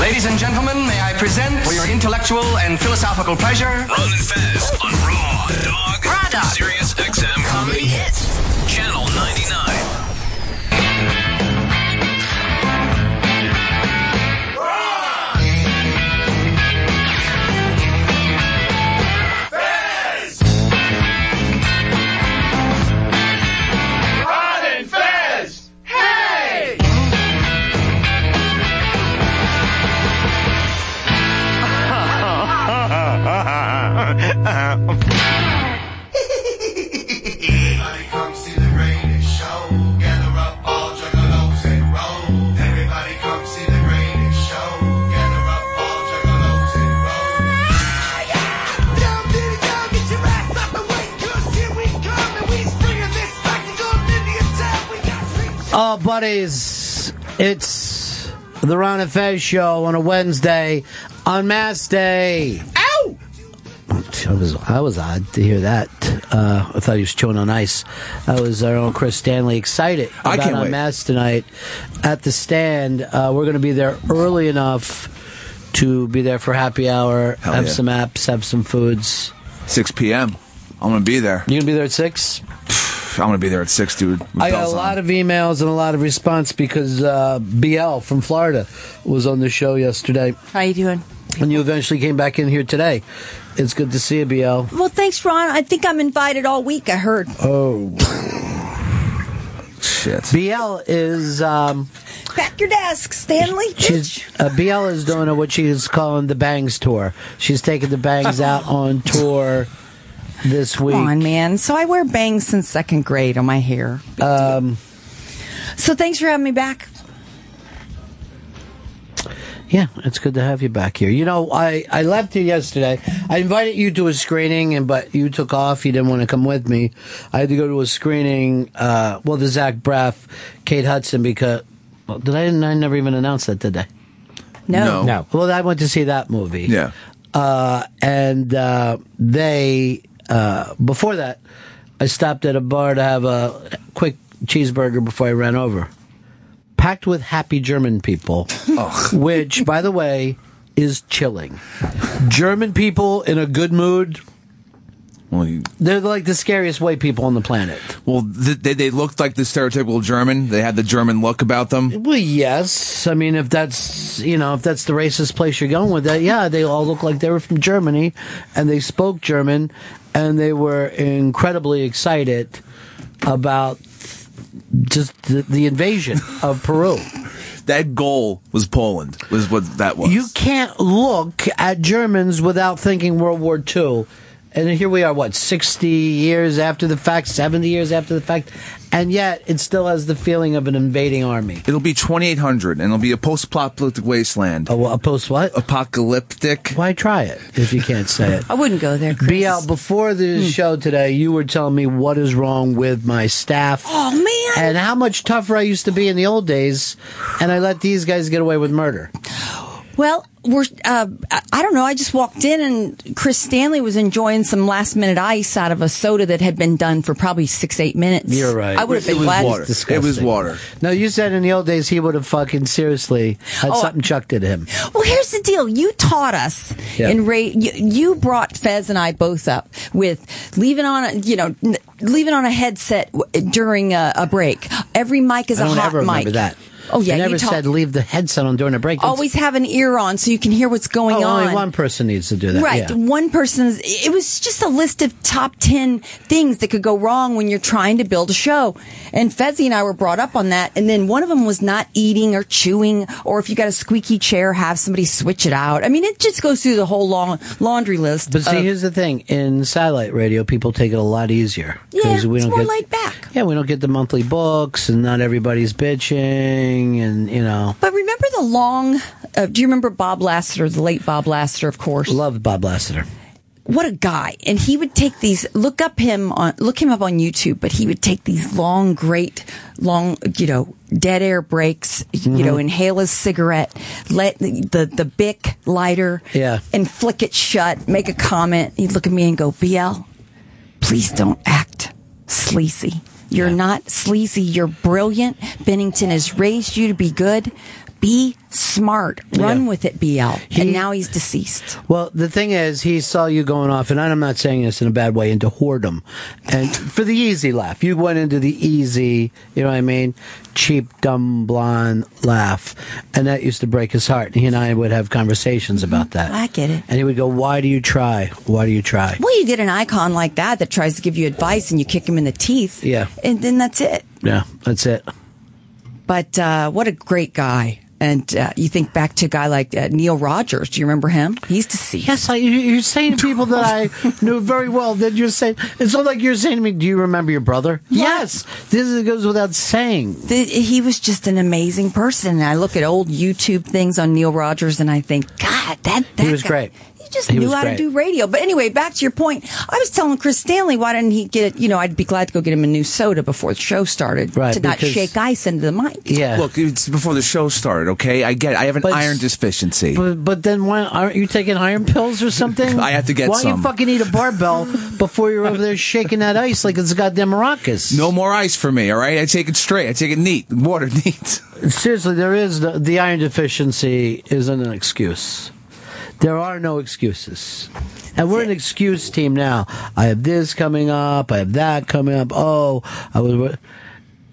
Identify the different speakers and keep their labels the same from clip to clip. Speaker 1: Ladies and gentlemen, may I present for your intellectual and philosophical pleasure
Speaker 2: Rolling Fast on Raw Dog.
Speaker 1: Raw Dog.
Speaker 2: Serious XM Comedy Hits. Channel 99.
Speaker 3: Everybody come see the greatest show. Gather up all juggalos and roll. Everybody come see the greatest show. Gather up all juggalos and roll.
Speaker 4: Oh, buddies, it's the Ron and Fez show on a Wednesday, on Mass Day. Ow! I was, I was odd to hear that. Uh, I thought he was chewing on ice. That was our own Chris Stanley excited
Speaker 5: I
Speaker 4: about
Speaker 5: can't
Speaker 4: on
Speaker 5: wait.
Speaker 4: Mass tonight at the stand. Uh, we're going to be there early enough to be there for happy hour,
Speaker 5: Hell
Speaker 4: have
Speaker 5: yeah.
Speaker 4: some apps, have some foods.
Speaker 5: 6 p.m. I'm gonna be there.
Speaker 4: You going to be there at 6?
Speaker 5: Pff, I'm gonna be there at six, dude. with
Speaker 4: I got a
Speaker 5: bells on.
Speaker 4: lot of emails and a lot of response because uh, BL from Florida was on the show yesterday,
Speaker 6: How you doing?
Speaker 4: and you eventually came back in here today. It's good to see you, BL.
Speaker 6: Well, thanks, Ron. I think I'm invited all week. I heard.
Speaker 4: Oh,
Speaker 5: shit.
Speaker 4: BL is um,
Speaker 6: Pack your desk, Stanley.
Speaker 4: she's uh, BL is doing what she's calling the Bangs tour. She's taking the Bangs out on tour this week.
Speaker 7: Come on, man. So I wear bangs since second grade on my hair.
Speaker 6: Um, So thanks for having me back.
Speaker 4: Yeah, it's good to have you back here. You know, I, I left you yesterday. I invited you to a screening, and but you took off. You didn't want to come with me. I had to go to a screening. Uh, well, the Zach Braff, Kate Hudson. Because well, did I? I never even announced that, did I?
Speaker 5: No. No.
Speaker 4: Well, I went to see that movie.
Speaker 5: Yeah.
Speaker 4: Uh, and uh, they uh, before that, I stopped at a bar to have a quick cheeseburger before I ran over. Packed with happy German people, which, by the way, is chilling. German people in a good mood.
Speaker 5: Well, you,
Speaker 4: They're like the scariest white people on the planet.
Speaker 5: well th- they they looked like the stereotypical German. They had the German look about them.
Speaker 4: Well, yes. I mean, if that's you know, if that's the racist place you're going with that, yeah, they all look like they were from Germany, and they spoke German, and they were incredibly excited about just the, the invasion of Peru.
Speaker 5: That goal was Poland. Was what that was.
Speaker 4: You can't look at Germans without thinking World War II. And here we are, what, 60 years after the fact, 70 years after the fact, and yet it still has the feeling of an invading army.
Speaker 5: It'll be 2800, and it'll be a post-apocalyptic wasteland.
Speaker 4: A, a post what?
Speaker 5: Apocalyptic.
Speaker 4: Why try it if you can't say it?
Speaker 6: I wouldn't go there, Chris. Hmm.
Speaker 4: BL, before the show today, you were telling me what is wrong with my staff.
Speaker 6: Oh, man.
Speaker 4: And how much tougher I used to be in the old days, and I let these guys get away with murder.
Speaker 6: Well, we're, uh, I I don't know. I just walked in and Chris Stanley was enjoying some last minute ice out of a soda that had been done for probably six, eight minutes.
Speaker 4: You're right.
Speaker 6: I would have
Speaker 5: It
Speaker 6: been
Speaker 5: was
Speaker 6: glad.
Speaker 5: water. It was water.
Speaker 4: No, you said in the old days he would have fucking seriously had
Speaker 6: Oh,
Speaker 4: something chucked at him.
Speaker 6: Well, here's the deal. You taught us
Speaker 4: Yeah.
Speaker 6: in Ray. You, you brought Fez and I both up with leaving on, a, you know, n- leaving on a headset w- during a, a break. Every mic is
Speaker 4: I
Speaker 6: a
Speaker 4: don't
Speaker 6: hot
Speaker 4: ever remember
Speaker 6: mic.
Speaker 4: that.
Speaker 6: Oh yeah,
Speaker 4: I never
Speaker 6: you taught,
Speaker 4: said leave the headset on during a break. That's-
Speaker 6: always have an ear on so you can hear what's going
Speaker 4: oh,
Speaker 6: on.
Speaker 4: only one person needs to do that.
Speaker 6: Right.
Speaker 4: yeah.
Speaker 6: One person's, it was just a list of top 10 things that could go wrong when you're trying to build a show. And Fezzi and I were brought up on that. And then one of them was not eating or chewing, or if you got a squeaky chair, have somebody switch it out. I mean, it just goes through the whole long laundry list.
Speaker 4: But see,
Speaker 6: of-
Speaker 4: here's the thing: in satellite radio, people take it a lot easier
Speaker 6: Yeah, it's more laid back.
Speaker 4: Yeah, we don't get the monthly books, and not everybody's bitching, and you know,
Speaker 6: but remember the long, uh, do you remember Bob Lasseter, the late Bob Lasseter, of course?
Speaker 4: love Bob Lasseter.
Speaker 6: what a guy and he would take these look up him on look him up on youtube but he would take these long great long you know dead air breaks you
Speaker 4: Mm-hmm.
Speaker 6: know inhale his cigarette let the the, the bic lighter
Speaker 4: Yeah.
Speaker 6: and flick it shut make a comment he'd look at me and go bl please don't act sleazy you're not sleazy you're brilliant bennington has raised you to be good Be smart. Run
Speaker 4: Yeah.
Speaker 6: with it, BL.
Speaker 4: He-
Speaker 6: and now he's deceased.
Speaker 4: Well, the thing is, he saw you going off, and I'm not saying this in a bad way, into whoredom. And for the easy laugh, you went into the easy, you know what I mean? Cheap, dumb, blonde laugh. And that used to break his heart. He and I would have conversations about that.
Speaker 6: I get it.
Speaker 4: And he would go, Why do you try? Why do you try?
Speaker 6: Well, you get an icon like that that tries to give you advice and you kick him in the teeth.
Speaker 4: Yeah.
Speaker 6: And then that's it.
Speaker 4: Yeah, that's it.
Speaker 6: But uh, what a great guy. And uh, you think back to a guy like uh, Neil Rogers. Do you remember him? He's deceased.
Speaker 4: Yes, I, you- you're saying people that I knew very well. That you're saying it's not like you're saying to me, "Do you remember your brother?" Yes, this is, goes without saying.
Speaker 6: Th- he was just an amazing person. And I look at old YouTube things on Neil Rogers and I think, God, that, that
Speaker 4: was
Speaker 6: guy-
Speaker 4: great.
Speaker 6: He just
Speaker 4: He
Speaker 6: knew
Speaker 4: was
Speaker 6: how
Speaker 4: great.
Speaker 6: to do radio. But anyway, back to your point. I was telling Chris Stanley, why didn't he get, you know, I'd be glad to go get him a new soda before the show started
Speaker 4: Right,
Speaker 6: to not
Speaker 4: because-
Speaker 6: shake ice into the mic.
Speaker 4: Yeah,
Speaker 5: Look, it's before the show started, okay? I get it. I have an
Speaker 4: But-
Speaker 5: iron deficiency.
Speaker 4: But, but then why aren't you taking iron pills or something?
Speaker 5: I have to get
Speaker 4: Why don't
Speaker 5: some.
Speaker 4: you fucking eat a barbell before you're over there shaking that ice like it's a goddamn maracas?
Speaker 5: no more ice for me, all right? I take it straight. I take it neat. Water neat.
Speaker 4: seriously, there is the, the iron deficiency isn't an excuse. There are no excuses. And we're an excuse team now. I have this coming up. I have that coming up. Oh, I was.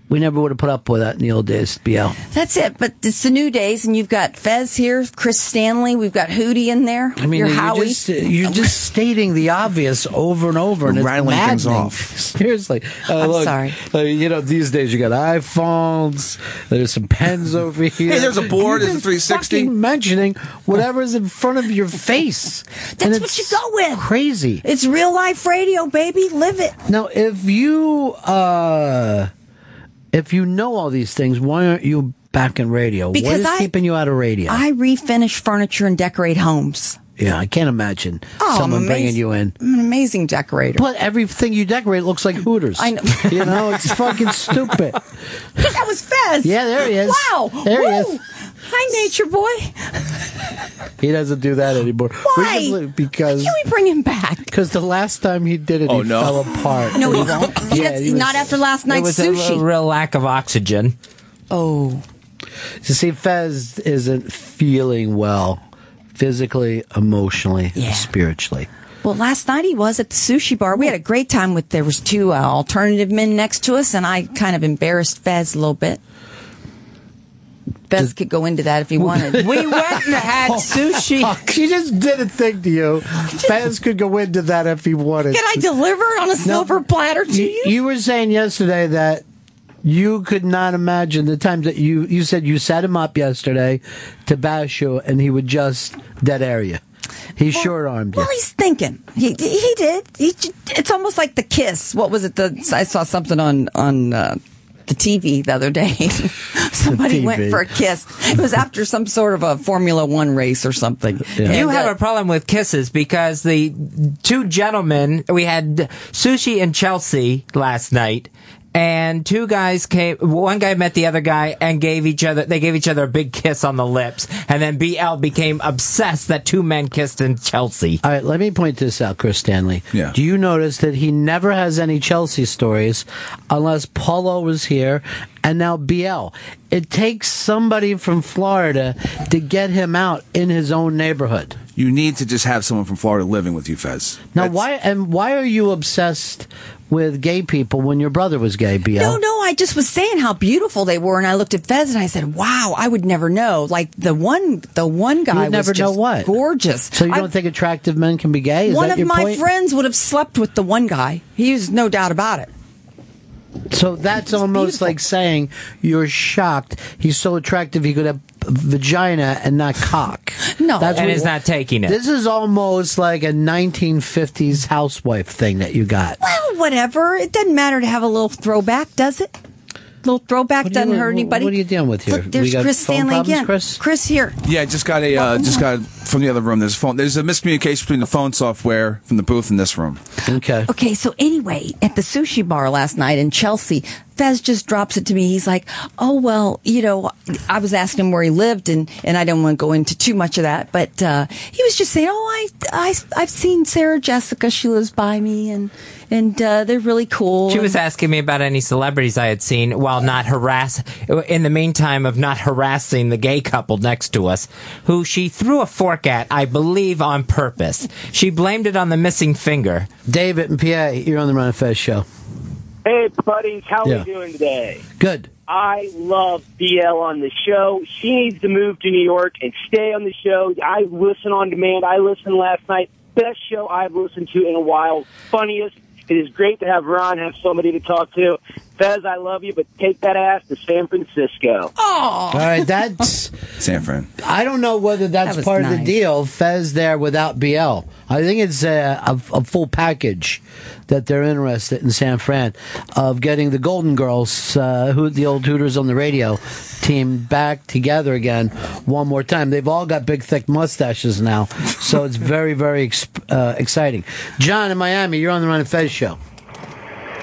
Speaker 4: We never would have put up with that in the old days, BL.
Speaker 6: That's it. But it's the new days, and you've got Fez here, Chris Stanley. We've got Hootie in there.
Speaker 4: I mean,
Speaker 6: your
Speaker 4: you're
Speaker 6: Howie.
Speaker 4: just you're just stating the obvious over and over, and it's
Speaker 5: Rattling things
Speaker 4: maddening.
Speaker 5: off.
Speaker 4: Seriously, Uh,
Speaker 6: I'm
Speaker 4: look,
Speaker 6: sorry.
Speaker 4: uh, you know, these days you got iPhones. There's some pens over here.
Speaker 5: there's a board,
Speaker 4: You're
Speaker 5: there's a
Speaker 4: just
Speaker 5: 360.
Speaker 4: fucking Mentioning whatever's in front of your face. And
Speaker 6: That's what
Speaker 4: it's
Speaker 6: you go with.
Speaker 4: Crazy.
Speaker 6: it's real life radio, baby. Live it.
Speaker 4: Now, if you uh, if you know all these things, why aren't you back in radio? what
Speaker 6: Because
Speaker 4: is
Speaker 6: I-
Speaker 4: keeping you out of radio?
Speaker 6: I refinish furniture and decorate homes.
Speaker 4: yeah, I can't imagine
Speaker 6: Oh, I'm
Speaker 4: someone bringing
Speaker 6: amazed-
Speaker 4: you in.
Speaker 6: I'm an amazing decorator.
Speaker 4: But everything you decorate looks like Hooters.
Speaker 6: I know.
Speaker 4: You know, it's fucking stupid.
Speaker 6: that was Fez.
Speaker 4: Yeah, there he is.
Speaker 6: Wow.
Speaker 4: There he
Speaker 6: Woo.
Speaker 4: is.
Speaker 6: Hi, Nature Boy.
Speaker 4: He doesn't do that anymore. We
Speaker 6: Why?
Speaker 4: just look- because
Speaker 6: Can we bring him back?
Speaker 4: because the last time he did it,
Speaker 5: Oh,
Speaker 4: he
Speaker 5: no.
Speaker 4: fell apart.
Speaker 6: No, he won't. He
Speaker 4: Yeah,
Speaker 6: does-
Speaker 4: he was-
Speaker 6: not after last
Speaker 8: It
Speaker 6: night's
Speaker 8: was a
Speaker 6: sushi.
Speaker 8: real, real lack of oxygen.
Speaker 6: oh,
Speaker 4: You see, Fez isn't feeling well physically, emotionally,
Speaker 6: Yeah.
Speaker 4: and spiritually.
Speaker 6: well, last night he was at the sushi bar. We had a great time with. There was two uh, alternative men next to us, and I kind of embarrassed Fez a little bit. Fez could go into that if he wanted.
Speaker 8: We went and had sushi.
Speaker 4: Oh, She just did a thing to you. Fez could go into that if he wanted.
Speaker 6: Can I deliver it on a silver platter to you?
Speaker 4: You were saying yesterday that you could not imagine the times that you you said you set him up yesterday to bash you, and he would just dead area. He short armed you.
Speaker 6: Well, he's thinking. He he did. He, j- it's almost like the kiss. What was it? The I saw something on on. Uh, the TV the other day. Somebody
Speaker 4: The
Speaker 6: went
Speaker 4: TV.
Speaker 6: for a kiss. It was after some sort of a Formula One race or something.
Speaker 4: Yeah.
Speaker 8: You
Speaker 6: And,
Speaker 8: have
Speaker 6: uh,
Speaker 8: a problem with kisses because the two gentlemen we had sushi in Chelsea last night, and two guys came. One guy met the other guy and gave each other. They gave each other a big kiss on the lips, and then BL became obsessed that two men kissed in Chelsea.
Speaker 4: All right, let me point this out, Chris Stanley.
Speaker 5: Yeah.
Speaker 4: Do you notice that he never has any Chelsea stories unless Paulo was here and now BL? It takes somebody from Florida to get him out in his own neighborhood.
Speaker 5: You need to just have someone from Florida living with you, Fez.
Speaker 4: Now,
Speaker 5: That's-
Speaker 4: why and why are you obsessed with gay people when your brother was gay, BL?
Speaker 6: No, no, I just was saying how beautiful they were, and I looked at Fez and I said, "Wow, I would never know." Like the one, the one guy
Speaker 4: You would never
Speaker 6: was
Speaker 4: know
Speaker 6: just
Speaker 4: what.
Speaker 6: gorgeous.
Speaker 4: So you
Speaker 6: I-
Speaker 4: don't think attractive men can be gay? Is
Speaker 6: one
Speaker 4: that
Speaker 6: of
Speaker 4: your
Speaker 6: my
Speaker 4: point?
Speaker 6: friends would have slept with the one guy? He's no doubt about it.
Speaker 4: So that's almost
Speaker 6: beautiful.
Speaker 4: like saying you're shocked. He's so attractive he could have vagina and not cock.
Speaker 6: No.
Speaker 4: that's
Speaker 8: And
Speaker 4: what-
Speaker 8: is not taking it.
Speaker 4: This is almost like a 1950s housewife thing that you got.
Speaker 6: Well, whatever. It doesn't matter to have a little throwback, does it? Little throwback
Speaker 4: What are you-
Speaker 6: doesn't hurt
Speaker 4: what-
Speaker 6: anybody.
Speaker 4: what are you dealing with here?
Speaker 6: Look, there's
Speaker 4: We got
Speaker 6: Chris
Speaker 4: phone
Speaker 6: Stanley
Speaker 4: problems,
Speaker 6: again.
Speaker 4: Chris?
Speaker 6: here.
Speaker 5: Yeah, I just got a uh, just got from the other room. There's a phone. There's a miscommunication between the phone software from the booth in this room.
Speaker 4: Okay.
Speaker 6: Okay, so anyway, at the sushi bar last night in Chelsea, Fez just drops it to me. He's like, "Oh well, you know, I was asking him where he lived, and and I don't want to go into too much of that, but uh, he was just saying, "Oh, I I I've seen Sarah Jessica. She lives by me, and and uh, they're really cool."
Speaker 8: She was asking me about any celebrities I had seen while not harass in the meantime of not harassing the gay couple next to us, who she threw a fork at, I believe, on purpose. She blamed it on the missing finger.
Speaker 4: David and PA, you're on the Ron and Fez show.
Speaker 9: Hey, buddies, how
Speaker 4: Yeah.
Speaker 9: we doing today?
Speaker 4: Good.
Speaker 9: I love BL on the show. She needs to move to New York and stay on the show. I listen on demand. I listened last night. Best show I've listened to in a while. Funniest. It is great to have Ron have somebody to talk to. Fez, I love you, but take that ass to San Francisco.
Speaker 4: All right, that's.
Speaker 5: San Fran.
Speaker 4: I don't know whether that's
Speaker 7: That was
Speaker 4: part of the
Speaker 7: nice.
Speaker 4: deal. Fez there without BL. I think it's a, a, a full package that they're interested in San Fran of getting the Golden Girls, uh, who the old Hooters on the radio team, back together again one more time. They've all got big, thick mustaches now, so it's very, very exp- uh, exciting. John in Miami, you're on the Run and Fez show.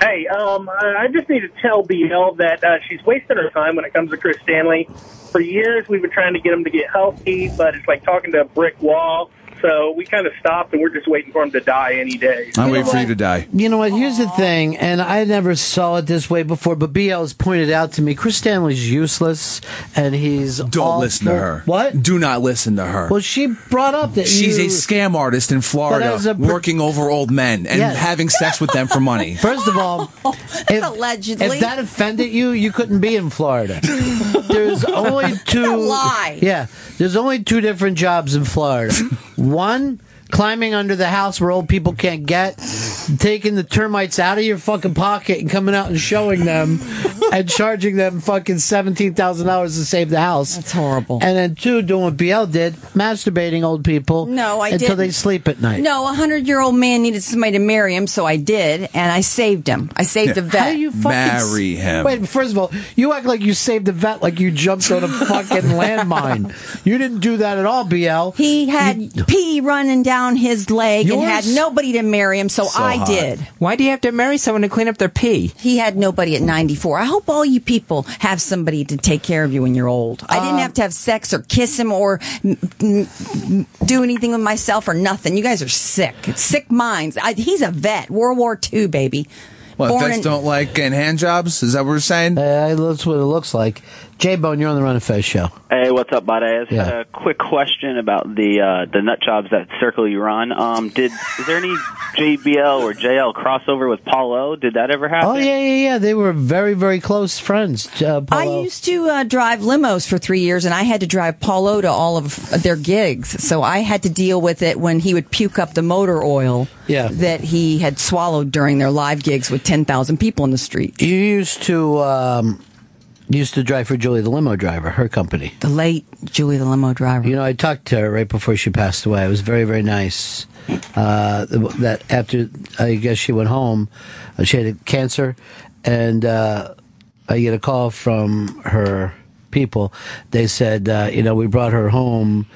Speaker 10: Hey, um, I I just need to tell BL that uh, she's wasting her time when it comes to Chris Stanley. For years, we've been trying to get him to get healthy, but it's like talking to a brick wall. So we kind of stopped, and we're just waiting for him to die any day.
Speaker 5: I'm waiting for you to die.
Speaker 4: You know what? Here's the thing, and I never saw it this way before, but BL has pointed out to me Chris Stanley's useless, and he's.
Speaker 5: Don't
Speaker 4: all
Speaker 5: listen to
Speaker 4: for-
Speaker 5: her.
Speaker 4: What?
Speaker 5: Do not listen to her.
Speaker 4: Well, she brought up that
Speaker 5: She's
Speaker 4: you-
Speaker 5: a scam artist in Florida,
Speaker 4: as a per-
Speaker 5: working over old men and
Speaker 4: Yes.
Speaker 5: having sex with them for money.
Speaker 4: First of all, if,
Speaker 6: Allegedly.
Speaker 4: if that offended you, you couldn't be in Florida. There's only two.
Speaker 6: a lie.
Speaker 4: Yeah, there's only two different jobs in Florida. One. Climbing under the house where old people can't get, taking the termites out of your fucking pocket and coming out and showing them and charging them fucking $17,000 to save the house.
Speaker 7: That's horrible.
Speaker 4: And then, two, doing what BL did, masturbating old people
Speaker 6: No, I
Speaker 4: until they
Speaker 6: didn't.
Speaker 4: sleep at night.
Speaker 6: No, a hundred year old man needed somebody to marry him, so I did, and I saved him. I saved the vet.
Speaker 4: How do you fucking
Speaker 5: Marry him.
Speaker 4: Wait, first of all, you act like you saved a vet like you jumped on a fucking landmine. You didn't do that at all, BL.
Speaker 6: he had pee running down his leg and had
Speaker 4: Yours?
Speaker 6: nobody to marry him, so, I
Speaker 5: hot.
Speaker 6: did.
Speaker 8: Why do you have to marry someone to clean up their pee?
Speaker 6: He had nobody at 94. I hope all you people have somebody to take care of you when you're old. I
Speaker 8: Um,
Speaker 6: didn't have to have sex or kiss him or m- m- m- do anything with myself or nothing. You guys are sick. It's sick minds. I, he's a vet. World War II, baby.
Speaker 5: What,
Speaker 6: Born
Speaker 5: vets
Speaker 6: in-
Speaker 5: don't like getting hand jobs? Is that what we're saying?
Speaker 4: Uh, that's what it looks like. J Bone, you're on the Run and Fez show.
Speaker 11: Hey, what's up, buddy? I just had
Speaker 4: Yeah.
Speaker 11: a quick question about the uh, the nut jobs that circle you run. Um, did is there any JBL or JL crossover with Paulo? Did that ever happen?
Speaker 4: Oh yeah, yeah, yeah. They were very, very close friends. Uh, Paulo.
Speaker 6: I used to uh, drive limos for three years, and I had to drive Paulo to all of uh, their gigs. So I had to deal with it when he would puke up the motor oil
Speaker 4: Yeah.
Speaker 6: that he had swallowed during their live gigs with ten thousand people in the street.
Speaker 4: You used to um, used to drive for Julie, the limo driver, her company.
Speaker 6: The late Julie, the limo driver.
Speaker 4: You know, I talked to her right before she passed away. It was very, very nice. Uh, that after I guess she went home, uh, she had cancer, and uh, I get a call from her people. They said, uh, you know, we brought her home.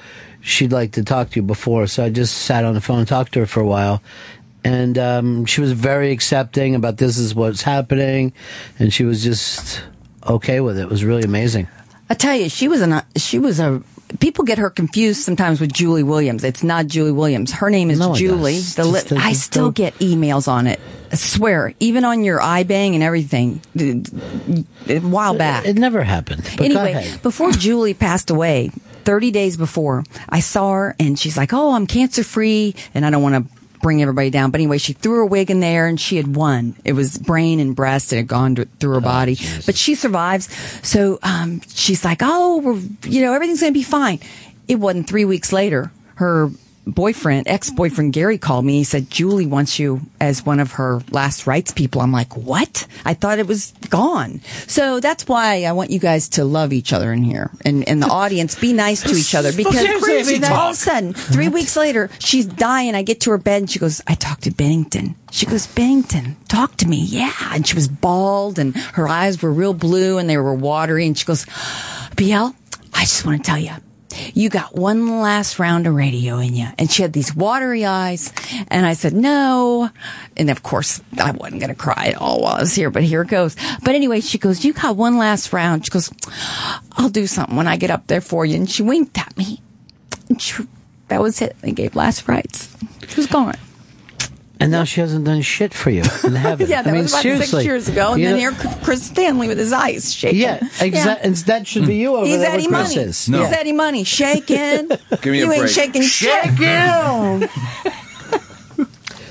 Speaker 4: She'd like to talk to you before, so I just sat on the phone and talked to her for a while. And um, she was very accepting about this is what's happening, and she was just okay with it. It was really amazing.
Speaker 6: I tell you, she was an uh, she was a. People get her confused sometimes with Julie Williams. It's not Julie Williams. Her name is
Speaker 4: No, it
Speaker 6: Julie.
Speaker 4: does.
Speaker 6: The
Speaker 4: Just
Speaker 6: li-
Speaker 4: doesn't-
Speaker 6: I still get emails on it. I swear, even on your iBang and everything. A while back.
Speaker 4: It never happened. But go
Speaker 6: anyway,
Speaker 4: ahead.
Speaker 6: before Julie passed away, 30 days before, I saw her and she's like, Oh, I'm cancer free. And I don't want to bring everybody down. But anyway, she threw her wig in there and she had won. It was brain and breast and had gone to- through her
Speaker 4: Oh,
Speaker 6: body. But she survives. So um, she's like, Oh, we're, you know, everything's going to be fine. It wasn't three weeks later. Her boyfriend, ex boyfriend Gary called me. He said, Julie wants you as one of her last rites people. I'm like, what? I thought it was gone. So that's why I want you guys to love each other in here and, and the audience be nice to each other because
Speaker 4: Seriously,
Speaker 6: I mean,
Speaker 4: talk.
Speaker 6: all of a sudden, three weeks later, she's dying. I get to her bed and she goes, I talked to Bennington. She goes, Bennington, talk to me. Yeah. And she was bald and her eyes were real blue and they were watery. And she goes, BL, I just want to tell you, You got one last round of radio in you. And she had these watery eyes. And I said, no. And of course, I wasn't going to cry at all while I was here, but here it goes. But anyway, she goes, you got one last round. She goes, I'll do something when I get up there for you. And she winked at me. And she- that was it. They gave last rites. She was gone.
Speaker 4: And now she hasn't done shit for you in heaven.
Speaker 6: yeah, that
Speaker 4: I mean,
Speaker 6: was about
Speaker 4: seriously.
Speaker 6: six years ago. And
Speaker 4: You
Speaker 6: then
Speaker 4: know-
Speaker 6: here, Chris Stanley with his eyes shaking.
Speaker 4: Yeah, exa- and that should be you over
Speaker 6: He's
Speaker 4: there
Speaker 6: Eddie
Speaker 4: with
Speaker 6: Money.
Speaker 4: Chris is. No.
Speaker 6: He's Eddie Money shaking.
Speaker 4: me a
Speaker 6: you ain't
Speaker 4: break.
Speaker 6: shaking shit.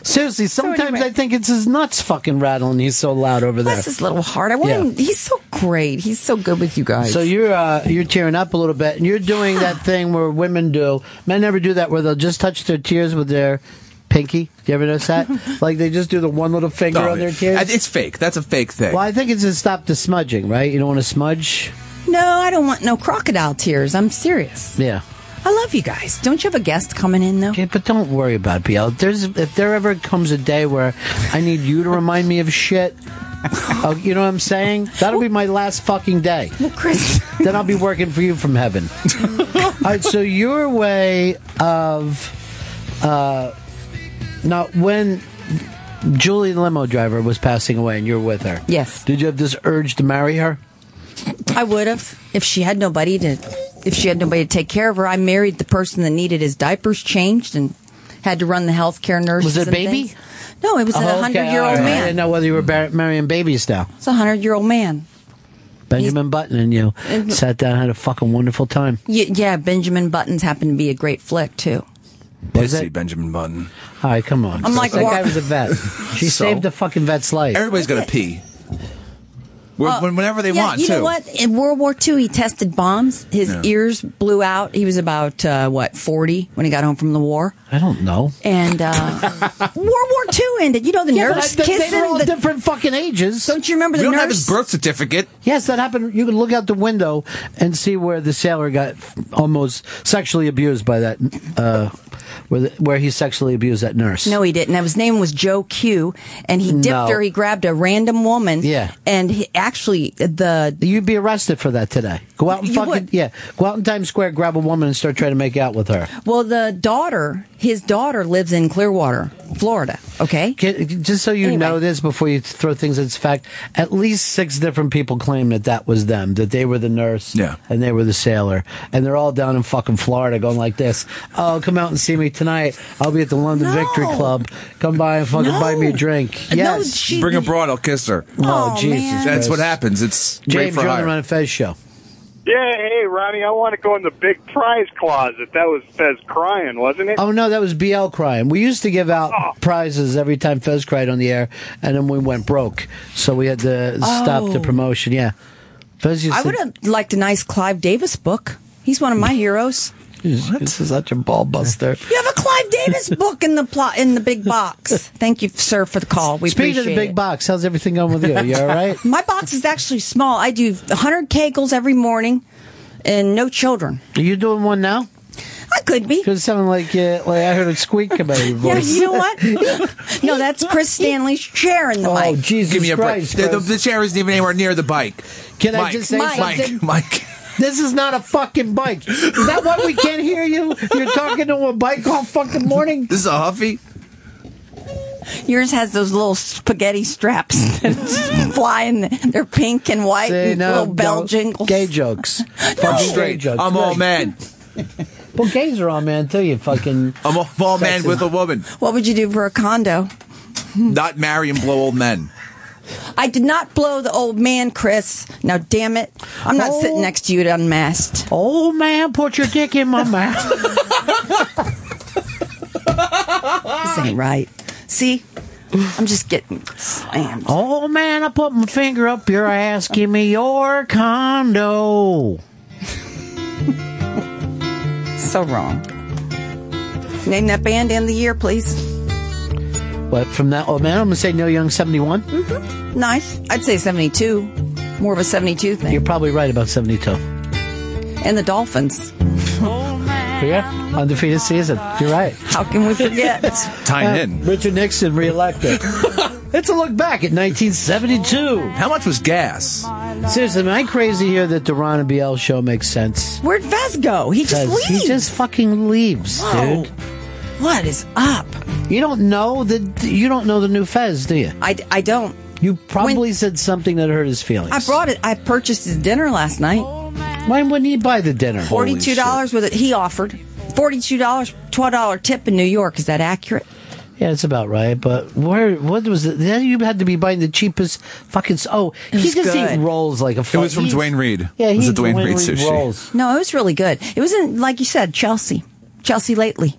Speaker 4: Seriously, sometimes I think it's his nuts fucking rattling. He's so loud over there.
Speaker 6: Bless his little heart. I want him. He's so great. He's so good with you guys.
Speaker 4: So you're uh, you're tearing up a little bit, and you're doing that thing where women do. Men never do that, where they'll just touch their tears with their pinky. You ever notice that? like they just do the one little finger
Speaker 5: Stop
Speaker 4: on their
Speaker 5: it.
Speaker 4: tears.
Speaker 5: It's fake. That's a fake thing.
Speaker 4: Well, I think it's to stop the smudging, right? You don't want to smudge.
Speaker 6: no, I don't want no crocodile tears. I'm serious.
Speaker 4: Yeah.
Speaker 6: I love you guys. Don't you have a guest coming in though?
Speaker 4: Yeah, but don't worry about it, BL. There's if there ever comes a day where I need you to remind me of shit. uh, you know what I'm saying? That'll be my last fucking day. Well,
Speaker 6: Chris.
Speaker 4: then I'll be working for you from heaven. All right. So your way of uh, now when Julie the limo driver was passing away and you're with her.
Speaker 6: Yes.
Speaker 4: Did you have this urge to marry her?
Speaker 6: I would have if she had nobody to if she had nobody to take care of her. I married the person that needed his diapers changed and had to run the healthcare nurse.
Speaker 4: Was it a baby?
Speaker 6: No, it was a
Speaker 4: Oh, okay,
Speaker 6: hundred year
Speaker 4: all
Speaker 6: old
Speaker 4: right. I
Speaker 6: man.
Speaker 4: didn't know whether you were bar- marrying babies now.
Speaker 6: It's a hundred year old man.
Speaker 4: Benjamin Button and you
Speaker 6: And-
Speaker 4: sat down, had a fucking wonderful time.
Speaker 6: Y- yeah, Benjamin Buttons happened to be a great flick too.
Speaker 4: Was
Speaker 5: it? Benjamin Button.
Speaker 4: All right, come on.
Speaker 6: I'm like,
Speaker 4: that
Speaker 6: wha-
Speaker 4: guy was a vet. She
Speaker 5: So?
Speaker 4: saved a fucking vet's life.
Speaker 5: Everybody's got to pee. Where-
Speaker 6: Well,
Speaker 5: when- whenever they
Speaker 6: Uh, yeah,
Speaker 5: want,
Speaker 6: You
Speaker 5: too.
Speaker 6: know what? In World War II, he tested bombs. His
Speaker 5: Yeah.
Speaker 6: ears blew out. He was about uh, what forty when he got home from the war.
Speaker 4: I don't know.
Speaker 6: And uh, World War II ended. You know the
Speaker 4: Yeah, but
Speaker 6: nurse
Speaker 4: I- they- they
Speaker 6: kissing.
Speaker 4: were all
Speaker 6: the,
Speaker 4: different fucking ages.
Speaker 6: Don't you remember
Speaker 5: We
Speaker 6: the
Speaker 5: don't
Speaker 6: nurse?
Speaker 5: have his birth certificate.
Speaker 4: Yes, that happened. You can look out the window and see where the sailor got almost sexually abused by that, uh, where, the, where he sexually abused that nurse.
Speaker 6: No, he didn't. His name was Joe Q, and he dipped
Speaker 4: No.
Speaker 6: her. He grabbed a random woman.
Speaker 4: Yeah.
Speaker 6: and he, actually, the
Speaker 4: You'd be arrested for that today. Go out and
Speaker 6: You
Speaker 4: fucking,
Speaker 6: would.
Speaker 4: yeah. Go out in Times Square, grab a woman and start trying to make out with her.
Speaker 6: well, the daughter, his daughter, lives in Clearwater, Florida. Okay.
Speaker 4: Can, just so you know this before you throw things as fact, at least six different people claim that that was them, that they were the nurse yeah. and they were the sailor. And they're all down in fucking Florida going like this Oh, come out and see me tonight. I'll be at the London Victory Club. Come by and fucking buy me a drink. Yes.
Speaker 5: Bring her broad, I'll kiss her.
Speaker 4: Oh, Jesus.
Speaker 5: That's
Speaker 4: Christ.
Speaker 5: what happens. It's
Speaker 4: James,
Speaker 5: rape for
Speaker 4: you're on
Speaker 5: hire.
Speaker 4: the Run and Fez show.
Speaker 12: Yeah, hey Ronnie, I want to go in the big prize closet. That was Fez crying, wasn't it?
Speaker 4: Oh no, that was BL crying. We used to give out
Speaker 6: Oh.
Speaker 4: prizes every time Fez cried on the air, and then we went broke, so we had to stop the
Speaker 6: Oh.
Speaker 4: promotion. Yeah, Fez used
Speaker 6: I
Speaker 4: to-
Speaker 6: would have liked a nice Clive Davis book. He's one of my heroes.
Speaker 4: What? This is such a ball buster.
Speaker 6: You have a Clive Davis book in the plot in the big box. Thank you, sir, for the call. We
Speaker 4: Speaking of
Speaker 6: appreciate
Speaker 4: the big
Speaker 6: it.
Speaker 4: box, how's everything going with you? You all right?
Speaker 6: My box is actually small. I do 100 kegels every morning, and no children.
Speaker 4: Are you doing one now?
Speaker 6: I could be.
Speaker 4: Because it sounded like uh, like I heard a squeak come out of your
Speaker 6: Yeah,
Speaker 4: voice.
Speaker 6: you know what? no, that's Chris Stanley's chair in the
Speaker 4: Oh,
Speaker 6: mic.
Speaker 4: Jesus
Speaker 5: Give me a
Speaker 4: Christ,
Speaker 5: break. The,
Speaker 4: Chris.
Speaker 5: the, the chair isn't even anywhere near the bike.
Speaker 4: Can I
Speaker 5: Mike,
Speaker 4: just say
Speaker 5: Mike,
Speaker 4: something?
Speaker 5: Mike,
Speaker 4: This is not a fucking bike. Is that why we can't hear you? You're talking to a bike all fucking Oh, morning.
Speaker 5: This is a huffy.
Speaker 6: Yours has those little spaghetti straps that fly in. The, they're pink and white,
Speaker 4: Say
Speaker 6: and
Speaker 4: no,
Speaker 6: little bell
Speaker 4: no.
Speaker 6: jingles.
Speaker 4: Gay jokes.
Speaker 5: I'm
Speaker 4: Fucking gay
Speaker 5: straight.
Speaker 4: jokes.
Speaker 5: I'm all
Speaker 4: Right.
Speaker 5: man.
Speaker 4: Well, gays are all man too. You fucking.
Speaker 5: I'm all, all man
Speaker 4: Sexist.
Speaker 5: with a woman.
Speaker 6: What would you do for a condo?
Speaker 5: Not marry and blow old men.
Speaker 6: I did not blow the old man, Chris. Now, damn it, I'm not
Speaker 4: Oh.
Speaker 6: sitting next to you to unmasked.
Speaker 4: Oh man, put your dick in my mouth.
Speaker 6: This ain't right. See, I'm just getting slammed.
Speaker 4: Oh man, I put my finger up your ass. Give me your condo.
Speaker 6: So wrong. Name that band and the year, please.
Speaker 4: What from that old man? I'm gonna say Neil Young, seventy-one. Mm-hmm.
Speaker 6: Nice. I'd say 72. More of a 72 thing.
Speaker 4: You're probably right about seventy-two.
Speaker 6: And the Dolphins.
Speaker 4: Yeah, undefeated season. You're right.
Speaker 6: How can we forget?
Speaker 5: Tying
Speaker 4: in. Richard Nixon reelected. It's a look back at 1972. How much was gas? Seriously, am I crazy here that the Ron and BL show makes sense?
Speaker 6: Where'd Vez go? He just
Speaker 4: Because
Speaker 6: leaves.
Speaker 4: He just fucking leaves,
Speaker 6: Whoa.
Speaker 4: dude.
Speaker 6: What is up?
Speaker 4: You don't know the you don't know the new Fez, do you?
Speaker 6: I, I don't.
Speaker 4: You probably said something that hurt his feelings.
Speaker 6: I brought it. I purchased his dinner last night.
Speaker 4: Why wouldn't he buy the dinner?
Speaker 6: Forty-two dollars with it. He offered forty-two dollars, twelve dollar tip in New York. Is that accurate?
Speaker 4: Yeah, it's about right. But where? What was it? Then you had to be buying the cheapest fucking. s- Oh,
Speaker 6: It
Speaker 4: he
Speaker 6: was
Speaker 4: just
Speaker 6: good.
Speaker 4: eat rolls like a.
Speaker 5: It was from
Speaker 4: he's-
Speaker 5: Dwayne Reed.
Speaker 4: Yeah,
Speaker 5: It
Speaker 4: he
Speaker 5: was a
Speaker 4: eats
Speaker 5: Dwayne Reid sushi.
Speaker 4: rolls.
Speaker 6: No, it was really good. It wasn't like you said, Chelsea. Chelsea lately.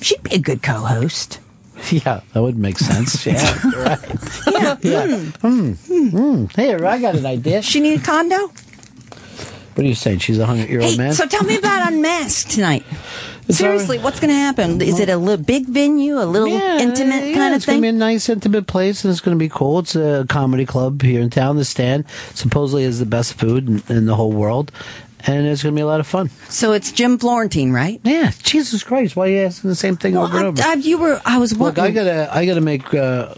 Speaker 6: She'd be a good co-host.
Speaker 4: Yeah, that would make sense. Yeah, right.
Speaker 6: Yeah.
Speaker 4: Hmm. Hmm. Here, I got an idea.
Speaker 6: She need a condo.
Speaker 4: What are you saying? She's a hundred-year-old
Speaker 6: Hey,
Speaker 4: man.
Speaker 6: so tell me about Unmasked tonight.
Speaker 4: It's
Speaker 6: Seriously, what's going to happen? Is it a little big venue, a little intimate
Speaker 4: yeah,
Speaker 6: kind of
Speaker 4: it's gonna
Speaker 6: thing?
Speaker 4: be a nice intimate place and it's gonna be cool it's a comedy club here in town the stand supposedly has the best food in, in the whole world and it's gonna be a lot of fun
Speaker 6: so it's Jim Florentine, right?
Speaker 4: Yeah. Jesus Christ, why are you asking the same thing over and over?
Speaker 6: I, I, you were. I was.
Speaker 4: Look, I
Speaker 6: wanting-
Speaker 4: gotta, I gotta make, uh,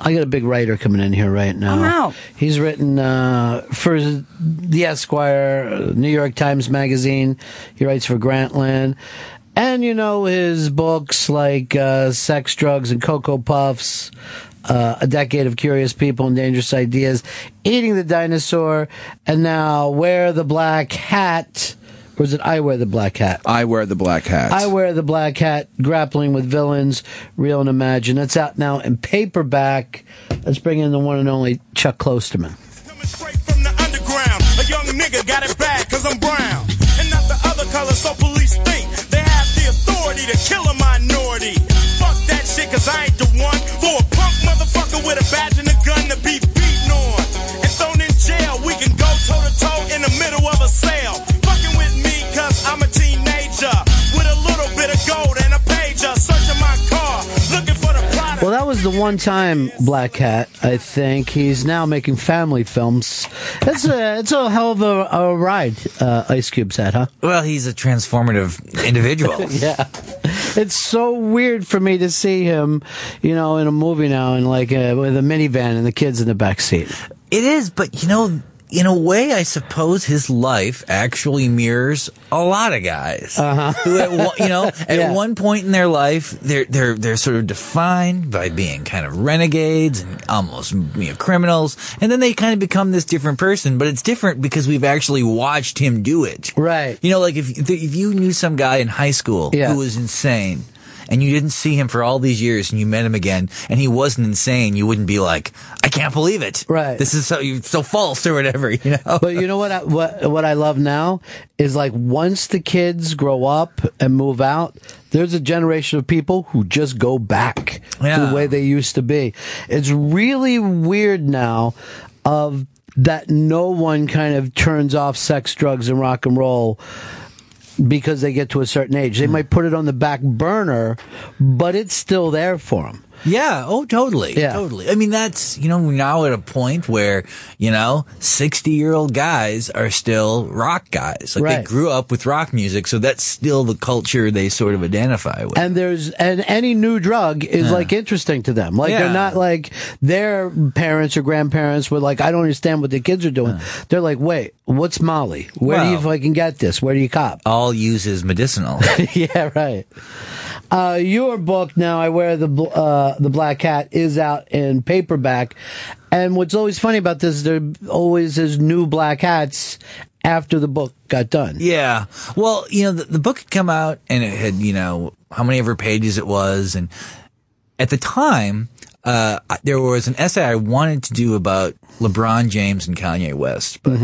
Speaker 4: I got a big writer coming in here right now.
Speaker 6: I'm out.
Speaker 4: He's written uh, for the Esquire, uh, New York Times Magazine. He writes for Grantland, and you know his books like uh, Sex, Drugs, and Cocoa Puffs. Uh, a decade of curious people and dangerous ideas, eating the dinosaur, and now wear the black hat. Or is it I wear the black hat?
Speaker 5: I wear the black hat.
Speaker 4: I wear the black hat, grappling with villains, real and imagined. It's out now in paperback. Let's bring in the one and only Chuck Klosterman.
Speaker 13: underground. A young nigga got it bad cause I'm brown. And not the other color, so police think they have the authority to kill a minority. Fuck that shit cause I ain't the one for a punk motherfucker with a badge and a gun to be beaten on. And thrown in jail, we can go toe to toe in the middle of a sale. Fucking with me cause I'm a teenager with a little bit of gold and a pager. Searching my car, looking for the product.
Speaker 4: Well, that was the one time Black Hat, I think. He's now making family films. It's a, it's a hell of a, a ride, uh, Ice Cube's hat, huh?
Speaker 14: Well, he's a transformative individual.
Speaker 4: yeah. It's so weird for me to see him, you know, in a movie now and like uh, with a minivan and the kids in the back seat.
Speaker 14: It is, but you know, in a way, I suppose his life actually mirrors a lot of guys who, at one, you know, at
Speaker 4: Uh-huh. Yeah.
Speaker 14: one point in their life, they're they're they're sort of defined by being kind of renegades and almost you know, criminals, and then they kind of become this different person. But it's different because we've actually watched him do it,
Speaker 4: right?
Speaker 14: You know, like if if you knew some guy in high school
Speaker 4: Yeah.
Speaker 14: who was insane. And you didn't see him for all these years, and you met him again, and he wasn't insane. You wouldn't be like, "I can't believe it!"
Speaker 4: Right.
Speaker 14: This is so you so false or whatever, you know.
Speaker 4: But you know what? I, what what I love now is like once the kids grow up and move out, there's a generation of people who just go back to
Speaker 14: Yeah.
Speaker 4: the way they used to be. It's really weird now of that no one kind of turns off sex, drugs, and rock and roll because they get to a certain age. They might put it on the back burner, but it's still there for them.
Speaker 14: Yeah. Oh, totally.
Speaker 4: Yeah.
Speaker 14: Totally. I mean, that's, you know, we're now at a point where, you know, 60 year old guys are still rock guys. Like they
Speaker 4: Right.
Speaker 14: grew up with rock music. So that's still the culture they sort of identify with.
Speaker 4: and there's and any new drug is like interesting to them. Like they're
Speaker 14: Yeah.
Speaker 4: not like their parents or grandparents were like, I don't understand what the kids are doing. They're like, wait, what's Molly? Where do you
Speaker 14: Well-
Speaker 4: fucking get this? Where do you cop?
Speaker 14: All use is medicinal.
Speaker 4: yeah, right. Uh, your book now, I wear the bl- uh, the black hat, is out in paperback. And what's always funny about this, there always is new black hats after the book got done.
Speaker 14: Yeah. Well, you know, the, the book had come out and it had, you know, how many ever pages it was. And at the time, uh, I- there was an essay I wanted to do about LeBron James and Kanye West, but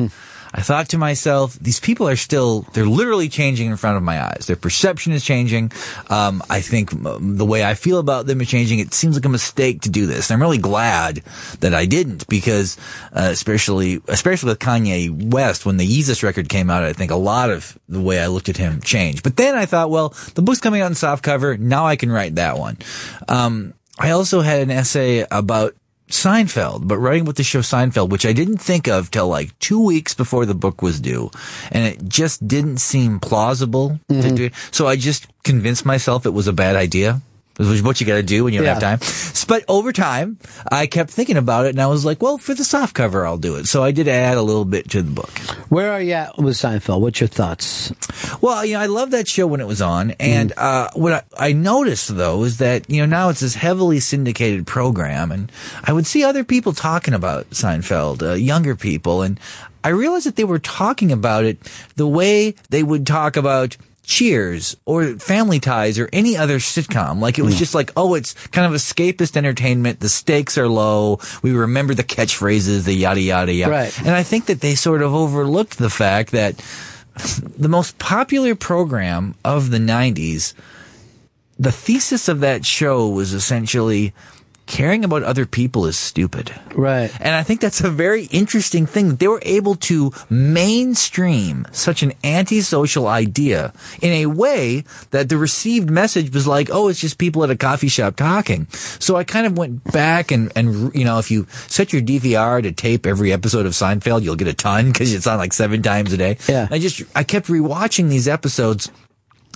Speaker 14: I thought to myself, these people are still, they're literally changing in front of my eyes. Their perception is changing. Um, I think m- the way I feel about them is changing. It seems like a mistake to do this. And I'm really glad that I didn't because, uh, especially, especially with Kanye West, when the Yeezus record came out, I think a lot of the way I looked at him changed. But then I thought, well, the book's coming out in softcover. Now I can write that one. Um, I also had an essay about Seinfeld, but writing about the show Seinfeld, which I didn't think of till like two weeks before the book was due. And it just didn't seem plausible to do. So I just convinced myself it was a bad idea. which is what you got to do when you don't
Speaker 15: Yeah.
Speaker 14: have time. S- But over time, I kept thinking about it, and I was like, well, for the soft cover, I'll do it. So I did add a little bit to the book.
Speaker 4: Where are you at with Seinfeld? What's your thoughts? Mm.
Speaker 14: Well, you know, I loved that show when it was on, and uh, what I, I noticed though is that you know now it's this heavily syndicated program, and I would see other people talking about Seinfeld, uh, younger people, and I realized that they were talking about it the way they would talk about. Cheers or Family Ties or any other sitcom. Like it was
Speaker 15: Mm.
Speaker 14: just like, oh, it's kind of escapist entertainment. The stakes are low. We remember the catchphrases, the yada, yada, yada.
Speaker 15: Right.
Speaker 14: And I think that they sort of overlooked the fact that the most popular program of the 90s, the thesis of that show was essentially caring about other people is stupid.
Speaker 4: Right.
Speaker 14: And I think that's a very interesting thing that they were able to mainstream such an antisocial idea in a way that the received message was like, oh, it's just people at a coffee shop talking. So I kind of went back and, and, you know, if you set your DVR to tape every episode of Seinfeld, you'll get a ton because it's on like seven times a day. Yeah. I just, I kept rewatching these episodes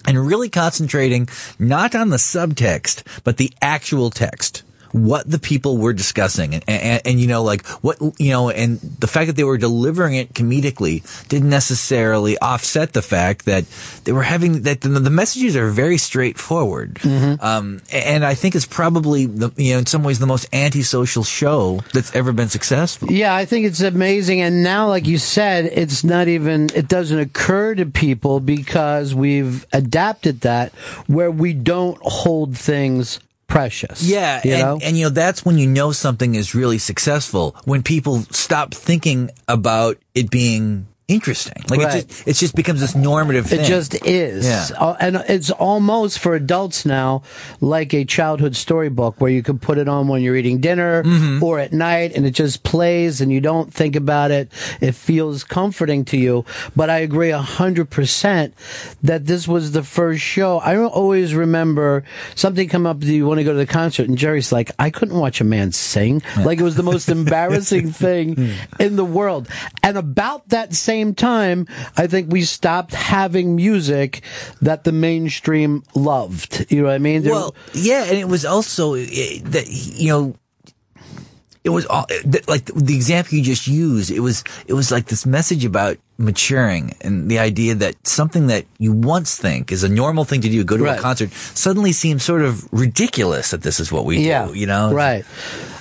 Speaker 14: and really concentrating not on the subtext, but the actual text. What the people were discussing and, and, and, you know, like what, you know, and the fact that they were delivering it comedically didn't necessarily offset the fact that they were having that the, the messages are very straightforward. Um, and I think it's probably the, you know, in some ways the most antisocial show that's ever been successful.
Speaker 4: Yeah, I think it's amazing. And now, like you said, it's not even, it doesn't occur to people because we've adapted that where we don't hold things precious.
Speaker 14: Yeah,
Speaker 4: You
Speaker 14: and,
Speaker 4: know?
Speaker 14: and you know that's when you know something is really successful when people stop thinking about it being interesting. Like
Speaker 4: Right.
Speaker 14: it just it just becomes this normative.
Speaker 4: It
Speaker 14: thing.
Speaker 4: just is.
Speaker 14: Yeah.
Speaker 4: Uh, And it's almost for adults now like a childhood storybook where you can put it on when you're eating dinner
Speaker 14: Mm-hmm.
Speaker 4: or at night and it just plays and you don't think about it. It feels comforting to you. But I agree 100% that this was the first show. I always remember something come up, do you want to go to the concert? And Jerry's like, I couldn't watch a man sing. Like it was the most embarrassing thing in the world. And about that same time, I think we stopped having music that the mainstream loved. You know what I mean? There-
Speaker 14: well, yeah, and it was also it, that you know. It was all eh, that- like the example you just used. It was it was like this message about maturing and the idea that something that you once think is a normal thing to do, go to
Speaker 4: Right.
Speaker 14: a concert, suddenly seems sort of ridiculous that this is what we
Speaker 4: yeah,
Speaker 14: do. You know,
Speaker 4: right?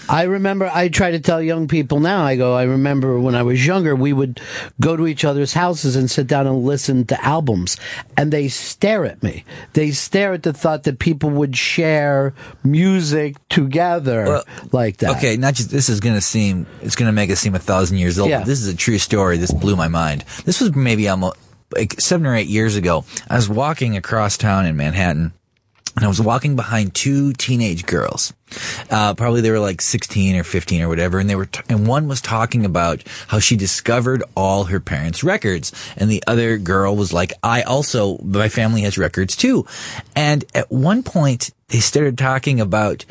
Speaker 4: I remember. I try to tell young people now. I go. I remember when I was younger, we would go to each other's houses and sit down and listen to albums, and they stare at me. They stare at the thought that people would share music together like that.
Speaker 14: Okay, not just this is going to seem it's going to make us seem a thousand years old.
Speaker 4: Yeah.
Speaker 14: But this is a true story. This blew my mind. This was maybe almost like seven or eight years ago. I was walking across town in Manhattan, and I was walking behind two teenage girls. Uh, probably they were like sixteen or fifteen or whatever, and they were t- and one was talking about how she discovered all her parents' records, and the other girl was like, "I also my family has records too," and at one point they started talking about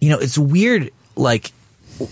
Speaker 14: you know, it's weird. Like,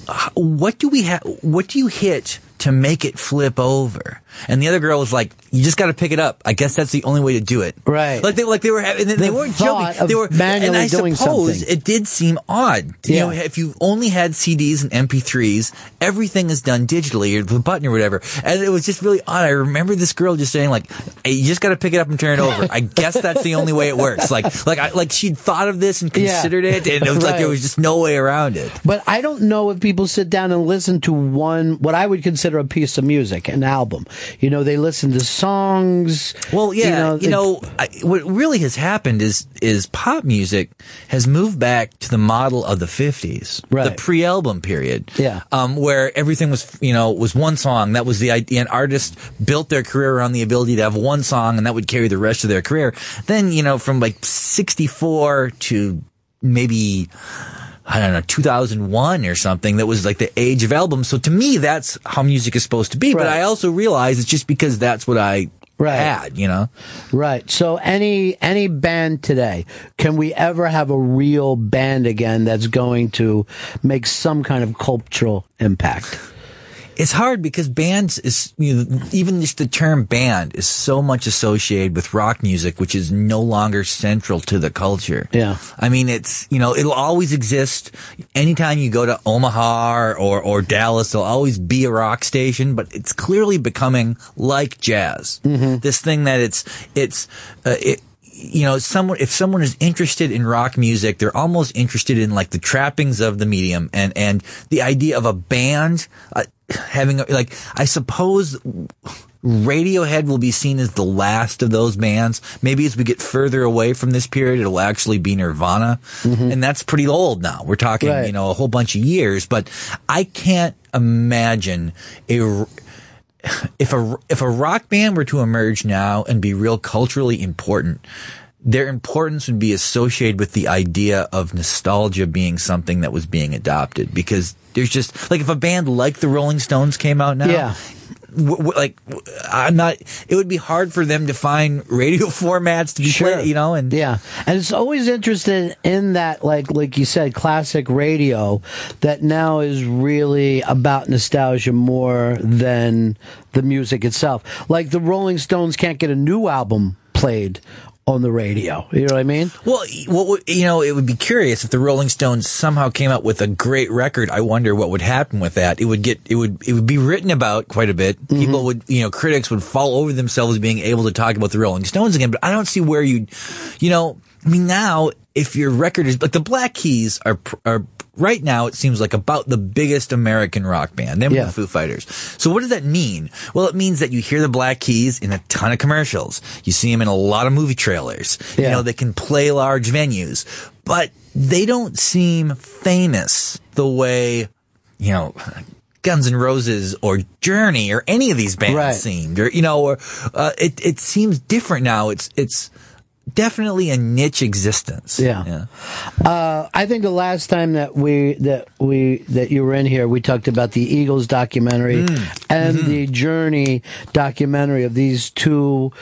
Speaker 14: wh- what do we have? What do you hit to make it flip over? And the other girl was like, "You just got to pick it up. I guess that's the only way to do it." Right? Like they like they were having. They,
Speaker 4: The
Speaker 14: weren't
Speaker 4: thought
Speaker 14: joking.
Speaker 4: of
Speaker 14: They were and
Speaker 4: manually
Speaker 14: I
Speaker 4: doing
Speaker 14: suppose
Speaker 4: something.
Speaker 14: it did seem odd. You
Speaker 4: Yeah.
Speaker 14: know, if you only had CDs and MP3s, everything is done digitally or the button or whatever. And it was just really odd. I remember this girl just saying like, "Hey, "You just got to pick it up and turn it over." I guess that's the only way it works. Like like I, like she'd thought of this and
Speaker 4: Yeah.
Speaker 14: considered it, and it was like
Speaker 4: Right.
Speaker 14: there was just no way around it.
Speaker 4: But I don't know if people sit down and listen to one, what I would consider a piece of music, an album. You know, they listen to songs.
Speaker 14: Well, yeah, you know,
Speaker 4: they-
Speaker 14: I, what really has happened is is pop music has moved back to the model of the fifties, the pre-album period, yeah, um, where everything was you know was one song. That was the idea. An artist built their career around the ability to have one song, and that would carry the rest of their career. Then you know, from like sixty four to maybe I don't know, 2001 or something that was like the age of albums. So to me, that's how music is supposed to be. But I also realize it's just because that's what I had, you know?
Speaker 4: Right. So any any band today, can we ever have a real band again that's going to make some kind of cultural impact?
Speaker 14: It's hard because bands is you know, even just the term band is so much associated with rock music, which is no longer central to the culture.
Speaker 4: Yeah.
Speaker 14: I mean, it's you know it'll always exist. Anytime you go to Omaha or or Dallas, there'll always be a rock station, but it's clearly becoming like jazz. This thing that it's it's uh, it you know, someone if someone is interested in rock music, they're almost interested in like the trappings of the medium and and the idea of a band uh, having a, like I suppose Radiohead will be seen as the last of those bands. Maybe as we get further away from this period, it'll actually be Nirvana, and that's pretty old now. We're talking
Speaker 4: Right.
Speaker 14: you know a whole bunch of years, but I can't imagine a r- if a if a rock band were to emerge now and be real culturally important, their importance would be associated with the idea of nostalgia being something that was being adopted because there's just like if a band like the Rolling Stones came out now,
Speaker 4: Yeah.
Speaker 14: w- w- like w- I'm not. It would be hard for them to find radio formats to be played, you know, Oh, and
Speaker 4: yeah, and it's always interested in that, like like you said, classic radio that now is really about nostalgia more than the music itself. Like the Rolling Stones can't get a new album played on the radio. You know what I mean?
Speaker 14: Well, e, what would, you know, it would be curious if the Rolling Stones somehow came up with a great record. I wonder what would happen with that. It would get it would it would be written about quite a bit. People would, you know, critics would fall over themselves being able to talk about the Rolling Stones again, but I don't see where you you know, I mean now if your record is like the Black Keys are pr- are right now it seems like about the biggest American rock band. Them and
Speaker 4: Yeah.
Speaker 14: the Foo Fighters. So what does that mean? Well, it means that you hear the Black Keys in a ton of commercials. You see them in a lot of movie trailers. You know, they can play large venues, but they don't seem famous the way, you know, Guns N' Roses or Journey or any of these bands seemed, or you know, or uh, it it seems different now. It's it's definitely a niche existence.
Speaker 4: Yeah. Uh, I think the last time that we that we that you were in here, we talked about the Eagles documentary
Speaker 14: Mm.
Speaker 4: and
Speaker 14: Mm-hmm.
Speaker 4: the Journey documentary of these two,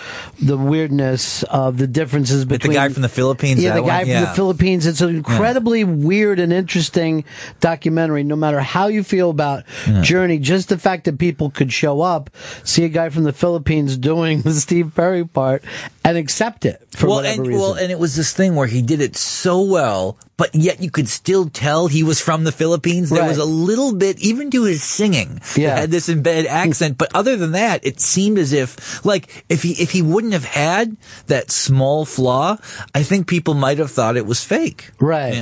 Speaker 4: the weirdness of the differences
Speaker 14: With the
Speaker 4: between
Speaker 14: guy from the Philippines,
Speaker 4: Yeah,
Speaker 14: that
Speaker 4: the guy
Speaker 14: one?
Speaker 4: from
Speaker 14: Yeah.
Speaker 4: the Philippines. It's an incredibly weird and interesting documentary. No matter how you feel about
Speaker 14: Yeah.
Speaker 4: Journey, just the fact that people could show up, see a guy from the Philippines doing the Steve Perry part, and accept it for whatever
Speaker 14: and,
Speaker 4: reason.
Speaker 14: Well, and it was this thing where he did it so well, but yet you could still tell he was from the Philippines. There was
Speaker 4: Right.
Speaker 14: a little bit, even to his singing,
Speaker 4: Yeah.
Speaker 14: that had this embedded accent. But other than that, it seemed as if, like, if he if he wouldn't have had that small flaw, I think people might have thought it was fake.
Speaker 4: Right.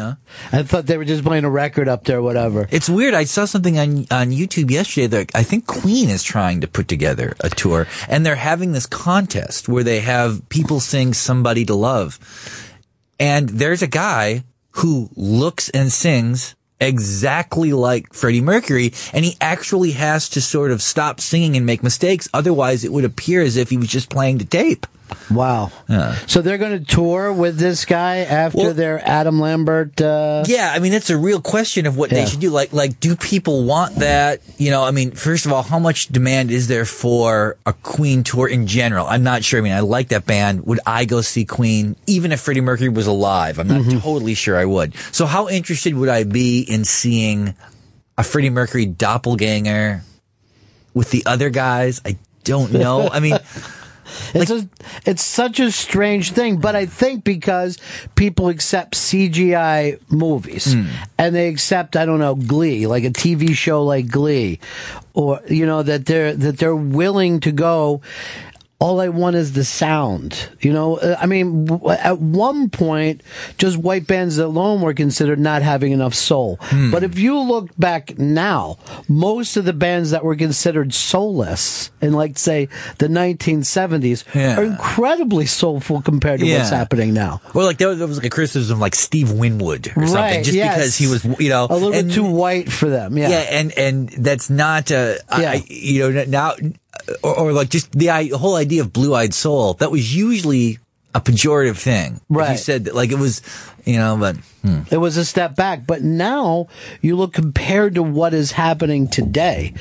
Speaker 4: I thought they were just playing a record up there, whatever.
Speaker 14: It's weird. I saw something on on YouTube yesterday that I think Queen is trying to put together a tour, and they're having this contest where they have people sing "Somebody to Love," and there's a guy who looks and sings exactly like Freddie Mercury, and he actually has to sort of stop singing and make mistakes. Otherwise, it would appear as if he was just playing to tape.
Speaker 4: Wow. So they're going to tour with this guy after their Adam Lambert. Uh,
Speaker 14: Yeah, I mean it's a real question of what
Speaker 4: Yeah.
Speaker 14: they should do. Like, like, do people want that? You know, I mean, first of all, how much demand is there for a Queen tour in general? I'm not sure. I mean, I like that band. Would I go see Queen even if Freddie Mercury was alive? I'm not
Speaker 4: Mm-hmm.
Speaker 14: totally sure I would. So, how interested would I be in seeing a Freddie Mercury doppelganger with the other guys? I don't know. I mean.
Speaker 4: It's a, it's such a strange thing, but I think because people accept CGI movies and they accept I don't know Glee, like a TV show like Glee, or you know that they're that they're willing to go. All I want is the sound, you know. Uh, I mean, w- at one point, just white bands alone were considered not having enough soul.
Speaker 14: Hmm.
Speaker 4: But if you look back now, most of the bands that were considered soulless in, like, say, the 1970s
Speaker 14: Yeah.
Speaker 4: are incredibly soulful compared to what's
Speaker 14: Yeah.
Speaker 4: happening now.
Speaker 14: Well, like there was, there was like a criticism, like Steve Winwood or something,
Speaker 4: Right,
Speaker 14: just
Speaker 4: yes.
Speaker 14: because he was, you know,
Speaker 4: A little bit
Speaker 14: and-
Speaker 4: too white for them. Yeah.
Speaker 14: and and that's not uh,
Speaker 4: Yeah.
Speaker 14: I, you know now or, or like just the, I, whole idea of blue-eyed soul that was usually a pejorative thing. Right. You said that like it was, you know, but hmm.
Speaker 4: It was a step back, but now you look compared to what is happening today.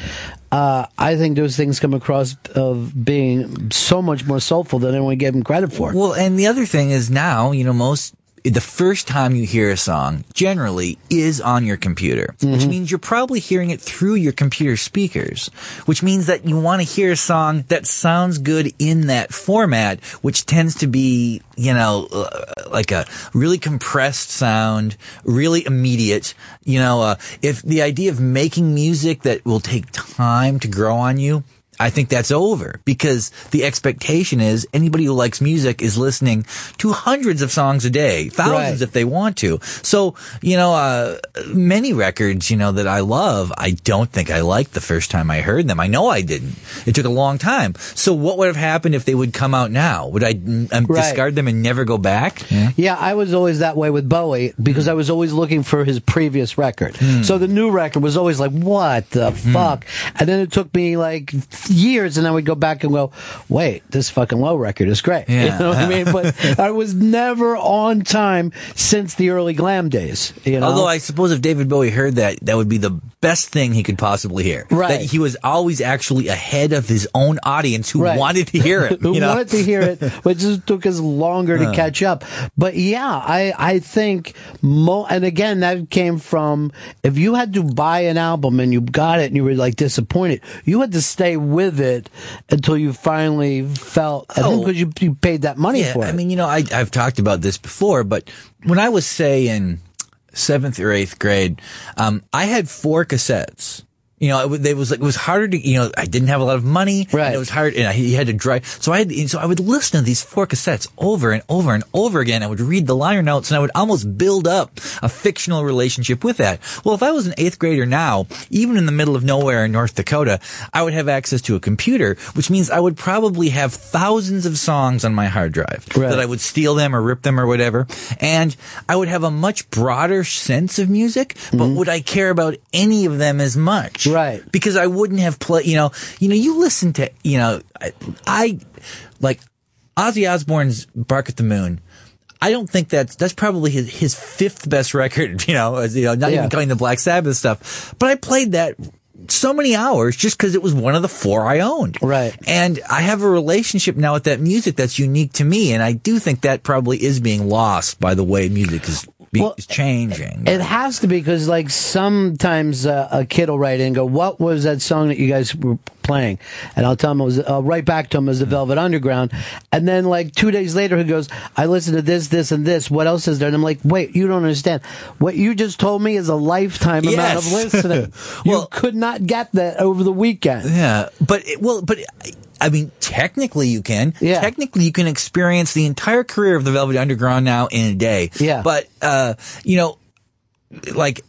Speaker 4: Uh, I think those things come across of being so much more soulful than anyone gave them credit for.
Speaker 14: Well, and the other thing is now, you know, most the first time you hear a song generally is on your computer, which means you're probably hearing it through your computer speakers, which means that you want to hear a song that sounds good in that format, which tends to be, you know, uh, like a really compressed sound, really immediate. You know, uh, if the idea of making music that will take time to grow on you, I think that's over because the expectation is anybody who likes music is listening to hundreds of songs a day, thousands if they want to. So, you know, uh, many records, you know, that I love, I don't think I liked the first time I heard them. I know I didn't. It took a long time. So what would have happened if they would come out now? Would I um,
Speaker 4: Right.
Speaker 14: discard them and never go back?
Speaker 4: Yeah, I was always that way with Bowie
Speaker 14: Mm.
Speaker 4: because I was always looking for his previous record. So the new record was always like, what the
Speaker 14: Mm.
Speaker 4: fuck? And then it took me like years, and I would go back and go, wait, this fucking low record is great.
Speaker 14: Yeah.
Speaker 4: You know what I mean? But I was never on time since the early glam days. You know?
Speaker 14: Although I suppose if David Bowie heard that, that would be the best thing he could possibly hear.
Speaker 4: Right.
Speaker 14: That he was always actually ahead of his own audience who
Speaker 4: Right.
Speaker 14: wanted to hear it.
Speaker 4: who
Speaker 14: you know?
Speaker 4: wanted to hear it, but it just took us longer
Speaker 14: Huh.
Speaker 4: to catch up. But yeah, I I think mo and again that came from if you had to buy an album and you got it and you were like disappointed, you had to stay with it until you finally felt I think because you, you paid that money
Speaker 14: Oh. Yeah,
Speaker 4: for it.
Speaker 14: I mean, you know, I, I've talked about this before, but when I was, say, in seventh or eighth grade, um, I had four cassettes. You know, it, wa- they was like, it was harder to, you know, I didn't have a lot of money. Right. it was hard and I, you had to drive. So I had, so I would listen to these four cassettes over and over and over again. I would read the liner notes and I would almost build up a fictional relationship with that. Well, if I was an eighth grader now, even in the middle of nowhere in North Dakota, I would have access to a computer, which means I would probably have thousands of songs on my hard drive that I would steal them or rip them or whatever. And I would have a much broader sense of music, but would I care about any of them as much? Right. Because I wouldn't have played, you know, you know, you listen to, you know, I, I like Ozzy Osbourne's Bark at the Moon. I don't think that's that's probably his, his fifth best record. You know, as, you know, not
Speaker 4: Yeah.
Speaker 14: even counting the Black Sabbath stuff. But I played that so many hours just because it was one of the four I owned. Right. And I have a relationship now with that music that's unique to me, and I do think that probably is being lost by the way music is be, is changing.
Speaker 4: It has to be because, like, sometimes uh, a kid will write in and go, "What was that song that you guys were playing?" And I'll tell him it was uh, right back to him as the Velvet Underground, and then like two days later, he goes, "I listened to this, this, and this. What else is there?" And I'm like, "Wait, you don't understand. What you just told me is a lifetime amount of
Speaker 14: Yes.
Speaker 4: listening. you could not get that over the weekend."
Speaker 14: Yeah, but it, well, but I- I mean, technically you can. Yeah. Technically, you can experience the entire career of the Velvet Underground now in a day. Yeah. But uh, you know, like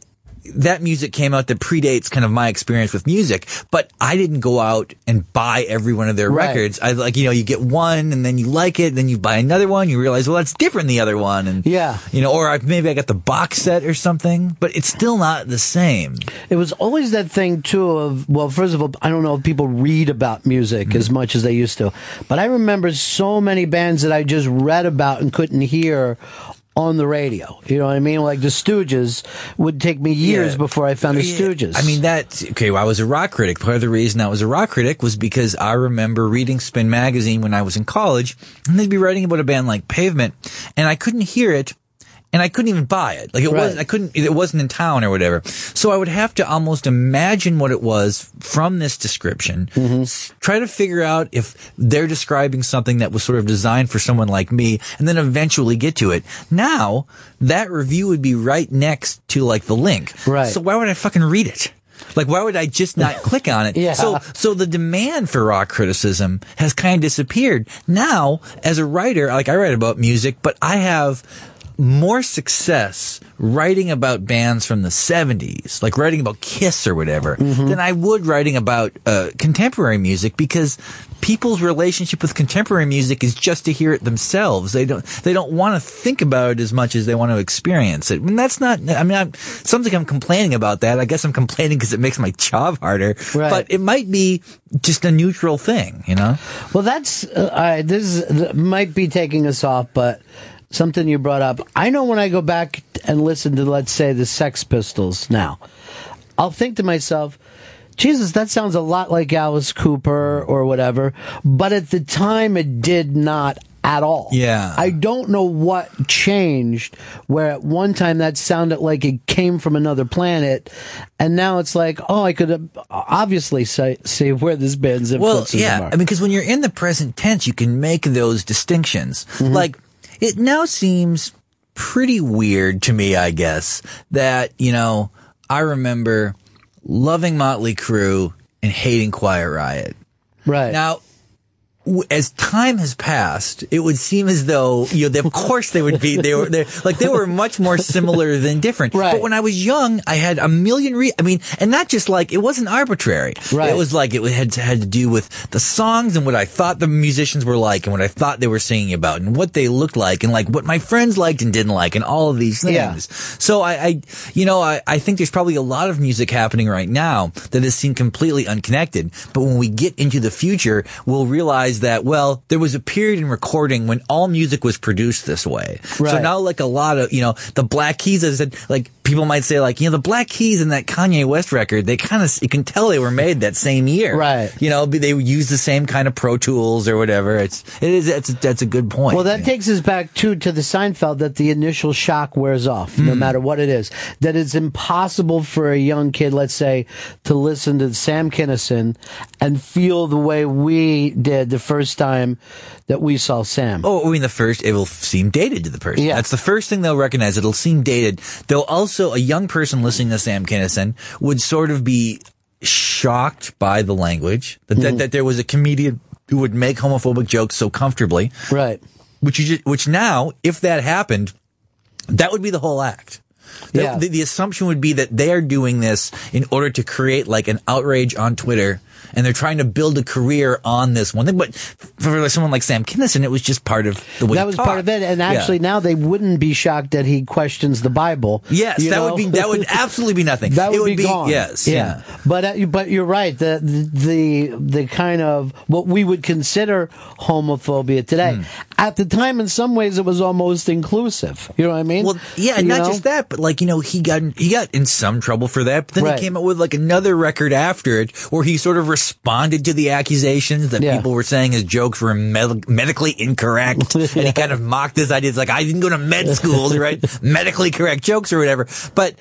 Speaker 14: that music came out that predates kind of my experience with music, but I didn't go out and buy every one of their
Speaker 4: Right.
Speaker 14: records. I like, you know, you get one and then you like it, then you buy another one, you realize, well, that's different than the other one. And yeah, you know, or I, maybe I got the box set or something, but it's still not the same.
Speaker 4: It was always that thing too of well, first of all, I don't know if people read about music
Speaker 14: Mm-hmm.
Speaker 4: as much as they used to, but I remember so many bands that I just read about and couldn't hear on the radio. You know what I mean? Like the Stooges would take me years
Speaker 14: Yeah.
Speaker 4: before I found the
Speaker 14: Yeah,
Speaker 4: Stooges.
Speaker 14: I mean, that, okay, well, I was a rock critic. Part of the reason I was a rock critic was because I remember reading Spin Magazine when I was in college, and they'd be writing about a band like Pavement, and I couldn't hear it. And I couldn't even buy it. Like it was, I couldn't, it wasn't in town or whatever. So I would have to almost imagine what it was from this description, s- try to figure out if they're describing something that was sort of designed for someone like me, and then eventually get to it. Now, that review would be right next to like the link. Right. So why would I fucking read it? Like, why would I just not click on it?
Speaker 4: Yeah.
Speaker 14: So, so the demand for rock criticism has kind of disappeared. Now, as a writer, like I write about music, but I have more success writing about bands from the 70s, like writing about Kiss or whatever, than I would writing about uh, contemporary music because people's relationship with contemporary music is just to hear it themselves. They don't they don't want to think about it as much as they want to experience it. And that's not I mean I'm something I'm complaining about that. I guess I'm complaining because it makes my job harder. But it might be just a neutral thing, you know.
Speaker 4: Well, that's uh, I, this is, th- might be taking us off, but something you brought up. I know when I go back and listen to, let's say, the Sex Pistols now, I'll think to myself, Jesus, that sounds a lot like Alice Cooper or whatever. But at the time, it did not. at all.
Speaker 14: Yeah.
Speaker 4: I don't know what changed where at one time that sounded like it came from another planet, and now it's like, oh, I could uh, obviously say, see where this band's
Speaker 14: Well,
Speaker 4: influences
Speaker 14: yeah.
Speaker 4: are.
Speaker 14: I mean, because when you're in the present tense, you can make those distinctions.
Speaker 4: Mm-hmm.
Speaker 14: Like, it now seems pretty weird to me, I guess, that, you know, I remember loving Motley Crue and hating Quiet Riot.
Speaker 4: Right.
Speaker 14: Now, w- as time has passed, it would seem as though you know, they, of course, they would be they were they like they were much more similar than different. Right. But when I was young, I had a million. Re- I mean, and not just like it wasn't arbitrary.
Speaker 4: Right.
Speaker 14: It was like it had to, had to do with the songs and what I thought the musicians were like and what I thought they were singing about and what they looked like and like what my friends liked and didn't like and all of these things.
Speaker 4: Yeah.
Speaker 14: So I, I you know, I, I think there's probably a lot of music happening right now that is seen completely unconnected. But when we get into the future, we'll realize that, well, there was a period in recording when all music was produced this way. So
Speaker 4: Right.
Speaker 14: now like a lot of, you know, the Black Keys, as I said, like people might say like, you know, the Black Keys and that Kanye West record, they kind of, you can tell they were made that same year. Right. You know, they use the same kind of Pro Tools or whatever. It's, it is, that's, that's a good point.
Speaker 4: Well, that takes us back too to the Seinfeld that the initial shock wears off,
Speaker 14: Hmm.
Speaker 4: no matter what it is. That it's impossible for a young kid, let's say, to listen to Sam Kinison and feel the way we did the first time that we saw Sam.
Speaker 14: Oh, I mean, the first, it will seem dated to the person.
Speaker 4: Yeah.
Speaker 14: That's the first thing they'll recognize. It'll seem dated. Though also a young person listening to Sam Kinison would sort of be shocked by the language that,
Speaker 4: Mm-hmm.
Speaker 14: that, that there was a comedian who would make homophobic jokes so comfortably.
Speaker 4: Right.
Speaker 14: Which you just, which now, if that happened, that would be the whole act. The,
Speaker 4: Yeah.
Speaker 14: the, the assumption would be that they are doing this in order to create like an outrage on Twitter, and they're trying to build a career on this one thing. But for someone like Sam Kinison, it was just part of the way
Speaker 4: that
Speaker 14: he
Speaker 4: was
Speaker 14: talked.
Speaker 4: part of it, and
Speaker 14: Yeah.
Speaker 4: actually now they wouldn't be shocked that he questions the Bible.
Speaker 14: yes,
Speaker 4: you
Speaker 14: that
Speaker 4: know?
Speaker 14: would be that would absolutely be nothing.
Speaker 4: that would,
Speaker 14: it would
Speaker 4: be, gone.
Speaker 14: Yes,
Speaker 4: yeah. But uh, but you're right. The, the the the kind of what we would consider homophobia today. At the time, in some ways, it was almost inclusive. You know what I mean? Well,
Speaker 14: Yeah, and not just that, but like you know, he got he got in some trouble for that. But then
Speaker 4: Right.
Speaker 14: he came out with like another record after it, where he sort of responded to the accusations that people were saying his jokes were med- medically incorrect, and he kind of mocked his ideas, like I didn't go to med school to write medically correct jokes or whatever. But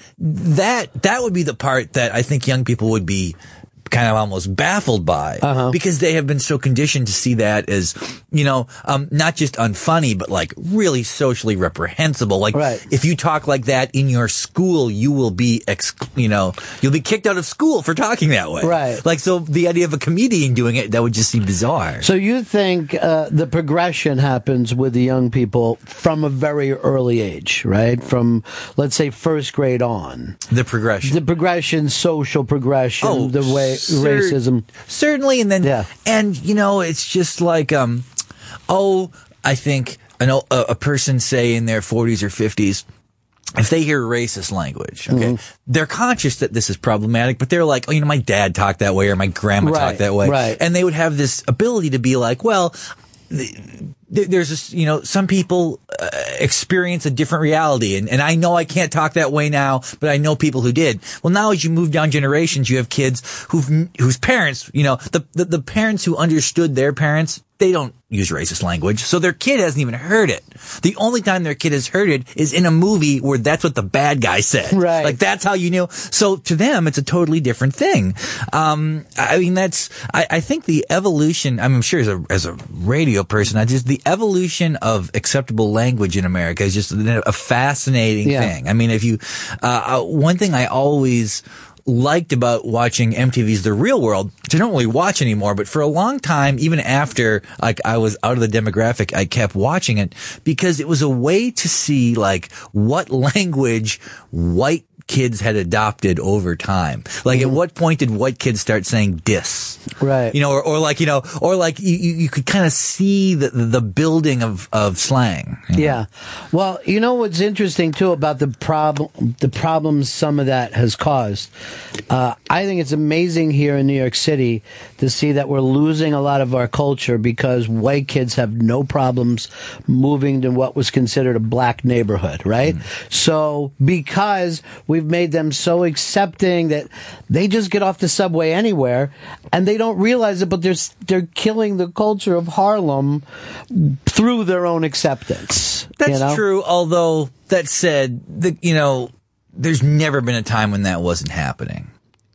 Speaker 14: that that would be the part that I think young people would be kind of almost baffled by because they have been so conditioned to see that as, you know, um, not just unfunny, but like really socially reprehensible. Like if you talk like that in your school, you will be, ex- you know, you'll be kicked out of school for talking that way.
Speaker 4: Right.
Speaker 14: Like, so the idea of a comedian doing it, that would just seem bizarre.
Speaker 4: So you think uh, the progression happens with the young people from a very early age, right? From let's say first grade on.
Speaker 14: The progression.
Speaker 4: The progression, social progression, the way
Speaker 14: Oh, cer-
Speaker 4: racism.
Speaker 14: Certainly, and then and you know, it's just like um, oh, I think an, o- a, a person say in their forties or fifties. If they hear racist language, okay,
Speaker 4: Mm-hmm.
Speaker 14: they're conscious that this is problematic, but they're like, oh, you know, my dad talked that way or my grandma
Speaker 4: Right,
Speaker 14: talked that way.
Speaker 4: right.
Speaker 14: And they would have this ability to be like, well, th- there's this, you know, some people uh, experience a different reality. And, and I know I can't talk that way now, but I know people who did. Well, now as you move down generations, you have kids who've, whose parents, you know, the, the, the parents who understood their parents, they don't use racist language. So their kid hasn't even heard it. The only time their kid has heard it is in a movie where that's what the bad guy said. Right. Like that's how you knew. So to them, it's a totally different thing. Um, I mean, that's, I, I think the evolution, I'm sure as a, as a radio person, I just, the evolution of acceptable language in America is just a fascinating
Speaker 4: Yeah.
Speaker 14: thing. I mean, if you, uh, uh, one thing I always, liked about watching MTV's The Real World, which I don't really watch anymore, but for a long time, even after like I was out of the demographic, I kept watching it because it was a way to see like what language white kids had adopted over time. Like at what point did white kids start saying dis?
Speaker 4: Right.
Speaker 14: You know, or, or like, you know, or like you, you you could kind of see the, the building of, of slang.
Speaker 4: Yeah. Well, you know what's interesting too about the problem the problems some of that has caused Uh, I think it's amazing here in New York City to see that we're losing a lot of our culture because white kids have no problems moving to what was considered a black neighborhood, right? So because we've made them so accepting that they just get off the subway anywhere and they don't realize it, but they're s- they're killing the culture of Harlem through their own acceptance.
Speaker 14: That's
Speaker 4: you know?
Speaker 14: true. Although that said, the, you know, there's never been a time when that wasn't happening.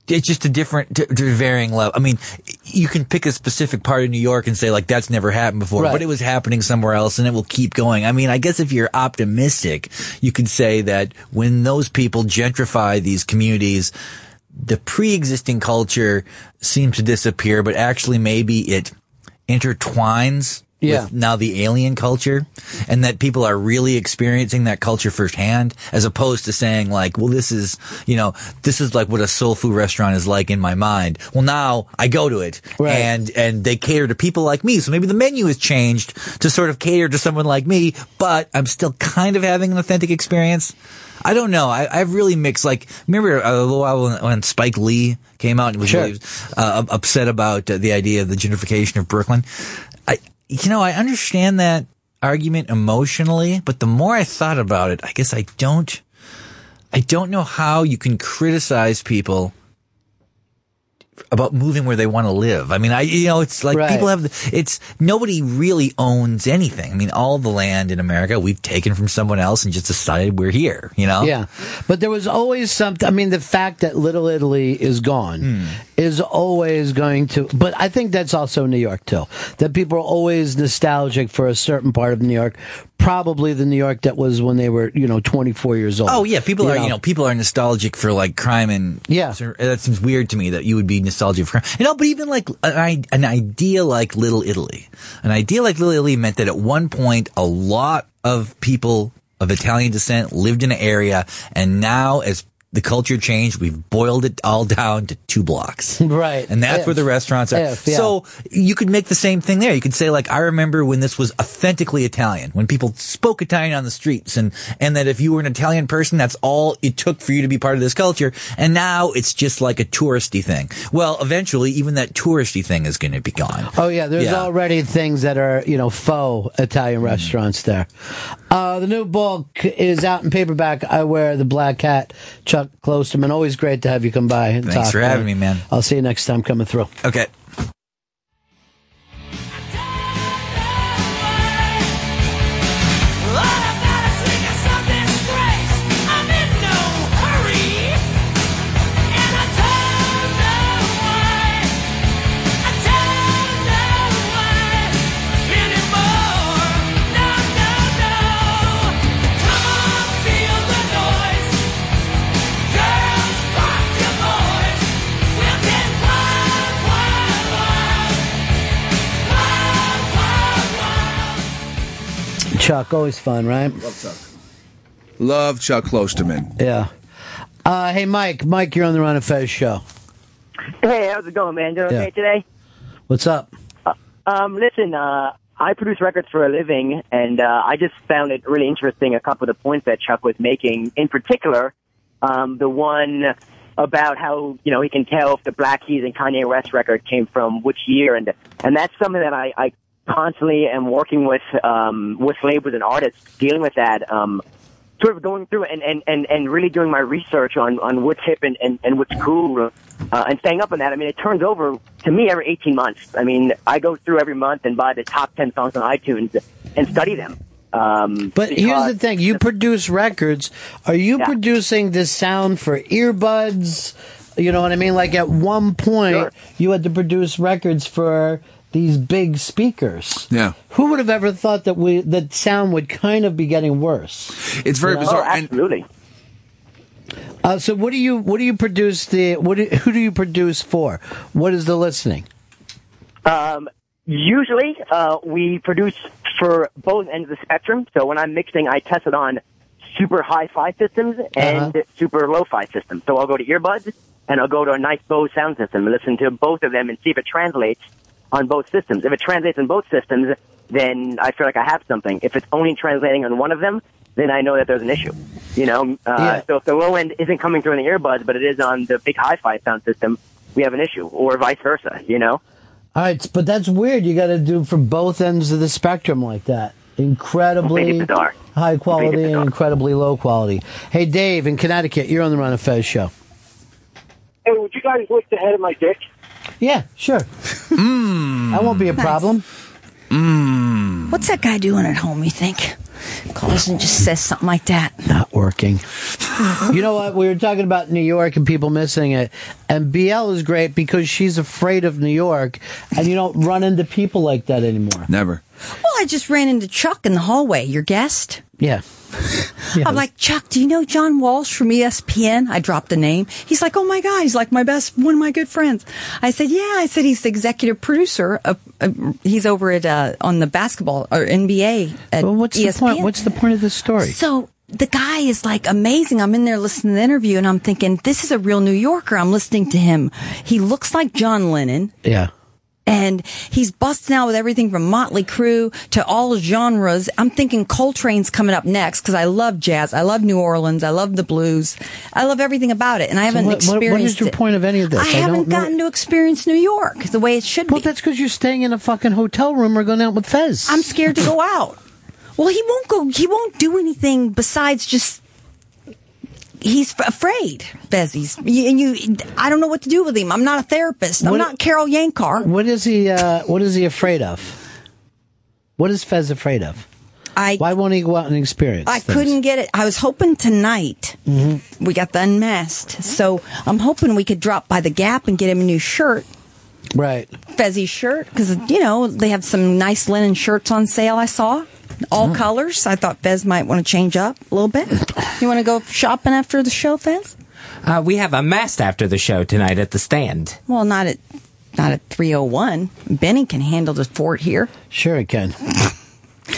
Speaker 14: It's just a different, to, to varying level. I mean, you can pick a specific part of New York and say like that's never happened before,
Speaker 4: Right.
Speaker 14: but it was happening somewhere else, and it will keep going. I mean, I guess if you're optimistic, you could say that when those people gentrify these communities, the pre-existing culture seems to disappear, but actually maybe it intertwines
Speaker 4: Yeah.
Speaker 14: with now the alien culture and that people are really experiencing that culture firsthand as opposed to saying like, well, this is, you know, this is like what a soul food restaurant is like in my mind. Well, now I go to it and, and they cater to people like me. So maybe the menu has changed to sort of cater to someone like me, but I'm still kind of having an authentic experience. I don't know. I, I've really mixed. Like, remember uh, a little while when, when Spike Lee came out and was really, uh, upset about uh, the idea of the gentrification of Brooklyn. I, you know, I understand that argument emotionally, but the more I thought about it, I guess I don't. I don't know how you can criticize people about moving where they want to live. I mean, I you know, it's like people have the, it's nobody really owns anything. I mean, all the land in America we've taken from someone else and just decided we're here, you know?
Speaker 4: Yeah. But there was always something. I mean, the fact that Little Italy is gone
Speaker 14: Hmm.
Speaker 4: is always going to. But I think that's also New York, too. That people are always nostalgic for a certain part of New York, probably the New York that was when they were, you know, 24 years old.
Speaker 14: Oh yeah, people are you know people are nostalgic for like crime and
Speaker 4: Yeah.
Speaker 14: So that seems weird to me that you would be nostalgic for crime. You know, but even like an, i- an idea like Little Italy, an idea like Little Italy meant that at one point a lot of people of Italian descent lived in an area, and now as the culture changed, we've boiled it all down to two blocks.
Speaker 4: Right.
Speaker 14: And that's where the
Speaker 4: If.
Speaker 14: restaurants are.
Speaker 4: If, yeah.
Speaker 14: So you could make the same thing there. You could say like, I remember when this was authentically Italian, when people spoke Italian on the streets and, and that if you were an Italian person, that's all it took for you to be part of this culture. And now it's just like a touristy thing. Well, eventually even that touristy thing is going to be gone.
Speaker 4: Oh yeah, there's
Speaker 14: Yeah. Hmm.
Speaker 4: already things that are you know faux Italian restaurants there. Uh, the new book is out in paperback. I wear the black hat. Chuck Klosterman, always great to have you come by and
Speaker 14: Thanks
Speaker 4: talk,
Speaker 14: for having me, man.
Speaker 4: I'll see you next time coming through.
Speaker 14: Okay.
Speaker 4: Chuck, always fun, right?
Speaker 5: Love Chuck. Love Chuck Klosterman.
Speaker 4: Yeah. Uh, hey, Mike. Mike, you're on the Ron and Fez show.
Speaker 15: Hey, how's it going, man? Doing
Speaker 4: Yeah.
Speaker 15: okay today?
Speaker 4: What's up?
Speaker 15: Um, listen, uh, I produce records for a living, and uh, I just found it really interesting a couple of the points that Chuck was making. In particular, um, the one about how you know he can tell if the Black Keys and Kanye West record came from which year, and and that's something that I, I constantly am working with um, with labels and artists dealing with that. Um, sort of going through and, and, and, and really doing my research on, on what's hip and, and, and what's cool uh, and staying up on that. I mean, it turns over to me every 18 months. I mean, I go through every month and buy the top 10 songs on iTunes and study them. Um,
Speaker 4: But here's the
Speaker 15: because-
Speaker 4: thing: you produce records. Are you producing this sound for earbuds? You know what I mean? Like at one point, you had to produce records for these big speakers.
Speaker 5: Yeah.
Speaker 4: Who would have ever thought that we that sound would kind of be getting worse?
Speaker 5: It's very
Speaker 4: You know?
Speaker 5: bizarre. absolutely.
Speaker 4: Uh, so what do you what do you produce the what do, who do you produce for? What is the listening?
Speaker 15: Um, usually, uh, we produce for both ends of the spectrum. So when I'm mixing, I test it on super hi-fi systems and super lo-fi systems. So I'll go to earbuds and I'll go to a nice Bose sound system and listen to both of them and see if it translates on both systems. If it translates on both systems, then I feel like I have something. If it's only translating on one of them, then I know that there's an issue. You know, uh,
Speaker 4: Yeah.
Speaker 15: so if the low end isn't coming through in the earbuds, but it is on the big hi-fi sound system, we have an issue, or vice versa. You know.
Speaker 4: All right, but that's weird. You got to do from both ends of the spectrum like that. Incredibly
Speaker 15: Completely bizarre.
Speaker 4: high quality
Speaker 15: Completely
Speaker 4: and
Speaker 15: bizarre.
Speaker 4: incredibly low quality. Hey, Dave in Connecticut, you're on the Run of Fez show.
Speaker 9: Hey, would you guys lick the head of my dick?
Speaker 4: Yeah, sure. Hmm. That won't be a
Speaker 6: Nice.
Speaker 4: problem.
Speaker 6: What's that guy doing at home, you think? Calls and just says something like that.
Speaker 4: Not working. you know what? We were talking about New York and people missing it. And BL is great because she's afraid of New York and you don't run into people like that anymore.
Speaker 5: Never.
Speaker 6: Well, I just ran into Chuck in the hallway, your guest.
Speaker 4: Yeah.
Speaker 6: I'm like, Chuck, do you know John Walsh from E ESPN? I dropped the name. He's like, oh my God, he's like my best, one of my good friends. I said, yeah, I said he's the executive producer. Of, uh, he's over at, uh, on the basketball or NBA at E
Speaker 4: Well, what's
Speaker 6: ESPN.
Speaker 4: the point? What's the point of this story?
Speaker 6: So the guy is like amazing. I'm in there listening to the interview and I'm thinking, this is a real New Yorker. I'm listening to him. He looks like John Lennon.
Speaker 4: yeah.
Speaker 6: And he's busting out with everything from Motley Crue to all genres. I'm thinking Coltrane's coming up next because I love jazz. I love New Orleans. I love the blues. I love everything about it. And I
Speaker 4: So
Speaker 6: haven't
Speaker 4: what- what- what is
Speaker 6: experienced
Speaker 4: your
Speaker 6: it.
Speaker 4: point of any of this?
Speaker 6: I,
Speaker 4: I
Speaker 6: haven't
Speaker 4: don't know-
Speaker 6: gotten to experience New York the way it should
Speaker 4: Well, that's because you're staying in a fucking hotel room or going out with Fez.
Speaker 6: I'm scared to go out. Well, he won't go. He won't do anything besides just. He's f- afraid, Bezzy's. You, and you, I don't know what to do with him. I'm not a therapist. I'm
Speaker 4: What-
Speaker 6: not Carol Yankar.
Speaker 4: What is he? Uh, what is he afraid of? What is Fez afraid of?
Speaker 6: I.
Speaker 4: Why won't he go out and experience?
Speaker 6: I couldn't get it. I was hoping tonight
Speaker 4: Mm-hmm.
Speaker 6: we got the unmasked, so I'm hoping we could drop by the Gap and get him a new shirt,
Speaker 4: Right.
Speaker 6: Fezzi's shirt, because you know they have some nice linen shirts on sale. I saw all colors. I thought Fez might want to change up a little bit. You want to go shopping after the show, Fez?
Speaker 8: Uh, we have a masked after the show tonight at the stand.
Speaker 6: Well, not at not at 301. Benny can handle the fort here.
Speaker 4: Sure, it can.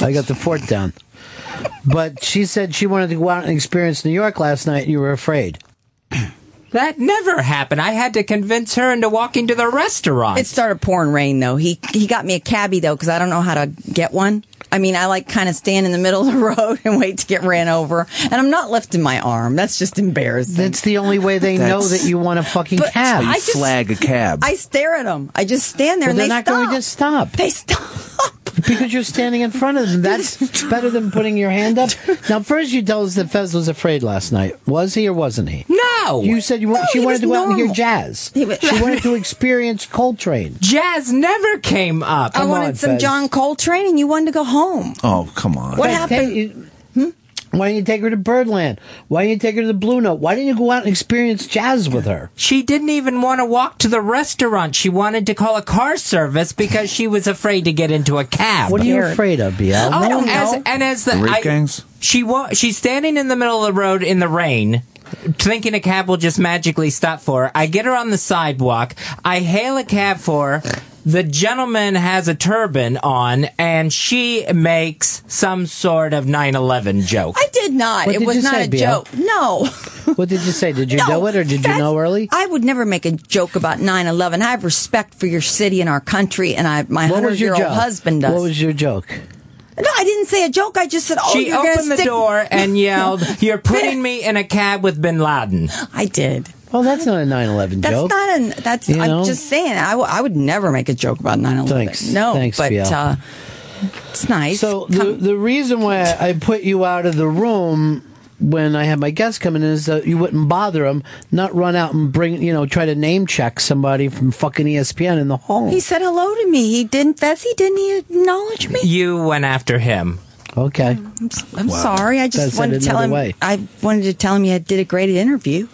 Speaker 4: I got the fort down. But she said she wanted to go out and experience New York last night, and you were afraid.
Speaker 8: That never happened. I had to convince her into walking to the restaurant.
Speaker 6: It started pouring rain though. He he got me a cabbie though because I don't know how to get one. I mean, I like kind of stand in the middle of the road and wait to get ran over, and I'm not lifting my arm. That's just embarrassing.
Speaker 4: That's the only way they know that you want a fucking
Speaker 6: But
Speaker 4: cab.
Speaker 6: I just- Flag a
Speaker 4: cab.
Speaker 6: I stare at them. I just stand there
Speaker 4: Well,
Speaker 6: and
Speaker 4: they're
Speaker 6: they
Speaker 4: not
Speaker 6: stop.
Speaker 4: going to just stop.
Speaker 6: They stop.
Speaker 4: Because you're standing in front of them. That's better than putting your hand up. Now, first you tell us that Fez was afraid last night. Was he or wasn't he?
Speaker 8: No.
Speaker 4: You said you want,
Speaker 8: No,
Speaker 4: she
Speaker 8: he
Speaker 4: wanted
Speaker 8: was
Speaker 4: to go out and hear
Speaker 8: normal.
Speaker 4: jazz. She wanted to experience Coltrane.
Speaker 8: Jazz never came up.
Speaker 6: I wanted some John Coltrane, and you wanted to go home.
Speaker 5: Oh, come on.
Speaker 6: What happened?
Speaker 4: Hmm? Why didn't you take her to Birdland? Why didn't you take her to the Blue Note? Why didn't you go out and experience jazz with her?
Speaker 8: She didn't even want to walk to the restaurant. She wanted to call a car service because she was afraid to get into a cab.
Speaker 4: What are you afraid of, BL?
Speaker 8: Oh,
Speaker 4: No.
Speaker 8: as, and as the
Speaker 4: Rape
Speaker 8: I- she wa- she's standing in the middle of the road in the rain, thinking a cab will just magically stop for her. I get her on the sidewalk. I hail a cab for her. The gentleman has a turban on, and she makes some sort of 9/11 joke.
Speaker 6: I did not.
Speaker 4: What
Speaker 6: it
Speaker 4: did
Speaker 6: was
Speaker 4: you
Speaker 6: not
Speaker 4: say,
Speaker 6: a
Speaker 4: Bill?
Speaker 6: joke. No.
Speaker 4: What did you say? Did you
Speaker 6: No,
Speaker 4: know it or did you
Speaker 6: that's-
Speaker 4: know early?
Speaker 6: I would never make a joke about 9-11. I have respect for your city and our country, and I my
Speaker 4: What was your
Speaker 6: 100-year-old
Speaker 4: joke?
Speaker 6: husband does.
Speaker 4: What was your joke?
Speaker 6: no, I didn't say a joke. I just said, oh,
Speaker 8: she
Speaker 6: you're gonna
Speaker 8: opened the
Speaker 6: stick-
Speaker 8: door and yelled, "You're putting me in a cab with Bin Laden."
Speaker 6: I did.
Speaker 4: Well, that's not a 9/11
Speaker 6: That's
Speaker 4: joke.
Speaker 6: not an. That's.
Speaker 4: You
Speaker 6: I'm
Speaker 4: know?
Speaker 6: just saying. I, w- I would never make a joke about 9/11.
Speaker 4: Thanks.
Speaker 6: No,
Speaker 4: Thanks,
Speaker 6: but
Speaker 4: Bill.
Speaker 6: uh, it's nice.
Speaker 4: So the, the reason why I put you out of the room when I had my guests come in is that you wouldn't bother them, not run out and bring, you know, try to name check somebody from fucking E ESPN in the hall.
Speaker 6: he said hello to me. He didn't. That's he didn't he acknowledge me.
Speaker 8: You went after him.
Speaker 4: Okay.
Speaker 6: I'm, s am sorry. I just
Speaker 8: That's
Speaker 6: wanted to tell
Speaker 8: another
Speaker 6: him.
Speaker 8: way.
Speaker 6: I wanted to tell him you did a great interview.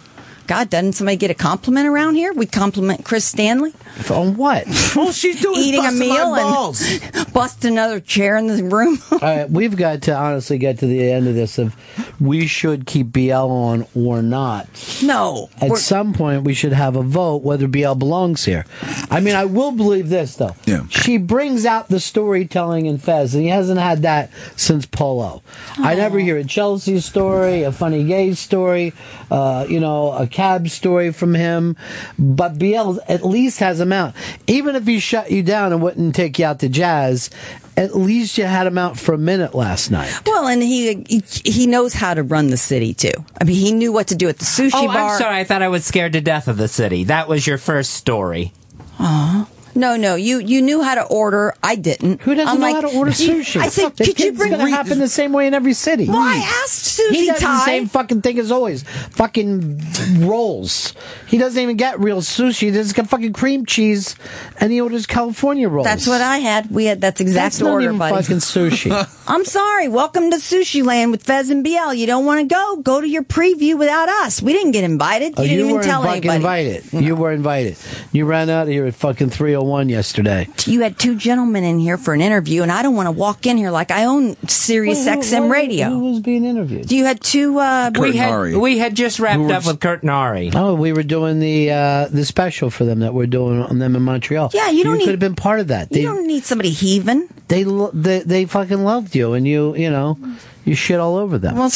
Speaker 6: God, doesn't somebody get a compliment around here? We compliment Chris Stanley
Speaker 4: on what?
Speaker 8: All she's doing
Speaker 6: eating a meal and bust another chair in the room.
Speaker 4: All right, we've got to honestly get to the end of this of we should keep BL on or not.
Speaker 6: No.
Speaker 4: At
Speaker 6: we're-
Speaker 4: some point, we should have a vote whether BL belongs here. I mean, I will believe this, though. Yeah. She brings out the storytelling in Fez, and he hasn't had that since Polo. I never hear a Chelsea story, a funny gay story, uh, you know, a cab story from him. But BL at least has him out. Even if he shut you down and wouldn't take you out to jazz, at least you had him out for a minute last night.
Speaker 6: Well, and he, he he knows how to run the city too. I mean, he knew what to do at the sushi
Speaker 8: oh,
Speaker 6: bar.
Speaker 8: I'm sorry. I thought I was scared to death of the city. That was your first story.
Speaker 6: Aw. No, no, you you knew how to order. I didn't. Who
Speaker 4: doesn't know how to order sushi?
Speaker 6: I said,
Speaker 4: The
Speaker 6: could you
Speaker 4: kid's
Speaker 6: bring?
Speaker 4: gonna happen the same way in every city?
Speaker 6: Well, I asked Susie
Speaker 4: He does the
Speaker 6: Ty.
Speaker 4: same fucking thing as always. Fucking rolls. He doesn't even get real sushi. He just get fucking cream cheese, and he orders California rolls.
Speaker 6: That's what I had. We had that's exact
Speaker 4: That's not
Speaker 6: order,
Speaker 4: even
Speaker 6: buddy.
Speaker 4: fucking sushi.
Speaker 6: I'm sorry. Welcome to Sushi Land with Fez and BL. You don't want to go? Go to your preview without us. We didn't get invited.
Speaker 4: Oh,
Speaker 6: you didn't even
Speaker 4: were
Speaker 6: tell
Speaker 4: fucking
Speaker 6: anybody.
Speaker 4: invited. You were invited. You ran out of here at fucking three oh one yesterday.
Speaker 6: You had two gentlemen in here for an interview, and I don't want to walk in here like I own Sirius
Speaker 4: Wait, who-
Speaker 6: XM
Speaker 4: who-
Speaker 6: Radio.
Speaker 4: Who was being interviewed?
Speaker 6: You had two. Uh,
Speaker 8: we had we had just wrapped
Speaker 4: were
Speaker 8: up with Kurt Nari.
Speaker 4: Oh, we were doing the uh, the special for them that we're doing on them in Montreal.
Speaker 6: Yeah, you don't
Speaker 4: could
Speaker 6: need-
Speaker 4: have been part of that. They,
Speaker 6: you don't need somebody heaving.
Speaker 4: they, lo- they they fucking loved you, and you you know you shit all over them.
Speaker 6: Well,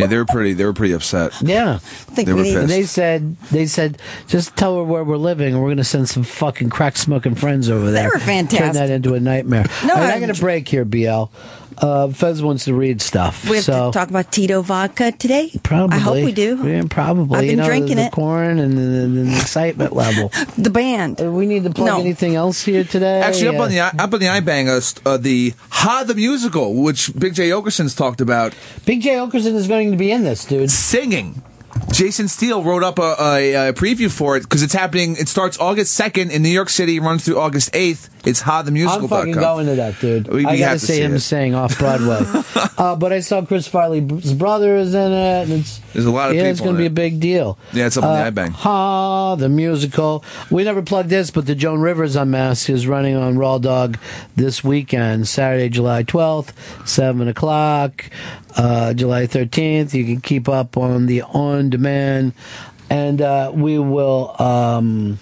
Speaker 5: Yeah, they were pretty. They were pretty upset.
Speaker 4: yeah,
Speaker 5: think They we were need- pissed.
Speaker 4: and they said they said just tell her where we're living, and we're gonna send some fucking crack smoking friends over there.
Speaker 6: were
Speaker 4: Turn that
Speaker 6: fantastic.
Speaker 4: into a nightmare.
Speaker 6: No,
Speaker 4: All right, I
Speaker 6: I-
Speaker 4: got a break here, BL. Uh, Fez wants to read stuff.
Speaker 6: We have
Speaker 4: so.
Speaker 6: to talk about Tito vodka today.
Speaker 4: Probably.
Speaker 6: I hope we do.
Speaker 4: Yeah, probably.
Speaker 6: I've
Speaker 4: you
Speaker 6: been
Speaker 4: know,
Speaker 6: drinking
Speaker 4: the,
Speaker 6: it.
Speaker 4: The corn and the, the, the excitement level. Uh,
Speaker 6: The band.
Speaker 4: We need to plug
Speaker 6: No.
Speaker 4: anything else here today.
Speaker 5: Actually, up
Speaker 4: Uh,
Speaker 5: on the up on the iBang, uh, st- uh, the Ha the musical, which Big J Okerson's talked about.
Speaker 4: Big J Okerson is going to be in this, dude.
Speaker 5: Singing. Jason Steele wrote up a, a, a preview for it because it's happening. It starts August second in New York City, runs through August eighth. It's Ha the musical.
Speaker 4: I'm fucking going to that, dude.
Speaker 5: We-
Speaker 4: I gotta
Speaker 5: we have to
Speaker 4: see
Speaker 5: see
Speaker 4: him
Speaker 5: it.
Speaker 4: sing off Broadway. uh, but I saw Chris Farley's brother is in it, and it's
Speaker 5: There's a lot of
Speaker 4: yeah, it's
Speaker 5: people
Speaker 4: going to
Speaker 5: in
Speaker 4: be a
Speaker 5: it.
Speaker 4: big deal. Uh,
Speaker 5: Yeah, it's up on the iBang.
Speaker 4: Ha, the musical. We never plugged this, but the Joan Rivers Unmasked is running on Raw Dog this weekend, Saturday, July 12th, 7 o'clock, uh, July 13th. You can keep up on the on demand, and uh, we will. Um,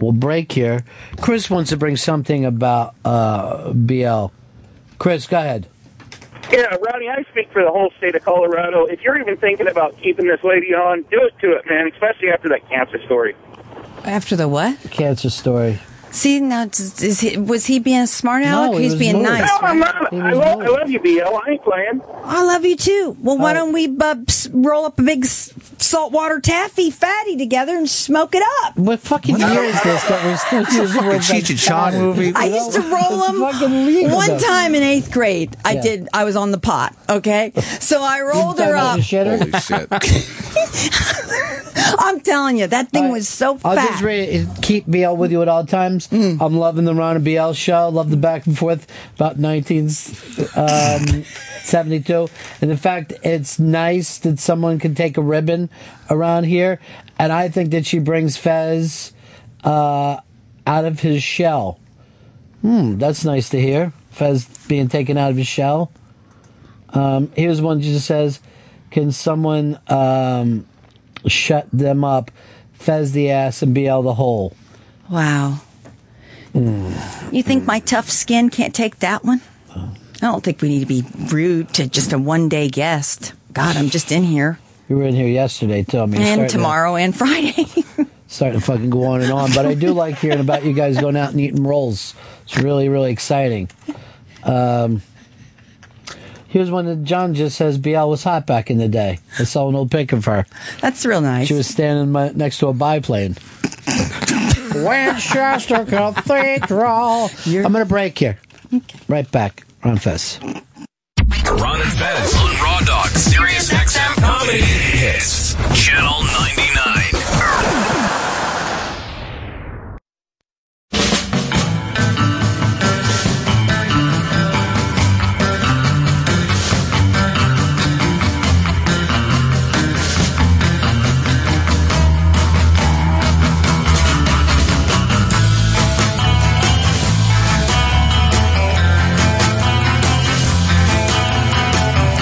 Speaker 4: We'll break here. Chris wants to bring something about uh, BL. Chris, go ahead.
Speaker 10: Yeah, Ronnie, I speak for the whole state of Colorado. If you're even thinking about keeping this lady on, do it to it, man, especially after that cancer story.
Speaker 6: After the what?
Speaker 4: Cancer story.
Speaker 6: See now, is, is he, was he being a smart aleck?
Speaker 4: No,
Speaker 6: or
Speaker 4: he
Speaker 6: he's
Speaker 4: was
Speaker 6: being
Speaker 4: moved.
Speaker 6: nice.
Speaker 4: No, I'm
Speaker 10: not. I love, I love you, BL. I ain't playing.
Speaker 6: I love you too. Well, why don't we uh, s- roll up a big s- saltwater taffy fatty together and smoke it up?
Speaker 4: What fucking year is this that we're still
Speaker 6: It's a fucking Cheech and Chong
Speaker 4: movie?
Speaker 6: I used to roll them one time in eighth grade. I
Speaker 4: Yeah.
Speaker 6: did. I was on the pot. Okay, so I rolled her up.
Speaker 4: Holy
Speaker 5: shit.
Speaker 6: I'm telling you, that thing was so
Speaker 4: I'll
Speaker 6: fat.
Speaker 4: just re- keep BL with you at all times.
Speaker 6: Mm.
Speaker 4: I'm loving the Ron and BL show. Love the back and forth about 1972. and in fact, it's nice that someone can take a ribbon around here. And I think that she brings Fez uh, out of his shell. Hmm, that's nice to hear. Fez being taken out of his shell. Um, here's one that just says, "Can someone um, shut them up? Fez the ass and BL the hole." Hmm.
Speaker 6: Wow. You think my tough skin can't take that one? I don't think we need to be rude to just a one day guest. God, I'm just in here.
Speaker 4: You were in here yesterday too. I mean, starting
Speaker 6: And
Speaker 4: to-
Speaker 6: tomorrow and Friday.
Speaker 4: starting to fucking go on and on. But I do like hearing about you guys going out and eating rolls. It's really, really exciting. Um, here's one that John just says BL was hot back in the day. I saw an old pic of her.
Speaker 6: That's real nice.
Speaker 4: She was standing my, next to a biplane. Winchester Cathedral. I'm going to break here. Right back on Fest.
Speaker 2: Ron and Fez on Raw Dog, Sirius XM Comedy Hits, Channel 99.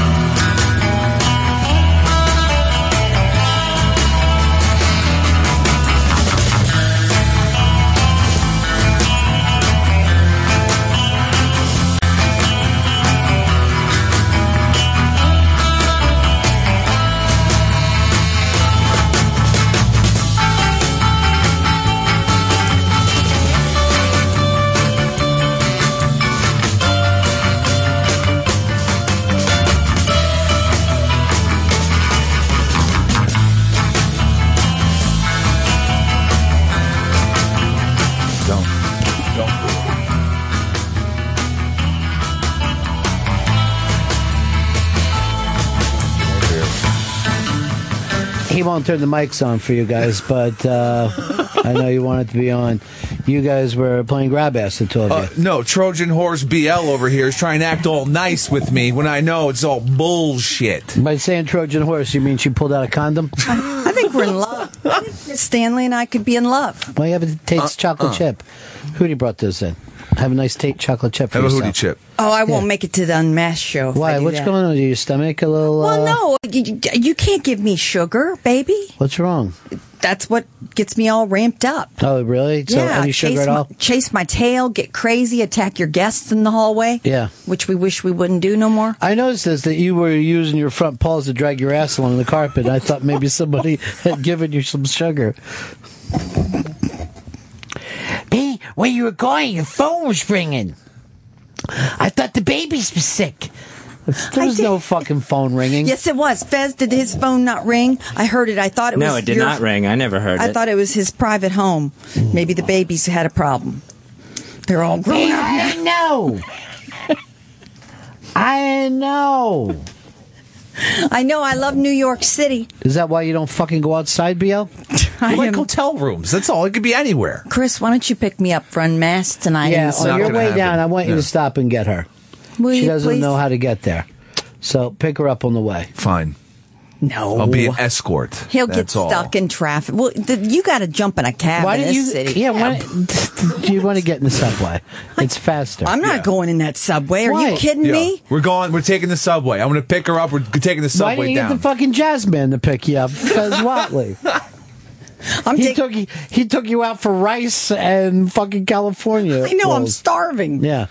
Speaker 3: Thank
Speaker 4: he won't turn the mics on for you guys, but uh, I know you wanted to be on. You guys were playing grab ass, the two of you.
Speaker 5: Uh, no, Trojan horse BL over here is trying to act all nice with me when I know it's all bullshit.
Speaker 4: By saying Trojan horse, you mean she pulled out a condom?
Speaker 6: I think we're in love. I think Miss Stanley and I could be in love.
Speaker 4: well, you have a Tate's
Speaker 6: Uh,
Speaker 4: chocolate
Speaker 6: uh.
Speaker 4: chip. Hootie brought this in. Have a nice Tate chocolate chip for
Speaker 5: Have a
Speaker 4: yourself.
Speaker 5: Hootie chip.
Speaker 6: Oh, I won't make it to the Unmasked show. if I
Speaker 4: Why?
Speaker 6: do
Speaker 4: What's
Speaker 6: that.
Speaker 4: going on? Is your stomach a little?
Speaker 6: Well,
Speaker 4: uh,
Speaker 6: no, you, you- you can't give me sugar, baby.
Speaker 4: What's wrong?
Speaker 6: That's what gets me all ramped up.
Speaker 4: Oh, really? So
Speaker 6: yeah,
Speaker 4: any sugar
Speaker 6: chase,
Speaker 4: at all?
Speaker 6: My, chase my tail, get crazy, attack your guests in the hallway.
Speaker 4: Yeah.
Speaker 6: Which we wish we wouldn't do no more.
Speaker 4: I noticed this that you were using your front paws to drag your ass along the carpet. I thought maybe somebody had given you some sugar.
Speaker 16: B, where you were going, your phone was ringing. I thought the babies were sick.
Speaker 4: There was no fucking phone ringing.
Speaker 6: Yes, it was. Fez, did his phone not ring? I heard it. I thought it was.
Speaker 17: no, it did
Speaker 6: your-
Speaker 17: not ring. I never heard
Speaker 6: I
Speaker 17: it.
Speaker 6: thought it was his private home. Maybe the babies had a problem. They're all grown up now.
Speaker 16: I know.
Speaker 4: I know.
Speaker 6: I know. I love New York City.
Speaker 4: Is that why you don't fucking go outside, BL?
Speaker 6: I
Speaker 5: like
Speaker 6: am-
Speaker 5: hotel rooms. That's all. It could be anywhere.
Speaker 6: Chris, why don't you pick me up for Unmasked tonight?
Speaker 4: yeah,
Speaker 6: And so-
Speaker 4: on your Oh, way down, I want you to stop and get her.
Speaker 6: Will
Speaker 4: she
Speaker 6: you
Speaker 4: doesn't
Speaker 6: please?
Speaker 4: know how to get there. So pick her up on the way.
Speaker 5: Fine.
Speaker 6: No.
Speaker 5: I'll be an escort.
Speaker 6: He'll get
Speaker 5: That's all.
Speaker 6: stuck in traffic. Well, th you got to jump in a cab
Speaker 4: Why
Speaker 6: in
Speaker 4: did
Speaker 6: this
Speaker 4: you?
Speaker 6: city.
Speaker 4: Yeah, why, do you want to get in the subway? It's faster.
Speaker 6: I'm not going in that subway. Are you kidding
Speaker 5: Yeah.
Speaker 6: me?
Speaker 5: We're going. We're taking the subway. I'm going to pick her up. We're taking the
Speaker 4: Why didn't
Speaker 5: subway
Speaker 4: you get
Speaker 5: down.
Speaker 4: the fucking jazz man to pick you up, Fez Watley?
Speaker 6: I'm
Speaker 4: he took you, he took you out for rice and fucking California.
Speaker 6: I know I'm
Speaker 4: rolls.
Speaker 6: starving.
Speaker 4: Yeah,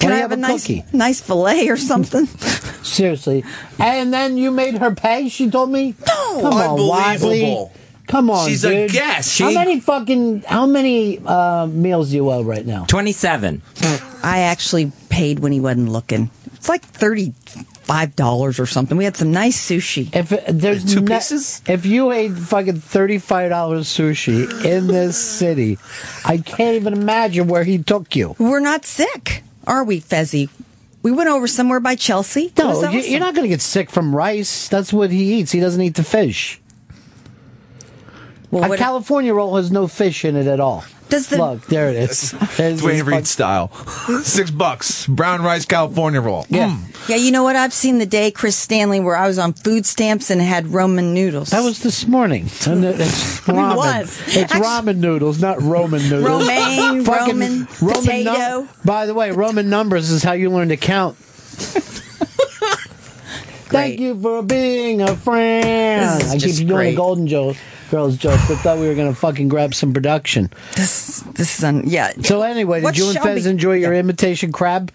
Speaker 6: Can I
Speaker 4: Why do you
Speaker 6: have a nice,
Speaker 4: cookie?
Speaker 6: nice fillet or something?
Speaker 4: Seriously, and then you made her pay. She told me,
Speaker 6: "No,
Speaker 4: come on, Watley.
Speaker 5: Unbelievable.
Speaker 4: Come on,
Speaker 5: She's a
Speaker 4: dude.
Speaker 5: guest.
Speaker 4: How
Speaker 5: She-
Speaker 4: many fucking how many uh, meals do you owe right now?
Speaker 17: Twenty-seven.
Speaker 6: I actually paid when he wasn't looking. It's like thirty-five dollars or something. We had some nice sushi.
Speaker 4: If uh, there's Two pieces. If you ate fucking thirty five dollars sushi in this city, I can't even imagine where he took you.
Speaker 6: We're not sick, are we, Fezzi? We went over somewhere by Chelsea. It was
Speaker 4: No, you-
Speaker 6: awesome.
Speaker 4: you're not going to get sick from rice. That's what he eats. He doesn't eat the fish. a California roll has no fish in it at all.
Speaker 6: Does the-
Speaker 4: Look, there it is. There's
Speaker 5: Dwayne
Speaker 4: his
Speaker 5: Reed style. Six bucks. Brown rice California roll. Mm. Yeah.
Speaker 4: Mm.
Speaker 6: Yeah, you know what? I've seen the day Chris Stanley where I was on food stamps and had Roman noodles. That
Speaker 4: was this morning. And it- It's
Speaker 6: It
Speaker 4: ramen.
Speaker 6: was.
Speaker 4: It's
Speaker 6: Actu-
Speaker 4: ramen noodles, not Roman noodles.
Speaker 6: Romaine,
Speaker 4: Fucking
Speaker 6: Roman,
Speaker 4: Roman num-
Speaker 6: potato.
Speaker 4: By the way, Roman numbers is how you learn to count. Thank you for being a friend.
Speaker 6: This is
Speaker 4: I keep
Speaker 6: just
Speaker 4: doing
Speaker 6: great.
Speaker 4: the Golden jo- Girls joke, but thought we were going to fucking grab some production.
Speaker 6: This, this is un- yeah.
Speaker 4: So anyway, did
Speaker 6: What
Speaker 4: you and
Speaker 6: shall
Speaker 4: Fez
Speaker 6: be-
Speaker 4: enjoy your imitation crab?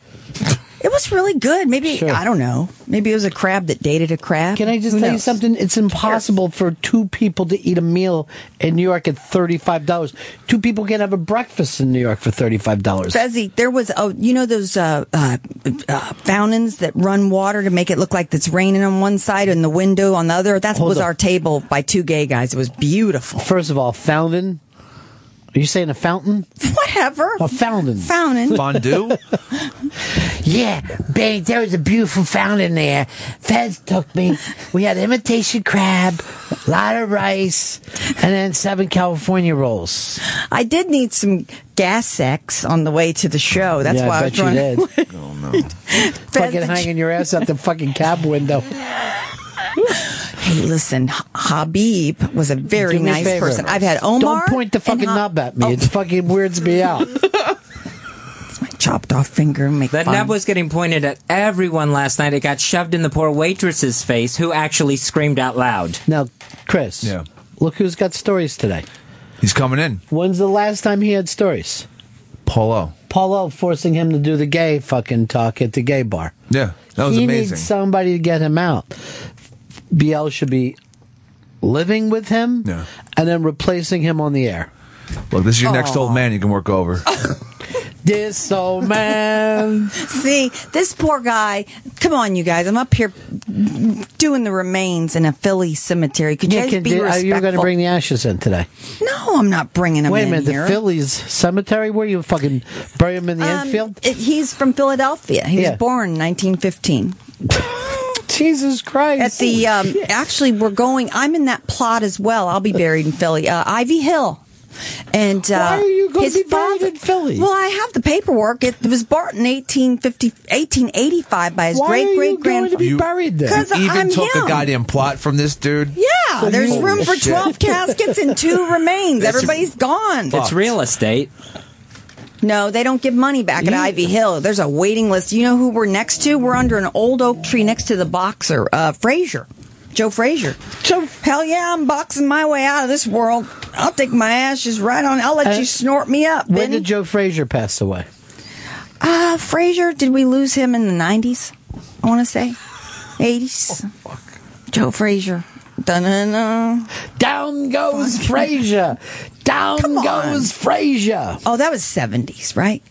Speaker 6: It was really good. Maybe
Speaker 4: Sure.
Speaker 6: I don't know. Maybe it was a crab that dated a crab. Can
Speaker 4: I just tell you something? It's impossible for two people to eat a meal in New York at thirty-five dollars. Two people can have a breakfast in New York for thirty-five dollars.
Speaker 6: Fezzi, there was oh, you know those uh, uh, uh, fountains that run water to make it look like it's raining on one side and the window on the other. That
Speaker 4: Hold
Speaker 6: was
Speaker 4: on.
Speaker 6: our table by two gay guys. It was beautiful.
Speaker 4: First of all, fountain. Are you saying a fountain?
Speaker 6: Whatever.
Speaker 4: A fountain.
Speaker 6: Fountain.
Speaker 5: Fondue?
Speaker 16: Yeah, babe, there was a beautiful fountain there. Fez took me. We had imitation crab, a lot of rice, and then seven California rolls.
Speaker 6: I did need some gas sex on the way to the show. That's
Speaker 4: Yeah, I
Speaker 6: why I, was
Speaker 4: bet you
Speaker 6: running.
Speaker 4: did.
Speaker 5: Oh no.
Speaker 4: fucking hanging your ass out the fucking cab window.
Speaker 6: Hey, listen, H- Habib was a very
Speaker 4: Do me a
Speaker 6: nice
Speaker 4: favor.
Speaker 6: person. I've had Omar.
Speaker 4: Don't point the
Speaker 6: and
Speaker 4: fucking
Speaker 6: Ha- Oh.
Speaker 4: knob at me. It fucking weirds me out.
Speaker 6: chopped off finger. Make
Speaker 17: That
Speaker 6: fun.
Speaker 17: nub was getting pointed at everyone last night. It got shoved in the poor waitress's face, who actually screamed out loud.
Speaker 4: Now, Chris.
Speaker 17: Yeah.
Speaker 4: Look who's got stories today.
Speaker 5: He's coming in.
Speaker 4: When's the last time he had stories?
Speaker 5: Paulo.
Speaker 4: Paulo forcing him to do the gay fucking talk at the gay bar.
Speaker 5: Yeah. That was
Speaker 4: he
Speaker 5: amazing.
Speaker 4: needs somebody to get him out. BL should be living with him and then replacing him on the air.
Speaker 5: Look, this is your next
Speaker 4: Aw.
Speaker 5: old man you can work over.
Speaker 4: This old man.
Speaker 6: See, this poor guy. Come on, you guys. I'm up here doing the remains in a Philly cemetery. Could you guys
Speaker 4: can
Speaker 6: be
Speaker 4: do- are
Speaker 6: respectful?
Speaker 4: you going to bring the ashes in today?
Speaker 6: no, I'm not bringing him
Speaker 4: Wait a
Speaker 6: in
Speaker 4: minute,
Speaker 6: here.
Speaker 4: the Phillies cemetery? Where you fucking bury him in the
Speaker 6: Um,
Speaker 4: infield?
Speaker 6: it- he's from Philadelphia. He
Speaker 4: Yeah.
Speaker 6: was born 1915.
Speaker 4: Jesus Christ.
Speaker 6: At the um, actually, we're going. I'm in that plot as well. I'll be buried in Philly. Uh, Ivy Hill. And uh,
Speaker 4: Why are you gonna
Speaker 6: his
Speaker 4: be buried
Speaker 6: father-
Speaker 4: in Philly?
Speaker 6: Well, I have the paperwork. It was bought in 1850, 1885 by his
Speaker 4: Why are
Speaker 6: great
Speaker 4: you
Speaker 6: great
Speaker 4: going to
Speaker 6: grandfather.
Speaker 4: be buried there?
Speaker 6: Because
Speaker 5: You even
Speaker 6: I'm
Speaker 5: took
Speaker 6: him.
Speaker 5: a goddamn plot from this dude.
Speaker 6: Yeah, there's
Speaker 5: Holy
Speaker 6: room for
Speaker 5: shit.
Speaker 6: 12 caskets and two remains.
Speaker 5: That's-
Speaker 6: Everybody's gone.
Speaker 17: It's real estate.
Speaker 6: No, they don't give money back at Ivy Hill. There's a waiting list. You know who we're next to? We're under an old oak tree next to the boxer, uh, Frazier. Joe Frazier. Joe. Hell yeah, I'm boxing my way out of this world. I'll take my ashes right on. I'll let
Speaker 4: Uh,
Speaker 6: you snort me up,
Speaker 4: When
Speaker 6: Benny.
Speaker 4: did Joe Frazier pass away?
Speaker 6: uh, Frazier, did we lose him in the 90s? I want to say
Speaker 4: Oh,
Speaker 6: 80s. Joe Frazier. Dun-dun-dun.
Speaker 4: Down goes Frazier. Down goes Frazier.
Speaker 6: Oh, that was 70s, right?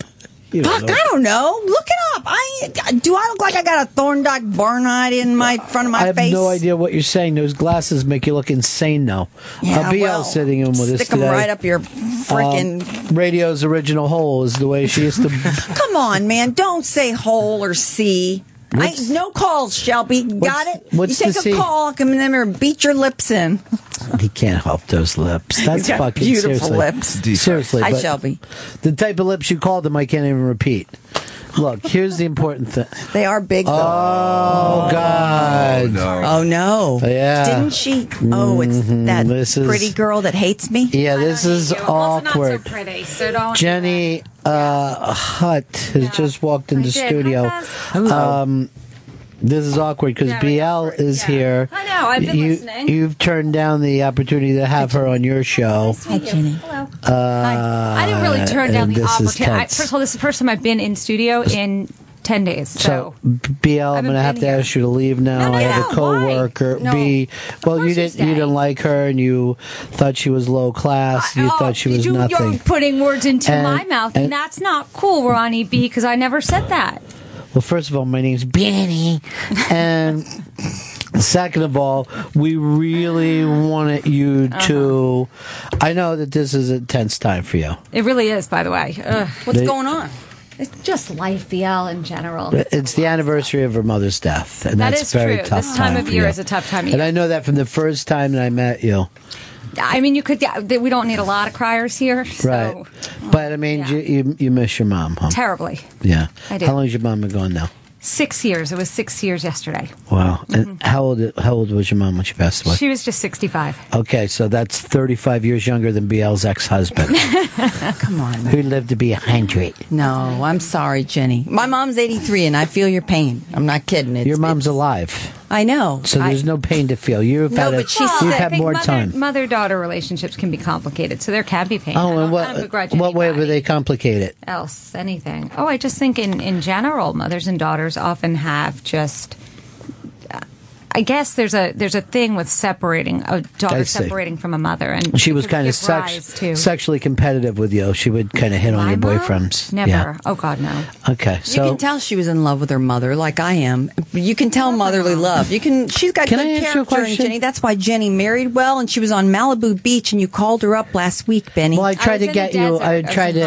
Speaker 4: You don't
Speaker 6: Fuck,
Speaker 4: know.
Speaker 6: I don't know. Look it up. I do. I look like I got a Thorndike Barnite in my front of my
Speaker 4: I have
Speaker 6: face.
Speaker 4: no idea what you're saying. Those glasses make you look insane now.
Speaker 6: Yeah,
Speaker 4: uh, BL
Speaker 6: well,
Speaker 4: sitting in with us
Speaker 6: Stick them
Speaker 4: today.
Speaker 6: right up your freaking.
Speaker 4: Um, radio's original hole is the way she used to
Speaker 6: Come on, man! Don't say hole or C. I, no calls, Shelby. Got it?
Speaker 4: what's
Speaker 6: you take
Speaker 4: the
Speaker 6: a
Speaker 4: C?
Speaker 6: call, come in there and beat your lips in.
Speaker 4: He can't help those lips.
Speaker 6: He's
Speaker 4: That's
Speaker 6: got
Speaker 4: fucking
Speaker 6: beautiful
Speaker 4: seriously.
Speaker 6: lips.
Speaker 4: Seriously,
Speaker 6: Hi,
Speaker 4: but
Speaker 6: Shelby.
Speaker 4: The type of lips you called them, I can't even repeat. Look, here's the important thing.
Speaker 6: They are big. Though.
Speaker 4: Oh God!
Speaker 6: Oh no!
Speaker 4: Yeah.
Speaker 6: Didn't she? Oh, it's
Speaker 4: Mhm.
Speaker 6: that
Speaker 4: This is-
Speaker 6: pretty girl that hates me.
Speaker 4: Yeah, this is awkward.
Speaker 18: pretty, so don't.
Speaker 4: Jenny uh, Hutt has just walked in the
Speaker 18: I did. Hi,
Speaker 4: studio.
Speaker 18: guys.
Speaker 17: Hello.
Speaker 4: Um, this is awkward because
Speaker 18: Yeah,
Speaker 4: BL is here.
Speaker 18: I know, I've been
Speaker 4: you,
Speaker 18: listening.
Speaker 4: You've turned down the opportunity to have her on your show.
Speaker 18: Hi, Jenny. Hello.
Speaker 4: Uh,
Speaker 18: I didn't really turn down
Speaker 4: and
Speaker 18: the
Speaker 4: this is
Speaker 18: opportunity. I,
Speaker 4: tense.
Speaker 18: first of all, this is the first time I've been in studio in ten days. So,
Speaker 4: So, BL, I'm going to have to ask you to leave now. I have a coworker. B, well, you didn't you didn't like her, and you thought she was low class. You thought she was
Speaker 18: oh, you,
Speaker 4: nothing.
Speaker 18: are putting words into
Speaker 4: And-
Speaker 18: my mouth, and,
Speaker 4: and-
Speaker 18: that's not cool, Ronnie B, because I never said that.
Speaker 4: Well, first of all, my name's Benny, and second of all, we really wanted you
Speaker 18: Uh-huh.
Speaker 4: to. I know that this is a tense time for you.
Speaker 18: It really is, by the way. Ugh.
Speaker 4: What's They- going
Speaker 18: on? It's just life, BL in general.
Speaker 4: It's the anniversary of her mother's death, and
Speaker 18: That
Speaker 4: that's
Speaker 18: is
Speaker 4: very
Speaker 18: true.
Speaker 4: tough.
Speaker 18: This time of
Speaker 4: for
Speaker 18: year
Speaker 4: you.
Speaker 18: is a tough time of
Speaker 4: and
Speaker 18: year.
Speaker 4: I know that from the first time that I met you.
Speaker 18: I mean, you could. Yeah, th- we don't need a lot of criers here.
Speaker 4: Right.
Speaker 18: uh,
Speaker 4: but I mean, you, you you miss your mom, huh?
Speaker 18: Terribly.
Speaker 4: Yeah.
Speaker 18: I do.
Speaker 4: How long has your mom been gone now?
Speaker 18: Six years. It was six years yesterday.
Speaker 4: Wow. And how old how old was your mom when she passed away?
Speaker 18: Mm-hmm. She was just sixty-five.
Speaker 4: okay, so that's 35 years younger than BL's ex-husband,
Speaker 6: Come on.
Speaker 4: who lived to be 100.
Speaker 6: No, I'm sorry, Jenny. My mom's 83, and I feel your pain. I'm not kidding. It's,
Speaker 4: Your mom's alive.
Speaker 6: I know.
Speaker 4: So
Speaker 6: I-
Speaker 4: there's no pain to feel. You've
Speaker 18: No,
Speaker 4: had, a-
Speaker 18: but she's
Speaker 4: you've
Speaker 18: sick. I
Speaker 4: had
Speaker 18: think
Speaker 4: more
Speaker 18: mother,
Speaker 4: time.
Speaker 18: Mother-daughter relationships can be complicated, so there can be pain. I
Speaker 4: Oh,
Speaker 18: don't-
Speaker 4: and
Speaker 18: I don't
Speaker 4: what
Speaker 18: begrudge
Speaker 4: what way would they complicate it?
Speaker 18: else anything. Oh, I just think in in general, mothers and daughters often have just. I guess there's a there's a thing with separating a
Speaker 4: I
Speaker 18: daughter
Speaker 4: see.
Speaker 18: separating from a mother, and
Speaker 4: She was
Speaker 18: could
Speaker 4: kind of
Speaker 18: give
Speaker 4: sex,
Speaker 18: rise to-
Speaker 4: sexually competitive with you. She would kind of hit on
Speaker 6: My
Speaker 4: your
Speaker 6: mom?
Speaker 4: boyfriends.
Speaker 6: Never.
Speaker 4: Yeah.
Speaker 18: Oh God, no.
Speaker 4: Okay.
Speaker 6: you
Speaker 4: So
Speaker 6: can tell she was in love with her mother, like I am. You can tell motherly love. You can. She's got
Speaker 4: Can
Speaker 6: good
Speaker 4: I ask you a
Speaker 6: character, and
Speaker 4: question?
Speaker 6: Jenny. That's why Jenny married well, and she was on Malibu Beach, and you called her up last week, Benny. Well,
Speaker 4: I tried to get you. I tried to.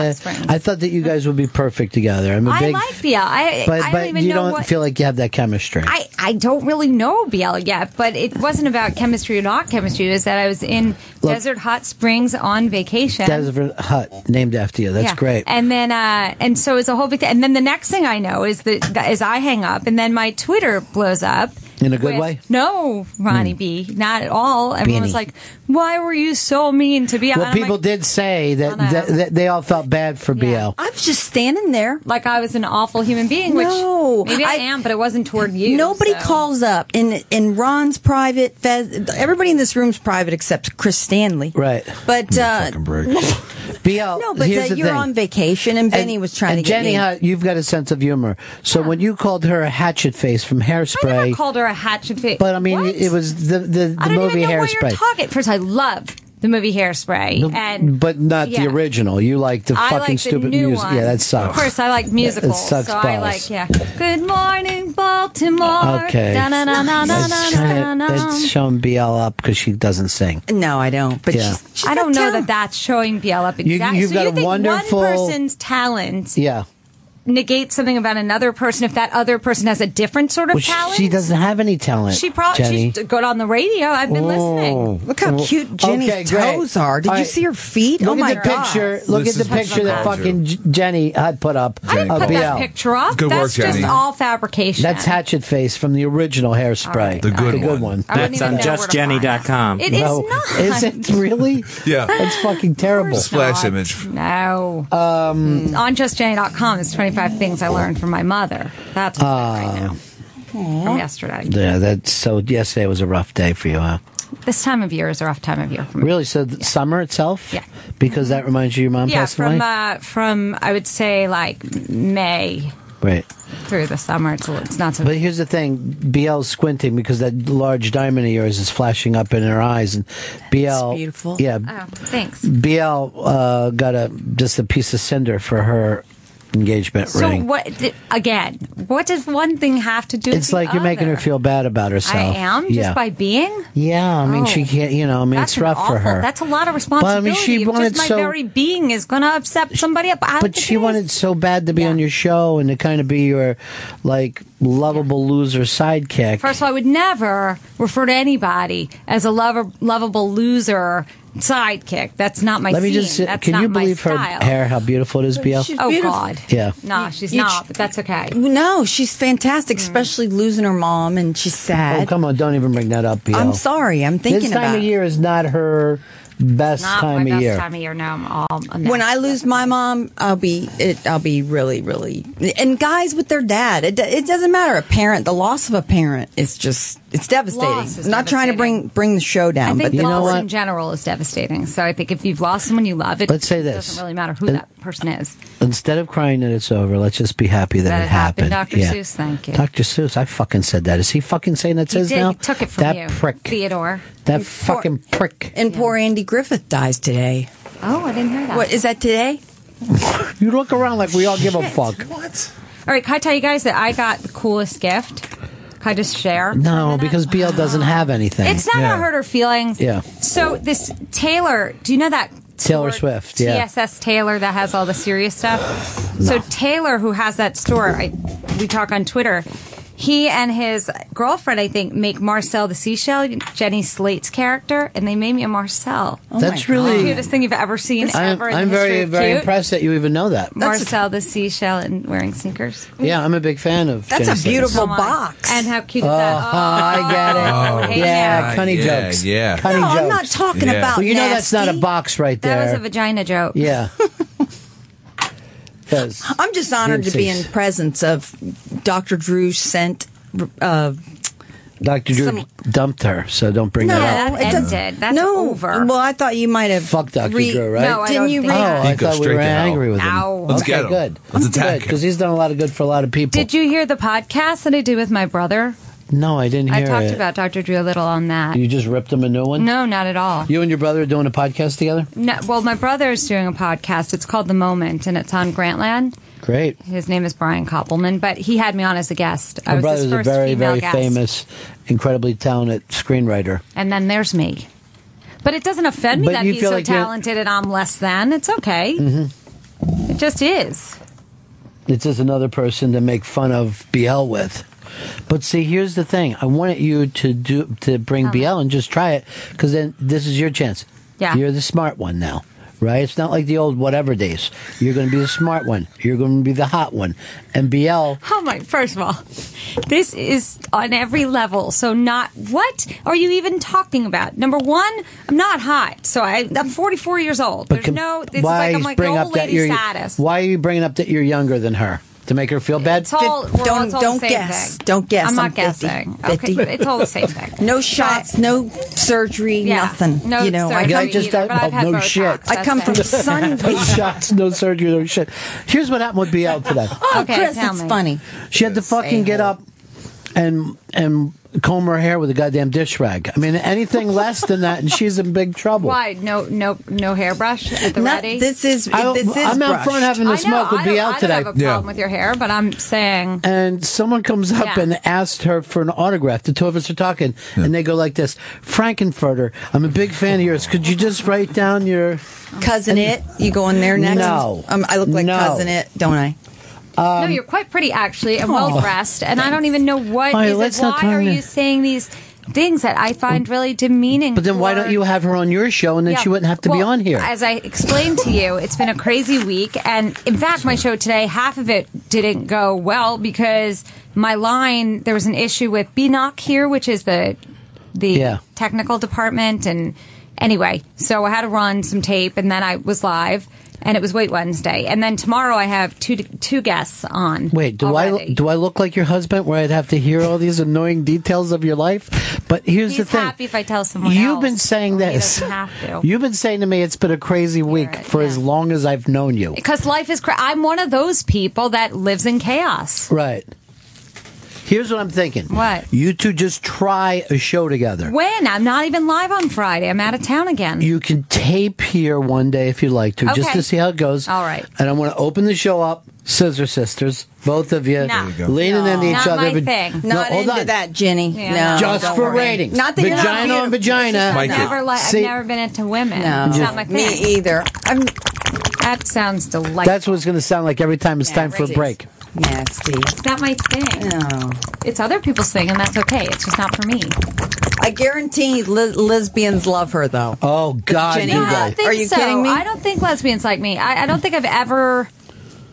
Speaker 4: I thought that you guys would be perfect together. I'm a
Speaker 18: I
Speaker 4: big.
Speaker 18: like BL. I,
Speaker 4: but
Speaker 18: I
Speaker 4: but
Speaker 18: don't even
Speaker 4: you
Speaker 18: know
Speaker 4: don't
Speaker 18: what.
Speaker 4: feel like you have that chemistry.
Speaker 18: I, I don't really know BL yet, but it wasn't about chemistry or not chemistry. It was that I was in
Speaker 4: Look.
Speaker 18: Desert Hot Springs on vacation.
Speaker 4: Desert Hut, named after you. That's
Speaker 18: Yeah.
Speaker 4: great.
Speaker 18: And then, uh, and so it's a whole big thing. And then the next thing I know is that, that is I hang up, and then my Twitter blows up.
Speaker 4: In a good
Speaker 18: with-
Speaker 4: way? Hmm.
Speaker 18: No, Ronnie B, not at all. Everyone
Speaker 4: Beanie.
Speaker 18: was like, "Why were you so mean to BL?" And
Speaker 4: well,
Speaker 18: I'm
Speaker 4: people
Speaker 18: like,
Speaker 4: did say that, that, that they all felt bad for BL.
Speaker 6: I was just standing there,
Speaker 18: like I was an awful human being.
Speaker 6: No,
Speaker 18: which maybe I, am, but it wasn't toward you.
Speaker 6: Nobody
Speaker 18: so.
Speaker 6: calls up in in Ron's private. Fez, everybody in this room's private except Chris Stanley.
Speaker 4: Right.
Speaker 6: But uh,
Speaker 4: BL,
Speaker 6: no, but
Speaker 4: here's
Speaker 6: uh,
Speaker 4: the
Speaker 6: you're
Speaker 4: thing.
Speaker 6: on vacation, and Benny was trying
Speaker 4: and
Speaker 6: to get
Speaker 4: Jenny
Speaker 6: me.
Speaker 4: Hutt, you've got a sense of humor. So when you called her a hatchet face from
Speaker 18: I
Speaker 4: Hairspray,
Speaker 18: called her a hatchet face.
Speaker 4: but I mean, it was the the, the
Speaker 18: I don't
Speaker 4: movie
Speaker 18: even know why
Speaker 4: Hairspray.
Speaker 18: you're talking. First, I love the movie Hairspray, and
Speaker 4: but not
Speaker 18: yeah.
Speaker 4: the original. You like the
Speaker 18: I
Speaker 4: fucking
Speaker 18: like the
Speaker 4: stupid
Speaker 18: new
Speaker 4: music.
Speaker 18: one.
Speaker 4: Yeah, that sucks.
Speaker 18: Of course, I like musicals,
Speaker 4: It sucks
Speaker 18: so
Speaker 4: balls.
Speaker 18: I like yeah. Good morning, Baltimore.
Speaker 4: Okay.
Speaker 18: Da-na-na-na-na-na-na-na.
Speaker 4: That's trying to- that's showing BL up because she doesn't sing.
Speaker 6: No, I don't. But
Speaker 4: yeah.
Speaker 18: I don't know that that's showing BL up
Speaker 4: You-
Speaker 18: exactly.
Speaker 4: you've
Speaker 18: so
Speaker 4: got
Speaker 18: you
Speaker 4: a
Speaker 18: think
Speaker 4: wonderful-
Speaker 18: one person's talent
Speaker 4: yeah.
Speaker 18: negate something about another person if that other person has a different sort of
Speaker 4: Well,
Speaker 18: talent?
Speaker 4: she doesn't have any talent.
Speaker 18: She probably
Speaker 4: Jenny.
Speaker 18: she's good on the radio. I've been listening.
Speaker 4: Look how cute Jenny's Oh. Okay, great. toes are. Did you Alright. see her Oh
Speaker 6: feet?
Speaker 4: Look at the picture. Look at the picture that fucking J- Jenny had put up. Uh,
Speaker 18: I didn't
Speaker 4: of
Speaker 18: put that
Speaker 4: BL.
Speaker 18: picture up. That's just all fabrication.
Speaker 4: That's Hatchet Face from the original Hairspray. The good, one.
Speaker 18: I wouldn't That's even on know where to find
Speaker 4: justjenny.com.
Speaker 18: that. It is not.
Speaker 4: Is it really?
Speaker 5: Yeah.
Speaker 4: That's fucking terrible.
Speaker 5: Splash image.
Speaker 18: No. Um, on justjenny.com is 25 things I learned from my mother. That's what's
Speaker 4: Uh,
Speaker 18: from yesterday.
Speaker 4: yeah, that's so. Yesterday was a rough day for you, huh?
Speaker 18: This time of year is a rough time of year for me.
Speaker 4: Really? So the summer itself?
Speaker 18: Yeah.
Speaker 4: Because that reminds you your mom
Speaker 18: yeah,
Speaker 4: passed
Speaker 18: from
Speaker 4: away?
Speaker 18: uh, from I would say like May
Speaker 4: right.
Speaker 18: through the summer. It's, a little- it's not so.
Speaker 4: But here's the thing BL's squinting because that large diamond of yours is flashing up in her eyes. And BL.
Speaker 18: beautiful.
Speaker 4: Yeah.
Speaker 18: Oh, thanks.
Speaker 4: BL uh, got a just a piece of cinder for her engagement
Speaker 18: So
Speaker 4: ring.
Speaker 18: what? th- Again, what does one thing have to do? with
Speaker 4: It's
Speaker 18: the
Speaker 4: like you're making her
Speaker 18: other?
Speaker 4: feel bad about herself.
Speaker 18: I am just
Speaker 4: yeah.
Speaker 18: by being.
Speaker 4: Yeah, I mean, she
Speaker 18: Oh.
Speaker 4: can't. You know, I mean,
Speaker 18: That's
Speaker 4: it's rough
Speaker 18: an
Speaker 4: for
Speaker 18: awful-
Speaker 4: her.
Speaker 18: That's a lot of responsibility.
Speaker 4: she
Speaker 18: If
Speaker 4: wanted
Speaker 18: just my
Speaker 4: so-
Speaker 18: very being is going to upset somebody up. I
Speaker 4: but she wanted so bad to be on your show and to kind of be your like lovable loser sidekick.
Speaker 18: First of all, I would never refer to anybody as a lover, lovable loser sidekick. That's not my.
Speaker 4: Let me
Speaker 18: scene.
Speaker 4: just.
Speaker 18: That's
Speaker 4: can
Speaker 18: not
Speaker 4: you
Speaker 18: my
Speaker 4: believe her
Speaker 18: style.
Speaker 4: hair? How beautiful it is, Biel.
Speaker 18: oh God.
Speaker 4: Yeah.
Speaker 18: No, she's
Speaker 7: You-
Speaker 18: not. But that's okay. Hmm.
Speaker 7: No, she's fantastic, especially losing her mom, and she's
Speaker 4: Oh
Speaker 7: sad.
Speaker 4: come on! Don't even bring that up, Biel.
Speaker 7: I'm sorry. I'm thinking
Speaker 4: This time
Speaker 7: about
Speaker 4: of
Speaker 7: it.
Speaker 4: year is not her best
Speaker 7: Not my
Speaker 4: time of
Speaker 7: best
Speaker 4: year.
Speaker 18: Time of year now. I'm all. a mess.
Speaker 7: When I lose my mom, I'll be it, I'll be really, really. And guys with their dad, it, do- it doesn't matter. A parent, the loss of a parent is just it's devastating.
Speaker 18: Loss is
Speaker 7: I'm not trying to bring bring the show
Speaker 18: I
Speaker 7: down,
Speaker 18: think
Speaker 7: but
Speaker 18: loss in general is devastating. So I think if you've lost someone you love, it,
Speaker 4: Let's say
Speaker 18: it
Speaker 4: this.
Speaker 18: doesn't really matter who
Speaker 4: And-
Speaker 18: that person is.
Speaker 4: Instead of crying that it's over, let's just be happy that,
Speaker 18: That
Speaker 4: it
Speaker 18: it happened,
Speaker 4: happened.
Speaker 18: Dr. Seuss, thank you.
Speaker 4: Dr. Seuss, I fucking said that. Is he fucking saying that's
Speaker 18: He
Speaker 4: his
Speaker 18: did.
Speaker 4: now?
Speaker 18: He took it from
Speaker 4: that
Speaker 18: you,
Speaker 4: prick.
Speaker 18: Theodore.
Speaker 4: That fucking prick.
Speaker 7: And poor Andy Griffith dies today.
Speaker 18: Oh, I didn't hear that.
Speaker 7: What is that today?
Speaker 4: You look around like we all give a
Speaker 18: Shit.
Speaker 4: fuck.
Speaker 7: What?
Speaker 18: All right, can I tell you guys that I got the coolest gift? Can I just share?
Speaker 4: No, because BL doesn't have anything.
Speaker 18: It's not gonna hurt her feelings.
Speaker 4: Yeah.
Speaker 18: So this Taylor, do you know that
Speaker 4: Taylor Swift, yeah.
Speaker 18: TSS Taylor that has all the serious stuff? So Taylor, who has that store, I, we talk on Twitter. He and his girlfriend, I think, make Marcel the seashell, Jenny Slate's character, and they made me a Marcel.
Speaker 4: Oh That's my really-
Speaker 18: the cutest thing you've ever seen.
Speaker 4: I'm,
Speaker 18: ever in the
Speaker 4: I'm
Speaker 18: history
Speaker 4: very,
Speaker 18: of
Speaker 4: very
Speaker 18: cute.
Speaker 4: impressed that you even know that.
Speaker 18: Marcel the seashell and wearing sneakers.
Speaker 4: yeah, I'm a big fan of.
Speaker 18: That's
Speaker 4: Jenny
Speaker 18: a beautiful
Speaker 4: Slate.
Speaker 18: box. And how cute
Speaker 4: Oh,
Speaker 18: is that?
Speaker 4: I get it.
Speaker 18: hey,
Speaker 4: yeah,
Speaker 18: Oh, yeah.
Speaker 4: cunny
Speaker 5: Yeah,
Speaker 4: jokes.
Speaker 5: yeah.
Speaker 4: Cunny
Speaker 18: No,
Speaker 4: jokes.
Speaker 18: I'm not talking Yeah. about
Speaker 4: Well, you know that's not a box right there.
Speaker 18: That was a vagina joke.
Speaker 4: Yeah.
Speaker 7: I'm just honored to be in presence of Dr. Drew sent. Uh,
Speaker 4: Dr. Drew
Speaker 7: Some-
Speaker 4: dumped her, so don't bring
Speaker 7: no,
Speaker 4: that up.
Speaker 7: it doesn't. That's no. over. Well, I thought you might have.
Speaker 4: Fuck Dr.
Speaker 7: Re-
Speaker 4: Drew, right?
Speaker 7: No, I Didn't don't you think
Speaker 4: Oh,
Speaker 7: read- so.
Speaker 4: I
Speaker 7: He'd go
Speaker 4: thought we
Speaker 7: straight
Speaker 4: were
Speaker 7: to hell.
Speaker 4: angry with him.
Speaker 18: Ow. Let's
Speaker 4: okay,
Speaker 18: get him.
Speaker 4: good.
Speaker 18: Let's attack
Speaker 4: Because he's done a lot of good for a lot of people.
Speaker 18: Did you hear the podcast that I did with my brother?
Speaker 4: No, I didn't
Speaker 18: I
Speaker 4: hear
Speaker 18: talked
Speaker 4: it.
Speaker 18: about Dr. Drew a little on that.
Speaker 4: You just ripped him a new one?
Speaker 18: No, not at all.
Speaker 4: You and your brother are doing a podcast together?
Speaker 18: No, well, my brother is doing a podcast. It's called The Moment, and it's on Grantland.
Speaker 4: Great.
Speaker 18: His name is Brian Koppelman, but he had me on as a guest. I
Speaker 4: My
Speaker 18: was his
Speaker 4: brother's a
Speaker 18: first
Speaker 4: very,
Speaker 18: female
Speaker 4: very
Speaker 18: guest.
Speaker 4: famous, incredibly talented screenwriter.
Speaker 18: And then there's me. But it doesn't offend me
Speaker 4: But
Speaker 18: that
Speaker 4: you
Speaker 18: he's
Speaker 4: feel
Speaker 18: so
Speaker 4: like you're-
Speaker 18: talented and I'm less than. It's okay.
Speaker 4: hmm
Speaker 18: It just is.
Speaker 4: It's just another person to make fun of BL with. But see, here's the thing. I wanted you to do to bring BL and just try it because then this is your chance.
Speaker 18: Yeah.
Speaker 4: you're the smart one now, right? It's not like the old whatever days. You're going to be the smart one. You're going to be the hot one. And BL,
Speaker 18: Oh my, first of all, this is on every level. So not, what are you even talking about? Number one, I'm not hot. So I, I'm 44 years old. There's
Speaker 4: com-
Speaker 18: no, this
Speaker 4: why
Speaker 18: is like, I'm like the
Speaker 4: bring
Speaker 18: old
Speaker 4: up that
Speaker 18: lady
Speaker 4: you're
Speaker 18: status.
Speaker 4: why are you bringing up that you're younger than her to make her feel bad?
Speaker 18: It's all, we're all-
Speaker 7: Don't-
Speaker 18: it's all
Speaker 7: don't
Speaker 18: the same
Speaker 7: guess.
Speaker 18: Thing.
Speaker 7: Don't guess.
Speaker 18: I'm not
Speaker 7: I'm 50.
Speaker 18: guessing.
Speaker 7: 50.
Speaker 18: Okay, it's all the same thing.
Speaker 7: No shots, no surgery, nothing.
Speaker 18: no
Speaker 7: you know,
Speaker 18: surgery
Speaker 7: come-
Speaker 18: either, but I've had
Speaker 4: Oh, no
Speaker 18: Botox,
Speaker 4: shit.
Speaker 7: I come from
Speaker 18: that's it.
Speaker 7: sun.
Speaker 4: no shots, no surgery, no shit. Here's what happened with BL today.
Speaker 7: Oh,
Speaker 18: Okay,
Speaker 7: Chris,
Speaker 18: tell
Speaker 7: it's
Speaker 18: me.
Speaker 7: funny.
Speaker 4: She had to fucking get up and and comb her hair with a goddamn dish rag. I mean, anything less than that, and she's in big trouble.
Speaker 18: Why? No, no, no hairbrush at the
Speaker 7: Not-
Speaker 18: ready.
Speaker 7: this is- I don't- this is
Speaker 4: I'm out front brushed. having to
Speaker 18: I know,
Speaker 4: smoke with
Speaker 18: I don't-
Speaker 4: BL today.
Speaker 18: I don't have a
Speaker 4: Yeah.
Speaker 18: problem with your hair, but I'm saying
Speaker 4: And someone comes up
Speaker 18: Yeah.
Speaker 4: and asks her for an autograph. The two of us are talking, and they go like this: "Frankenfurter, I'm a big fan of yours. Could you just write down your
Speaker 7: Cousin it? You go in there next?
Speaker 4: No,
Speaker 7: Um, I look like
Speaker 4: No. Um,
Speaker 7: cousin it, don't I?
Speaker 18: no, you're quite pretty actually, and
Speaker 16: Aw,
Speaker 18: well dressed. And I don't even know what.
Speaker 4: Molly,
Speaker 18: is it-
Speaker 4: let's
Speaker 18: why
Speaker 4: not
Speaker 18: are
Speaker 4: turn
Speaker 18: you
Speaker 4: it-
Speaker 18: saying these things that I find really demeaning?
Speaker 4: But then why don't
Speaker 18: toward-
Speaker 4: you have her on your show and then
Speaker 18: Yeah.
Speaker 4: she wouldn't have to be
Speaker 18: Well,
Speaker 4: on here?
Speaker 18: As I explained to you, it's been a crazy week. And in fact, my show today, half of it didn't go well because my line, there was an issue with BNOC here, which is the, the
Speaker 4: Yeah.
Speaker 18: technical department. And anyway, so I had to run some tape and then I was live. And it was Wait Wednesday, and then tomorrow I have two two guests on.
Speaker 4: Wait, do I do I look like your husband where I'd have to hear all these annoying details of your life? But here's
Speaker 18: He's
Speaker 4: the thing.
Speaker 18: happy if I tell someone
Speaker 4: You've
Speaker 18: else.
Speaker 4: been saying this.
Speaker 18: doesn't have to.
Speaker 4: You've been saying to me it's been a crazy week for as long as I've known you.
Speaker 18: because life is. Cra- I'm one of those people that lives in chaos.
Speaker 4: Right. Here's what I'm thinking.
Speaker 18: What?
Speaker 4: You two just try a show together.
Speaker 18: When? I'm not even live on Friday. I'm out of town again.
Speaker 4: You can tape here one day if you'd like to, just
Speaker 18: Okay.
Speaker 4: to see how it goes.
Speaker 18: All right.
Speaker 4: And I'm going to open the show up, Scissor Sisters, both of
Speaker 6: No.
Speaker 4: you,
Speaker 6: There you go.
Speaker 4: leaning into each
Speaker 6: Not
Speaker 4: other.
Speaker 6: my
Speaker 4: but-
Speaker 6: thing. Not
Speaker 4: hold
Speaker 6: into
Speaker 4: on.
Speaker 6: that, Jenny. No,
Speaker 4: just
Speaker 6: don't
Speaker 4: for
Speaker 6: worry.
Speaker 4: ratings.
Speaker 6: Not that you're not
Speaker 4: vagina on
Speaker 6: beautiful.
Speaker 4: vagina.
Speaker 18: I've never, li- I've
Speaker 4: See,
Speaker 18: never been into women.
Speaker 4: No.
Speaker 18: It's
Speaker 4: Yeah.
Speaker 18: not my thing.
Speaker 6: Me either. I'm-
Speaker 18: that sounds delightful.
Speaker 4: that's what it's going to sound like every time it's time for a
Speaker 18: right.
Speaker 4: break.
Speaker 6: Nasty.
Speaker 18: it's not my thing. No. It's other people's thing, and that's okay. It's just not for me.
Speaker 6: I guarantee li- lesbians love her though.
Speaker 4: Oh God,
Speaker 6: Jenny,
Speaker 18: no,
Speaker 6: you
Speaker 18: I
Speaker 6: guys.
Speaker 18: don't think
Speaker 6: are you
Speaker 18: so.
Speaker 6: kidding me?
Speaker 18: I don't think lesbians like me. I, I don't think I've ever.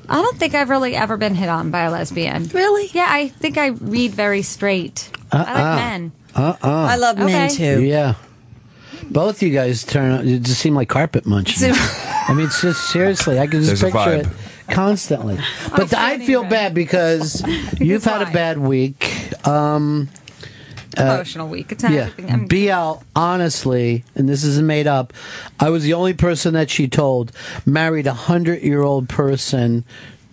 Speaker 18: I don't think I've really ever been hit on by a lesbian. Really? Yeah, I think I read very straight. I
Speaker 4: Uh-uh.
Speaker 18: like men.
Speaker 4: Uh uh
Speaker 18: I love men, Okay. too.
Speaker 4: Yeah. Both you guys turn out, you just seem like carpet munchers. I mean, it's just seriously, I can just
Speaker 5: There's a
Speaker 4: picture it
Speaker 5: vibe.
Speaker 4: constantly.
Speaker 18: Oh,
Speaker 4: But I feel bad because you've had a bad week. Um, uh,
Speaker 18: Emotional week. It's not
Speaker 4: yeah.
Speaker 18: everything. I'm,
Speaker 4: BL, honestly, and this isn't made up, I was the only person that she told married a hundred year old person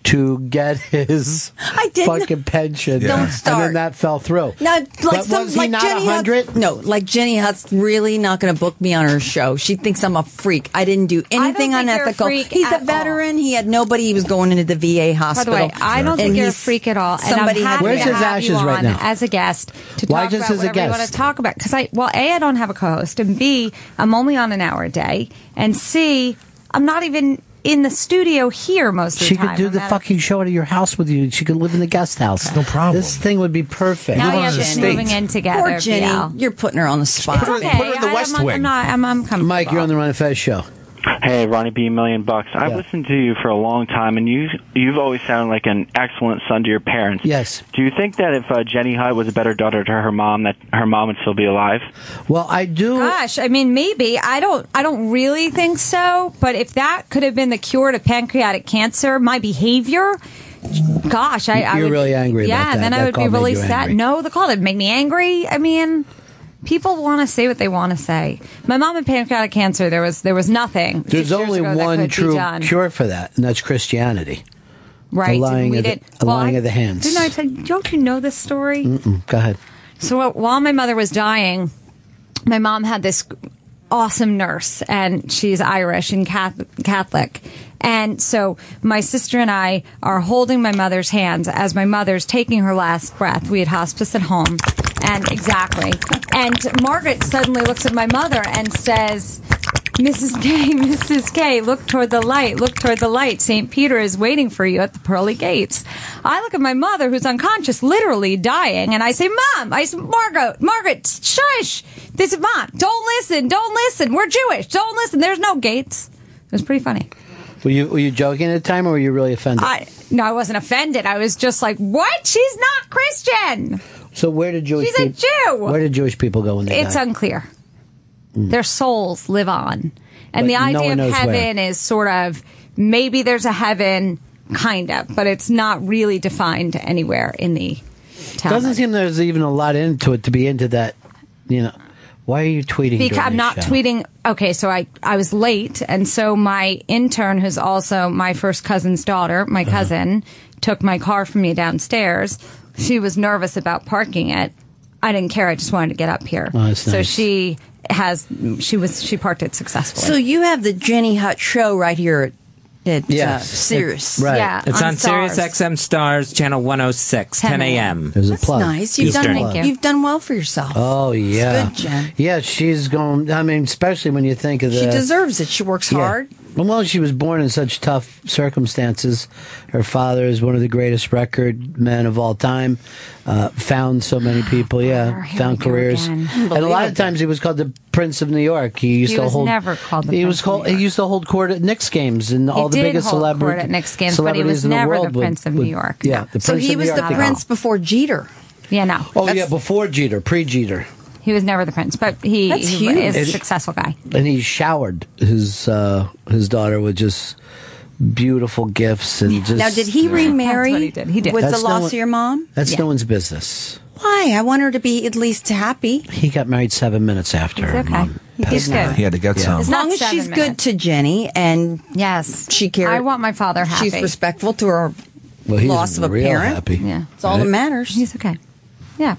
Speaker 4: to get his
Speaker 6: didn't-
Speaker 4: fucking pension.
Speaker 6: Don't
Speaker 4: And
Speaker 6: start.
Speaker 4: then that fell through.
Speaker 6: Now, like
Speaker 4: But
Speaker 6: some,
Speaker 4: was he
Speaker 6: like
Speaker 4: not
Speaker 6: Jenny Hutz, no, like Jenny Hutz really not going to book me on her show. She thinks I'm a freak. I didn't do anything
Speaker 18: think you're a
Speaker 6: unethical.
Speaker 18: freak
Speaker 6: He's a
Speaker 18: at all.
Speaker 6: veteran. He had nobody. He was going into the VA
Speaker 18: by the
Speaker 6: hospital.
Speaker 18: way, I don't think
Speaker 6: And
Speaker 18: you're a
Speaker 6: he's-
Speaker 18: freak at all. And
Speaker 6: somebody
Speaker 18: I'm
Speaker 6: had
Speaker 18: happy
Speaker 6: to
Speaker 18: to
Speaker 6: get-
Speaker 18: have you on As a guest to
Speaker 6: Why
Speaker 18: talk
Speaker 6: just as
Speaker 18: about
Speaker 6: a
Speaker 18: whatever you want
Speaker 6: guest?
Speaker 18: to talk about. Because I, well, A, I don't have a co host, and B, I'm only on an hour a day, and C, I'm not even in the studio here most of the
Speaker 4: She
Speaker 18: time.
Speaker 4: could do
Speaker 18: I'm
Speaker 4: the
Speaker 18: at-
Speaker 4: fucking show out of your house with you. She could live in the guest house. No problem. This thing would be perfect.
Speaker 18: Now you're just moving in together.
Speaker 6: Poor Jenny.
Speaker 18: BL.
Speaker 6: You're putting her on the spot.
Speaker 18: It's okay. I- I'm on- I'm not. I'm uncomfortable.
Speaker 4: Mike, you're on the Run and Fez show.
Speaker 11: Hey, Ronnie B, million bucks. I've listened to you for a long time, and you you've always sounded like an excellent son to your parents.
Speaker 4: Yes.
Speaker 11: Do you think that if uh, Jenny Hutt was a better daughter to her mom, that her mom would still be alive?
Speaker 4: Well, I do.
Speaker 18: Gosh, I mean, maybe I don't. I don't really think so. But if that could have been the cure to pancreatic cancer, my behavior. Gosh, I, I
Speaker 4: You're
Speaker 18: would,
Speaker 4: really angry about
Speaker 18: Yeah,
Speaker 4: that.
Speaker 18: then I
Speaker 4: That
Speaker 18: would
Speaker 4: call
Speaker 18: be
Speaker 4: made
Speaker 18: really
Speaker 4: you
Speaker 18: sad.
Speaker 4: angry.
Speaker 18: No, the call didn't make me angry. I mean, people want to say what they want to say. My mom had pancreatic cancer. There was there was nothing. six
Speaker 4: There's
Speaker 18: years
Speaker 4: only
Speaker 18: ago that could
Speaker 4: one
Speaker 18: be
Speaker 4: true
Speaker 18: done.
Speaker 4: cure for that, and that's Christianity.
Speaker 18: right?
Speaker 4: The lying,
Speaker 18: we
Speaker 4: of, the,
Speaker 18: did-
Speaker 4: the
Speaker 18: well,
Speaker 4: lying
Speaker 18: I-
Speaker 4: of the hands. Hmm?
Speaker 18: Didn't I tell you? Don't you know this story?
Speaker 4: Mm-mm, go ahead.
Speaker 18: So while my mother was dying, my mom had this awesome nurse, and she's Irish and Cath- Catholic. And so my sister and I are holding my mother's hands as my mother's taking her last breath. We had hospice at home. And exactly. And Margaret suddenly looks at my mother and says, Mrs. K, Mrs. K, look toward the light, look toward the light. St. Peter is waiting for you at the pearly gates. I look at my mother, who's unconscious, literally dying, and I say, Mom, I say, Margaret, Margaret, shush. This is Mom. Don't listen, don't listen. We're Jewish. Don't listen. There's no gates. It was pretty funny.
Speaker 4: Were you were you joking at the time, or were you really offended?
Speaker 18: I no, I wasn't offended. I was just like, what? She's not Christian.
Speaker 4: so where did Jewish
Speaker 18: She's a
Speaker 4: people,
Speaker 18: Jew!
Speaker 4: Where did Jewish people go when they
Speaker 18: It's
Speaker 4: die?
Speaker 18: unclear. Their souls live on. And
Speaker 4: Mm. But
Speaker 18: the
Speaker 4: no
Speaker 18: idea
Speaker 4: one knows
Speaker 18: of heaven is sort of maybe there's a heaven, kind of, but it's not really defined anywhere in the town.
Speaker 4: Doesn't seem there's even a lot into it to be into that. You know, why are you tweeting?
Speaker 18: because I'm not tweeting. Okay, so I I was late, and so my intern, who's also my first cousin's daughter, my
Speaker 4: Uh-huh.
Speaker 18: cousin, took my car from me downstairs. She was nervous about parking it. I didn't care. I just wanted to get up here.
Speaker 6: Oh, that's
Speaker 18: so
Speaker 6: nice.
Speaker 18: she has she was she parked it successfully.
Speaker 6: So you have the Jenny Hut show right here at, at uh,
Speaker 8: Yes.
Speaker 6: Sirius.
Speaker 18: Yeah,
Speaker 8: it's
Speaker 18: on
Speaker 8: on, Sirius
Speaker 18: Stars.
Speaker 8: XM Stars, channel 106, 10 a.m.
Speaker 4: There's a
Speaker 8: That's
Speaker 4: plug.
Speaker 6: Nice. You've done you've done well for yourself.
Speaker 4: Oh yeah,
Speaker 6: good, Jen.
Speaker 4: yeah. She's going. I mean, especially when you think of the.
Speaker 6: She deserves it. She works
Speaker 4: Yeah.
Speaker 6: hard.
Speaker 4: And while she was born in such tough circumstances, her father is one of the greatest record men of all time. Uh, found so many people, yeah, found careers,
Speaker 18: again.
Speaker 4: and a lot of times he was called the Prince of New York. He used
Speaker 18: He
Speaker 4: to
Speaker 18: was
Speaker 4: hold.
Speaker 18: never called the
Speaker 4: he
Speaker 18: Prince
Speaker 4: was
Speaker 18: of
Speaker 4: called. He used to hold court at Knicks games and all the
Speaker 18: did
Speaker 4: biggest
Speaker 18: hold court
Speaker 4: celebrities
Speaker 18: at Knicks games, but he was
Speaker 4: in the
Speaker 18: never the
Speaker 4: world would-
Speaker 18: Prince of New
Speaker 4: would-
Speaker 18: York.
Speaker 4: Yeah, the
Speaker 18: So
Speaker 4: Prince
Speaker 18: he
Speaker 4: of
Speaker 18: was
Speaker 4: New York,
Speaker 18: the
Speaker 4: they
Speaker 18: prince
Speaker 4: call
Speaker 6: before Jeter.
Speaker 18: Yeah, no.
Speaker 4: him. Oh yeah, before Jeter, pre Jeter.
Speaker 18: He was never the prince, but he,
Speaker 6: That's
Speaker 18: he
Speaker 6: huge.
Speaker 18: is a
Speaker 4: It-
Speaker 18: successful guy.
Speaker 4: and he showered his uh, his daughter with just beautiful gifts and just.
Speaker 6: now, did he remarry? he did. He
Speaker 4: did.
Speaker 6: With
Speaker 4: That's
Speaker 6: the loss
Speaker 4: no-
Speaker 6: of your mom?
Speaker 4: That's
Speaker 6: Yeah.
Speaker 4: no one's business.
Speaker 6: Why? I want her to be at least happy.
Speaker 4: He got married seven minutes after. her
Speaker 6: okay.
Speaker 4: mom
Speaker 6: He's
Speaker 4: passed
Speaker 6: good.
Speaker 4: away.
Speaker 6: He had
Speaker 5: to get
Speaker 6: As long as she's good to Jenny and
Speaker 18: yes,
Speaker 6: she cares.
Speaker 18: I want my father happy.
Speaker 6: She's respectful to her
Speaker 4: Well, he was
Speaker 6: loss of a
Speaker 4: real
Speaker 6: parent.
Speaker 4: happy.
Speaker 18: Yeah.
Speaker 6: It's all that matters.
Speaker 18: He's okay. Yeah.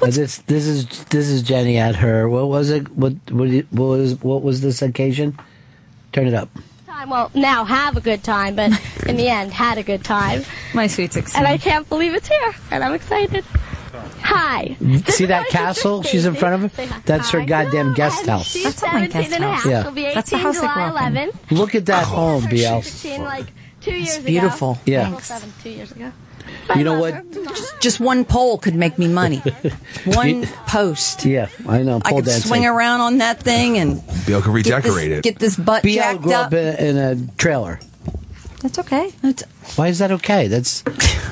Speaker 4: But this this is this is Jenny at her. What was it? What what did- what was what was this occasion? Turn it up.
Speaker 19: time. Well, now have a good time, but in the end, had a good time.
Speaker 18: My sweet sixteen.
Speaker 19: And I can't believe it's here, and I'm excited. Hi.
Speaker 4: See that castle she's in front of? Her? That's her goddamn guest house.
Speaker 19: She's 17 and a half.
Speaker 4: Yeah.
Speaker 19: She'll be 18
Speaker 18: That's the house I grew
Speaker 19: July
Speaker 18: up in.
Speaker 19: 11th.
Speaker 4: Look at that home, Biel.
Speaker 19: 16, like two years ago.
Speaker 6: beautiful.
Speaker 4: Yeah.
Speaker 19: April 7th, two years ago.
Speaker 4: You know what?
Speaker 6: Just, just one pole could make me money. One
Speaker 4: You-
Speaker 6: post.
Speaker 4: Yeah, I know.
Speaker 6: I
Speaker 4: pole
Speaker 6: could
Speaker 4: dancing.
Speaker 6: swing around on that thing and
Speaker 5: Bill can
Speaker 6: get this-
Speaker 5: redecorate it.
Speaker 6: Get this butt
Speaker 4: Biel
Speaker 6: jacked
Speaker 4: grew
Speaker 6: up.
Speaker 4: up in, in a trailer.
Speaker 18: That's okay.
Speaker 4: Why is that okay? That's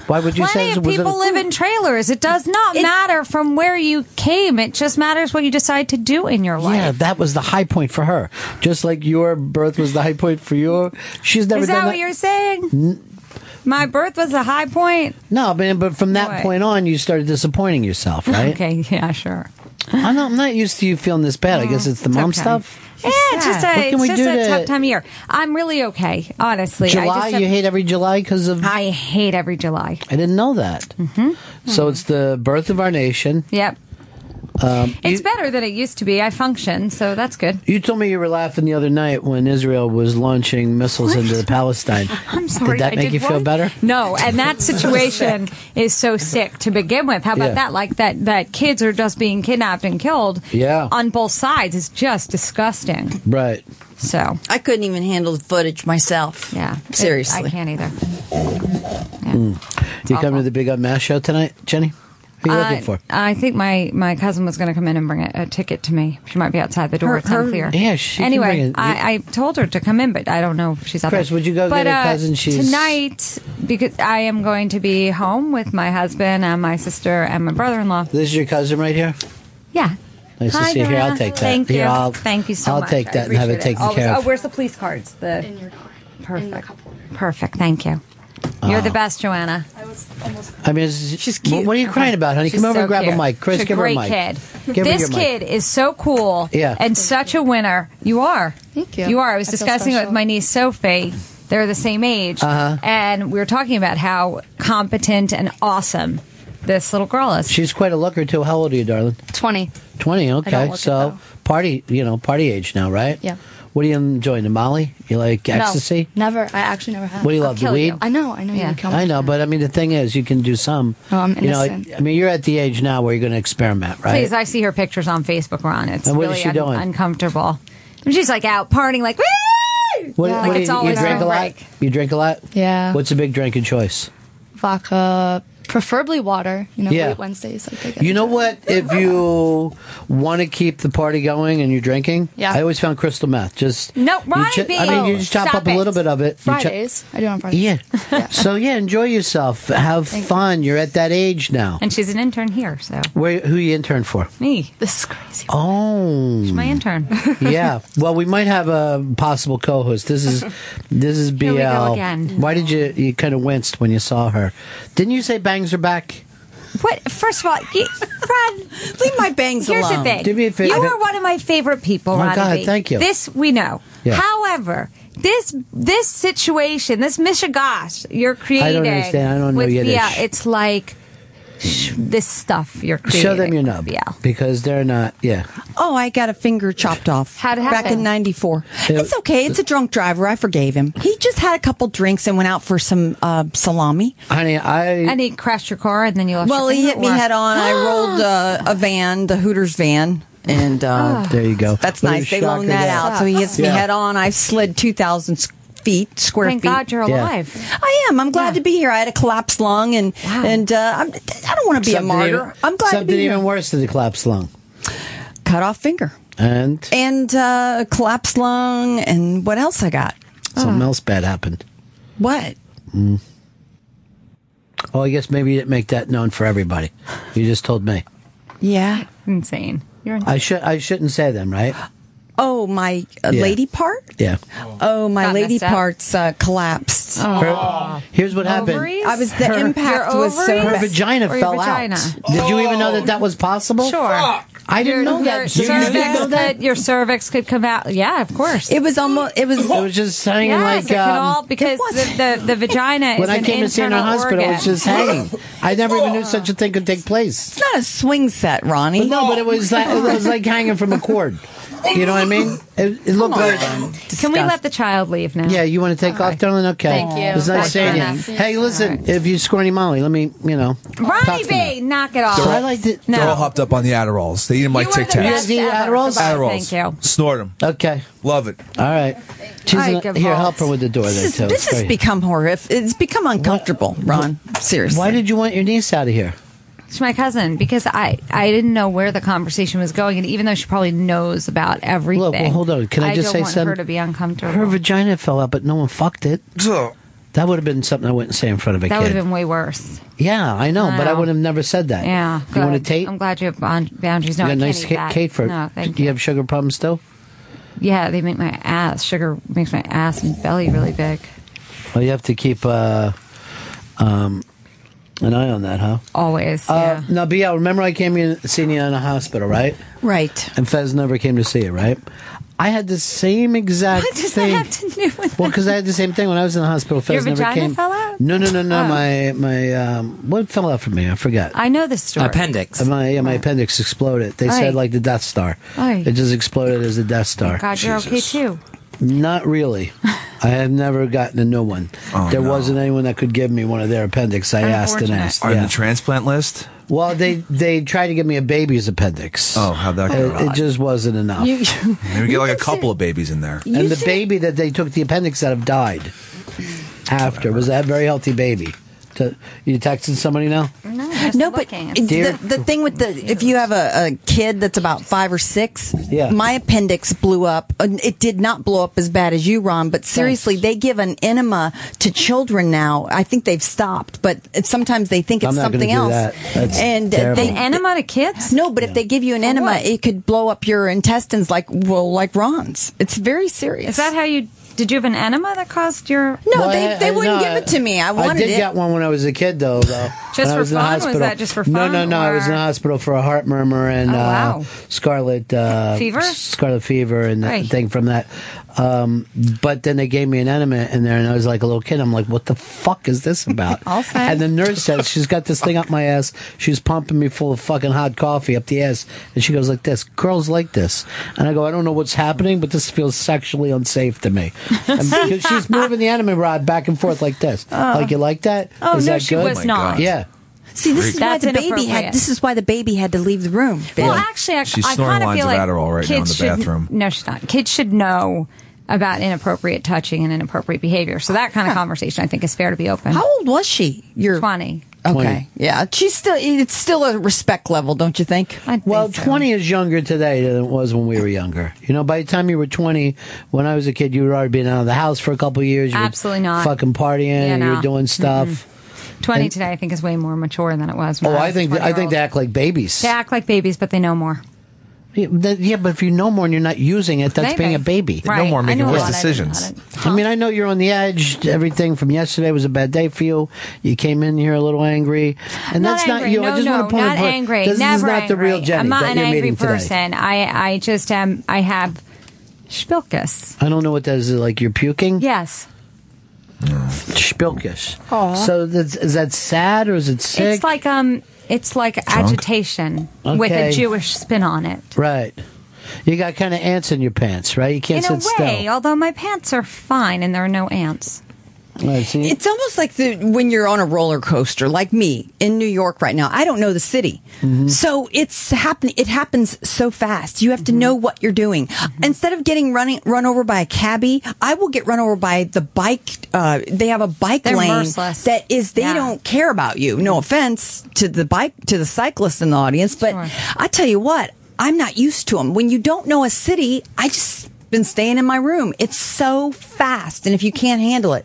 Speaker 4: why would you say
Speaker 18: Plenty
Speaker 4: it
Speaker 18: of
Speaker 4: was
Speaker 18: people
Speaker 4: a,
Speaker 18: live in trailers. It does not matter from where you came. It just matters what you decide to do in your life.
Speaker 4: Yeah, that was the high point for her. Just like your birth was the high point for you. She's never
Speaker 18: Is
Speaker 4: done
Speaker 18: that what you're saying? My birth was a high point.
Speaker 4: No, but, but from that
Speaker 18: What?
Speaker 4: point on, you started disappointing yourself, right?
Speaker 18: Okay, yeah, sure.
Speaker 4: I'm not, I'm not used to you feeling this bad. I guess
Speaker 18: Oh,
Speaker 4: it's the mom stuff.
Speaker 18: Yeah, it's just
Speaker 4: What
Speaker 18: a,
Speaker 4: can
Speaker 18: it's
Speaker 4: we
Speaker 18: just
Speaker 4: do
Speaker 18: a
Speaker 4: to-
Speaker 18: tough time of year. I'm really okay, honestly. I
Speaker 4: July,
Speaker 18: just have-
Speaker 4: you hate every July because of.
Speaker 18: I hate every July.
Speaker 4: I didn't know that. Mm-hmm. So it's the birth of our nation.
Speaker 18: Yep.
Speaker 4: Um,
Speaker 18: It's better than it used to be. I function, so that's good.
Speaker 4: you told me you were laughing the other night when Israel was launching missiles into Palestine.
Speaker 18: I'm sorry.
Speaker 4: Did that
Speaker 18: I
Speaker 4: make
Speaker 18: did
Speaker 4: you feel
Speaker 18: what?
Speaker 4: better?
Speaker 18: No, and that situation is so sick to begin with. How about
Speaker 4: Yeah.
Speaker 18: that? Like that that kids are just being kidnapped and killed
Speaker 4: Yeah.
Speaker 18: on both sides is just disgusting.
Speaker 4: Right.
Speaker 18: So
Speaker 6: I couldn't even handle the footage myself.
Speaker 18: Yeah.
Speaker 6: Seriously.
Speaker 18: I can't either.
Speaker 4: Mm. You coming to the Big Unmasked show tonight, Jenny? Who you looking
Speaker 18: Uh,
Speaker 4: for?
Speaker 18: I think my, my cousin was going to come in and bring a, a ticket to me. She might be outside the door.
Speaker 4: Her-
Speaker 18: it's
Speaker 4: her-
Speaker 18: unclear.
Speaker 4: Yeah, she can bring
Speaker 18: Anyway,
Speaker 4: it.
Speaker 18: I, I told her to come in, but I don't know if she's out
Speaker 4: Chris,
Speaker 18: there.
Speaker 4: would you go
Speaker 18: but,
Speaker 4: get her
Speaker 18: uh,
Speaker 4: cousin? She's-
Speaker 18: tonight because I am going to be home with my husband and my sister and my brother-in-law.
Speaker 4: This is your cousin right here?
Speaker 18: Yeah.
Speaker 4: Nice
Speaker 18: Hi,
Speaker 4: to see you. Here, I'll
Speaker 18: Dora.
Speaker 4: take that.
Speaker 18: Thank
Speaker 4: Here,
Speaker 18: you.
Speaker 4: I'll-
Speaker 18: Thank you so
Speaker 4: I'll
Speaker 18: much.
Speaker 4: take
Speaker 18: I
Speaker 4: that and have it
Speaker 18: appreciate
Speaker 4: taken
Speaker 18: Always-
Speaker 4: care of.
Speaker 18: Oh, where's the police cards? The in your car. Perfect. Perfect. Thank you. You're
Speaker 4: Oh.
Speaker 18: the best, Joanna.
Speaker 4: I mean, she's cute. What are you crying about, honey?
Speaker 18: She's
Speaker 4: Come over
Speaker 18: so
Speaker 4: and grab
Speaker 18: cute.
Speaker 4: a mic. Chris,
Speaker 18: She's
Speaker 4: give her a
Speaker 18: great
Speaker 4: mic.
Speaker 18: Kid.
Speaker 4: Give her
Speaker 18: this
Speaker 4: your mic.
Speaker 18: kid is so cool.
Speaker 4: Yeah.
Speaker 18: And such a winner. You are. Thank
Speaker 20: you.
Speaker 18: You are. I was
Speaker 20: I feel
Speaker 18: discussing it with
Speaker 20: special.
Speaker 18: my niece Sophie. They're the same age.
Speaker 4: Uh-huh.
Speaker 18: And we were talking about how competent and awesome this little girl is.
Speaker 4: She's quite a looker, too. How old are you, darling?
Speaker 20: 20.
Speaker 4: 20,
Speaker 20: I don't
Speaker 4: okay.
Speaker 20: look it,
Speaker 4: So, party, you know, party age now, right?
Speaker 20: Yeah.
Speaker 4: What are you enjoying? The Molly? You like ecstasy?
Speaker 20: No, never. I actually never have.
Speaker 4: What do you love, the weed?
Speaker 20: I know. I know you would kill me.
Speaker 4: I know, but I mean, the thing is, you can do some.
Speaker 20: No, I'm
Speaker 4: you know, I,
Speaker 20: innocent.
Speaker 4: I mean, you're at the age now where you're going to experiment, right?
Speaker 18: Please, I see her pictures on Facebook, Ron. It's
Speaker 4: And what is
Speaker 18: really
Speaker 4: she
Speaker 18: un-
Speaker 4: doing?
Speaker 18: uncomfortable. And she's like out partying, like, Woo!
Speaker 4: What,
Speaker 18: like
Speaker 4: what do
Speaker 18: it's
Speaker 4: you, you
Speaker 18: always
Speaker 4: drink
Speaker 18: her
Speaker 4: a lot?
Speaker 18: break.
Speaker 4: You drink a lot?
Speaker 20: Yeah.
Speaker 4: What's a big drinking choice?
Speaker 20: Vodka, preferably water. You know,
Speaker 4: Yeah.
Speaker 20: White Wednesdays. Like, I get
Speaker 4: You know what? If you want to keep the party going and you're drinking,
Speaker 20: Yeah.
Speaker 4: I always found crystal meth. Just
Speaker 20: No,
Speaker 4: you
Speaker 20: Ronnie
Speaker 4: chi-
Speaker 20: B.
Speaker 4: I mean, you just chop
Speaker 20: Stop
Speaker 4: up a
Speaker 20: it.
Speaker 4: little bit of it. You chop-
Speaker 20: Fridays. I do it on Fridays.
Speaker 4: yeah. So yeah, enjoy yourself. Have fun. You're at that age now.
Speaker 18: And she's an intern here, so.
Speaker 4: Where who you intern for?
Speaker 18: Me.
Speaker 20: This is crazy.
Speaker 4: Oh,
Speaker 18: My intern.
Speaker 4: yeah. Well, we might have a possible co-host. This is this is BL.
Speaker 18: Here we go again.
Speaker 4: Why did you you kind of winced when you saw her? Didn't you say bangs are back?
Speaker 18: What? First of all, you, Ron, leave my bangs here's
Speaker 4: alone.
Speaker 18: the thing.
Speaker 4: Do me a favor.
Speaker 18: You are one of my favorite people,
Speaker 4: Oh, my
Speaker 18: Ronnie
Speaker 4: God,
Speaker 18: B.
Speaker 4: thank you.
Speaker 18: This we know.
Speaker 4: Yeah.
Speaker 18: However, this this situation, this mishigash you're creating.
Speaker 4: understand. I don't know
Speaker 18: with
Speaker 4: Yiddish.
Speaker 18: Yeah, it's like sh- this stuff you're creating.
Speaker 4: Show them your nub. Yeah. Because they're not. Yeah.
Speaker 6: Oh, I got a finger chopped off. How'd it Back
Speaker 18: happen?
Speaker 6: in 94.
Speaker 4: Yeah.
Speaker 6: It's okay. It's a drunk driver. I forgave him. He just had a couple drinks and went out for some uh, salami.
Speaker 4: Honey, I.
Speaker 18: And he crashed your car, and then you lost.
Speaker 6: Well,
Speaker 18: your
Speaker 6: he
Speaker 18: finger,
Speaker 6: hit me
Speaker 18: or-
Speaker 6: head on. I rolled uh, a van, the Hooters van. and uh,
Speaker 18: Ah.
Speaker 4: There you go.
Speaker 6: That's
Speaker 4: What a
Speaker 6: nice. They
Speaker 4: shocker
Speaker 6: loan that
Speaker 4: that-
Speaker 6: out, so he hits
Speaker 4: Yeah.
Speaker 6: me head on. I've slid two thousand feet, square
Speaker 18: Thank
Speaker 6: feet.
Speaker 18: God you're Yeah. alive.
Speaker 6: I am. I'm glad to be here. I had a collapsed lung, and and uh, I'm, I don't want to be a
Speaker 4: Something
Speaker 6: martyr.
Speaker 4: even-
Speaker 6: I'm glad to
Speaker 4: Something
Speaker 6: be here.
Speaker 4: even worse than the collapsed lung.
Speaker 6: Cut off finger
Speaker 4: And
Speaker 6: and uh, collapsed lung, and what else I got?
Speaker 18: Oh.
Speaker 4: something else bad happened.
Speaker 6: What?
Speaker 4: Mm. Oh, I guess maybe you didn't make that known for everybody. You just told me.
Speaker 6: Yeah,
Speaker 18: insane. You're insane.
Speaker 4: I should. I shouldn't say them, right?
Speaker 6: Oh, my uh,
Speaker 4: Yeah.
Speaker 6: lady part.
Speaker 4: Yeah.
Speaker 6: Oh, my
Speaker 18: Got
Speaker 6: lady
Speaker 18: messed up. Oh.
Speaker 6: parts uh, collapsed.
Speaker 4: Her- here's what happened.
Speaker 6: I was the impact
Speaker 18: Your
Speaker 6: was so
Speaker 18: ovaries?
Speaker 4: Her vagina
Speaker 18: Or your
Speaker 4: fell
Speaker 18: vagina?
Speaker 4: out. Did you even know that that was possible?
Speaker 18: Sure.
Speaker 4: I didn't
Speaker 18: Your-
Speaker 4: know that.
Speaker 18: Your
Speaker 4: You didn't
Speaker 18: cervix,
Speaker 4: know
Speaker 18: that your cervix could come out. Yeah, of course.
Speaker 6: It was almost. It was.
Speaker 4: It was just hanging
Speaker 18: yes,
Speaker 4: like,
Speaker 18: it could
Speaker 4: um,
Speaker 18: all because the, the the vagina is
Speaker 4: when I
Speaker 18: an
Speaker 4: came to San
Speaker 18: internal
Speaker 4: Hospital, it
Speaker 18: organ.
Speaker 4: was just hanging. I never even knew such a thing could take place. It's
Speaker 6: not a swing set, Ronnie.
Speaker 4: no, but it was like, it was like hanging from a cord. You know what I mean? It, it looked like.
Speaker 18: Can we let the child leave now?
Speaker 4: Yeah, you want to take off, darling? Okay.
Speaker 18: Thank you.
Speaker 4: It was
Speaker 18: Bye,
Speaker 4: nice seeing you.
Speaker 18: Donna.
Speaker 4: Hey, listen, if you squirty Molly, let me, you know. talk
Speaker 18: Ronnie
Speaker 4: to me.
Speaker 18: B, knock it off.
Speaker 4: So I liked it.
Speaker 5: They're all
Speaker 18: No.
Speaker 5: hopped up on the Adderalls. They eat them like
Speaker 18: You are the
Speaker 5: Tic Tacs.
Speaker 18: best You guys do ever. Adderalls? Goodbye.
Speaker 5: Adderalls.
Speaker 18: Thank you.
Speaker 5: Snort them.
Speaker 4: Okay.
Speaker 5: Love it.
Speaker 4: All right. She's
Speaker 6: All right,
Speaker 4: gonna-
Speaker 6: good
Speaker 4: here,
Speaker 6: balls.
Speaker 4: help her with the door
Speaker 6: This,
Speaker 4: there,
Speaker 6: is,
Speaker 4: too.
Speaker 6: this
Speaker 4: It's
Speaker 6: has
Speaker 4: great.
Speaker 6: become horrific. It's become uncomfortable, Ron. Seriously.
Speaker 4: Why did you want your niece out of here?
Speaker 18: to my cousin because I I didn't know where the conversation was going, and even though she probably knows about everything,
Speaker 4: Look, well, hold on. Can I, just
Speaker 18: don't
Speaker 4: say
Speaker 18: want
Speaker 4: something?
Speaker 18: Her to be uncomfortable.
Speaker 4: Her vagina fell out, but no one fucked it. That would have been something I wouldn't say in front of a
Speaker 18: that would
Speaker 4: kid.
Speaker 18: have been way worse.
Speaker 4: yeah, I know, but I
Speaker 18: Wow.
Speaker 4: would have never said that.
Speaker 18: Yeah.
Speaker 4: You want a
Speaker 18: good.
Speaker 4: tape?
Speaker 18: I'm glad you have bond- boundaries. No,
Speaker 4: you got
Speaker 18: I
Speaker 4: a
Speaker 18: can't
Speaker 4: nice
Speaker 18: eat
Speaker 4: ca-
Speaker 18: that.
Speaker 4: cake for.
Speaker 18: No,
Speaker 4: do
Speaker 18: thank
Speaker 4: you have sugar problems still?
Speaker 18: Yeah, they make my ass sugar makes my ass and belly really big
Speaker 4: Well, you have to keep uh, um, an eye on that, huh?
Speaker 18: always.
Speaker 4: Uh, now, BL, remember I came in seeing you in the hospital, right?
Speaker 6: Right.
Speaker 4: And Fez never came to see you, right? I had the same exact
Speaker 18: What does that
Speaker 4: thing.
Speaker 18: have to do with
Speaker 4: Well, because I had the same thing when I was in the hospital. Fez
Speaker 18: Your
Speaker 4: never
Speaker 18: vagina
Speaker 4: came.
Speaker 18: fell out?
Speaker 4: No, no, no, no.
Speaker 18: Oh.
Speaker 4: My my um, what fell out from me? I forgot.
Speaker 18: I know this story.
Speaker 4: Uh, My yeah, my appendix exploded. They
Speaker 18: Right.
Speaker 4: said like the Death Star.
Speaker 18: Right.
Speaker 4: It just exploded as the Death Star.
Speaker 18: Oh God, you're okay too.
Speaker 4: Not really. I have never gotten a new one.
Speaker 5: Oh,
Speaker 4: there wasn't anyone that could give me one of their appendix. I asked and
Speaker 18: Unfortunate.
Speaker 4: asked.
Speaker 5: Are in
Speaker 4: yeah.
Speaker 5: the transplant list?
Speaker 4: well, they they tried to give me a baby's appendix.
Speaker 5: Oh, how'd that go?
Speaker 4: It, it just wasn't enough.
Speaker 5: You- Maybe get like a couple of babies in there.
Speaker 4: and the baby that they took the appendix out of died after. Was that a very healthy baby? To, you texting somebody now?
Speaker 6: No, no but it-
Speaker 4: Dear-
Speaker 6: the, the thing with the if you have a, a kid that's about five or six,
Speaker 4: Yeah.
Speaker 6: my appendix blew up. And It did not blow up as bad as you, Ron. But seriously, they give an enema to children now. I think they've stopped, but it- sometimes they think it's
Speaker 4: I'm not gonna
Speaker 6: something
Speaker 4: do
Speaker 6: else.
Speaker 4: that. That's
Speaker 6: and uh,
Speaker 4: terrible.
Speaker 6: they
Speaker 4: An
Speaker 18: enema to kids?
Speaker 6: No, but if they give you an enema, it could blow up your intestines like well, like Ron's. It's very serious.
Speaker 18: Is that how you? Did you have an enema that caused your?
Speaker 6: No, Well, they- I- they I- wouldn't no, give it to me. I wanted
Speaker 4: I did
Speaker 6: it.
Speaker 4: get one when I was a kid, though. though
Speaker 18: Just
Speaker 4: when I
Speaker 18: for
Speaker 4: was in the
Speaker 18: fun? Was
Speaker 4: hospital.
Speaker 18: that just for
Speaker 4: No,
Speaker 18: fun,
Speaker 4: no, no. I was in
Speaker 18: or-
Speaker 4: the hospital for a heart murmur and
Speaker 18: Oh, wow.
Speaker 4: uh, scarlet uh,
Speaker 18: Fever?
Speaker 4: scarlet fever, and that
Speaker 18: Right.
Speaker 4: thing from that. Um, but then they gave me an enema in there, and I was like a little kid. I'm like, what the fuck is this about?
Speaker 18: I'll say.
Speaker 4: And the nurse says she's got this thing up my ass. She's pumping me full of fucking hot coffee up the ass, and she goes like this. Girls like this, and I go, I don't know what's happening, but this feels sexually unsafe to me. And because she's moving the enema rod back and forth like this,
Speaker 6: Oh.
Speaker 18: Uh.
Speaker 4: like you like that.
Speaker 6: Oh,
Speaker 4: Is
Speaker 6: no,
Speaker 4: that
Speaker 6: she
Speaker 4: good?
Speaker 6: was Oh my not. God.
Speaker 4: Yeah.
Speaker 6: See, this is why
Speaker 18: That's
Speaker 6: the baby
Speaker 18: inappropriate.
Speaker 6: had. This is why the baby had to leave the room.
Speaker 18: Well, actually, I,
Speaker 5: She's
Speaker 18: I
Speaker 5: snoring
Speaker 18: kind of
Speaker 5: lines
Speaker 18: feel
Speaker 5: of
Speaker 18: like
Speaker 5: Adderall right now in
Speaker 18: kids
Speaker 5: the
Speaker 18: should-
Speaker 5: bathroom.
Speaker 18: No, she's not. Kids should know about inappropriate touching and inappropriate behavior. So that kind of conversation, I think, is fair to be open.
Speaker 6: How old was she? You're
Speaker 18: twenty.
Speaker 6: Okay. Yeah, she's still. It's still a respect level, don't you think?
Speaker 4: well, 20 is younger today than it was when we were younger. You know, by the time you were 20, when I was a kid, you were already been out of the house for a couple of years. You were
Speaker 18: Absolutely not.
Speaker 4: Fucking partying.
Speaker 18: Yeah,
Speaker 4: and You
Speaker 18: no. Mm-hmm.
Speaker 4: were doing stuff.
Speaker 18: Twenty
Speaker 4: And-
Speaker 18: today, I think, is way more mature than it was. When
Speaker 4: Oh, I
Speaker 18: was
Speaker 4: think
Speaker 18: a
Speaker 4: I think
Speaker 18: 20-year-old.
Speaker 4: they act like babies.
Speaker 18: They act like babies, but they know more.
Speaker 4: Yeah, that- yeah, but if you know more and you're not using it, that's
Speaker 18: Maybe.
Speaker 4: being a baby.
Speaker 18: They know Right. more, I making know a worse lot I didn't know
Speaker 4: decisions. I mean, I know you're on the edge. Everything from yesterday was a bad day for you. You came in here a little angry, and
Speaker 18: Not
Speaker 4: that's
Speaker 18: angry.
Speaker 4: not you.
Speaker 18: No,
Speaker 4: I just
Speaker 18: no,
Speaker 4: want to point
Speaker 18: not
Speaker 4: out-
Speaker 18: angry.
Speaker 4: This
Speaker 18: Never
Speaker 4: is not the real
Speaker 18: angry.
Speaker 4: Jenny
Speaker 18: I'm not
Speaker 4: that
Speaker 18: an
Speaker 4: you're
Speaker 18: angry
Speaker 4: meeting today.
Speaker 18: person. I, I just am. I have spilkus.
Speaker 4: I don't know what that is. Is it Like you're puking.
Speaker 18: Yes.
Speaker 4: Spilkish.
Speaker 18: Aw.
Speaker 4: So that's, is that sad or is it sick?
Speaker 18: It's like um, it's like agitation with a
Speaker 4: Okay.
Speaker 18: Jewish spin on it.
Speaker 4: right. You got kind of ants in your pants, right? You can't
Speaker 18: in a
Speaker 4: sit
Speaker 18: way, although my pants are fine and there are no ants.
Speaker 4: still.
Speaker 6: It's almost like the when you're on a roller coaster, like me in New York right now. I don't know the city, so it's happening. It happens so fast. You have to know what you're doing. Instead of getting running run over by a cabbie, I will get run over by the bike. Uh, they have a bike
Speaker 18: They're
Speaker 6: lane
Speaker 18: merciless.
Speaker 6: that is they
Speaker 18: Yeah. Mm-hmm.
Speaker 6: don't care about you. No offense to the bike to the cyclists in the audience, but I tell you what, I'm not used to them. When you don't know a city, I just been staying in my room. It's so fast, and if you can't handle it.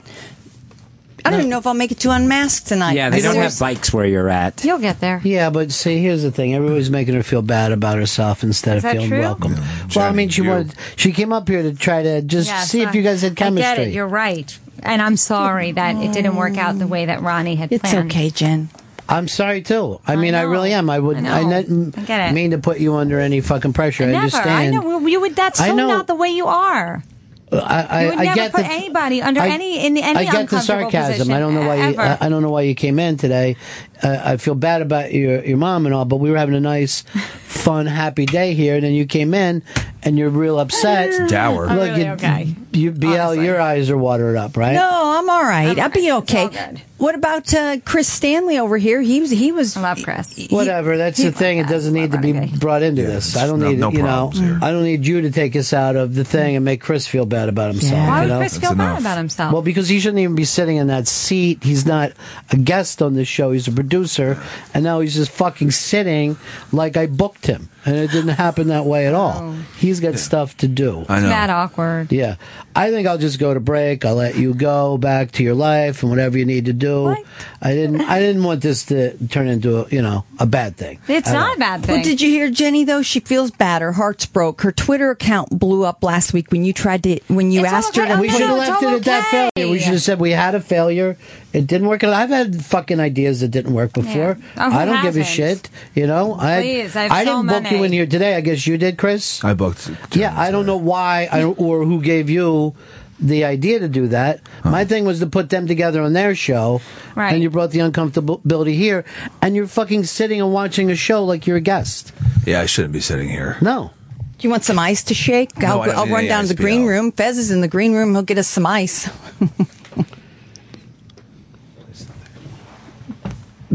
Speaker 6: I don't even know if I'll make it to Unmasked tonight.
Speaker 17: Yeah, they
Speaker 6: I
Speaker 17: don't have
Speaker 6: seriously-
Speaker 17: bikes where you're at.
Speaker 18: You'll get there.
Speaker 4: Yeah, but see, here's the thing: everybody's making her feel bad about herself instead
Speaker 18: Is
Speaker 4: of
Speaker 18: that
Speaker 4: feeling
Speaker 18: true?
Speaker 4: welcome. well, I mean, she wanted, she came up here to try to just
Speaker 18: Yes, uh,
Speaker 4: see if
Speaker 18: I-
Speaker 4: you guys had chemistry.
Speaker 18: I get it. You're right. And I'm sorry that it didn't work out the way that Ronnie had
Speaker 6: It's
Speaker 18: planned.
Speaker 6: okay, Jen.
Speaker 4: I'm sorry too. I mean, I, really am. I would.
Speaker 18: I
Speaker 4: I,
Speaker 18: know.
Speaker 4: not
Speaker 18: I get it.
Speaker 4: mean to put you under any fucking pressure. I
Speaker 18: Never. I
Speaker 4: understand.
Speaker 18: know Well, you would. That's
Speaker 4: I
Speaker 18: so
Speaker 4: know.
Speaker 18: not the way you are.
Speaker 4: I, I,
Speaker 18: you would
Speaker 4: I
Speaker 18: never
Speaker 4: get
Speaker 18: put
Speaker 4: the,
Speaker 18: anybody under
Speaker 4: I-
Speaker 18: any in any
Speaker 4: I get the
Speaker 18: uncomfortable
Speaker 4: sarcasm.
Speaker 18: position.
Speaker 4: I don't know why. You,
Speaker 18: ever.
Speaker 4: I, I don't know why you came in today. Uh, I feel bad about your your mom and all, but we were having a nice, fun, happy day here, and then you came in, and you're real upset.
Speaker 6: Dour. I'm
Speaker 4: Look,
Speaker 6: really
Speaker 4: you,
Speaker 6: okay.
Speaker 4: You, BL, your eyes are watered up, right?
Speaker 6: No, I'm all right. I'll be okay. What about uh, Chris Stanley over here? He was. He was. I love Chris.
Speaker 4: Whatever. That's the thing. It doesn't need to be brought into this. I don't
Speaker 5: no-
Speaker 4: need
Speaker 5: no
Speaker 4: you know.
Speaker 5: problems here.
Speaker 4: I don't need you to take us out of the thing and make Chris feel bad about himself.
Speaker 18: Why
Speaker 4: you
Speaker 18: would
Speaker 4: know?
Speaker 18: Chris feel bad about himself?
Speaker 4: Well, because he shouldn't even be sitting in that seat. He's not a guest on this show. He's a producer, and now he's just fucking sitting like I booked him, and it didn't happen that way at all. He's got stuff to do.
Speaker 18: It's that awkward.
Speaker 4: Yeah, I think I'll just go to break. I'll let you go back to your life and whatever you need to do. I didn't. I didn't want this to turn into a, you know a bad thing. At all.
Speaker 6: Well, did you hear Jenny though? She feels bad. Her heart's broke. Her Twitter account blew up last week when you tried to when you asked her to.
Speaker 4: We
Speaker 6: put-
Speaker 4: should have left it at that failure. We should have said we had a failure. It didn't work. I've had fucking ideas that didn't work before.
Speaker 18: Oh, who
Speaker 4: I don't give a
Speaker 18: hasn't?
Speaker 4: shit. You know, I
Speaker 18: Please, I've
Speaker 4: I
Speaker 18: so
Speaker 4: didn't book you
Speaker 18: many.
Speaker 4: in here today. I guess you did, Chris.
Speaker 5: I booked.
Speaker 4: yeah, I don't know why I, or who gave you the idea to do that. My thing was to put them together on their show,
Speaker 18: Right.
Speaker 4: and you brought the uncomfortability here, and you're fucking sitting and watching a show like you're a guest.
Speaker 5: Yeah, I shouldn't be sitting here.
Speaker 4: No.
Speaker 6: Do you want some ice to shake?
Speaker 5: No,
Speaker 6: I'll,
Speaker 5: I don't
Speaker 6: I'll
Speaker 5: need
Speaker 6: run
Speaker 5: any
Speaker 6: down
Speaker 5: ice,
Speaker 6: to the green
Speaker 5: BL.
Speaker 6: room. Fez is in the green room. He'll get us some ice.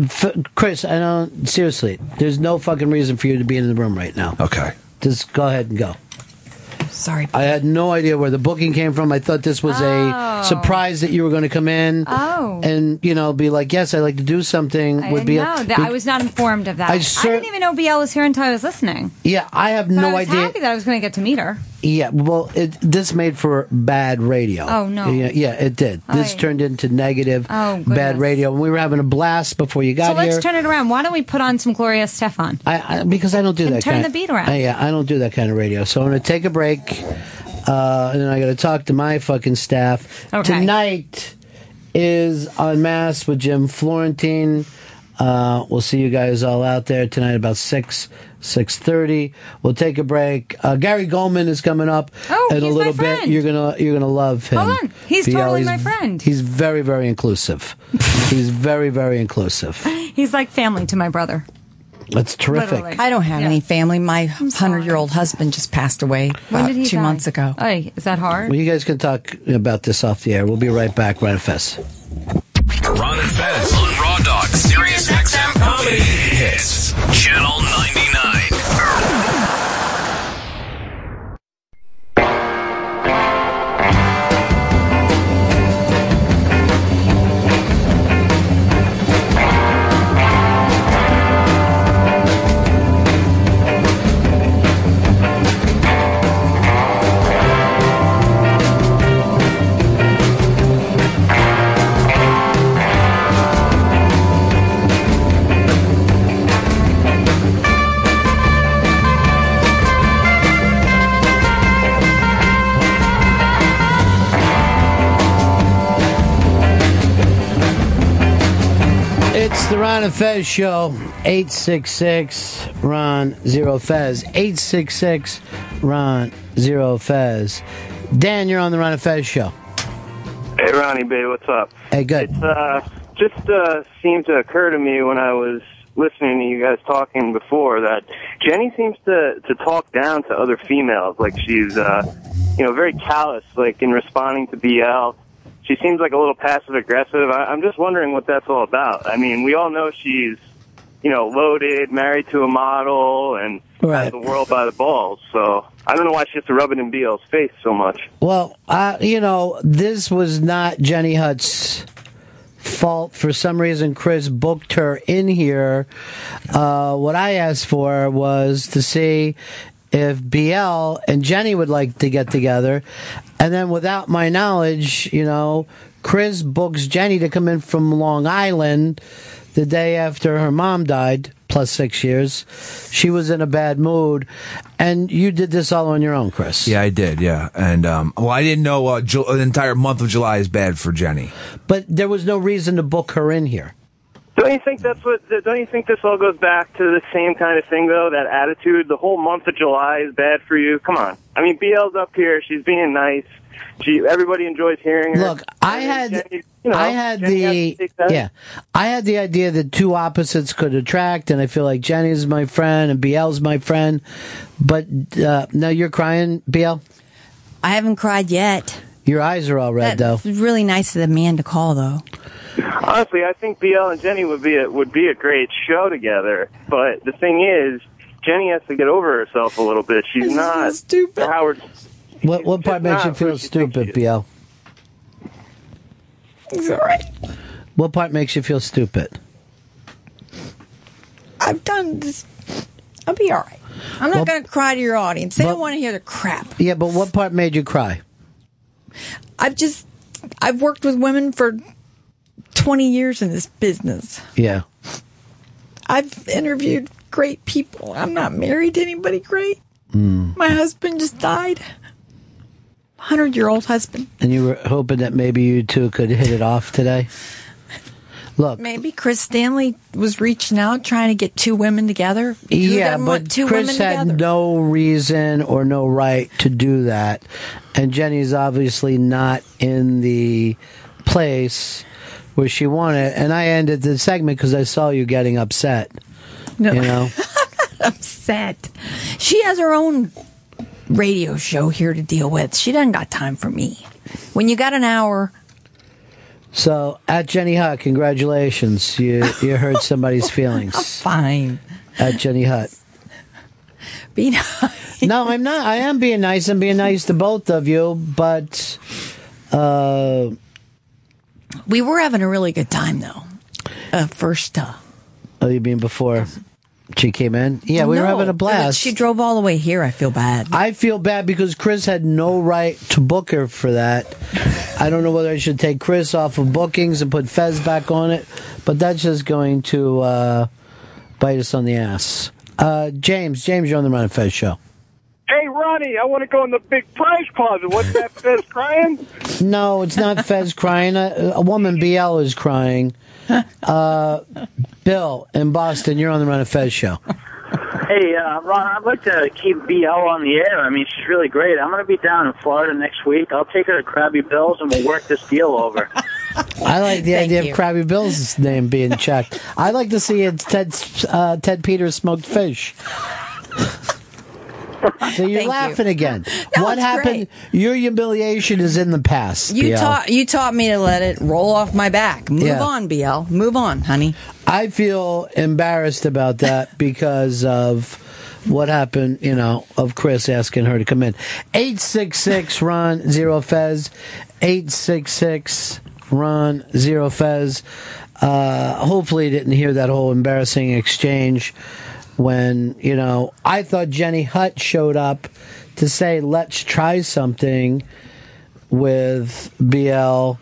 Speaker 4: F- Chris, I don't. Seriously, there's no fucking reason for you to be in the room right now.
Speaker 5: Okay.
Speaker 4: Just go ahead and go.
Speaker 6: Sorry.
Speaker 4: I had no idea where the booking came from. I thought this was
Speaker 18: Oh.
Speaker 4: a surprise that you were going to come in.
Speaker 18: Oh.
Speaker 4: And, you know, be like, yes, I'd like to do something.
Speaker 18: I
Speaker 4: with
Speaker 18: didn't
Speaker 4: BL.
Speaker 18: know that. I was not informed of that.
Speaker 4: I
Speaker 18: I,
Speaker 4: cer-
Speaker 18: didn't even know BL was here until I was listening.
Speaker 4: Yeah, I have
Speaker 18: But
Speaker 4: no
Speaker 18: I was
Speaker 4: idea.
Speaker 18: happy that I was going to get to meet her.
Speaker 4: Yeah, well, it, this made for bad radio.
Speaker 18: Oh, no.
Speaker 4: Yeah, yeah, it did. This
Speaker 18: Aye.
Speaker 4: turned into negative,
Speaker 18: Oh, goodness.
Speaker 4: bad radio. And we were having a blast before you
Speaker 18: So
Speaker 4: got here.
Speaker 18: let's turn it around. Why don't we put on some Gloria Stefan?
Speaker 4: I, I because I don't do
Speaker 18: And
Speaker 4: that.
Speaker 18: turn
Speaker 4: kind
Speaker 18: the beat around.
Speaker 4: I, yeah, I don't do that kind of radio. So I'm going to take a break, uh, and then I got to talk to my fucking staff. Tonight is Unmasked with Jim Florentine. Uh, we'll see you guys all out there tonight about six six thirty. We'll take a break. Uh, Gary Goldman is coming up
Speaker 18: Oh,
Speaker 4: in
Speaker 18: he's
Speaker 4: a
Speaker 18: my
Speaker 4: little bit.
Speaker 18: friend.
Speaker 4: You're gonna you're gonna love him.
Speaker 18: Hold on. He's
Speaker 4: Theo,
Speaker 18: totally my
Speaker 4: v-
Speaker 18: friend.
Speaker 4: He's very very inclusive. he's very very inclusive.
Speaker 18: He's like family to my brother.
Speaker 4: That's terrific.
Speaker 18: Literally.
Speaker 6: I don't have any family. My hundred-year-old husband just passed away
Speaker 18: When
Speaker 6: about
Speaker 18: did he
Speaker 6: two
Speaker 18: die?
Speaker 6: months ago.
Speaker 18: Hey, is that hard?
Speaker 4: Well, you guys can talk about this off the air. We'll be right back, Ron and Fez.
Speaker 2: Ron and Fez on Raw Dog Sirius XM Comedy Hits Channel 99.
Speaker 4: It's the Ron and Fez show. 866 Ron Zero Fez. 866 Ron Zero Fez. Dan, you're on the Ron and Fez show.
Speaker 21: Hey, Ronnie, babe, what's up?
Speaker 4: Hey, good.
Speaker 21: It's, uh, just uh, seemed to occur to me when I was listening to you guys talking before that Jenny seems to, to talk down to other females. Like she's, uh, you know, very callous, like in responding to BL. she seems like a little passive aggressive. I, I'm just wondering what that's all about. I mean, we all know she's, you know, loaded, married to a model, and has the world by the balls. So I don't know why she has to rub it in BL's face so much.
Speaker 4: Well, uh, you know, this was not Jenny Hutt's fault. For some reason, Chris booked her in here. Uh, what I asked for was to see if BL and Jenny would like to get together. And then, without my knowledge, you know, Chris books Jenny to come in from Long Island the day after her mom died, plus six years. She was in a bad mood. And you did this all on your own, Chris.
Speaker 5: Yeah, I did. Yeah, and um, well, I didn't know uh, Ju- the entire month of July is bad for Jenny.
Speaker 4: But there was no reason to book her in here.
Speaker 21: Don't you think that's what? Don't you think this all goes back to the same kind of thing, though? That attitude. The whole month of July is bad for you. Come on. I mean, BL's up here. She's being nice. She. Everybody enjoys hearing her.
Speaker 4: Look, I had, I had the yeah, I had the idea that two opposites could attract, and I feel like Jenny's my friend and BL's my friend. But uh, no, you're crying, BL.
Speaker 7: I haven't cried yet.
Speaker 4: Your eyes are all red,
Speaker 7: That's
Speaker 4: though.
Speaker 7: really nice of the man to call, though.
Speaker 21: Honestly, I think BL and Jenny would be a, would be a great show together. But the thing is, Jenny has to get over herself a little bit. She's not stupid. Howard.
Speaker 4: What what part makes you
Speaker 21: not
Speaker 4: feel stupid, BL?
Speaker 7: Sorry.
Speaker 4: What part makes you feel stupid?
Speaker 7: I've done this. I'll be all right. I'm not
Speaker 4: Well-
Speaker 7: going to cry to your audience. They
Speaker 4: Well-
Speaker 7: don't want to hear the crap.
Speaker 4: Yeah, but what part made you cry?
Speaker 7: I've just I've worked with women for 20 years in this business.
Speaker 4: Yeah.
Speaker 7: I've interviewed great people. I'm not married to anybody great.
Speaker 4: Hmm.
Speaker 7: My husband just died. 100-year-old husband.
Speaker 4: And you were hoping that maybe you two could hit it off today. Look,
Speaker 7: Maybe Chris Stanley was reaching out trying to get two women together. Who
Speaker 4: yeah,
Speaker 7: doesn't
Speaker 4: but
Speaker 7: want two
Speaker 4: Chris
Speaker 7: women
Speaker 4: had
Speaker 7: together.
Speaker 4: no reason or no right to do that, and Jenny's obviously not in the place where she wanted. And I ended the segment because I saw you getting upset.
Speaker 7: No.
Speaker 4: You know,
Speaker 7: upset. She has her own radio show here to deal with. She doesn't got time for me. When you got an hour,
Speaker 4: so at Jenny Hutt, congratulations, you you hurt
Speaker 7: Oh,
Speaker 4: somebody's feelings.
Speaker 7: fine.
Speaker 4: At Jenny Hutt.
Speaker 7: Be
Speaker 4: no, I'm not. I am being nice. I'm being nice to both of you, but uh,
Speaker 7: we were having a really good time though. Uh, first, uh,
Speaker 4: oh, you mean before she came in? Yeah, we were
Speaker 7: No,
Speaker 4: having a
Speaker 7: but
Speaker 4: blast.
Speaker 7: She drove all the way here. I feel bad.
Speaker 4: I feel bad because Chris had no right to book her for that. I don't know whether I should take Chris off of bookings and put Fez back on it, but that's just going to uh, bite us on the ass. Uh, James, James, you're on the Run and Fez show.
Speaker 12: Hey, Ronnie, I want to go in the big prize closet. What's that fist crying?
Speaker 4: No, it's not Fez crying. A, a woman, BL, is crying. Uh, Bill in Boston, you're on the Run and Fez show.
Speaker 1: Hey, uh, Ron, I'd like to keep BL on the air. I mean, she's really great. I'm going to be down in Florida next week. I'll take her to Krabby Bill's and we'll work this deal over.
Speaker 4: I like the idea of Krabby Bill's name being checked. I'd like to see it's Ted uh, Ted Peters smoked fish. So you're laughing again. what
Speaker 7: it's
Speaker 4: happened? Your humiliation is in the past.
Speaker 7: You
Speaker 4: BL.
Speaker 7: taught you taught me to let it roll off my back. Move
Speaker 4: Yeah.
Speaker 7: on, BL. Move on, honey.
Speaker 4: I feel embarrassed about that because of what happened, you know, of Chris asking her to come in. 866 Ron Zero Fez. 866 Ron Zero Fez. Uh, hopefully, you didn't hear that whole embarrassing exchange when, you know, I thought Jenny Hutt showed up to say, let's try something with BL.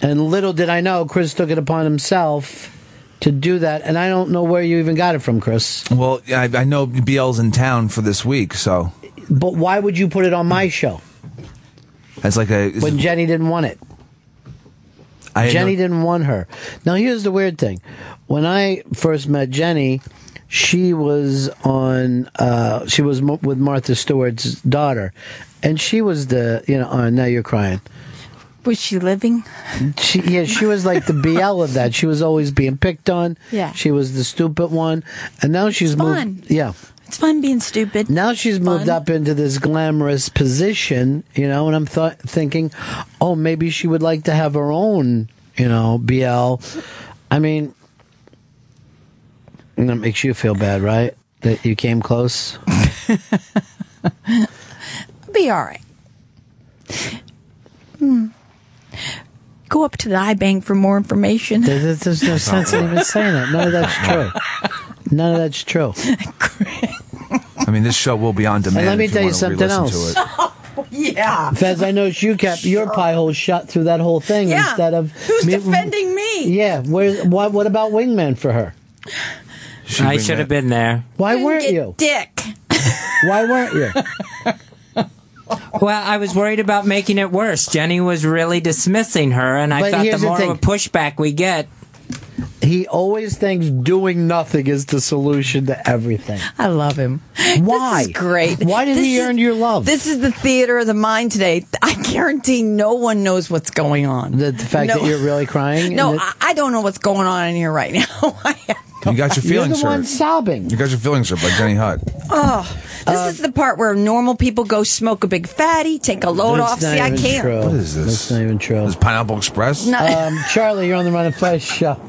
Speaker 4: And little did I know, Chris took it upon himself to do that. And I don't know where you even got it from, Chris.
Speaker 5: Well, I, I know BL's in town for this week, so
Speaker 4: But why would you put it on my show
Speaker 5: that's like a
Speaker 4: when Jenny didn't want it?
Speaker 5: I had
Speaker 4: Jenny
Speaker 5: no-
Speaker 4: didn't want her. Now, here's the weird thing. When I first met Jenny, she was on, uh, she was mo- with Martha Stewart's daughter. And she was the, you know, oh, now you're crying.
Speaker 7: Was she living?
Speaker 4: She, yeah, she was like the BL of that. She was always being picked on.
Speaker 7: Yeah.
Speaker 4: She was the stupid one. And now she's
Speaker 7: It's
Speaker 4: moved.
Speaker 7: fun.
Speaker 4: Yeah. It's
Speaker 6: fun being stupid.
Speaker 4: Now she's moved up into this glamorous position, you know, and I'm th- thinking, oh, maybe she would like to have her own, you know, BL. I mean, and that makes you feel bad, right? That you came close.
Speaker 6: be all right. Hmm. Go up to the iBank for more information.
Speaker 4: There- there- There's no sense in even saying it. None of that's true. None of that's true.
Speaker 5: I mean, this show will be on demand.
Speaker 4: And let me
Speaker 5: if
Speaker 4: tell you
Speaker 5: wanna
Speaker 4: something
Speaker 5: re-listen to it.
Speaker 6: yeah.
Speaker 4: Fez, I noticed you kept your pie hole shut through that whole thing
Speaker 6: Yeah.
Speaker 4: instead of
Speaker 6: Who's defending me?
Speaker 4: Yeah, where? What? What about wingman for her?
Speaker 17: I should have been there.
Speaker 4: Why weren't you?
Speaker 6: Dick.
Speaker 4: Why weren't you?
Speaker 17: Well, I was worried about making it worse. Jenny was really dismissing her, and I
Speaker 4: But
Speaker 17: thought the
Speaker 4: here's the
Speaker 17: more
Speaker 4: thing.
Speaker 17: of a pushback we get,
Speaker 4: He always thinks doing nothing is the solution to everything.
Speaker 6: I love him.
Speaker 4: Why?
Speaker 6: This is great.
Speaker 4: Why did
Speaker 6: This
Speaker 4: he
Speaker 6: is-
Speaker 4: earn your love?
Speaker 6: This is the theater of the mind today. I guarantee no one knows what's going on.
Speaker 4: The, fact that you're really crying.
Speaker 6: No,
Speaker 4: and
Speaker 6: I, I don't know what's going on in here right now.
Speaker 5: You got
Speaker 6: You're
Speaker 5: your
Speaker 6: the
Speaker 5: feelings hurt.
Speaker 6: one sobbing.
Speaker 5: You got your feelings hurt by Jenny Hutt.
Speaker 6: Oh, this
Speaker 4: Uh,
Speaker 6: is the part where normal people go smoke a big fatty, take a load
Speaker 4: That's
Speaker 6: off.
Speaker 4: not
Speaker 6: See, I
Speaker 4: even
Speaker 6: can't.
Speaker 4: true.
Speaker 5: What is this? That's
Speaker 4: not even true.
Speaker 5: This Pineapple Express.
Speaker 4: um, Charlie, you're on the Run and Fez show.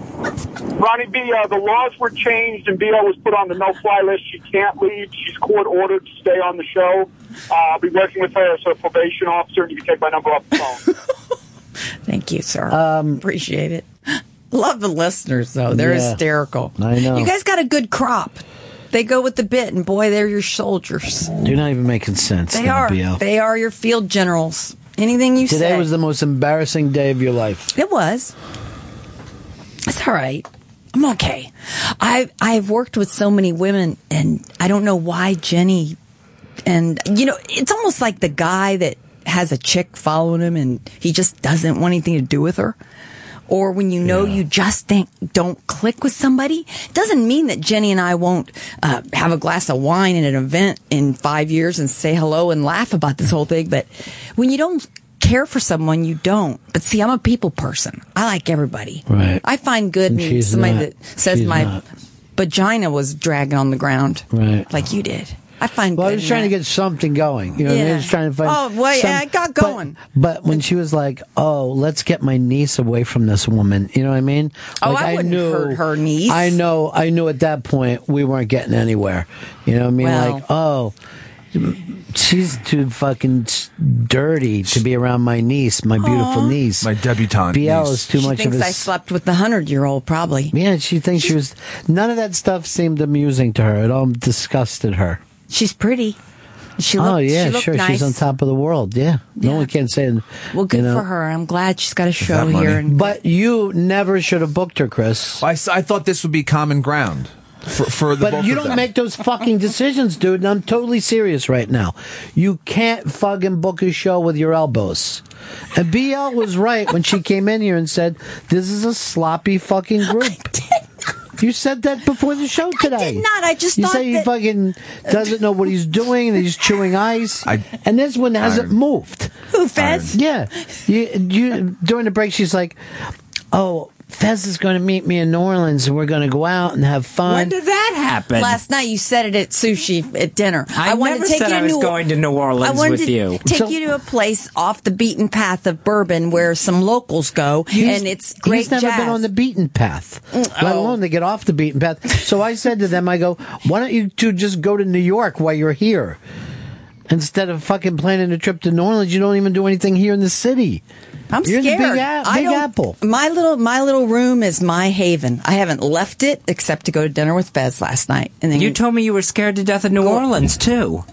Speaker 10: Ronnie B, uh, the laws were changed and BL was put on the no-fly list. She can't leave. She's court-ordered to stay on the show. Uh, I'll be working with her as a probation officer, and you can take my number off the phone.
Speaker 6: Thank you, sir.
Speaker 4: Um,
Speaker 6: Appreciate it. Love the listeners, though. They're
Speaker 4: Yeah.
Speaker 6: hysterical.
Speaker 4: I know.
Speaker 6: You guys got a good crop. They go with the bit, and boy, they're your soldiers.
Speaker 4: You're not even making sense.
Speaker 6: They
Speaker 4: now,
Speaker 6: are.
Speaker 4: BL.
Speaker 6: They are your field generals. Anything you
Speaker 4: Today
Speaker 6: say.
Speaker 4: was the most embarrassing day of your life.
Speaker 6: It was. It's all right. I'm okay. I I've worked with so many women, and I don't know why Jenny. And you know, it's almost like the guy that has a chick following him, and he just doesn't want anything to do with her. Or when you know you just think don't click with somebody, it doesn't mean that Jenny and I won't uh, have a glass of wine at an event in five years and say hello and laugh about this whole thing. But when you don't care for someone, you don't. But see, I'm a people person. I like everybody.
Speaker 4: Right.
Speaker 6: I find good
Speaker 4: And
Speaker 6: in
Speaker 4: she's
Speaker 6: somebody
Speaker 4: not.
Speaker 6: that says
Speaker 4: She's
Speaker 6: my
Speaker 4: not.
Speaker 6: vagina was dragging on the ground,
Speaker 4: Right.
Speaker 6: like you did. I find.
Speaker 4: Well, I
Speaker 6: good
Speaker 4: was
Speaker 6: in
Speaker 4: trying to
Speaker 6: that.
Speaker 4: get something going. You know, what I mean? I was
Speaker 6: Yeah.
Speaker 4: trying to find.
Speaker 6: Oh, well, yeah,
Speaker 4: some-
Speaker 6: I got
Speaker 4: but-
Speaker 6: going.
Speaker 4: But, when she was like, "Oh, let's get my niece away from this woman," you know what I mean?
Speaker 6: Oh,
Speaker 4: Like,
Speaker 6: I wouldn't hurt her niece.
Speaker 4: I know. I knew at that point we weren't getting anywhere. You know what I mean?
Speaker 6: Well.
Speaker 4: like, oh. She's too fucking s- dirty to be around my niece, my beautiful
Speaker 6: Aw.
Speaker 4: niece. My
Speaker 5: debutante.
Speaker 4: BL is too
Speaker 6: she
Speaker 4: much
Speaker 6: thinks
Speaker 4: of a
Speaker 6: I
Speaker 4: s-
Speaker 6: slept with the hundred-year-old, probably.
Speaker 4: Yeah, she thinks she was. None of that stuff seemed amusing to her. It all disgusted her.
Speaker 6: She's pretty. She looked,
Speaker 4: oh yeah,
Speaker 6: she looked
Speaker 4: sure.
Speaker 6: Nice.
Speaker 4: She's on top of the world. Yeah, no one can say.
Speaker 6: Well, good
Speaker 4: you know.
Speaker 6: for her. I'm glad she's got a show here. And
Speaker 4: but you never should have booked her, Chris.
Speaker 5: I, s- I thought this would be common ground for, for the
Speaker 4: But
Speaker 5: both
Speaker 4: you
Speaker 5: of
Speaker 4: don't
Speaker 5: them.
Speaker 4: make those fucking decisions, dude. And I'm totally serious right now. You can't fucking book a show with your elbows. And BL was right when she came in here and said, "This is a sloppy fucking group." You said that before the show today. I did
Speaker 6: not. I just
Speaker 4: you
Speaker 6: thought
Speaker 4: say he
Speaker 6: that-
Speaker 4: fucking doesn't know what he's doing and he's chewing ice. and this one hasn't
Speaker 5: Iron.
Speaker 4: moved.
Speaker 6: Who Fez?
Speaker 4: Yeah. You, you during the break she's like, "Oh, Fez is going to meet me in New Orleans and we're going to go out and have fun."
Speaker 17: When did that happen?
Speaker 6: Last night you said it at sushi at dinner.
Speaker 17: I,
Speaker 6: wanted
Speaker 17: never
Speaker 6: to take
Speaker 17: said
Speaker 6: you
Speaker 17: I
Speaker 6: to
Speaker 17: was
Speaker 6: New-
Speaker 17: going to New
Speaker 6: I
Speaker 17: Orleans
Speaker 6: wanted
Speaker 17: with
Speaker 6: to
Speaker 17: you.
Speaker 6: take you to a place off the beaten path of bourbon where some locals go,
Speaker 4: He's-
Speaker 6: and it's great
Speaker 4: He's never
Speaker 6: jazz.
Speaker 4: been on the beaten path,
Speaker 6: Mm, oh.
Speaker 4: let alone to get off the beaten path. So I said to them, I go, why don't you two just go to New York while you're here? Instead of fucking planning a trip to New Orleans, you don't even do anything here in the city.
Speaker 6: I'm
Speaker 4: you're
Speaker 6: scared.
Speaker 4: The big, a-
Speaker 6: I
Speaker 4: big
Speaker 6: don't-
Speaker 4: apple.
Speaker 6: My little my little room is my haven. I haven't left it except to go to dinner with Fez last night. And then
Speaker 17: You
Speaker 4: Mm.
Speaker 17: told me you were scared to death of New Orleans too.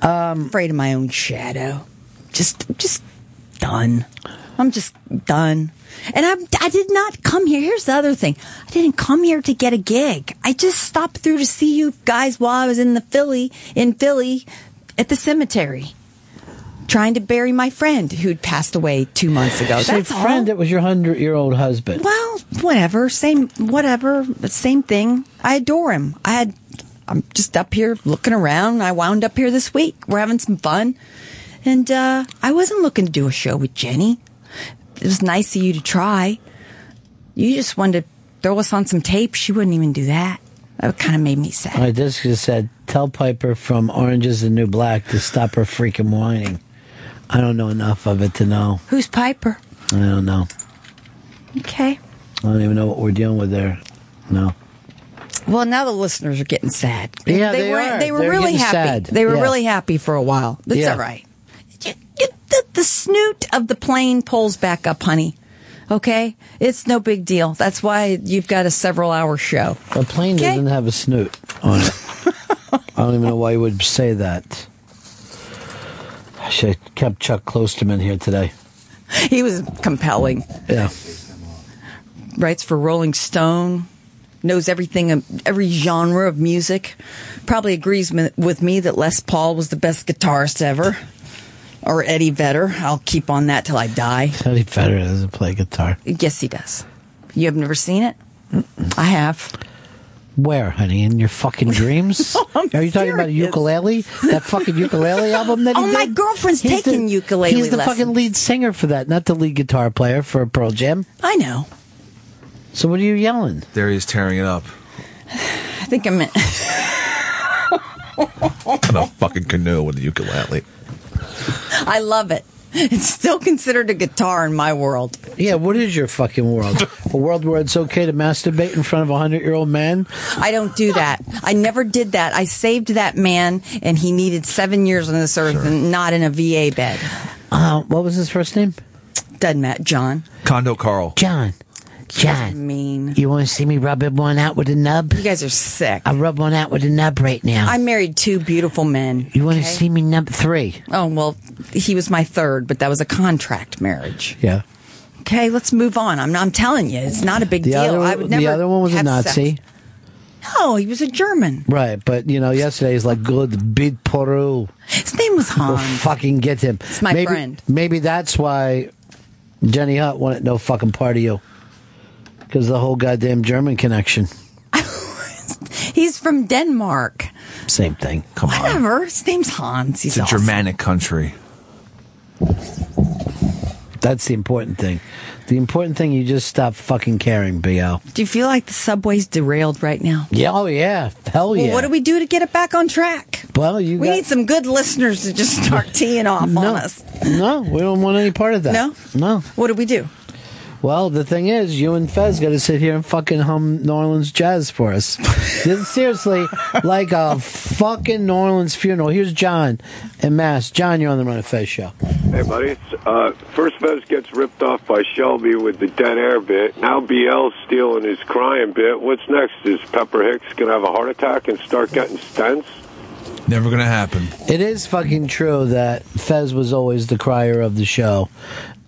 Speaker 6: I'm afraid of my own shadow. Just, just done. I'm just done. And I'm, I did not come here. Here's the other thing. I didn't come here to get a gig. I just stopped through to see you guys while I was in the Philly, in Philly, at the cemetery, trying to bury my friend who'd passed away two months ago.
Speaker 4: Say,
Speaker 6: That's
Speaker 4: friend,
Speaker 6: all.
Speaker 4: it was your hundred year old husband.
Speaker 6: Well, whatever. Same, whatever. Same thing. I adore him. I had. I'm just up here looking around. I wound up here this week. We're having some fun, and uh, I wasn't looking to do a show with Jenny. It was nice of you to try. You just wanted to throw us on some tape. She wouldn't even do that. That kind of made me sad.
Speaker 4: All right, this just said, tell Piper from Orange is the New Black to stop her freaking whining. I don't know enough of it to know.
Speaker 6: Who's Piper?
Speaker 4: I don't know.
Speaker 6: Okay.
Speaker 4: I don't even know what we're dealing with there. No.
Speaker 6: Well, now the listeners are getting sad.
Speaker 4: Yeah,
Speaker 6: they,
Speaker 4: they
Speaker 6: were.
Speaker 4: are.
Speaker 6: They were
Speaker 4: They're
Speaker 6: really
Speaker 4: getting
Speaker 6: happy.
Speaker 4: sad.
Speaker 6: They were
Speaker 4: Yeah.
Speaker 6: really happy for a while. That's
Speaker 4: Yeah.
Speaker 6: all right. You- you- the, the snoot of the plane pulls back up, honey. Okay, it's no big deal. That's why you've got a several-hour show.
Speaker 4: A plane doesn't have a snoot on it. I don't even know why you would say that. I should have kept Chuck Klosterman here today.
Speaker 6: He was compelling.
Speaker 4: Yeah.
Speaker 6: Writes for Rolling Stone. Knows everything, every genre of music. Probably agrees mi- with me that Les Paul was the best guitarist ever, or Eddie Vedder. I'll keep on that till I die.
Speaker 4: Eddie Federer doesn't play guitar.
Speaker 6: Yes, he does. You have never seen it? I have.
Speaker 4: Where, honey? In your fucking dreams? Are you talking about a ukulele? That fucking ukulele album that he
Speaker 6: Oh, my
Speaker 4: did?
Speaker 6: girlfriend's
Speaker 4: He's
Speaker 6: taking
Speaker 4: the,
Speaker 6: ukulele
Speaker 4: He's the
Speaker 6: lessons.
Speaker 4: fucking lead singer for that, not the lead guitar player for Pearl Jam.
Speaker 6: I know.
Speaker 4: So what are you yelling?
Speaker 5: There he is tearing it up.
Speaker 6: I think I meant.
Speaker 5: On a fucking canoe with a ukulele.
Speaker 6: I love it. It's still considered a guitar in my world.
Speaker 4: Yeah, what is your fucking world? a world where it's okay to masturbate in front of a hundred year old man?
Speaker 6: I don't do that. I never did that. I saved that man, and he needed seven years on this earth and not in a VA bed.
Speaker 4: Uh, what was his first name?
Speaker 6: Doesn't matter. John.
Speaker 5: Condo Carl.
Speaker 4: John. John.
Speaker 6: Mean.
Speaker 4: You want to see me rub one out with a nub? You
Speaker 6: guys are sick.
Speaker 4: I rub one out with a nub right now.
Speaker 6: I married two beautiful men.
Speaker 4: You want to see me nub three?
Speaker 6: Oh, well, he was my third, but that was a contract marriage.
Speaker 4: Yeah.
Speaker 6: Okay, let's move on. I'm, I'm telling you, it's not a big
Speaker 4: The
Speaker 6: deal.
Speaker 4: other,
Speaker 6: I would never
Speaker 4: the other one was a
Speaker 6: have sex.
Speaker 4: Nazi.
Speaker 6: No, he was a German.
Speaker 4: Right, but you know, yesterday he's like, good, beat Peru.
Speaker 6: His name was Hans.
Speaker 4: We'll fucking get him. It's
Speaker 6: my
Speaker 4: maybe,
Speaker 6: friend.
Speaker 4: Maybe that's why Jenny Hutt wanted no fucking part of you. Because the whole goddamn German connection.
Speaker 6: He's from Denmark.
Speaker 4: Same thing.
Speaker 5: Come on.
Speaker 6: Whatever. His name's Hans. He's
Speaker 5: It's a
Speaker 6: awesome.
Speaker 5: Germanic country.
Speaker 4: That's the important thing. The important thing, you just stop fucking caring, BL.
Speaker 6: Do you feel like the subway's derailed right now?
Speaker 4: Yeah, oh yeah. Hell yeah.
Speaker 6: Well, what do we do to get it back on track?
Speaker 4: Well, you
Speaker 6: We
Speaker 4: got-
Speaker 6: need some good listeners to just start teeing off on us.
Speaker 4: No, we don't want any part of that.
Speaker 6: No?
Speaker 4: No.
Speaker 6: What do we do?
Speaker 4: Well, the thing is, you and Fez got to sit here and fucking hum New Orleans jazz for us. this is seriously like a fucking New Orleans funeral. Here's John and Mass. John, you're on the Run of Fez show.
Speaker 13: Hey, buddy. It's, uh, first Bez gets ripped off by Shelby with the dead air bit. Now BL's stealing his crying bit. What's next? Is Pepper Hicks going to have a heart attack and start getting stents?
Speaker 5: Never gonna happen.
Speaker 4: It is fucking true that Fez was always the crier of the show,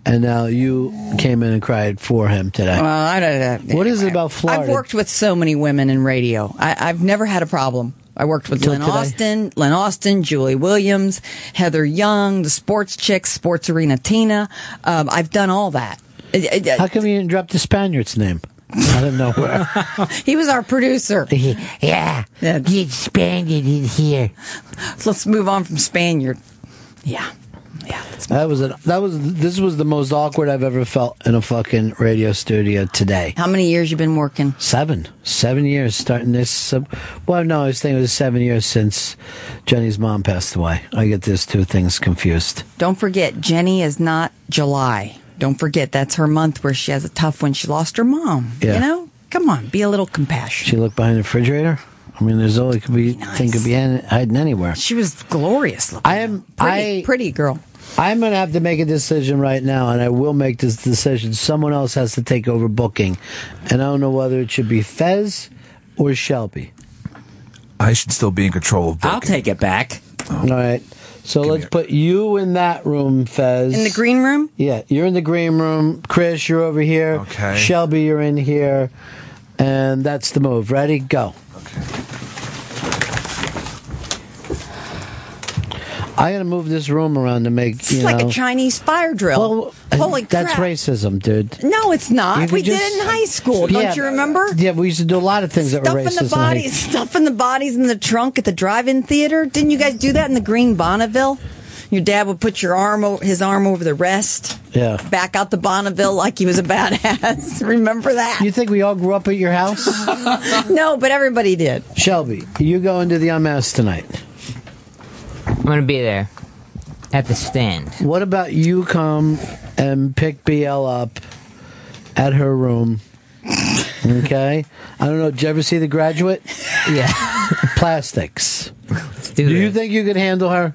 Speaker 4: and now you came in and cried for him today.
Speaker 6: Well, I don't know.
Speaker 4: Uh, What is it about Florida?
Speaker 6: I've worked with so many women in radio. I, I've never had a problem. I worked with
Speaker 4: Till
Speaker 6: Lynn
Speaker 4: today.
Speaker 6: Austin, Lynn Austin, Julie Williams, Heather Young, the sports chicks, sports arena Tina. Um, I've done all that. Uh, It- it-
Speaker 4: How come you didn't drop the Spaniard's name? I don't know where.
Speaker 6: He was our producer.
Speaker 16: yeah.
Speaker 6: The Spaniard is here. Let's move on from Spaniard. Yeah.
Speaker 4: That was an, that was this was the most awkward I've ever felt in a fucking radio studio today.
Speaker 6: How many years you been working?
Speaker 4: Seven, seven years starting this. Uh, well, no, I was thinking it was seven years since Jenny's mom passed away. I get these two things confused.
Speaker 6: Don't forget, Jenny is not July. Don't forget, that's her month where she has a tough one. She lost her mom.
Speaker 4: Yeah.
Speaker 6: You know? Come on, be a little compassionate.
Speaker 4: She looked behind the refrigerator. I mean, there's always could be thing could be in, hiding anywhere.
Speaker 6: She was glorious looking.
Speaker 4: I am.
Speaker 6: Pretty,
Speaker 4: I
Speaker 6: pretty girl.
Speaker 4: I'm going to have to make a decision right now, and I will make this decision. Someone else has to take over booking, and I don't know whether it should be Fez or Shelby.
Speaker 5: I should still be in control of.
Speaker 17: I'll take it back.
Speaker 4: All right. So let's put you in that room, Fez.
Speaker 6: In the green room?
Speaker 4: Yeah, you're in the green room. Chris, you're over here.
Speaker 5: Okay.
Speaker 4: Shelby, you're in here. And that's the move. Ready? Go. Okay. I gotta move this room around to make
Speaker 6: It's like a Chinese fire drill. Holy
Speaker 4: That's
Speaker 6: crap.
Speaker 4: racism, dude.
Speaker 6: No, it's
Speaker 4: You
Speaker 6: not.
Speaker 4: could
Speaker 6: We
Speaker 4: just-
Speaker 6: did it in high school. Don't
Speaker 4: Yeah,
Speaker 6: you remember?
Speaker 4: Yeah, we used to do a lot of things that were
Speaker 6: Stuffing
Speaker 4: racist.
Speaker 6: the
Speaker 4: in high-
Speaker 6: bodies, stuffing the bodies in the trunk at the drive-in theater. Didn't you guys do that in the Green Bonneville? Your dad would put your arm, o- his arm over the rest,
Speaker 4: Yeah.
Speaker 6: back out the Bonneville like he was a badass. Remember that?
Speaker 4: You think we all grew up at your house?
Speaker 6: no, Oh, but everybody did.
Speaker 4: Shelby, you go into the unmasked tonight.
Speaker 17: I'm gonna be there at the stand.
Speaker 4: What about you come and pick BL up at her room? Okay. I don't know. Did you ever see The Graduate? Yeah. Plastics.
Speaker 17: do
Speaker 4: you think you could handle her,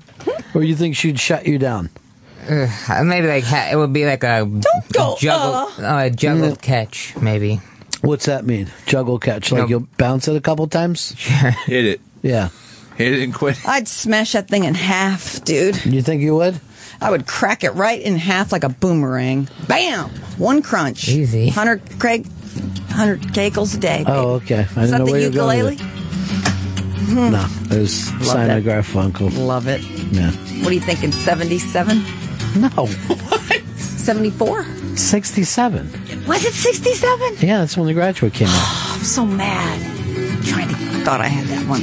Speaker 4: or you think she'd shut you down?
Speaker 17: Uh, maybe like ha- it would be like a don't
Speaker 6: go Mm.
Speaker 17: juggled, uh, juggled catch maybe.
Speaker 4: What's that mean? Juggle catch? Like
Speaker 17: No.
Speaker 4: you'll bounce it a couple times?
Speaker 5: Hit it.
Speaker 4: Yeah.
Speaker 5: Hit it and quit.
Speaker 6: I'd smash that thing in half, dude.
Speaker 4: You think you would?
Speaker 6: I would crack it right in half like a boomerang. Bam! One crunch. Easy. 100 Craig, 100 kegels a day.
Speaker 4: Oh, okay. I didn't
Speaker 6: Is that
Speaker 4: know
Speaker 6: the
Speaker 4: where you were going
Speaker 6: ukulele? Hmm.
Speaker 4: with it. No, it was
Speaker 6: Love
Speaker 4: Simon
Speaker 6: that.
Speaker 4: Garfunkel.
Speaker 6: Love it.
Speaker 4: Yeah.
Speaker 6: What are you thinking? 77?
Speaker 4: No.
Speaker 6: 74?
Speaker 4: 67.
Speaker 6: Was it 67?
Speaker 4: Yeah, that's when The Graduate came out.
Speaker 6: Oh, I'm so mad. I'm trying to thought I had that one.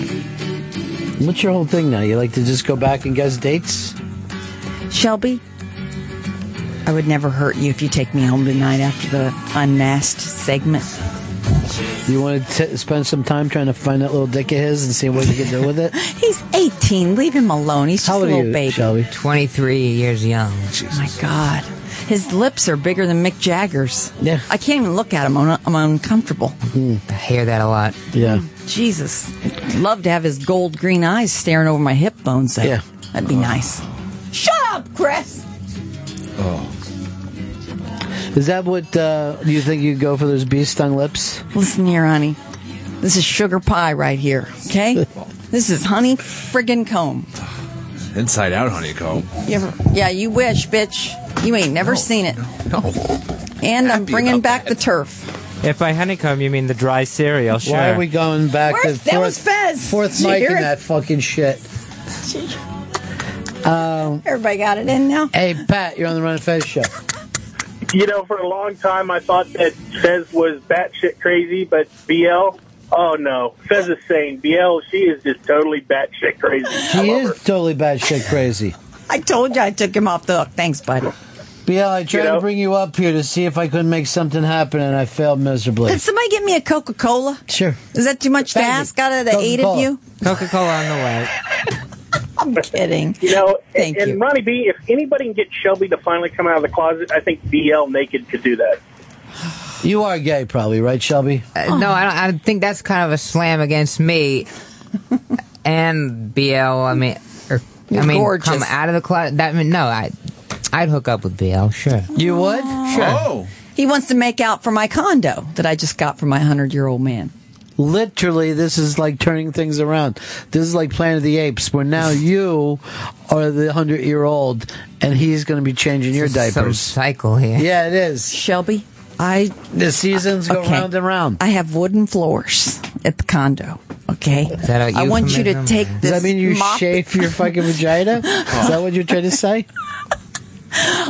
Speaker 4: What's your whole thing now? You like to just go back and guess dates?
Speaker 6: Shelby, I would never hurt you if you take me home tonight after the unmasked segment.
Speaker 4: You want to t- spend some time trying to find that little dick of his and see what you can do with it?
Speaker 6: He's 18. Leave him alone. He's just
Speaker 4: How
Speaker 6: a
Speaker 4: old are
Speaker 6: little
Speaker 4: you,
Speaker 6: baby.
Speaker 4: Shelby?
Speaker 17: 23 years young.
Speaker 6: Oh my God. His lips are bigger than Mick Jagger's.
Speaker 4: Yeah.
Speaker 6: I can't even look at him. I'm, I'm uncomfortable.
Speaker 17: Mm-hmm.
Speaker 6: Mm,
Speaker 17: I hear that a lot.
Speaker 4: Yeah.
Speaker 6: Jesus. Love to have his gold green eyes staring over my hip bones, though. Yeah. That'd be nice. Shut up, Chris!
Speaker 4: Oh. Is that what uh, you think you'd go for those bee stung lips?
Speaker 6: Listen here, honey. This is sugar pie right here, okay? this is honey friggin' comb.
Speaker 5: Inside out, honeycomb.
Speaker 6: You ever, yeah, you wish, bitch. You ain't never seen it.
Speaker 5: No.
Speaker 6: And I'm bringing back the turf.
Speaker 14: If by honeycomb you mean the dry cereal, sure.
Speaker 4: Why are we going back
Speaker 6: Where's-
Speaker 4: to
Speaker 6: that
Speaker 4: fourth,
Speaker 6: was Fez. Did
Speaker 4: fourth
Speaker 6: you
Speaker 4: mic
Speaker 6: hear
Speaker 4: in
Speaker 6: it?
Speaker 4: that fucking shit? Um,
Speaker 6: Everybody got it in now?
Speaker 4: Hey, Pat, you're on the Run and Fez show.
Speaker 10: You know, for a long time, I thought that Fez was batshit crazy, but BL, oh no, Fez is sane. BL, she is just totally batshit crazy.
Speaker 4: He is totally bad shit crazy.
Speaker 6: I told you I took him off the hook. Thanks, buddy.
Speaker 4: BL, I tried to bring you up here to see if I could make something happen, and I failed miserably.
Speaker 6: Did somebody get me a Coca Cola?
Speaker 4: Sure.
Speaker 6: Is that too much to ask out of the eight of you?
Speaker 17: Coca Cola on the way.
Speaker 6: I'm kidding.
Speaker 10: You know,
Speaker 6: Thank
Speaker 10: and, and Ronnie B, if anybody can get Shelby to finally come out of the closet, I think BL naked could do that.
Speaker 4: You are gay, probably, right, Shelby?
Speaker 17: Uh, no, I, don't, I think that's kind of a slam against me and BL. I mean, or, I
Speaker 6: You're
Speaker 17: mean,
Speaker 6: gorgeous.
Speaker 17: come out of the closet. That I mean, no, I, I'd hook up with BL, sure.
Speaker 4: You would?
Speaker 17: Sure.
Speaker 6: He wants to make out for my condo that I just got from my 100 year old man.
Speaker 4: Literally, this is like turning things around. This is like Planet of the Apes, where now you are the hundred year old, and he's going to be changing your
Speaker 17: Some
Speaker 4: diapers.
Speaker 17: cycle here.
Speaker 4: Yeah, it is.
Speaker 6: Shelby, I.
Speaker 4: The seasons go round and round.
Speaker 6: I have wooden floors at the condo. Okay.
Speaker 4: that a
Speaker 6: I want you to
Speaker 4: euphemism?
Speaker 6: take
Speaker 4: Does
Speaker 6: this.
Speaker 4: that mean you
Speaker 6: mop-
Speaker 4: shave your fucking vagina? Is that what you're trying to say?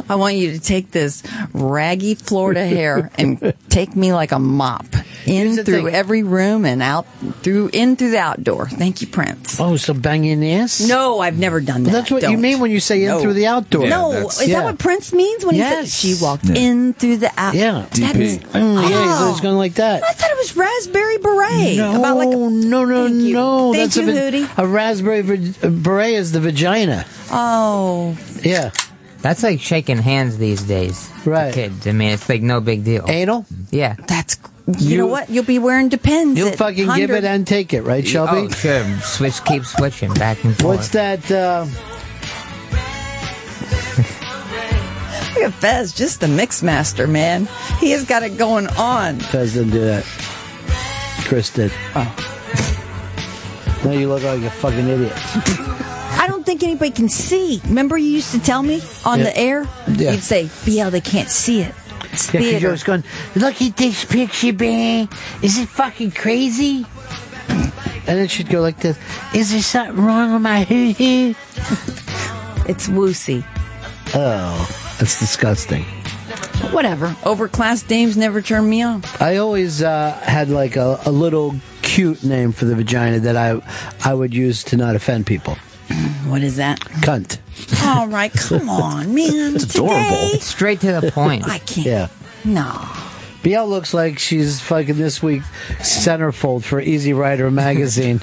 Speaker 6: I want you to take this raggy Florida hair and take me like a mop in through every room and out through in through the outdoor. Thank you, Prince.
Speaker 4: Oh, so banging the ass?
Speaker 6: No, I've never done that.
Speaker 4: That's what you
Speaker 6: Don't.
Speaker 4: mean when you say in
Speaker 6: No.
Speaker 4: through the outdoor.
Speaker 6: no, is that what Prince means when he
Speaker 4: Yes.
Speaker 6: says she walked
Speaker 4: Yeah.
Speaker 6: in through the outdoor?
Speaker 4: Yeah.
Speaker 6: Uh, that is. Oh.
Speaker 4: Mm, yeah, he's always going like that.
Speaker 6: I thought it was raspberry beret.
Speaker 4: No,
Speaker 6: about Oh, like
Speaker 4: Oh, no, no, no.
Speaker 6: Thank
Speaker 4: that's a,
Speaker 6: you,
Speaker 4: vin-
Speaker 6: Hootie.
Speaker 4: a raspberry vir- beret is the vagina.
Speaker 6: Oh,
Speaker 4: Yeah.
Speaker 17: That's like shaking hands these days. Right. Kids. I mean, it's like no big deal.
Speaker 4: Anal?
Speaker 17: Yeah.
Speaker 6: That's. you, know what? You'll be wearing depends.
Speaker 4: You'll
Speaker 6: at
Speaker 4: fucking give
Speaker 6: 100.
Speaker 4: it and take it, right,
Speaker 17: Oh,
Speaker 4: Shelby?
Speaker 17: sure. Switch, keep switching back and forth.
Speaker 4: What's that? Uh,
Speaker 6: Look at Fez, just the mix master, man. He has got it going on.
Speaker 4: Fez didn't do that. Chris did.
Speaker 6: Oh.
Speaker 4: now you look like a fucking idiot.
Speaker 6: I don't think anybody can see. Remember, you used to tell me on
Speaker 4: Yeah.
Speaker 6: the air?
Speaker 4: Yeah.
Speaker 6: You'd say, BL, they can't see it. It's
Speaker 16: Yeah, 'cause
Speaker 6: theater.
Speaker 16: you're always going, look at this picture, man. Is it fucking crazy?
Speaker 4: And it should go like this. Is there something wrong with my hoo hoo?
Speaker 6: It's woosy.
Speaker 4: Oh, that's disgusting.
Speaker 6: Whatever. Overclass dames never turn me on.
Speaker 4: I always uh, had like a, a little cute name for the vagina that I I would use to not offend people.
Speaker 6: What is that?
Speaker 4: Cunt.
Speaker 6: All right, come on, man.
Speaker 4: It's
Speaker 6: Today?
Speaker 4: adorable.
Speaker 22: Straight to the point.
Speaker 6: I can't.
Speaker 4: Yeah.
Speaker 6: No.
Speaker 4: BL looks like she's fucking this week centerfold for Easy Rider magazine.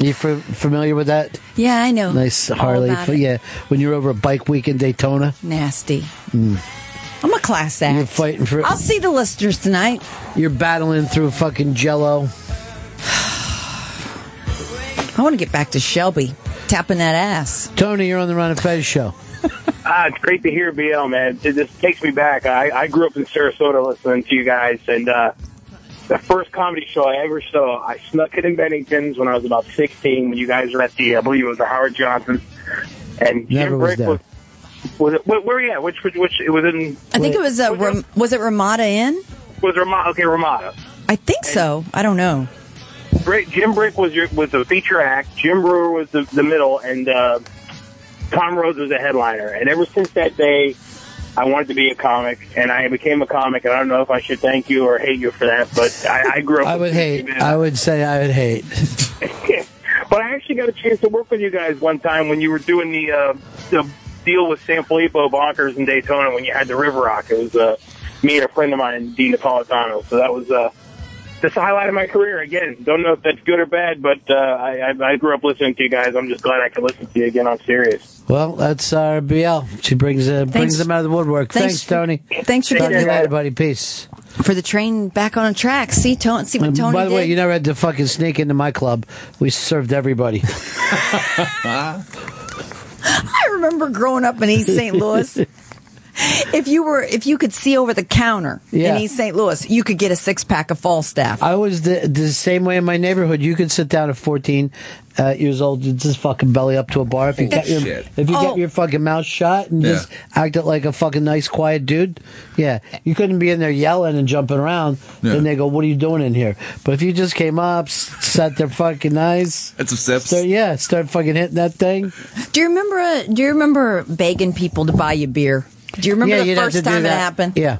Speaker 4: you fa- familiar with that?
Speaker 6: Yeah, I know.
Speaker 4: Nice
Speaker 6: All
Speaker 4: Harley.
Speaker 6: about it.
Speaker 4: Yeah, when you're over at Bike Week in Daytona.
Speaker 6: Nasty.
Speaker 4: Mm.
Speaker 6: I'm a class act.
Speaker 4: You're fighting for.
Speaker 6: I'll see the listeners tonight.
Speaker 4: You're battling through fucking Jello.
Speaker 6: I want to get back to Shelby tapping that ass.
Speaker 4: Tony, you're on the Ron and Fez show.
Speaker 10: Ah, it's great to hear BL, man. It just takes me back. I, I grew up in Sarasota listening to you guys, and uh, the first comedy show I ever saw, I snuck it in Bennington's when I was about 16, when you guys were at the, I believe it was the Howard Johnson. And
Speaker 4: Never
Speaker 10: Jim
Speaker 4: was
Speaker 10: Brick
Speaker 4: there.
Speaker 10: was, was it, where, where were you at? Which, which, which, it was in,
Speaker 6: I think it was uh, a Ram- was it Ramada Inn?
Speaker 10: was Ramada, okay, Ramada.
Speaker 6: I think so. I don't know.
Speaker 10: Brick, Jim Brick was your, was the feature act. Jim Brewer was the, the middle, and uh, Tom Rhodes was the headliner. And ever since that day, I wanted to be a comic, and I became a comic. And I don't know if I should thank you or hate you for that, but I, I grew up.
Speaker 4: I
Speaker 10: with
Speaker 4: would
Speaker 10: you,
Speaker 4: hate.
Speaker 10: man.
Speaker 4: I would say I would hate.
Speaker 10: but I actually got a chance to work with you guys one time when you were doing the uh, the deal with San Filippo Bonkers in Daytona when you had the River Rock. It was uh, me and a friend of mine, Dean Napolitano. So that was uh, that's the highlight of my career. Again, don't know if that's good or bad, but uh, I, I, I grew up listening to you guys. I'm just glad I could listen to you again on Sirius.
Speaker 4: Well, that's our BL. She brings uh, brings them out of the woodwork. Thanks,
Speaker 6: Thanks for-
Speaker 4: Tony.
Speaker 6: thanks for
Speaker 4: Talk to
Speaker 6: getting
Speaker 4: you
Speaker 6: it.
Speaker 4: later, buddy. Peace.
Speaker 6: For the train back on a track. See Tony. See what Tony
Speaker 4: By the
Speaker 6: did.
Speaker 4: way, you never had to fucking sneak into my club. We served everybody.
Speaker 6: I remember growing up in East St. Louis. If you were, if you could see over the counter
Speaker 4: Yeah.
Speaker 6: in East St. Louis, you could get a six pack of Falstaff.
Speaker 4: I was the, the same way in my neighborhood. You could sit down at 14 uh, years old and just fucking belly up to a bar if you kept your,
Speaker 17: Shit.
Speaker 4: if you
Speaker 17: Oh.
Speaker 4: kept your fucking mouth shut and
Speaker 17: Yeah.
Speaker 4: just acted like a fucking nice quiet dude. Yeah, you couldn't be in there yelling and jumping around. Then they go, "What are you doing in here?" But if you just came up, s- sat there fucking nice,
Speaker 5: That's some sips.
Speaker 4: start, yeah, start fucking hitting that thing.
Speaker 6: Do you remember? Uh, do you remember begging people to buy you beer? Do you remember
Speaker 4: Yeah,
Speaker 6: the
Speaker 4: you'd have
Speaker 6: first
Speaker 4: to do
Speaker 6: time it
Speaker 4: that.
Speaker 6: happened?
Speaker 4: Yeah.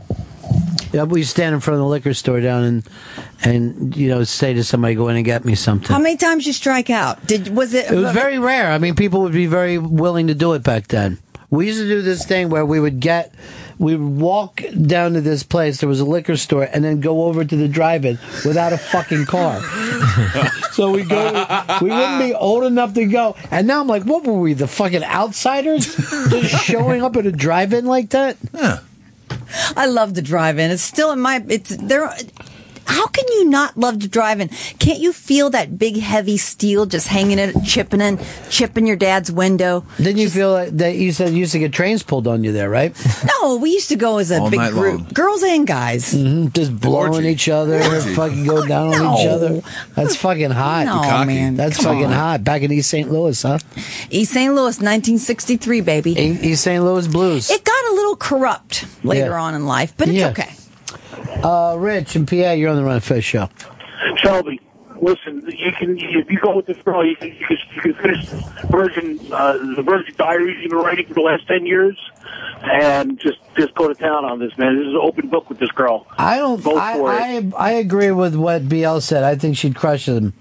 Speaker 4: Yeah, we stand in front of the liquor store down and and you know say to somebody, "Go in and get me something."
Speaker 6: How many times you strike out? Did was it?
Speaker 4: It was very rare. I mean, people would be very willing to do it back then. We used to do this thing where we would get, we would walk down to this place. There was a liquor store, and then go over to the drive-in without a fucking car. so we go, we wouldn't be old enough to go. And now I'm like, what were we, the fucking outsiders, just showing up at a drive-in like that?
Speaker 6: I love to drive in. It's still in my. It's there. How can you not love to drive in? Can't you feel that big heavy steel just hanging it, chipping in, chipping your dad's window?
Speaker 4: Didn't you feel like that? You said you used to get trains pulled on you there, right?
Speaker 6: No, we used to go as a
Speaker 4: All
Speaker 6: big
Speaker 4: night
Speaker 6: group,
Speaker 4: long.
Speaker 6: girls and guys.
Speaker 4: Mm-hmm. Just blowing each other,
Speaker 6: Orgy.
Speaker 4: fucking going down on each
Speaker 6: No.
Speaker 4: other. That's fucking hot.
Speaker 6: No, Cocky. man.
Speaker 4: That's
Speaker 6: Come
Speaker 4: fucking
Speaker 6: on.
Speaker 4: hot. Back in East St. Louis, huh?
Speaker 6: East St. Louis, 1963, baby.
Speaker 4: East St. Louis blues.
Speaker 6: It got a little corrupt later
Speaker 4: Yeah.
Speaker 6: on in life, but it's
Speaker 4: Yeah.
Speaker 6: okay.
Speaker 4: Uh, Rich and PA, you're on the Run and Fez show.
Speaker 10: Shelby, listen, you can if you go with this girl, you can you can, you can finish Virgin uh, the Virgin Diaries you've been writing for the last ten years, and just just go to town on this man. This is an open book with this girl.
Speaker 4: I don't.
Speaker 10: Vote
Speaker 4: I,
Speaker 10: for
Speaker 4: I
Speaker 10: it.
Speaker 4: I agree with what BL said. I think she'd crush him.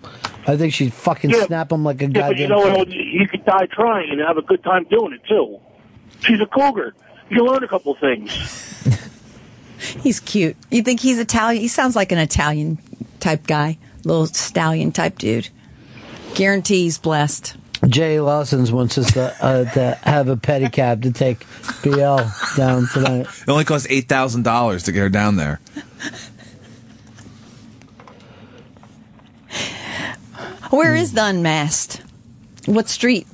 Speaker 4: I think she'd fucking snap him like a
Speaker 10: Yeah, but you
Speaker 4: goddamn.
Speaker 10: know what? You could die trying and have a good time doing it too. She's a cougar. You learn a couple things.
Speaker 6: He's cute. You think he's Italian? He sounds like an Italian type guy, little stallion type dude. Guarantee he's blessed.
Speaker 4: Jay Lawson's wants us to, uh, to have a pedicab to take BL down tonight.
Speaker 5: It only cost eight thousand dollars to get her down there.
Speaker 6: Where is the unmasked? What street?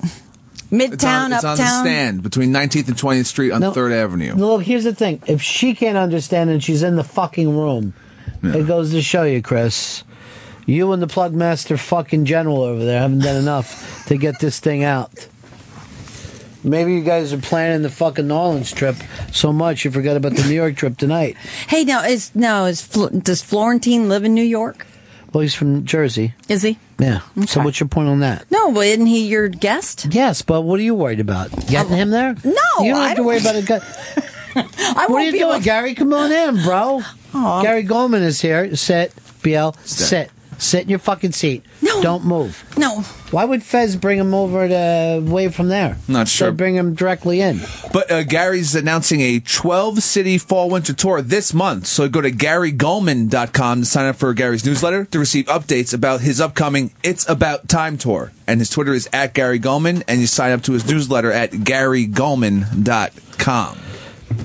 Speaker 6: Midtown,
Speaker 5: It's on, it's on
Speaker 6: uptown.
Speaker 5: the stand between 19th and 20th Street on Third Avenue.
Speaker 4: Look, here's the thing. If she can't understand and she's in the fucking room, it goes to show you, Chris. You and the plug master fucking general over there haven't done enough to get this thing out. Maybe you guys are planning the fucking New Orleans trip so much you forgot about the New York trip tonight.
Speaker 6: Hey, now is now is Fl- does Florentine live in New York?
Speaker 4: Well, he's from Jersey.
Speaker 6: Is he?
Speaker 4: Yeah. So what's your point on that?
Speaker 6: No, well, isn't he your guest?
Speaker 4: Yes, but what are you worried about? Getting him there? No, you don't have
Speaker 6: I
Speaker 4: to worry about
Speaker 6: don't-
Speaker 4: it. Go-
Speaker 6: I
Speaker 4: what are you doing, Gary? Come on in, bro. Gary Goldman is here. Sit, BL, sit. Sit in your fucking seat. No. Don't move.
Speaker 6: No.
Speaker 4: Why would Fez bring him over to way from there?
Speaker 5: Not sure.
Speaker 4: They bring him directly in.
Speaker 5: But uh, Gary's announcing a 12 city fall winter tour this month. So go to GaryGoleman.com to sign up for Gary's newsletter to receive updates about his upcoming It's About Time tour. And his Twitter is at Gary Goleman, and you sign up to his newsletter at GaryGoleman.com.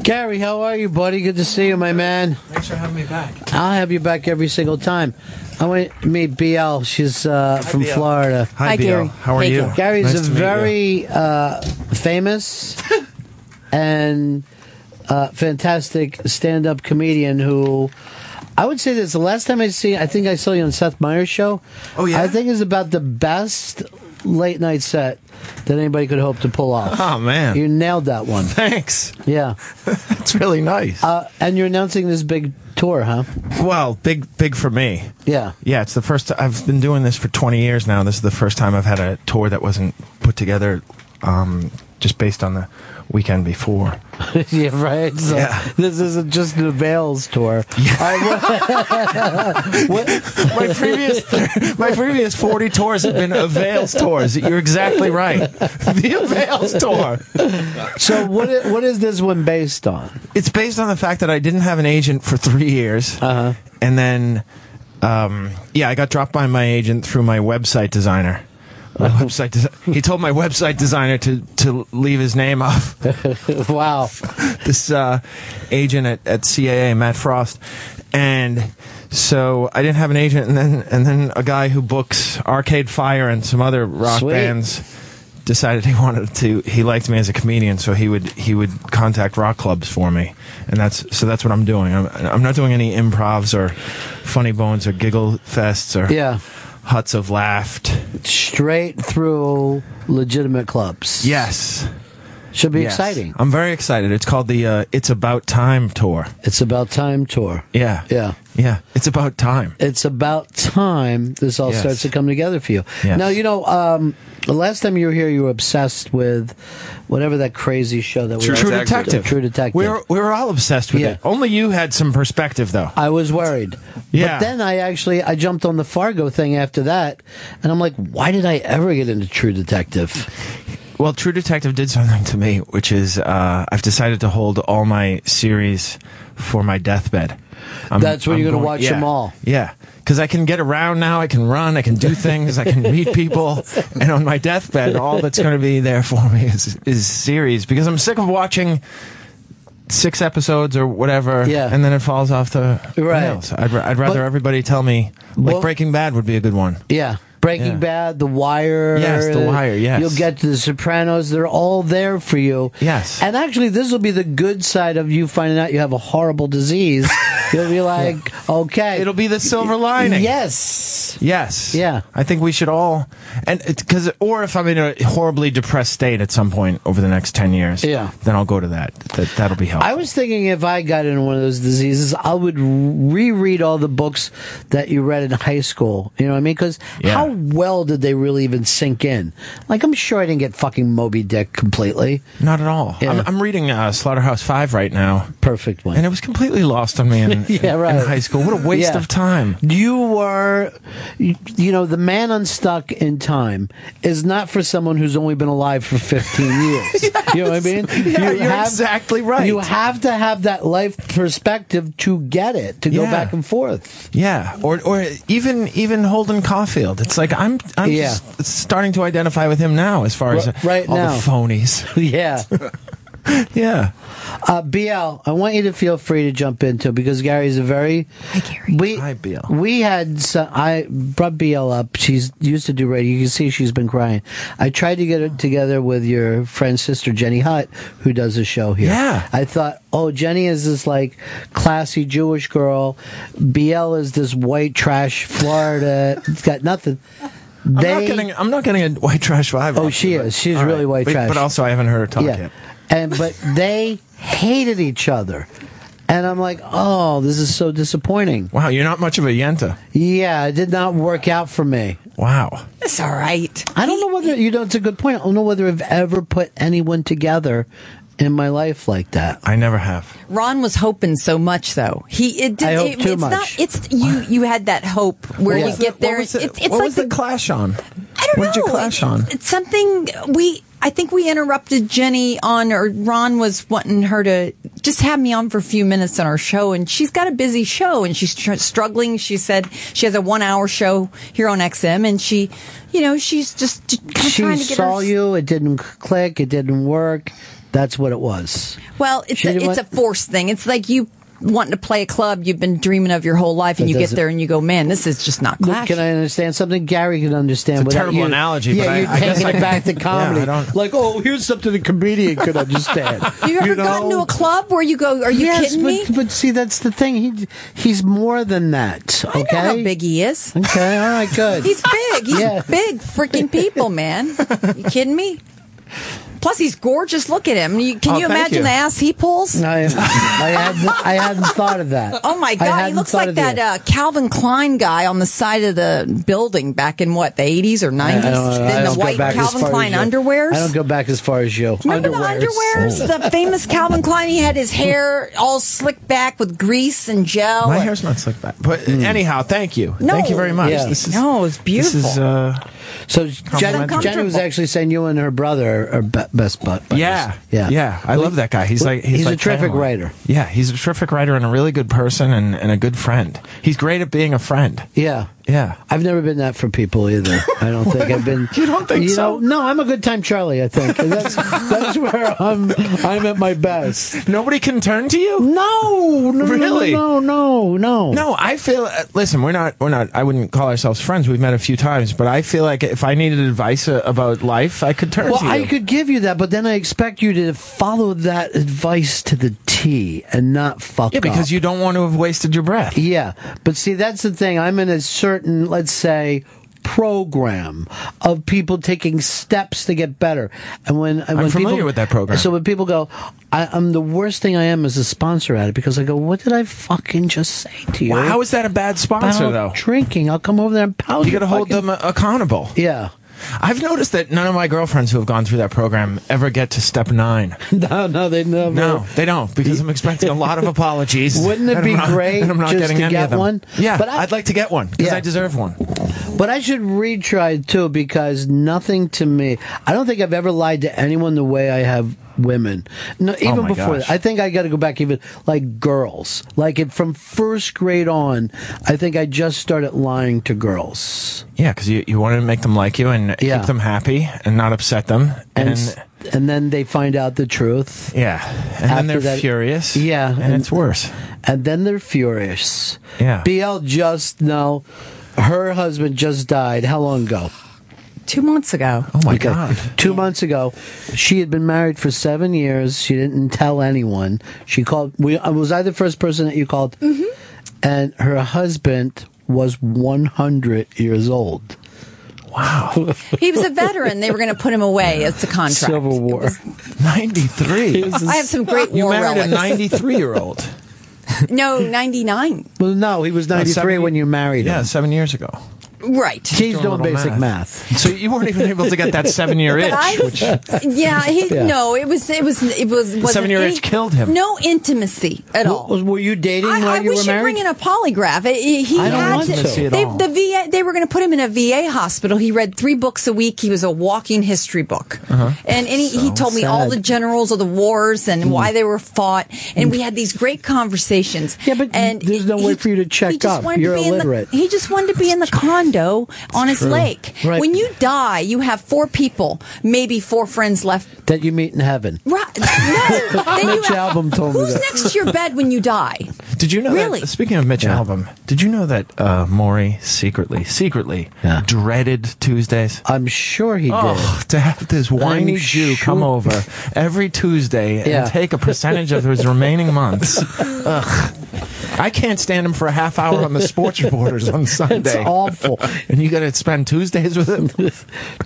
Speaker 4: Gary, how are you, buddy? Good to see you, my man.
Speaker 14: Thanks for having me back.
Speaker 4: I'll have you back every single time. I went to meet BL. She's uh, from
Speaker 14: BL.
Speaker 4: Florida.
Speaker 14: Hi, Hi, BL. Gary. How are Thank you? you.
Speaker 4: Gary's
Speaker 14: Nice
Speaker 4: a
Speaker 14: to meet you.
Speaker 4: very uh, famous and uh, fantastic stand up comedian who. I would say this. The last time I see, I think I saw you on Seth Meyers' show. Oh yeah, I think is about the best late night set that anybody could hope to pull off.
Speaker 9: Oh, man.
Speaker 4: you nailed that one.
Speaker 9: Thanks.
Speaker 4: Yeah,
Speaker 9: that's really nice.
Speaker 4: Uh, and you're announcing this big tour, huh?
Speaker 9: Well, big, big for me.
Speaker 4: Yeah.
Speaker 9: Yeah, it's the first. I've been doing this for 20 years now. This is the first time I've had a tour that wasn't put together um, just based on the weekend before.
Speaker 4: yeah, right. So
Speaker 9: Yeah.
Speaker 4: This isn't just the Veils tour.
Speaker 9: my previous my previous 40 tours have been avails tours. You're exactly right. The avails tour.
Speaker 4: So what i- what is this one based on?
Speaker 9: It's based on the fact that I didn't have an agent for 3 years. Uh-huh. And then um, yeah, I got dropped by my agent through my website designer. My website desi- he told my website designer to, to leave his name off.
Speaker 4: wow.
Speaker 9: This uh, agent at, at CAA, Matt Frost. And so I didn't have an agent and then and then a guy who books Arcade Fire and some other rock
Speaker 4: Sweet.
Speaker 9: bands decided he wanted to he liked me as a comedian so he would he would contact rock clubs for me and that's so that's what I'm doing I'm, I'm not doing any improvs or funny bones or giggle fests or
Speaker 4: Yeah.
Speaker 9: huts of laughed
Speaker 4: Straight through legitimate clubs.
Speaker 9: Yes.
Speaker 4: Should be
Speaker 9: Yes.
Speaker 4: exciting.
Speaker 9: I'm very excited it's called the uh, it's about time tour
Speaker 4: it's about time tour
Speaker 9: yeah
Speaker 4: yeah
Speaker 9: yeah it's about time
Speaker 4: It's about time this all
Speaker 9: Yes.
Speaker 4: starts to come together for you.
Speaker 9: Yes.
Speaker 4: Now, you know, um, the last time you were here, you were obsessed with whatever that crazy show that
Speaker 9: True
Speaker 4: we
Speaker 9: True Detective. Detective.
Speaker 4: True Detective.
Speaker 9: We were, we were all obsessed with
Speaker 4: Yeah.
Speaker 9: it. Only you had some perspective, though.
Speaker 4: I was worried.
Speaker 9: Yeah.
Speaker 4: But then I actually I jumped on the Fargo thing after that, and I'm like, why did I ever get into True Detective?
Speaker 9: Well, True Detective did something to me, which is uh, I've decided to hold all my series for my deathbed.
Speaker 4: That's where you're gonna watch
Speaker 9: yeah,
Speaker 4: them all.
Speaker 9: Yeah. Because I can get around now, I can run, I can do things, I can meet people, and on my deathbed, all that's going to be there for me is, is series. Because I'm sick of watching six episodes or whatever,
Speaker 4: Yeah.
Speaker 9: and then it falls off the
Speaker 4: Right.
Speaker 9: rails. I'd, ra- I'd rather
Speaker 4: But-
Speaker 9: everybody tell me, like
Speaker 4: Well-
Speaker 9: Breaking Bad would be a good one.
Speaker 4: Yeah. Breaking
Speaker 9: Yeah.
Speaker 4: Bad, The Wire.
Speaker 9: Yes, The Wire, yes.
Speaker 4: You'll get to The Sopranos. They're all there for you. Yes. And actually, this will be the good side of you finding out you have a horrible disease. You'll be like, okay.
Speaker 9: It'll be the silver lining.
Speaker 4: Yes.
Speaker 9: Yes.
Speaker 4: Yeah.
Speaker 9: I think we should all, and because, or if I'm in a horribly depressed state at some point over the next ten years,
Speaker 4: Yeah.
Speaker 9: then I'll go to that. That that'll be helpful.
Speaker 4: I was thinking if I got into one of those diseases, I would reread all the books that you read in high school. You know what I mean? Because
Speaker 9: Yeah.
Speaker 4: how well did they really even sink in? Like, I'm sure I didn't get fucking Moby Dick completely.
Speaker 9: Not at all. I'm, I'm reading uh, Slaughterhouse Five right now.
Speaker 4: Perfect one.
Speaker 9: And it was completely lost on me in,
Speaker 4: yeah,
Speaker 9: in-
Speaker 4: right.
Speaker 9: in high school. What a waste
Speaker 4: Yeah.
Speaker 9: of time.
Speaker 4: You were, you you know, the man unstuck in time is not for someone who's only been alive for 15 years. You know what I mean?
Speaker 9: Yeah, you're exactly right.
Speaker 4: You have to have that life perspective to get it, to go
Speaker 9: Yeah.
Speaker 4: back and forth.
Speaker 9: Yeah, or or even even Holden Caulfield. It's like I'm I'm
Speaker 4: Yeah.
Speaker 9: just starting to identify with him now as far as uh,
Speaker 4: Ri- right
Speaker 9: all
Speaker 4: now.
Speaker 9: the phonies.
Speaker 4: yeah.
Speaker 9: yeah.
Speaker 4: Uh, BL, I want you to feel free to jump into it because Gary's a very. Hi, Gary. We, Hi,
Speaker 9: BL.
Speaker 4: We had. Some, I brought BL up. She's used to do radio. You can see she's been crying. I tried to get her together with your friend's sister, Jenny Hutt, who does a show here.
Speaker 9: Yeah.
Speaker 4: I thought, oh, Jenny is this like classy Jewish girl. BL is this white trash Florida. it's got nothing. They,
Speaker 9: I'm not getting I'm not getting a white trash vibe.
Speaker 4: Oh, she is. She's
Speaker 9: All
Speaker 4: really white
Speaker 9: But-
Speaker 4: trash.
Speaker 9: But also, I haven't heard her talk
Speaker 4: yeah.
Speaker 9: yet.
Speaker 4: And but they hated each other. And I'm like, oh, this is so disappointing.
Speaker 9: Wow, you're not much of a yenta.
Speaker 4: Yeah, it did not work out for me.
Speaker 9: Wow.
Speaker 4: It's all right. I don't know whether you know it's a good point. I don't know whether I've ever put anyone together in my life like that.
Speaker 9: I never have.
Speaker 6: Ron was hoping so much, though. He it did.
Speaker 4: I hope
Speaker 6: it,
Speaker 4: too
Speaker 6: it's
Speaker 4: much.
Speaker 6: Not, it's you. You had that hope where
Speaker 9: What
Speaker 6: you
Speaker 9: was the-
Speaker 6: get
Speaker 9: what
Speaker 6: there.
Speaker 9: was the-
Speaker 6: it's it's
Speaker 9: what
Speaker 6: like
Speaker 9: was the, clash on? I don't what did you clash on?
Speaker 6: it's something we. I think we interrupted Jenny on, or Ron was wanting her to just have me on for a few minutes on our show, and she's got a busy show and she's tr- struggling. She said she has a one-hour show here on XM, and she, you know, she's just kind of
Speaker 4: She
Speaker 6: trying to get
Speaker 4: saw
Speaker 6: her
Speaker 4: you. It didn't click. It didn't work. That's what it was.
Speaker 6: Well, it's
Speaker 4: She
Speaker 6: a,
Speaker 4: did
Speaker 6: it's
Speaker 4: what?
Speaker 6: a forced thing. It's like you wanting to play a club you've been dreaming of your whole life, and
Speaker 4: That
Speaker 6: you get
Speaker 4: doesn't-
Speaker 6: there and you go, "Man, this is just not
Speaker 4: Look,
Speaker 6: clash."
Speaker 4: Can I understand something? Gary can understand.
Speaker 9: It's a
Speaker 4: without
Speaker 9: terrible
Speaker 4: you-
Speaker 9: analogy,
Speaker 4: Yeah,
Speaker 9: but I-
Speaker 4: you're
Speaker 9: I guess
Speaker 4: taking
Speaker 9: I
Speaker 4: it back to
Speaker 9: can-
Speaker 4: comedy.
Speaker 9: Yeah, I don't-
Speaker 4: like, oh, here's something a comedian could understand.
Speaker 6: you ever
Speaker 4: you know?
Speaker 6: gotten to a club where you go, "Are you
Speaker 4: yes,
Speaker 6: kidding
Speaker 4: but,
Speaker 6: me?"
Speaker 4: But see, that's the thing. He he's more than that. Okay,
Speaker 6: I know how big he is.
Speaker 4: Okay, all right, good.
Speaker 6: He's big. He's big freaking people, man. You kidding me? Plus, he's gorgeous. Look at him. You- Can
Speaker 4: Oh,
Speaker 6: you
Speaker 4: thank
Speaker 6: imagine
Speaker 4: you.
Speaker 6: the ass he pulls?
Speaker 4: I, I hadn't I hadn't thought of that.
Speaker 6: Oh my
Speaker 4: I
Speaker 6: God, he
Speaker 4: hadn't
Speaker 6: looks
Speaker 4: thought
Speaker 6: like
Speaker 4: of
Speaker 6: that uh, Calvin Klein guy on the side of the building back in what the eighties or
Speaker 4: I- I
Speaker 6: nineties.
Speaker 4: don't- I
Speaker 6: In the
Speaker 4: don't go
Speaker 6: white
Speaker 4: back as
Speaker 6: Calvin
Speaker 4: far as
Speaker 6: Klein
Speaker 4: you.
Speaker 6: underwears.
Speaker 4: I don't go back as far as you.
Speaker 6: Remember
Speaker 4: underwears. Oh.
Speaker 6: the underwears? The famous Calvin Klein. He had his hair all slicked back with grease and gel.
Speaker 9: My hair's not slick back. But anyhow, thank you. thank you very much. This is,
Speaker 6: no, it's
Speaker 9: this
Speaker 6: beautiful.
Speaker 9: is uh,
Speaker 4: so Jen, Jen was actually saying you and her brother are be- best butt. buddies.
Speaker 9: Yeah,
Speaker 4: yeah,
Speaker 9: yeah. I love that guy. He's like he's,
Speaker 4: he's a
Speaker 9: like
Speaker 4: terrific
Speaker 9: family.
Speaker 4: writer.
Speaker 9: Yeah, he's a terrific writer and a really good person and, and a good friend. He's great at being a friend.
Speaker 4: Yeah,
Speaker 9: yeah.
Speaker 4: I've never been that for people either. I don't think I've been. You don't
Speaker 9: think so?
Speaker 4: no, I'm a good time Charlie. I think And that's that's where I'm I'm at my best.
Speaker 9: Nobody can turn to you.
Speaker 4: No, no, no,
Speaker 9: Really?
Speaker 4: no, no, no.
Speaker 9: No, I feel. Uh, listen, we're not. We're not. I wouldn't call ourselves friends. We've met a few times, but I feel like if I needed advice uh, about life, I could turn
Speaker 4: Well,
Speaker 9: to you.
Speaker 4: I could give you that, but then I expect you to follow that advice to the T and not fuck
Speaker 9: yeah, because
Speaker 4: up.
Speaker 9: you don't want to have wasted your breath.
Speaker 4: Yeah, but see, that's the thing. I'm in a certain, let's say, program of people taking steps to get better. And when I'm when
Speaker 9: familiar
Speaker 4: people,
Speaker 9: with that program.
Speaker 4: So when people go, I, I'm the worst thing I am is a sponsor at it because I go, what did I fucking just say to you?
Speaker 9: Well, how is that a bad sponsor,
Speaker 4: About
Speaker 9: though?
Speaker 4: Drinking, I'll come over there and pound
Speaker 9: You
Speaker 4: your
Speaker 9: got to hold
Speaker 4: fucking-
Speaker 9: them uh, accountable.
Speaker 4: Yeah.
Speaker 9: I've noticed that none of my girlfriends who have gone through that program ever get to step nine.
Speaker 4: No, no, they never.
Speaker 9: No, they don't because I'm expecting a lot of apologies.
Speaker 4: Wouldn't it
Speaker 9: and I'm
Speaker 4: be
Speaker 9: not-
Speaker 4: great
Speaker 9: and I'm not
Speaker 4: just
Speaker 9: getting
Speaker 4: to
Speaker 9: any
Speaker 4: get
Speaker 9: of them.
Speaker 4: one?
Speaker 9: Yeah,
Speaker 4: But
Speaker 9: but
Speaker 4: I-
Speaker 9: I, would like to get one because
Speaker 4: Yeah.
Speaker 9: I deserve one.
Speaker 4: But I should retry it, too because nothing to me. I don't think I've ever lied to anyone the way I have women. No, even
Speaker 9: Oh my
Speaker 4: before
Speaker 9: gosh.
Speaker 4: that, I think I got to go back even like girls. Like it, from first grade on, I think I just started lying to girls.
Speaker 9: Yeah, because you, you want to make them like you and
Speaker 4: Yeah.
Speaker 9: keep them happy and not upset them.
Speaker 4: And s- and then they find out the truth.
Speaker 9: yeah, and then
Speaker 4: After
Speaker 9: they're
Speaker 4: that-
Speaker 9: furious.
Speaker 4: Yeah,
Speaker 9: and, it's worse.
Speaker 4: And then they're furious.
Speaker 9: Yeah.
Speaker 4: BL just now, her husband just died. How long ago?
Speaker 6: Two months ago.
Speaker 9: Oh my God.
Speaker 4: Two months ago, she had been married for seven years. She didn't tell anyone. She called. We, uh, was I the first person that you called? Mm-hmm. And her husband was 100 years old. Wow.
Speaker 6: He was a veteran. They were going to put him away. It's a contract.
Speaker 4: Civil War.
Speaker 9: Ninety three.
Speaker 6: I have some great
Speaker 9: You
Speaker 6: war
Speaker 9: married
Speaker 6: relics.
Speaker 9: a ninety three year old.
Speaker 6: No, ninety nine.
Speaker 4: Well, no, he was 93 when you married him.
Speaker 9: Yeah, seven years ago.
Speaker 6: Right.
Speaker 4: He's
Speaker 9: Doing a
Speaker 4: doing
Speaker 9: little
Speaker 4: basic math.
Speaker 9: So you weren't even able to get that seven year
Speaker 6: But
Speaker 9: itch,
Speaker 6: I-
Speaker 9: which
Speaker 6: yeah, he
Speaker 9: Yeah.
Speaker 6: no. It was it was it was wasn't
Speaker 9: seven-year
Speaker 6: any-
Speaker 9: itch killed him.
Speaker 6: No intimacy at all.
Speaker 4: Was, were you dating
Speaker 6: I,
Speaker 4: while
Speaker 6: I
Speaker 4: you
Speaker 6: we
Speaker 4: were
Speaker 6: should
Speaker 4: married?
Speaker 6: bring in a polygraph. It- it- he
Speaker 4: I don't
Speaker 6: had
Speaker 4: want to.
Speaker 6: They, the VA. They were going to put him in a VA hospital. He read three books a week. He was a walking history book.
Speaker 9: Uh-huh.
Speaker 6: And, and he, he told me all
Speaker 4: sad. Hmm.
Speaker 6: the generals of the wars and why they were fought. And we had these great conversations. Yeah, but and there's no way
Speaker 4: for you to check up. You're illiterate.
Speaker 6: he just wanted to be in the condo on his
Speaker 4: True.
Speaker 6: lake.
Speaker 4: Right.
Speaker 6: When you die, you have four people, maybe four friends left.
Speaker 4: that you meet in heaven.
Speaker 6: Right. No. then you
Speaker 4: Mitch
Speaker 6: have-
Speaker 4: Album told me
Speaker 6: Who's
Speaker 4: that.
Speaker 6: next to your bed when you die?
Speaker 9: Did you know?
Speaker 6: Really?
Speaker 9: That, speaking of Mitch Album, did you know that uh, Maury secretly, secretly dreaded Tuesdays?
Speaker 4: I'm sure he
Speaker 9: oh,
Speaker 4: did.
Speaker 9: To have this whiny
Speaker 4: I'm
Speaker 9: Jew come
Speaker 4: sure-
Speaker 9: over every Tuesday
Speaker 4: Yeah.
Speaker 9: and take a percentage of his remaining months. Ugh. I can't stand him for a half hour on the sports reporters on Sunday.
Speaker 4: awful.
Speaker 9: and you got to spend Tuesdays with him.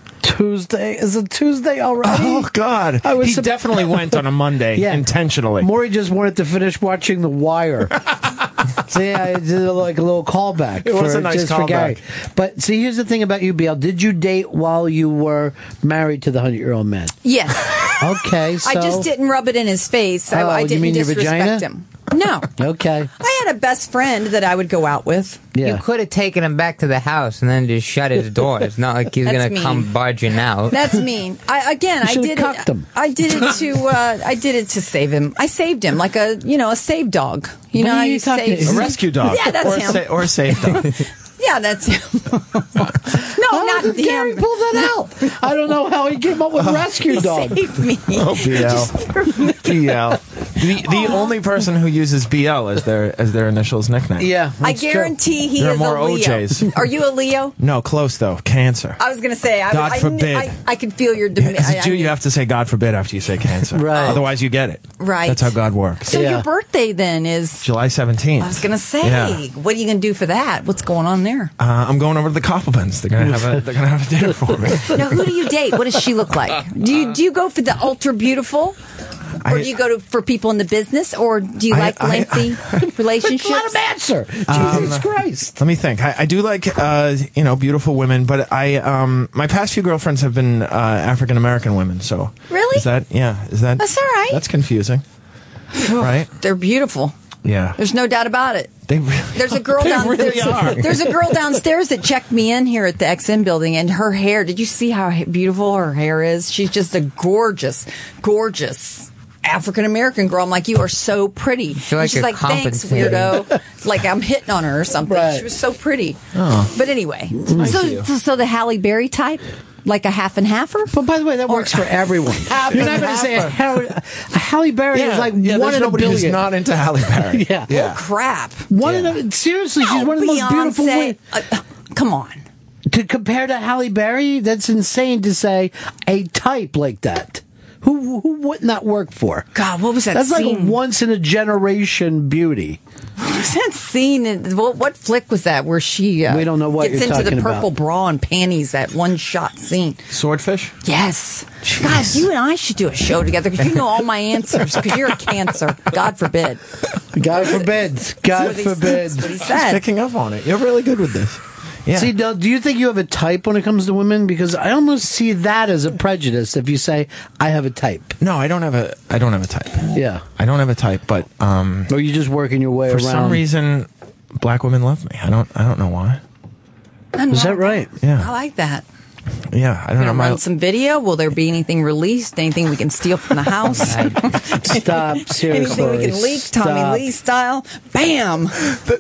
Speaker 4: Tuesday is it Tuesday already?
Speaker 9: Oh God!
Speaker 4: I was
Speaker 9: he
Speaker 4: sup-
Speaker 9: definitely went on a Monday
Speaker 4: Yeah.
Speaker 9: intentionally.
Speaker 4: Maury just wanted to finish watching The Wire. see, I did a, like a little callback.
Speaker 9: It was
Speaker 4: for-
Speaker 9: a nice
Speaker 4: just for
Speaker 9: callback.
Speaker 4: Gary. But see, here's the thing about you, BL. Did you date while you were married to the hundred-year-old man?
Speaker 6: Yes.
Speaker 4: Okay, so
Speaker 6: I just didn't rub it in his face. I,
Speaker 4: Oh,
Speaker 6: I
Speaker 4: you
Speaker 6: didn't
Speaker 4: mean your vagina?
Speaker 6: disrespect him. No,
Speaker 4: Okay.
Speaker 6: I had a best friend that I would go out with.
Speaker 17: You could have taken him back to the house and then just shut his door. It's not like he's
Speaker 6: That's
Speaker 17: gonna
Speaker 6: mean.
Speaker 17: come barging out.
Speaker 6: That's mean. I again, I did it. I did it to. Uh, I did it to save him. I saved him like a you know a save dog. You
Speaker 9: What
Speaker 6: know,
Speaker 9: are
Speaker 6: I
Speaker 9: you talking-
Speaker 6: saved-
Speaker 9: a rescue dog,
Speaker 6: Yeah, that's
Speaker 9: or,
Speaker 6: him.
Speaker 9: Sa- or a safe dog.
Speaker 6: yeah, that's him. no, not him. Gary pulled
Speaker 4: that out. I don't know how he came up with rescue dog.
Speaker 6: Saved me.
Speaker 9: Oh, BL. BL. The, the only person who uses BL as their as their initials nickname.
Speaker 6: I guarantee he
Speaker 9: There are
Speaker 6: is
Speaker 9: more
Speaker 6: a Leo.
Speaker 9: OJs.
Speaker 6: Are you a Leo?
Speaker 9: No, close though. Cancer.
Speaker 6: I was going to say. I,
Speaker 9: God
Speaker 6: I,
Speaker 9: forbid.
Speaker 6: I, I could feel your. Demi-
Speaker 9: As
Speaker 6: I-
Speaker 9: a
Speaker 6: I-
Speaker 9: Jew, you have to say God forbid after you say cancer.
Speaker 6: Right.
Speaker 9: Otherwise, you get it.
Speaker 6: Right.
Speaker 9: That's how God works.
Speaker 6: so your birthday then is.
Speaker 9: July 17th.
Speaker 6: I was going to say.
Speaker 9: Yeah.
Speaker 6: What are you going to do for that? What's going on there?
Speaker 9: Uh, I'm going over to the Koppelmans. They're gonna have a they're gonna have a dinner for me.
Speaker 6: Now, who do you date? What does she look like? Do you do you go for the ultra beautiful, or
Speaker 9: I-
Speaker 6: do you go to for people in the business, or do you
Speaker 9: I-
Speaker 6: like
Speaker 9: I-
Speaker 6: lengthy relationships? Let him
Speaker 4: answer.
Speaker 9: Jesus
Speaker 4: Christ!
Speaker 9: Um, Let me think. I, I do like uh, you know beautiful women, but I um, my past few girlfriends have been uh, African American women. So
Speaker 6: Really?
Speaker 9: is that yeah? Is that
Speaker 6: That's all right.
Speaker 9: That's confusing, right?
Speaker 6: They're beautiful.
Speaker 9: Yeah,
Speaker 6: There's no doubt about it.
Speaker 9: they really
Speaker 6: There's a girl
Speaker 9: They
Speaker 6: down
Speaker 9: really
Speaker 6: there's,
Speaker 9: are.
Speaker 6: there's a girl downstairs that checked me in here at the XM building, and her hair. Did you see how ha- beautiful her hair is? She's just a gorgeous, gorgeous. African American girl, I'm like, you are so pretty.
Speaker 17: like
Speaker 6: And she's
Speaker 17: you're
Speaker 6: like, thanks,
Speaker 17: compensating."
Speaker 6: weirdo. It's like I'm hitting on her or something. She was so pretty.
Speaker 17: Oh.
Speaker 6: But anyway,
Speaker 4: Thank
Speaker 6: so,
Speaker 4: you.
Speaker 6: so so the Halle Berry type, like a half and halfer.
Speaker 4: But by the way, that works for everyone.
Speaker 6: Half
Speaker 4: You're not
Speaker 6: and
Speaker 4: going to say a
Speaker 6: half.
Speaker 4: Halle, a Halle Berry
Speaker 9: Yeah,
Speaker 4: is like
Speaker 9: yeah,
Speaker 4: one
Speaker 9: there's
Speaker 4: in a
Speaker 9: nobody who's
Speaker 4: billion.
Speaker 9: not into Halle Berry.
Speaker 4: yeah.
Speaker 9: Yeah.
Speaker 6: Oh, crap. Oh,
Speaker 4: One of the, seriously, she's one of the most beautiful
Speaker 6: Beyonce. uh,
Speaker 4: women.
Speaker 6: come on.
Speaker 4: To compare to Halle Berry, that's insane to say a type like that. Who who would not work for?
Speaker 6: God, what was that
Speaker 4: That's like a
Speaker 6: scene?
Speaker 4: once in a generation beauty.
Speaker 6: What's that scene? in- What, what flick was that where she uh,
Speaker 4: We don't know what
Speaker 6: gets
Speaker 4: you're
Speaker 6: into the
Speaker 4: talking
Speaker 6: purple
Speaker 4: about.
Speaker 6: bra and panties? That one shot scene.
Speaker 9: Swordfish.
Speaker 6: Yes, God, you and I should do a show together because you know all my answers. Because you're a cancer. God forbid.
Speaker 4: God forbid. God
Speaker 6: what he-
Speaker 4: forbid.
Speaker 6: that's what he said. She's picking
Speaker 9: up on it. You're really good with this. Yeah.
Speaker 4: See, now, do you think you have a type when it comes to women? Because I almost see that as a prejudice if you say I have a type.
Speaker 9: No, I don't have a I don't have a type.
Speaker 4: Yeah.
Speaker 9: I don't have a type, but um,
Speaker 4: or you just working your way
Speaker 9: for
Speaker 4: around.
Speaker 9: some reason, black women love me. I don't I don't know why.
Speaker 6: Is that
Speaker 4: right?
Speaker 9: Yeah.
Speaker 6: I like that.
Speaker 9: Yeah, I
Speaker 6: We're
Speaker 9: don't
Speaker 6: gonna
Speaker 9: know. My,
Speaker 6: run some video. Will there be anything released? Anything we can steal from the house?
Speaker 4: Stop.
Speaker 6: Anything we can leak, Tommy Lee style. Bam.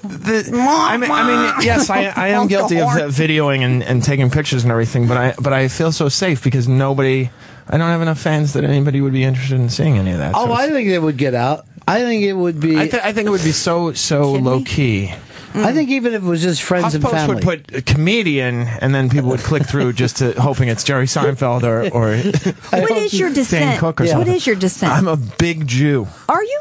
Speaker 9: I mean, I mean, yes, I, I am guilty of uh, videoing and, and taking pictures and everything, but I but I feel so safe because nobody, I don't have enough fans that anybody would be interested in seeing any of that.
Speaker 4: Oh,
Speaker 9: so
Speaker 4: I think it would get out. I think it would be.
Speaker 9: I, th- I think it would be so so low key.
Speaker 4: I think even if it was just friends and
Speaker 9: HuffPost
Speaker 4: family.
Speaker 9: would put a comedian, and then people would click through just to, hoping it's Jerry Seinfeld or or
Speaker 6: What is your
Speaker 9: Dan
Speaker 6: descent?
Speaker 9: Cook or
Speaker 6: What
Speaker 9: something.
Speaker 6: is your descent?
Speaker 9: I'm a big Jew.
Speaker 6: Are you?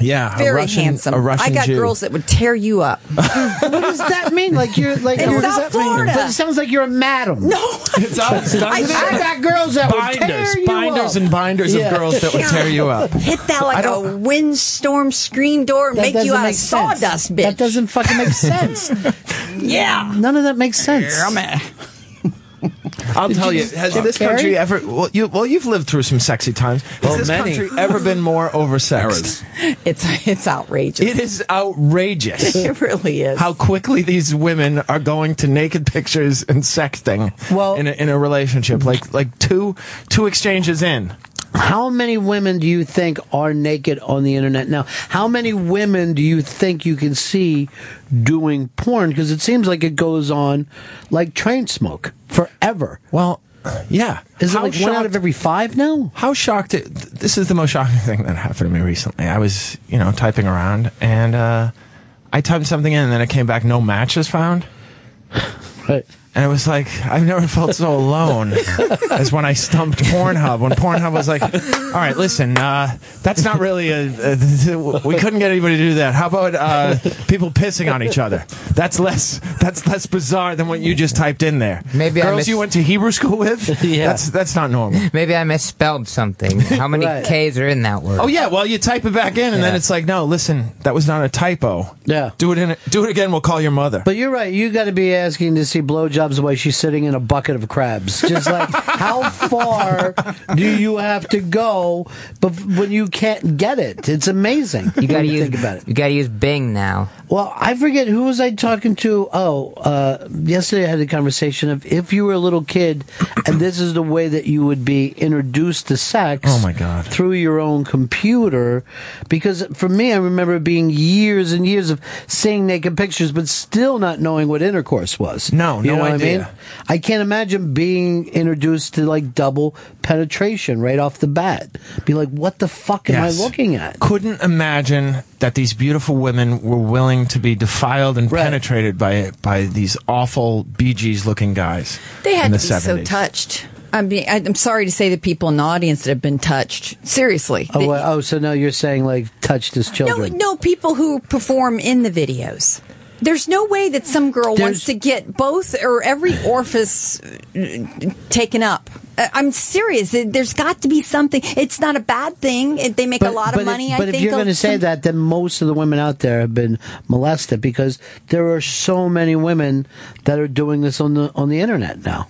Speaker 9: Yeah, a
Speaker 6: Very
Speaker 9: Russian,
Speaker 6: handsome.
Speaker 9: A Russian
Speaker 6: I got
Speaker 9: Jew.
Speaker 6: girls that would tear you up.
Speaker 4: what does that mean? Like you're like
Speaker 6: In
Speaker 4: what
Speaker 6: South
Speaker 4: does that mean?
Speaker 6: Florida.
Speaker 4: But it sounds like you're a madam.
Speaker 6: No,
Speaker 9: It's us,
Speaker 4: I,
Speaker 9: doesn't it?
Speaker 4: I got girls that would tear
Speaker 9: Binders,
Speaker 4: you
Speaker 9: binders,
Speaker 4: up.
Speaker 9: and binders
Speaker 4: Yeah.
Speaker 9: of girls that would tear you up.
Speaker 6: Hit that like a windstorm screen door, and
Speaker 4: That
Speaker 6: make you
Speaker 4: doesn't
Speaker 6: out of
Speaker 4: make sense.
Speaker 6: sawdust, bitch.
Speaker 4: That doesn't fucking make sense.
Speaker 6: yeah.
Speaker 4: None of that makes sense.
Speaker 6: Yeah, man.
Speaker 9: I'll
Speaker 4: Did
Speaker 9: tell
Speaker 4: you
Speaker 9: you,
Speaker 4: just
Speaker 9: has
Speaker 4: fuck
Speaker 9: this
Speaker 4: Carrie?
Speaker 9: country ever? Well, you well, you've lived through some sexy times. Has
Speaker 4: Well,
Speaker 9: this
Speaker 4: many.
Speaker 9: country ever been more oversexed?
Speaker 6: It's it's outrageous.
Speaker 9: It is outrageous.
Speaker 6: It really is.
Speaker 9: How quickly these women are going to naked pictures and sexting well, in, a, in a relationship, like like two two exchanges in.
Speaker 4: How many women do you think are naked on the internet now? How many women do you think you can see doing porn? Because it seems like it goes on like train smoke forever.
Speaker 9: Well, yeah.
Speaker 4: Is it
Speaker 9: How
Speaker 4: like one out
Speaker 9: shocked-
Speaker 4: of every five now?
Speaker 9: How shocked! It, th- this is the most shocking thing that happened to me recently. I was, you know, typing around and uh, I typed something in, and then it came back no matches found.
Speaker 4: Right.
Speaker 9: And it was like I've never felt so alone as when I stumped Pornhub. When Pornhub was like, "All right, listen, uh, that's not really a, a- we couldn't get anybody to do that. How about uh, people pissing on each other? That's less that's less bizarre than what you just typed in there.
Speaker 17: Maybe I
Speaker 9: girls
Speaker 17: mis-
Speaker 9: you went to Hebrew school with.
Speaker 17: Yeah.
Speaker 9: that's that's not normal.
Speaker 17: Maybe I misspelled something. How many
Speaker 9: Right.
Speaker 17: K's are in that word?
Speaker 9: Oh yeah, well you type it back in, and then
Speaker 17: Yeah.
Speaker 9: it's like, no, listen, that was not a typo.
Speaker 4: Yeah.
Speaker 9: do it in, do it again. We'll call your mother.
Speaker 4: But you're right. You got to be asking to see blowjobs crabs away. She's sitting in a bucket of crabs. Just like, how far do you have to go but when you can't get it? It's amazing.
Speaker 17: You gotta
Speaker 4: When
Speaker 17: use-
Speaker 4: think about it. You got to use Bing now. Well, I forget who was I talking to. Oh, uh, yesterday I had a conversation of if you were a little kid and this is the way that you would be introduced to sex.
Speaker 9: Oh, my God.
Speaker 4: Through your own computer, because for me, I remember being years and years of seeing naked pictures, but still not knowing what intercourse was. No,
Speaker 9: no idea.
Speaker 4: I mean? I can't imagine being introduced to like double penetration right off the bat. Be like, what the fuck am
Speaker 9: Yes.
Speaker 4: I looking at?
Speaker 9: Couldn't imagine that these beautiful women were willing to be defiled and penetrated by by these awful Bee Gees looking guys.
Speaker 6: They had
Speaker 9: in the
Speaker 6: to be so
Speaker 9: 70s.
Speaker 6: touched. I mean, I- I'm sorry to say the people in the audience that have been touched. Seriously.
Speaker 4: Oh, well, oh, so now you're saying like touched his children?
Speaker 6: No, people who perform in the videos. There's no way that some girl wants to get both or every orifice uh, taken up. I- I'm serious. There's got to be something. It's not a bad thing. It- They make a lot of
Speaker 4: but
Speaker 6: money.
Speaker 4: If, but
Speaker 6: I think
Speaker 4: if you're
Speaker 6: they'll-
Speaker 4: going to say
Speaker 6: some-
Speaker 4: that, then most of the women out there have been molested because there are so many women that are doing this on the on the internet now.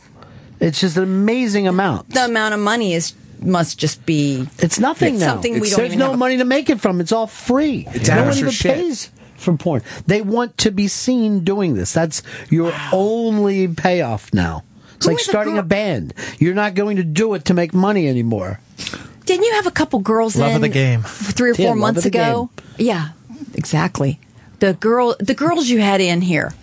Speaker 4: It's just an amazing amount.
Speaker 6: the amount of money is must just be.
Speaker 4: It's nothing now.
Speaker 6: Something we don't
Speaker 4: There's
Speaker 6: even
Speaker 4: no
Speaker 6: have.
Speaker 4: money to make it from. It's all free.
Speaker 6: It's
Speaker 4: no one
Speaker 6: amateur
Speaker 4: even
Speaker 6: shit.
Speaker 4: pays for porn. They want to be seen doing this. That's your only payoff now. It's like starting a band. You're not going to do it to make money anymore.
Speaker 6: Didn't you have a couple girls
Speaker 4: Love
Speaker 6: in
Speaker 4: of the game.
Speaker 6: three or four
Speaker 4: Yeah, love of
Speaker 6: months
Speaker 4: the
Speaker 6: ago? Yeah, exactly. The girl, the girls you had in here.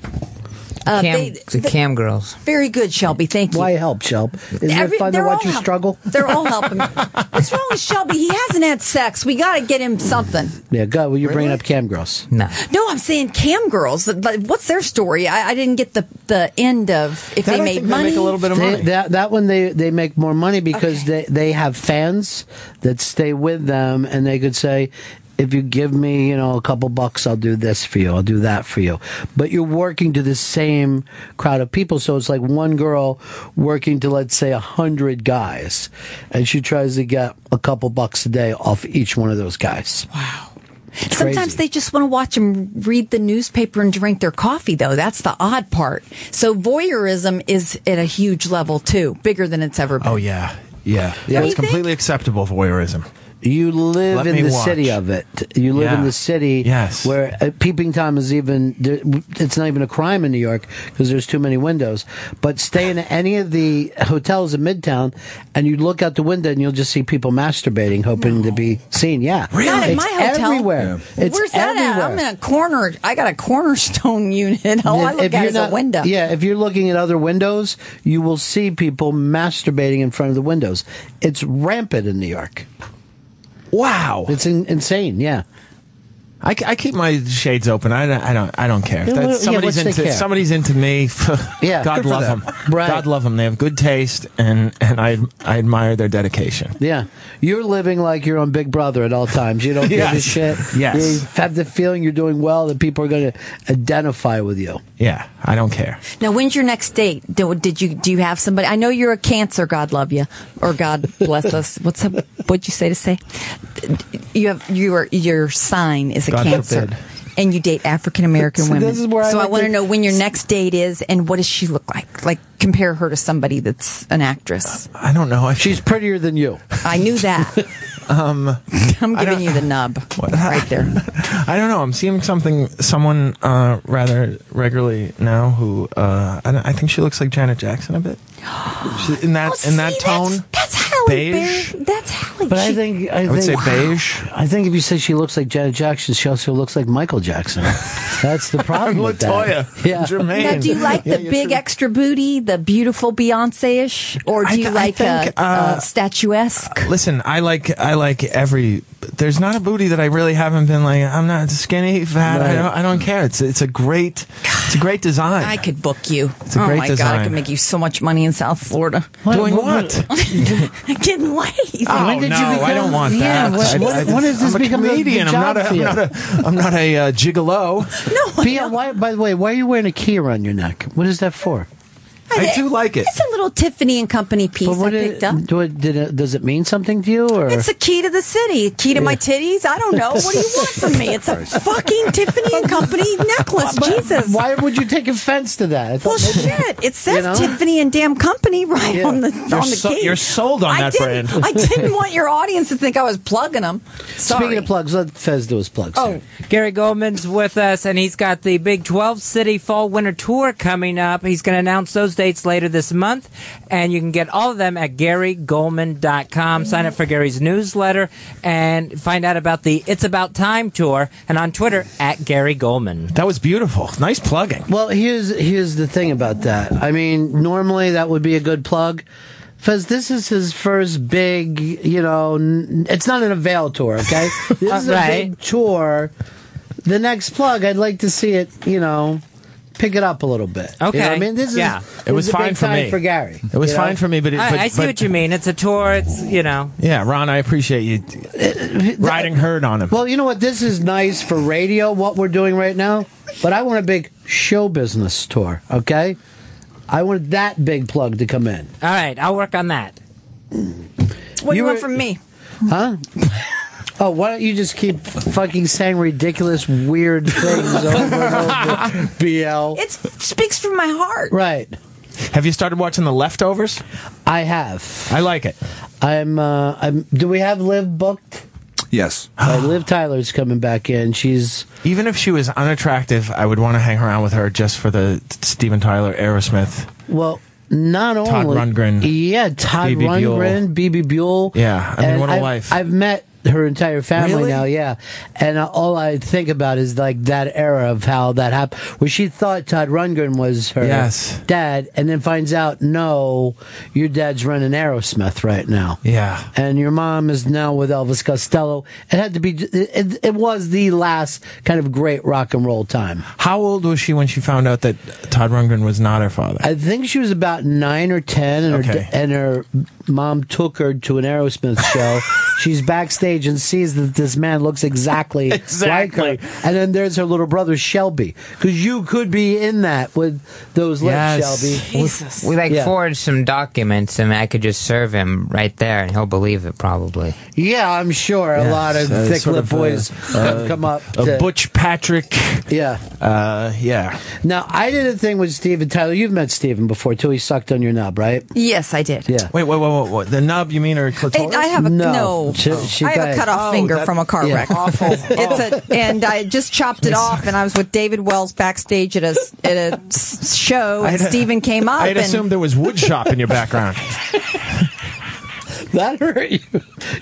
Speaker 6: Uh,
Speaker 17: Cam,
Speaker 6: they-
Speaker 17: the cam girls.
Speaker 6: Very good, Shelby. Thank you. Why
Speaker 4: help, Shelby? Isn't
Speaker 17: it fun to watch you
Speaker 4: struggle?
Speaker 6: They're all helping. What's wrong with Shelby? He hasn't had sex. We got to get him something.
Speaker 4: Yeah, God, well, you're bringing up cam girls.
Speaker 17: No.
Speaker 6: No, I'm saying cam girls. like, What's their story? I, I didn't get the the end of if
Speaker 4: That
Speaker 6: they
Speaker 4: I
Speaker 6: made
Speaker 4: think they
Speaker 6: money.
Speaker 4: make a little bit of They- money. that that one they they make more money because they they have fans that stay with them and they could say if you give me you know a couple bucks i'll do this for you i'll do that for you but you're working to the same crowd of people so it's like one girl working to let's say a hundred guys and she tries to get a couple bucks a day off each one of those guys wow
Speaker 6: Sometimes they just want to watch them read the newspaper and drink their coffee, though. That's the odd part. So voyeurism is at a huge level too, bigger than it's ever been.
Speaker 9: Oh yeah, yeah, yeah.
Speaker 6: do you
Speaker 9: It's completely acceptable voyeurism.
Speaker 4: You live
Speaker 9: Let
Speaker 4: in
Speaker 9: me
Speaker 4: the
Speaker 9: watch.
Speaker 4: city of it. You live in
Speaker 9: Yeah.
Speaker 4: the city where uh, peeping tom is even. there- It's not even a crime in New York because there's too many windows. But stay in any of the hotels in Midtown, and you look out the window and you'll just see people masturbating, hoping to be seen. Yeah,
Speaker 6: Really? Not at
Speaker 4: It's
Speaker 6: my hotel.
Speaker 4: Everywhere. It's
Speaker 6: Where's that
Speaker 4: everywhere.
Speaker 6: at? I'm in a corner. I got a cornerstone unit. All oh, I
Speaker 4: If-
Speaker 6: look
Speaker 4: if
Speaker 6: at
Speaker 4: you're
Speaker 6: is
Speaker 4: not-
Speaker 6: a window.
Speaker 4: Yeah, if you're looking at other windows, you will see people masturbating in front of the windows. It's rampant in New York.
Speaker 9: Wow,
Speaker 4: it's in, insane. Yeah.
Speaker 9: I, I keep my shades open. I don't. I don't. I don't care. If
Speaker 4: Yeah,
Speaker 9: that's-
Speaker 4: well, yeah,
Speaker 9: somebody's
Speaker 4: what's they
Speaker 9: into.
Speaker 4: care?
Speaker 9: Somebody's into me.
Speaker 4: Yeah. Good
Speaker 9: God
Speaker 4: for
Speaker 9: love
Speaker 4: them.
Speaker 9: them. God love them. They have good taste, and and I I admire their dedication.
Speaker 4: Yeah, you're living like you're on Big Brother at all times. You don't give a
Speaker 9: Yes.
Speaker 4: shit.
Speaker 9: Yes.
Speaker 4: you have the feeling you're doing well that people are going to identify with you.
Speaker 9: Yeah, I don't care.
Speaker 6: Now, when's your next date? Do, did you do you have somebody? I know you're a Cancer. God love you, or God bless us. What's up? What'd you say to say? You have your your sign is a
Speaker 18: God
Speaker 6: Cancer,
Speaker 18: forbid.
Speaker 6: and you date African American
Speaker 18: See,
Speaker 6: women.
Speaker 18: this is where I
Speaker 6: so I,
Speaker 18: like
Speaker 6: want to
Speaker 18: to-
Speaker 6: know when your next date is, and what does she look like? Like compare her to somebody that's an actress.
Speaker 9: I don't know.
Speaker 4: She's prettier than you.
Speaker 6: I knew that.
Speaker 9: Um,
Speaker 6: I'm giving you the nub right there.
Speaker 9: I don't know. I'm seeing something, someone uh, rather regularly now who uh, I, don't- I think she looks like Janet Jackson a bit.
Speaker 6: Oh,
Speaker 9: She, in that in that tone, that's,
Speaker 6: Halle
Speaker 9: beige.
Speaker 6: That's Halle.
Speaker 4: But I think I,
Speaker 9: I would
Speaker 4: think,
Speaker 9: say beige.
Speaker 4: I think if you say she looks like Janet Jackson, she also looks like Michael Jackson. That's the problem. with that.
Speaker 9: LaToya.
Speaker 4: Yeah.
Speaker 6: Now, do you like the big extra booty, the beautiful Beyonce ish, or do you like
Speaker 9: think,
Speaker 6: a,
Speaker 9: uh,
Speaker 6: a statuesque?
Speaker 9: Listen, I like I like every. There's not a booty that I really haven't been like. I'm not skinny, fat. I
Speaker 6: Right.
Speaker 9: don't. I don't care. It's it's a great. It's a great design.
Speaker 6: I could book you.
Speaker 9: It's a
Speaker 6: oh
Speaker 9: great
Speaker 6: my god, I
Speaker 9: design.
Speaker 6: could make you so much money in South Florida.
Speaker 9: Doing what?
Speaker 6: Getting laid.
Speaker 9: Oh, no, I don't want
Speaker 6: Yeah,
Speaker 9: that.
Speaker 6: what-
Speaker 9: I,
Speaker 6: what-
Speaker 9: I
Speaker 6: when does this
Speaker 9: I'm a
Speaker 6: become the- the
Speaker 9: comedian. I'm
Speaker 6: job
Speaker 9: not a,
Speaker 6: for
Speaker 9: I'm
Speaker 6: you?
Speaker 9: not a, I'm not a uh, gigolo.
Speaker 4: No. why, by the way, why are you wearing a key around your neck? What is that for?
Speaker 6: I
Speaker 4: do like it.
Speaker 6: It's a little Tiffany and Company piece I picked up.
Speaker 4: Do it, did it, does it mean something to you? Or
Speaker 6: It's a key to the city. Key to my titties? I don't know. What do you want from me? It's a fucking Tiffany and Company necklace.
Speaker 4: But
Speaker 6: Jesus.
Speaker 4: Why would you take offense to that? I
Speaker 6: Well,
Speaker 4: thought maybe-
Speaker 6: shit. It says
Speaker 4: You know?
Speaker 6: Tiffany and damn company right on the
Speaker 4: You're
Speaker 6: on the
Speaker 4: so-
Speaker 6: gate.
Speaker 4: you're sold on
Speaker 6: I
Speaker 4: that
Speaker 6: didn't-
Speaker 4: brand.
Speaker 6: I didn't want your audience to think I was plugging them. Sorry.
Speaker 4: Speaking of plugs, let Fez do his plugs.
Speaker 6: Oh.
Speaker 17: Gary Goldman's with us, and he's got the Big 12 City Fall Winter Tour coming up. He's going to announce those dates later this month, and you can get all of them at GaryGoldman.com. Sign up for Gary's newsletter and find out about the It's About Time tour, and on Twitter at Gary Goldman.
Speaker 9: That was beautiful. Nice plugging.
Speaker 4: Well, here's here's the thing about that. I mean, normally that would be a good plug. Because this is his first big, you know, n- it's not an avail tour, okay? This is a
Speaker 17: Right.
Speaker 4: big tour. The next plug, I'd like to see it, you know, pick it up a little bit. You know what I
Speaker 17: Okay.
Speaker 4: mean, this is
Speaker 17: Yeah.
Speaker 4: this
Speaker 9: It was
Speaker 4: is a big
Speaker 9: fine for
Speaker 4: time
Speaker 9: me.
Speaker 4: For Gary,
Speaker 9: It was
Speaker 4: you know?
Speaker 9: fine for me, but it-
Speaker 17: I,
Speaker 9: but-
Speaker 17: I see
Speaker 9: but-
Speaker 17: what you mean. It's a tour. It's you know.
Speaker 9: Yeah, Ron, I appreciate you
Speaker 6: Uh,
Speaker 9: riding herd on him.
Speaker 4: Well, you know what? This is nice for radio, what we're doing right now, but I want a big show business tour, okay? I want that big plug to come in.
Speaker 17: All right, I'll work on that.
Speaker 6: What do you
Speaker 4: You
Speaker 6: want
Speaker 4: were-
Speaker 6: from me?
Speaker 4: Huh? Oh, why don't you just keep fucking saying ridiculous, weird things over and over? BL.
Speaker 6: It speaks from my heart.
Speaker 4: Right.
Speaker 9: Have you started watching The Leftovers?
Speaker 4: I have.
Speaker 9: I like it.
Speaker 4: I'm. Uh, I'm. Do we have Liv booked?
Speaker 5: Yes.
Speaker 4: Uh, Liv Tyler's coming back in. She's
Speaker 9: Even if she was unattractive, I would want to hang around with her just for the Steven Tyler Aerosmith.
Speaker 4: well. Not
Speaker 9: Todd
Speaker 4: only
Speaker 9: Rundgren.
Speaker 4: Yeah, Todd
Speaker 9: B.B. Buell.
Speaker 4: Rundgren, BB Buell.
Speaker 9: Yeah, I mean,
Speaker 4: And
Speaker 9: what a
Speaker 4: I've-
Speaker 9: life.
Speaker 4: I've met her entire family
Speaker 9: Really?
Speaker 4: now. Yeah, and uh, all I think about is like that era of how that happened, where she thought Todd Rundgren was her
Speaker 9: Yes.
Speaker 4: dad, and then finds out no, your dad's running Aerosmith right now.
Speaker 9: Yeah,
Speaker 4: and your mom is now with Elvis Costello. It had to be. It, it was the last kind of great rock and roll time.
Speaker 9: How old was she when she found out that Todd Rundgren was not her father?
Speaker 4: I think she was about nine or ten, and, her,
Speaker 9: Okay.
Speaker 4: and her mom took her to an Aerosmith show. She's backstage and sees that this man looks exactly,
Speaker 9: Exactly.
Speaker 4: like her. And then there's her little brother Shelby, because you could be in that with those lips, Shelby.
Speaker 17: We, we like
Speaker 4: Yeah.
Speaker 17: forged some documents, and I could just serve him right there, and he'll believe it probably.
Speaker 4: Yeah, I'm sure a
Speaker 17: Yeah,
Speaker 4: lot of
Speaker 17: so
Speaker 4: thick
Speaker 17: sort
Speaker 4: lip
Speaker 17: of, uh,
Speaker 4: boys have
Speaker 9: uh,
Speaker 4: come up.
Speaker 9: a
Speaker 4: to-
Speaker 9: Butch Patrick.
Speaker 4: Yeah.
Speaker 9: Uh, yeah.
Speaker 4: Now I did a thing with Steven Tyler. You've met Steven before too. He sucked on your knob, right?
Speaker 6: Yes, I did.
Speaker 4: Yeah.
Speaker 9: Wait, wait, wait, wait, wait. The nub, you mean, or
Speaker 6: It,
Speaker 9: clitoris?
Speaker 6: I have a no.
Speaker 4: She- she
Speaker 6: I have
Speaker 4: got-
Speaker 6: a cut off
Speaker 4: Oh,
Speaker 6: finger
Speaker 4: that-
Speaker 6: from a car
Speaker 4: yeah.
Speaker 6: wreck. Awful. It's a and I just chopped it off, and I was with David Wells backstage at a s- at a s- show,
Speaker 9: I
Speaker 6: and
Speaker 9: had a-
Speaker 6: Steven came up.
Speaker 9: I had
Speaker 6: and
Speaker 9: assumed there was wood shop in your background.
Speaker 4: That hurt you.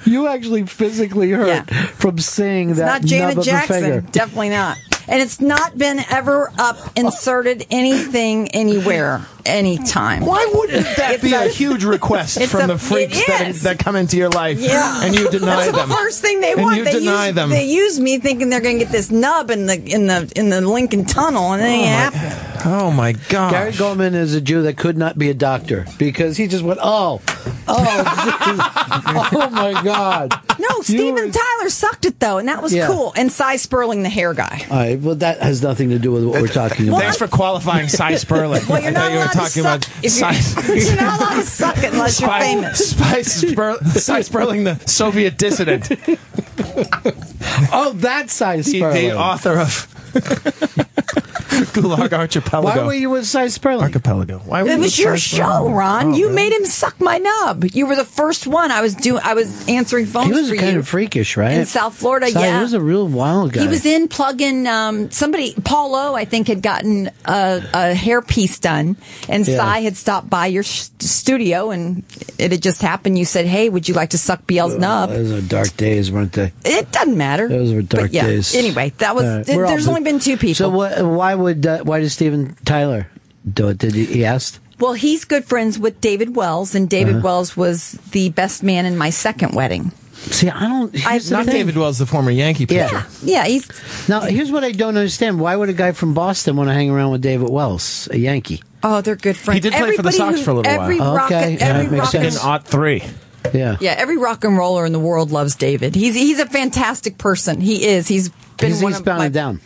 Speaker 4: You actually physically hurt from seeing
Speaker 6: It's not
Speaker 4: that
Speaker 6: Janet
Speaker 4: nub of a
Speaker 6: Jackson.
Speaker 4: finger.
Speaker 6: Definitely not. And it's not been ever up inserted anything anywhere anytime.
Speaker 9: Why wouldn't that be a, huge request
Speaker 6: It's
Speaker 9: from
Speaker 6: a-
Speaker 9: the freaks
Speaker 6: it
Speaker 9: that,
Speaker 6: is.
Speaker 9: that come into your life?
Speaker 6: Yeah,
Speaker 9: And you deny
Speaker 6: That's
Speaker 9: them.
Speaker 6: the first thing they
Speaker 9: And
Speaker 6: want.
Speaker 9: you
Speaker 6: they
Speaker 9: deny
Speaker 6: use,
Speaker 9: them.
Speaker 6: They use me thinking they're going to get this nub in the in the in the Lincoln Tunnel, and it ain't happening.
Speaker 9: Oh my God!
Speaker 4: Gary Goldman is a Jew that could not be a doctor because he just went, oh, oh, geez. oh my God.
Speaker 6: No, Steven Tyler sucked it though, and that was
Speaker 4: Yeah.
Speaker 6: cool. And Cy Sperling, the hair guy.
Speaker 4: All right. Well, that has nothing to do with what we're talking about.
Speaker 9: Thanks for qualifying Cy Sperling.
Speaker 6: Well, you're
Speaker 9: I thought
Speaker 6: not
Speaker 9: you were
Speaker 6: allowed to
Speaker 9: talking about
Speaker 6: suck. If you're, you're not allowed to suck it unless you're
Speaker 9: Spy-
Speaker 6: famous.
Speaker 9: Spy Sperling, Cy Sperling, the Soviet dissident.
Speaker 4: oh, that Cy
Speaker 9: He-
Speaker 4: Sperling.
Speaker 9: the author of Gulag Archipelago.
Speaker 4: Why were you with Cy Sperling?
Speaker 9: Archipelago. Why were
Speaker 6: It
Speaker 9: you
Speaker 6: was
Speaker 9: with
Speaker 6: your
Speaker 9: Cy
Speaker 6: show,
Speaker 9: Sperling?
Speaker 6: Ron.
Speaker 9: Oh,
Speaker 6: you
Speaker 9: really?
Speaker 6: made him suck my nub. You were the first one. I was doing. I was answering phones
Speaker 4: He was
Speaker 6: for
Speaker 4: kind
Speaker 6: you.
Speaker 4: of freakish, right?
Speaker 6: In South Florida,
Speaker 4: Cy,
Speaker 6: yeah.
Speaker 4: He was a real wild guy.
Speaker 6: He was in plugging um, somebody. Paul O, I think, had gotten a, a hair piece done, and
Speaker 4: Yeah.
Speaker 6: Cy had stopped by your sh- studio, and it had just happened. You said, "Hey, would you like to suck Biel's nub?"
Speaker 4: Those are dark days, weren't they?
Speaker 6: It doesn't matter.
Speaker 4: Those were dark
Speaker 6: But yeah.
Speaker 4: days.
Speaker 6: Anyway, that was.
Speaker 4: All right,
Speaker 6: th-
Speaker 4: we're all
Speaker 6: there's
Speaker 4: blue-
Speaker 6: only been two people.
Speaker 4: So what, why would uh, why did Steven Tyler do it? Did he, he asked?
Speaker 6: well, he's good friends with David Wells, and David Wells was the best man in my second wedding.
Speaker 4: See, I don't. here's the
Speaker 9: Not
Speaker 4: thing.
Speaker 9: David Wells, the former Yankee pitcher.
Speaker 6: Yeah,
Speaker 4: Yeah.
Speaker 6: he's
Speaker 4: Now here's what I don't understand: Why would a guy from Boston want to hang around with David Wells, a Yankee?
Speaker 6: oh, they're good friends.
Speaker 9: He did play for the
Speaker 6: Everybody
Speaker 9: Sox
Speaker 6: who-
Speaker 9: for a little
Speaker 6: every
Speaker 9: while.
Speaker 6: Rock,
Speaker 4: Okay, yeah,
Speaker 6: every
Speaker 4: that makes
Speaker 6: rock and-
Speaker 4: sense.
Speaker 9: Ot three.
Speaker 4: Yeah.
Speaker 6: yeah, every rock and roller in the world loves David. He's he's a fantastic person. He is. He's been
Speaker 4: He's
Speaker 6: one of
Speaker 4: eastbound
Speaker 6: my-
Speaker 4: and down.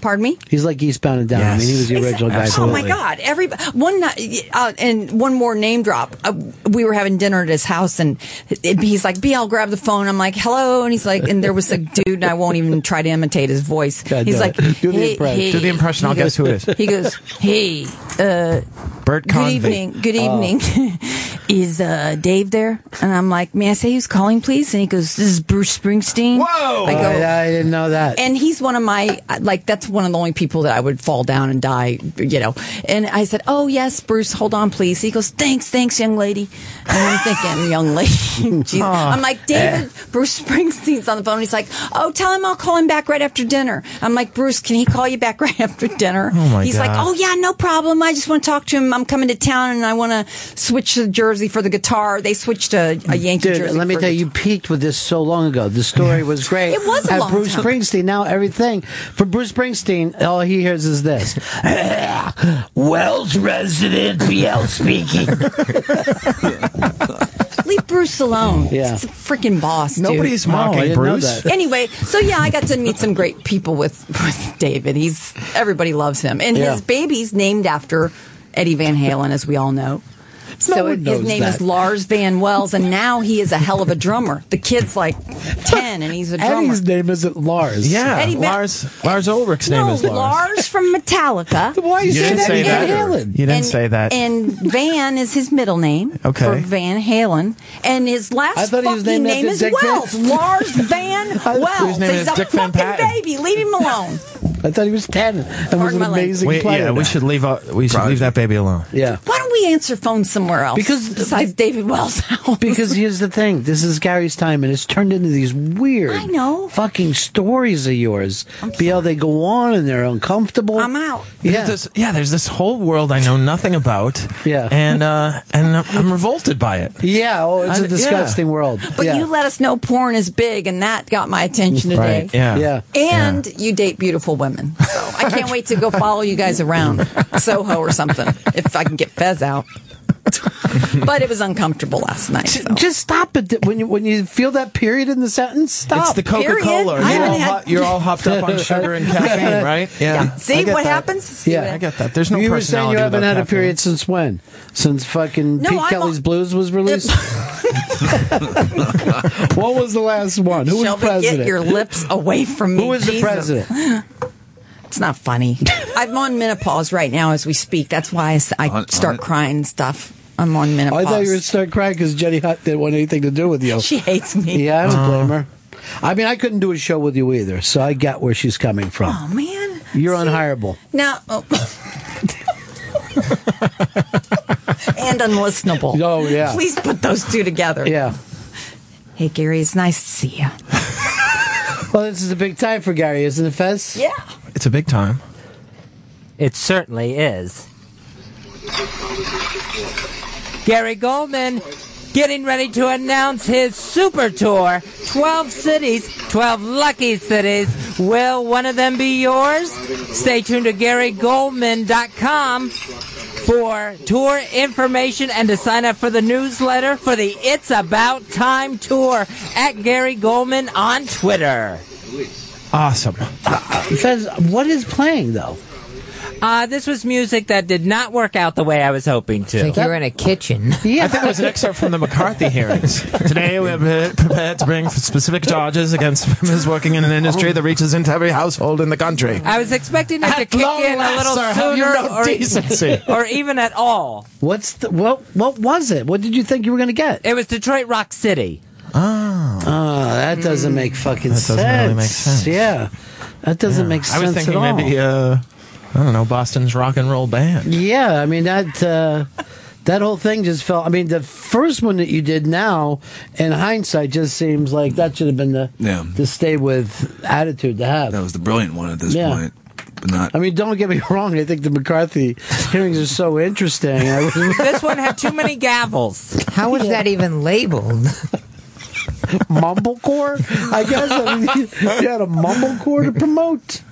Speaker 6: Pardon me.
Speaker 4: He's like Eastbound and Down. I mean, he was the original guy.
Speaker 6: Oh my God! Every one night- uh, and one more name drop. Uh, we were having dinner at his house, and it, he's like, "BL, grab the phone." I'm like, "Hello," and he's like, and there was a dude, and I won't even try to imitate his voice. he's
Speaker 9: do
Speaker 6: like,
Speaker 9: it. Do the
Speaker 6: "Hey,
Speaker 9: impression.
Speaker 6: hey,"
Speaker 9: Do the impression,
Speaker 6: he
Speaker 9: I'll guess
Speaker 6: goes-
Speaker 9: who it is.
Speaker 6: He goes, "Hey, uh,
Speaker 9: Bert
Speaker 6: good
Speaker 9: Convey.
Speaker 6: evening. Good
Speaker 9: Oh.
Speaker 6: evening. is uh, Dave there?" And I'm like, "May I say who's calling, please?" And he goes, "This is Bruce Springsteen."
Speaker 4: Whoa!
Speaker 6: I go,
Speaker 4: I, I didn't know that.
Speaker 6: and he's one of my like that's one of the only people that I would fall down and die, you know. And I said, "Oh yes, Bruce, hold on, please." He goes, "Thanks, thanks, young lady." And I'm thinking, "Young lady." Jeez. I'm like, "David, Bruce Springsteen's on the phone." He's like, "Oh, tell him I'll call him back right after dinner." I'm like, "Bruce, can he call you back right after dinner?"
Speaker 7: Oh, my
Speaker 6: he's like,
Speaker 7: God.
Speaker 6: "Oh yeah, no problem. I just want to talk to him. I'm coming to town and I want to switch the jersey for the guitar." They switched a, a Yankee
Speaker 4: Dude,
Speaker 6: jersey.
Speaker 4: let me
Speaker 6: for
Speaker 4: tell you, you peaked with this so long ago. The story was great.
Speaker 6: It was a
Speaker 4: At
Speaker 6: long
Speaker 4: Bruce
Speaker 6: time.
Speaker 4: Springsteen. Now everything for Bruce Springsteen, all he hears is this.
Speaker 16: Wells resident BL speaking.
Speaker 6: Leave Bruce alone.
Speaker 4: Yeah.
Speaker 6: He's a freaking boss. dude.
Speaker 9: Nobody's No, mocking I didn't know Bruce. that.
Speaker 6: Anyway, so yeah, I got to meet some great people with, with David. He's everybody loves him, and
Speaker 7: Yeah.
Speaker 6: his baby's named after Eddie Van Halen, as we all know. So
Speaker 7: one
Speaker 6: his
Speaker 7: knows
Speaker 6: name is
Speaker 7: that.
Speaker 6: Lars Van Wells, and now he is a hell of a drummer. The kid's like ten, and he's a drummer.
Speaker 4: Eddie's name isn't Lars.
Speaker 9: Yeah,
Speaker 6: Eddie Van-
Speaker 9: Lars. Lars Ulrich's name
Speaker 6: no,
Speaker 9: is Lars.
Speaker 6: Oh, from Metallica. Why
Speaker 9: you You say didn't that? say Van that. Halen. You didn't
Speaker 6: and,
Speaker 9: say that.
Speaker 6: And Van is his middle name.
Speaker 9: Okay.
Speaker 6: For Van Halen, and his last
Speaker 4: I thought he
Speaker 6: fucking
Speaker 4: was named
Speaker 6: name
Speaker 4: after
Speaker 6: is
Speaker 4: Dick Van-
Speaker 6: Wells. Lars Van Wells.
Speaker 4: his name
Speaker 6: He's
Speaker 4: is
Speaker 6: a
Speaker 4: Dick Van
Speaker 6: fucking
Speaker 4: Patten.
Speaker 6: baby. Leave him alone.
Speaker 4: I thought he was ten and was
Speaker 6: Pardon
Speaker 4: an
Speaker 6: my language.
Speaker 4: amazing
Speaker 9: We-
Speaker 4: player.
Speaker 9: yeah, we should leave. Uh, we should leave that baby alone.
Speaker 4: Yeah.
Speaker 6: Why don't we answer phones somewhere else?
Speaker 4: Because-
Speaker 6: besides David Wells' house.
Speaker 4: Because here's the thing, this is Gary's time, and it's turned into these weird, I
Speaker 6: know,
Speaker 4: fucking stories of yours. BL, they go on and they're uncomfortable. I'm
Speaker 6: out.
Speaker 9: Yeah. There's this, yeah, there's this whole world I know nothing about. Yeah, and uh, and I'm, I'm revolted by it.
Speaker 4: Yeah, oh, it's
Speaker 9: I-
Speaker 4: a disgusting world.
Speaker 6: But you let us know porn is big, and that got my attention today.
Speaker 9: Right, yeah. Yeah.
Speaker 6: And you date beautiful women. So I can't wait to go follow you guys around Soho or something if I can get Fez out. but it was uncomfortable last night. so.
Speaker 4: Just stop it when you when you feel that period in the sentence. Stop.
Speaker 9: It's the Coca Cola. You're, all hot- you're all hopped up on sugar and caffeine, right?
Speaker 6: See what happens? See
Speaker 4: yeah,
Speaker 6: what-
Speaker 9: I get that. There's no
Speaker 4: You were saying you
Speaker 9: personality
Speaker 4: haven't
Speaker 9: without
Speaker 4: had a
Speaker 9: caffeine.
Speaker 4: period since when? Since fucking
Speaker 6: No,
Speaker 4: Pete
Speaker 6: I'm
Speaker 4: Kelly's
Speaker 6: al-
Speaker 4: Blues was released. what was the last one? Who was
Speaker 6: Shelby,
Speaker 4: president?
Speaker 6: get your lips away from me.
Speaker 4: Who was the
Speaker 6: Jesus.
Speaker 4: president?
Speaker 6: It's not funny. I'm on menopause right now as we speak. That's why I, s- I
Speaker 4: On- on
Speaker 6: start
Speaker 4: it?
Speaker 6: crying and stuff. I'm on menopause.
Speaker 4: I thought you would start crying because Jenny Hutt didn't want anything to do with you.
Speaker 6: She hates me.
Speaker 4: Yeah, I don't
Speaker 6: Oh.
Speaker 4: blame her. I mean, I couldn't do a show with you either, so I get where she's coming from.
Speaker 6: Oh man,
Speaker 4: you're unhireable.
Speaker 6: Now, oh. and unlistenable.
Speaker 4: Oh, yeah.
Speaker 6: Please put those two together.
Speaker 4: Yeah.
Speaker 6: Hey Gary, it's nice to see you.
Speaker 4: Well, this is a big time for Gary, isn't it, Fez?
Speaker 6: Yeah.
Speaker 9: It's a big time.
Speaker 17: It certainly is. Gary Goldman getting ready to announce his super tour 12 cities 12 lucky cities will one of them be yours stay tuned to garygoldman.com for tour information and to sign up for the newsletter for the it's about time tour at gary goldman on twitter
Speaker 9: Awesome.
Speaker 4: Uh, Fez, what is playing though?
Speaker 17: uh, this was music that did not work out the way i was hoping to
Speaker 9: Like you were
Speaker 17: in a kitchen
Speaker 9: I think it was an excerpt from the McCarthy hearings. Today, we are pre- prepared to bring specific charges against women working in an industry that reaches into every household in the country.
Speaker 17: I was expecting it to kick
Speaker 9: long
Speaker 17: in a
Speaker 9: last,
Speaker 17: little
Speaker 9: sir, have you
Speaker 17: sooner,
Speaker 9: no
Speaker 17: or,
Speaker 9: decency?
Speaker 17: or even at all.
Speaker 4: What's the, what? What was it? What did you think you were going to get?
Speaker 17: It was Detroit Rock City.
Speaker 4: Oh, that doesn't make fucking
Speaker 9: That
Speaker 4: sense.
Speaker 9: doesn't really make sense.
Speaker 4: Yeah, that doesn't make
Speaker 9: I
Speaker 4: sense
Speaker 9: was thinking
Speaker 4: at all.
Speaker 9: maybe, uh, I don't know, Boston's rock and roll band.
Speaker 4: Yeah, I mean that uh, that whole thing just felt. I mean, the first one that you did now, in hindsight, just seems like that should have been the
Speaker 5: Yeah.
Speaker 4: the stay with attitude to have. That
Speaker 5: was the brilliant one at this
Speaker 4: Yeah.
Speaker 5: point, but not.
Speaker 4: I mean, don't get me wrong. I think the McCarthy hearings are so interesting. I was-
Speaker 17: This one had too many gavels.
Speaker 3: How is that even labeled?
Speaker 4: mumblecore, I guess. I mean, you had a mumblecore to promote.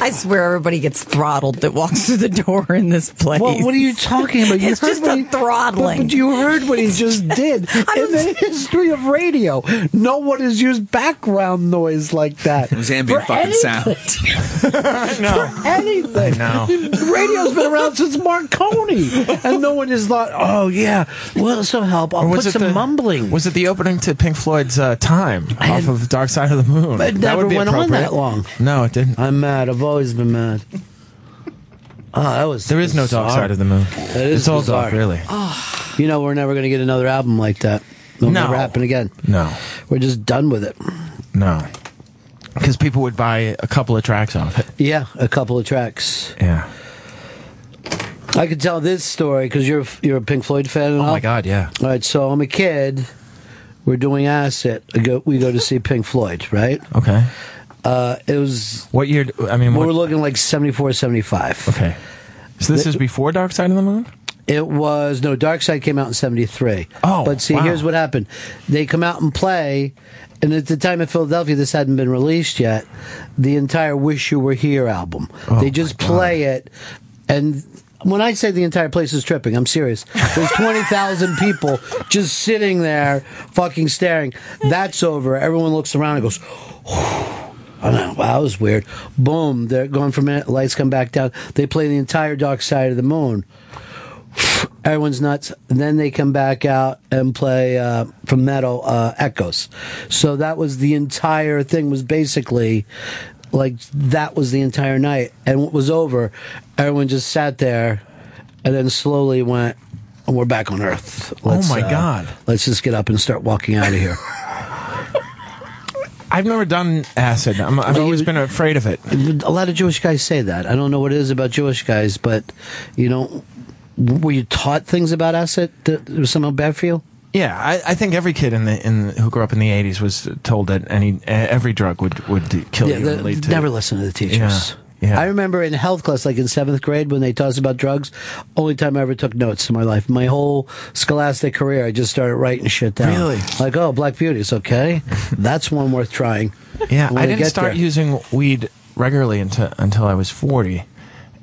Speaker 6: I swear everybody gets throttled that walks through the door in this place.
Speaker 4: Well, what are you talking about? You
Speaker 6: it's
Speaker 4: heard
Speaker 6: just
Speaker 4: what
Speaker 6: a
Speaker 4: he-
Speaker 6: throttling.
Speaker 4: But, but you heard what he just did. In the history of radio, no one has used background noise like that. It
Speaker 5: was ambient fucking sound.
Speaker 4: For anything.
Speaker 5: I
Speaker 4: Radio's been around since Marconi, and no one has thought, oh, yeah, well, some help. I'll put some mumbling.
Speaker 9: Was it the opening to Pink Floyd's uh, "Time" off of "Dark Side of the Moon"?
Speaker 4: It
Speaker 9: that
Speaker 4: never
Speaker 9: would be
Speaker 4: went on
Speaker 9: appropriate.
Speaker 4: that long.
Speaker 9: No, it didn't.
Speaker 4: I'm uh, mad. I've always been mad. Oh, that was
Speaker 9: There is no Dark
Speaker 4: bizarre.
Speaker 9: Side of the Moon.
Speaker 4: That is
Speaker 9: It's all
Speaker 4: bizarre. Ah.
Speaker 9: dark, really.
Speaker 4: You know, we're never going to get another album like that. It'll
Speaker 9: No.
Speaker 4: never happen again.
Speaker 9: No.
Speaker 4: We're just done with it.
Speaker 9: No, because people would buy a couple of tracks off it.
Speaker 4: Yeah, a couple of tracks.
Speaker 9: Yeah.
Speaker 4: I could tell this story because you're you're a Pink Floyd fan. And oh my
Speaker 9: god, yeah.
Speaker 4: All right, so I'm a kid. We're doing acid. I go, we go to see Pink Floyd, right?
Speaker 9: Okay.
Speaker 4: Uh, it was
Speaker 9: what year? I mean,
Speaker 4: we're looking like 74, 75.
Speaker 9: Okay. So this
Speaker 4: The-
Speaker 9: is before Dark Side of the Moon.
Speaker 4: It was no Dark Side came out in '73.
Speaker 9: Oh,
Speaker 4: but see,
Speaker 9: wow.
Speaker 4: here's what happened: they come out and play, and at the time in Philadelphia, this hadn't been released yet. The entire "Wish You Were Here" album.
Speaker 9: Oh,
Speaker 4: they just play it, and when I say the entire place is tripping, I'm serious. There's twenty thousand people just sitting there, fucking staring. That's over. Everyone looks around and goes. Oh, no, wow, that was weird. Boom, they're going for a minute, lights come back down. They play the entire dark side of the moon everyone's nuts. And then they come back out and play uh, from metal uh, echoes. So that was the entire thing. Was basically like that was the entire night. And when it was over, everyone just sat there, and then slowly went. And we're back on Earth. uh,
Speaker 9: Oh my God.
Speaker 4: Let's just get up and start walking out of here.
Speaker 9: I've never done acid. I'm, I've
Speaker 4: Well,
Speaker 9: always
Speaker 4: you-
Speaker 9: been afraid of it.
Speaker 4: a lot of Jewish guys say that. I don't know what it is about Jewish guys, but you know, were you taught things about acid that was somehow bad for you?
Speaker 9: Yeah, I, I think every kid in the in who grew up in the '80s was told that any e, every drug would would kill you.
Speaker 4: the-
Speaker 9: and lead to-
Speaker 4: never listen to the teachers.
Speaker 9: Yeah, yeah.
Speaker 4: I remember in health class, like in seventh grade, when they taught us about drugs. Only time I ever took notes in my life. My whole scholastic career, I just started writing shit down.
Speaker 9: Really?
Speaker 4: Like, oh, Black Beauty is okay. That's one worth trying.
Speaker 9: Yeah,
Speaker 4: When
Speaker 9: I
Speaker 4: we
Speaker 9: didn't
Speaker 4: get
Speaker 9: start
Speaker 4: there.
Speaker 9: using weed regularly until until I was forty,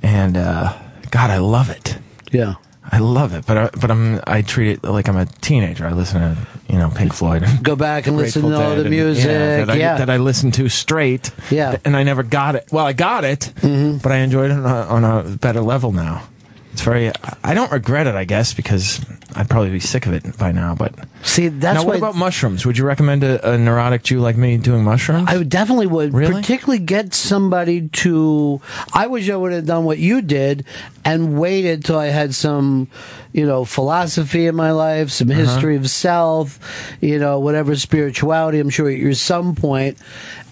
Speaker 9: and uh, God, I love it.
Speaker 4: Yeah,
Speaker 9: I love it, but I, but I'm I treat it like I'm a teenager. I listen to you know Pink Floyd.
Speaker 4: Go back and listen
Speaker 9: Grateful
Speaker 4: to all
Speaker 9: Dead
Speaker 4: the
Speaker 9: and-
Speaker 4: music.
Speaker 9: yeah, that, I,
Speaker 4: yeah.
Speaker 9: that I listened to straight.
Speaker 4: Yeah. Mm-hmm.
Speaker 9: and I never got it. Well, I got it, but I enjoyed it on a, on a better level now. It's very. I don't regret it, I guess, because I'd probably be sick of it by now. But
Speaker 4: see, that's
Speaker 9: now, what
Speaker 4: why-
Speaker 9: about mushrooms? Would you recommend a, a neurotic Jew like me doing mushrooms?
Speaker 4: I definitely would, particularly get somebody to. I wish I would have done what you did and waited till I had some, you know, philosophy in my life, some
Speaker 9: Uh-huh.
Speaker 4: history of self, you know, whatever spirituality. I'm sure at your some point,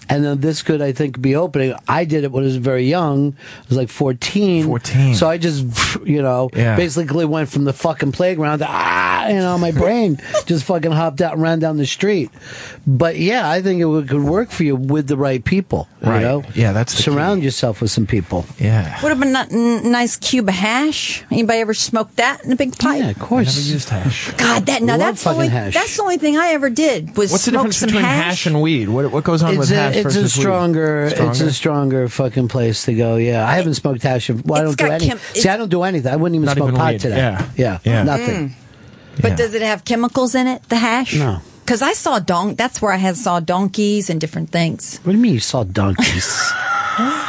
Speaker 4: and then this could, I think, be opening. I did it when I was very young. I was like 14. 14. So I just, you know,
Speaker 9: Yeah.
Speaker 4: basically went from the fucking playground to ah, you know, my brain just fucking hopped out and ran down the street. But yeah, I think it would, could work for you with the right people.
Speaker 9: Right.
Speaker 4: You know?
Speaker 9: Yeah, that's the
Speaker 4: surround yourself with some people.
Speaker 9: Yeah.
Speaker 6: What about a n- n- nice cube of hash? Anybody ever smoked that in a big pipe?
Speaker 4: Yeah, of course.
Speaker 9: hash.
Speaker 6: God, that now
Speaker 4: Love
Speaker 6: that's the
Speaker 4: fucking
Speaker 6: only
Speaker 4: hash.
Speaker 6: that's the only thing I ever did was
Speaker 9: What's the
Speaker 6: smoke
Speaker 9: difference
Speaker 6: some
Speaker 9: between
Speaker 6: hash.
Speaker 9: hash, and weed? What what goes on
Speaker 4: It's
Speaker 9: with
Speaker 4: a,
Speaker 9: hash
Speaker 4: it's
Speaker 9: versus
Speaker 4: a
Speaker 9: weed?
Speaker 4: stronger, it's
Speaker 9: Stronger?
Speaker 4: a stronger fucking place to go. Yeah, I haven't smoked hash. in- Well, I don't do
Speaker 6: got
Speaker 4: any.
Speaker 6: chem-
Speaker 4: See, I don't do anything. I wouldn't even
Speaker 9: Not
Speaker 4: smoke
Speaker 9: even
Speaker 4: pot
Speaker 9: weed.
Speaker 4: today.
Speaker 9: Yeah.
Speaker 4: yeah,
Speaker 9: Yeah.
Speaker 4: nothing.
Speaker 6: But does it have chemicals in it? The hash?
Speaker 4: No.
Speaker 6: Because I saw donk. That's where I had saw donkeys and different things.
Speaker 4: What do you mean you saw donkeys?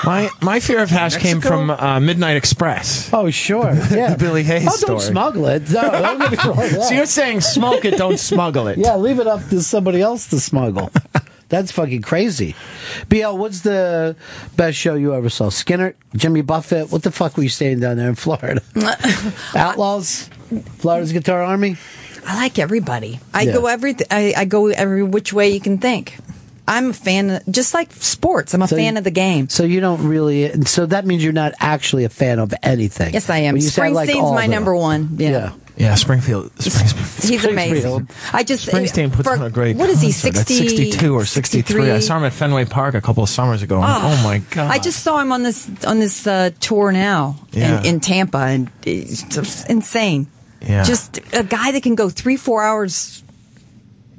Speaker 9: My my fear of hash came
Speaker 4: Mexico?
Speaker 9: from uh, Midnight Express.
Speaker 4: Oh sure, yeah.
Speaker 9: Billy Hayes
Speaker 4: Oh, don't
Speaker 9: story.
Speaker 4: smuggle it. No, don't get me wrong.
Speaker 9: so you're saying smoke it, don't smuggle it.
Speaker 4: Yeah, leave it up to somebody else to smuggle. That's fucking crazy. BL, what's the best show you ever saw? Skinner, Jimmy Buffett. What the fuck were you staying down there in Florida? Outlaws, Florida's Guitar Army.
Speaker 6: I like everybody. I
Speaker 4: Yeah.
Speaker 6: go every. I, I go every which way you can think. I'm a fan, just like sports. I'm a fan of the game.
Speaker 4: So you don't really. So that means you're not actually a fan of anything.
Speaker 6: Yes, I am.
Speaker 4: When you say I like
Speaker 6: Springsteen's
Speaker 4: all
Speaker 6: my
Speaker 4: the-
Speaker 6: number one. Yeah.
Speaker 9: Yeah, Springfield. Springfield.
Speaker 6: He's amazing. I just uh,
Speaker 9: Springsteen puts
Speaker 6: for-
Speaker 9: on a great.
Speaker 6: What is he?
Speaker 9: concert at
Speaker 6: 60,
Speaker 9: 62 or 63. I saw him at Fenway Park a couple of summers ago. and-
Speaker 6: Ah,
Speaker 9: oh my god!
Speaker 6: I just saw him on this on this uh, tour now
Speaker 9: Yeah.
Speaker 6: in, in Tampa, and it's just insane.
Speaker 9: Yeah.
Speaker 6: Just a guy that can go three four hours.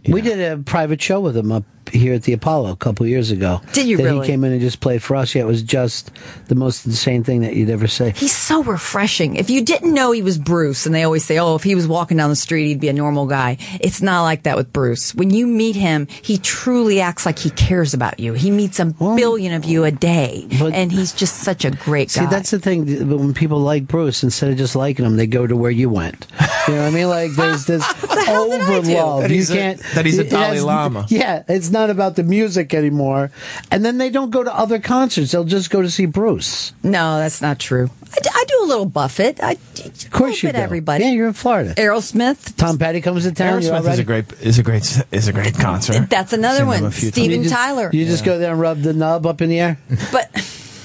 Speaker 4: We did a private show with him up here at the Apollo a couple years ago.
Speaker 6: Did you
Speaker 4: that
Speaker 6: really?
Speaker 4: He came in and just played for us. Yeah, it was just the most insane thing that you'd ever see.
Speaker 6: He's so refreshing. If you didn't know he was Bruce, and they always say, oh, if he was walking down the street, he'd be a normal guy. It's not like that with Bruce. When you meet him, he truly acts like he cares about you. He meets a billion of you a day, and he's just such a great guy.
Speaker 4: See, that's the thing. th- When people like Bruce, instead of just liking him, they go to where you went. You know what I mean? Like there's this over love.
Speaker 9: That
Speaker 4: You
Speaker 9: he's a-
Speaker 4: can't.
Speaker 9: that he's a
Speaker 4: it
Speaker 9: Dalai
Speaker 4: has-
Speaker 9: Lama.
Speaker 4: Yeah, it's not about the music anymore. And then they don't go to other concerts. They'll just go to see Bruce.
Speaker 6: No, that's not true. I, d- I do a little Buffett. I, of course
Speaker 4: you do.
Speaker 6: everybody.
Speaker 4: Yeah, you're in Florida.
Speaker 6: Aerosmith.
Speaker 4: Tom Petty comes to town. you're all
Speaker 9: Aerosmith is
Speaker 4: ready.
Speaker 9: a great is a great is a great concert.
Speaker 6: That's another
Speaker 9: Seen them
Speaker 6: one.
Speaker 9: a few times.
Speaker 6: Steven
Speaker 4: You just-
Speaker 6: Tyler.
Speaker 4: You just go there and rub the nub up in the air.
Speaker 6: But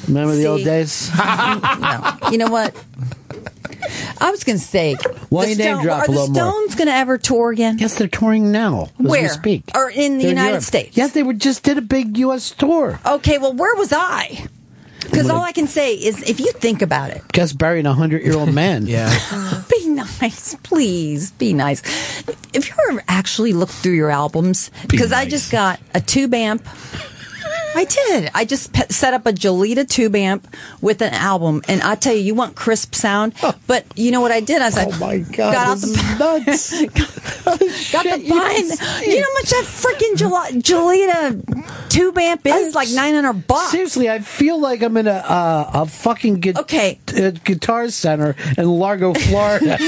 Speaker 4: remember the old days.
Speaker 6: no. You know what? I was going to say,
Speaker 4: Why
Speaker 6: the
Speaker 4: you name
Speaker 6: Stone-
Speaker 4: drop
Speaker 6: are
Speaker 4: a
Speaker 6: the
Speaker 4: little more?
Speaker 6: Stones going to ever tour again?
Speaker 4: Yes, they're touring now. as we
Speaker 6: Where?
Speaker 4: speak.
Speaker 6: Or in the
Speaker 4: They're in
Speaker 6: United
Speaker 4: Europe.
Speaker 6: States?
Speaker 4: Yes, they were just did a big U.S. tour.
Speaker 6: Okay, well, where was I? Because
Speaker 4: Well,
Speaker 6: all I can say is, if you think about it,
Speaker 4: Just buried a hundred year old man. yeah.
Speaker 6: be nice, please, be nice. If you ever actually look through your albums, because I just got a tube amp. I did. I just pe- set up a Jolita tube amp with an album, and I tell you, you want crisp sound. But you know what I did? I was like, "Oh my god, got out the
Speaker 4: nuts,
Speaker 6: got the bind. You know how much that freaking Jol- Jolita tube amp is? Like nine hundred bucks.
Speaker 4: Seriously, I feel like I'm in a uh, a fucking gu-
Speaker 6: okay
Speaker 4: uh, guitar center in Largo, Florida.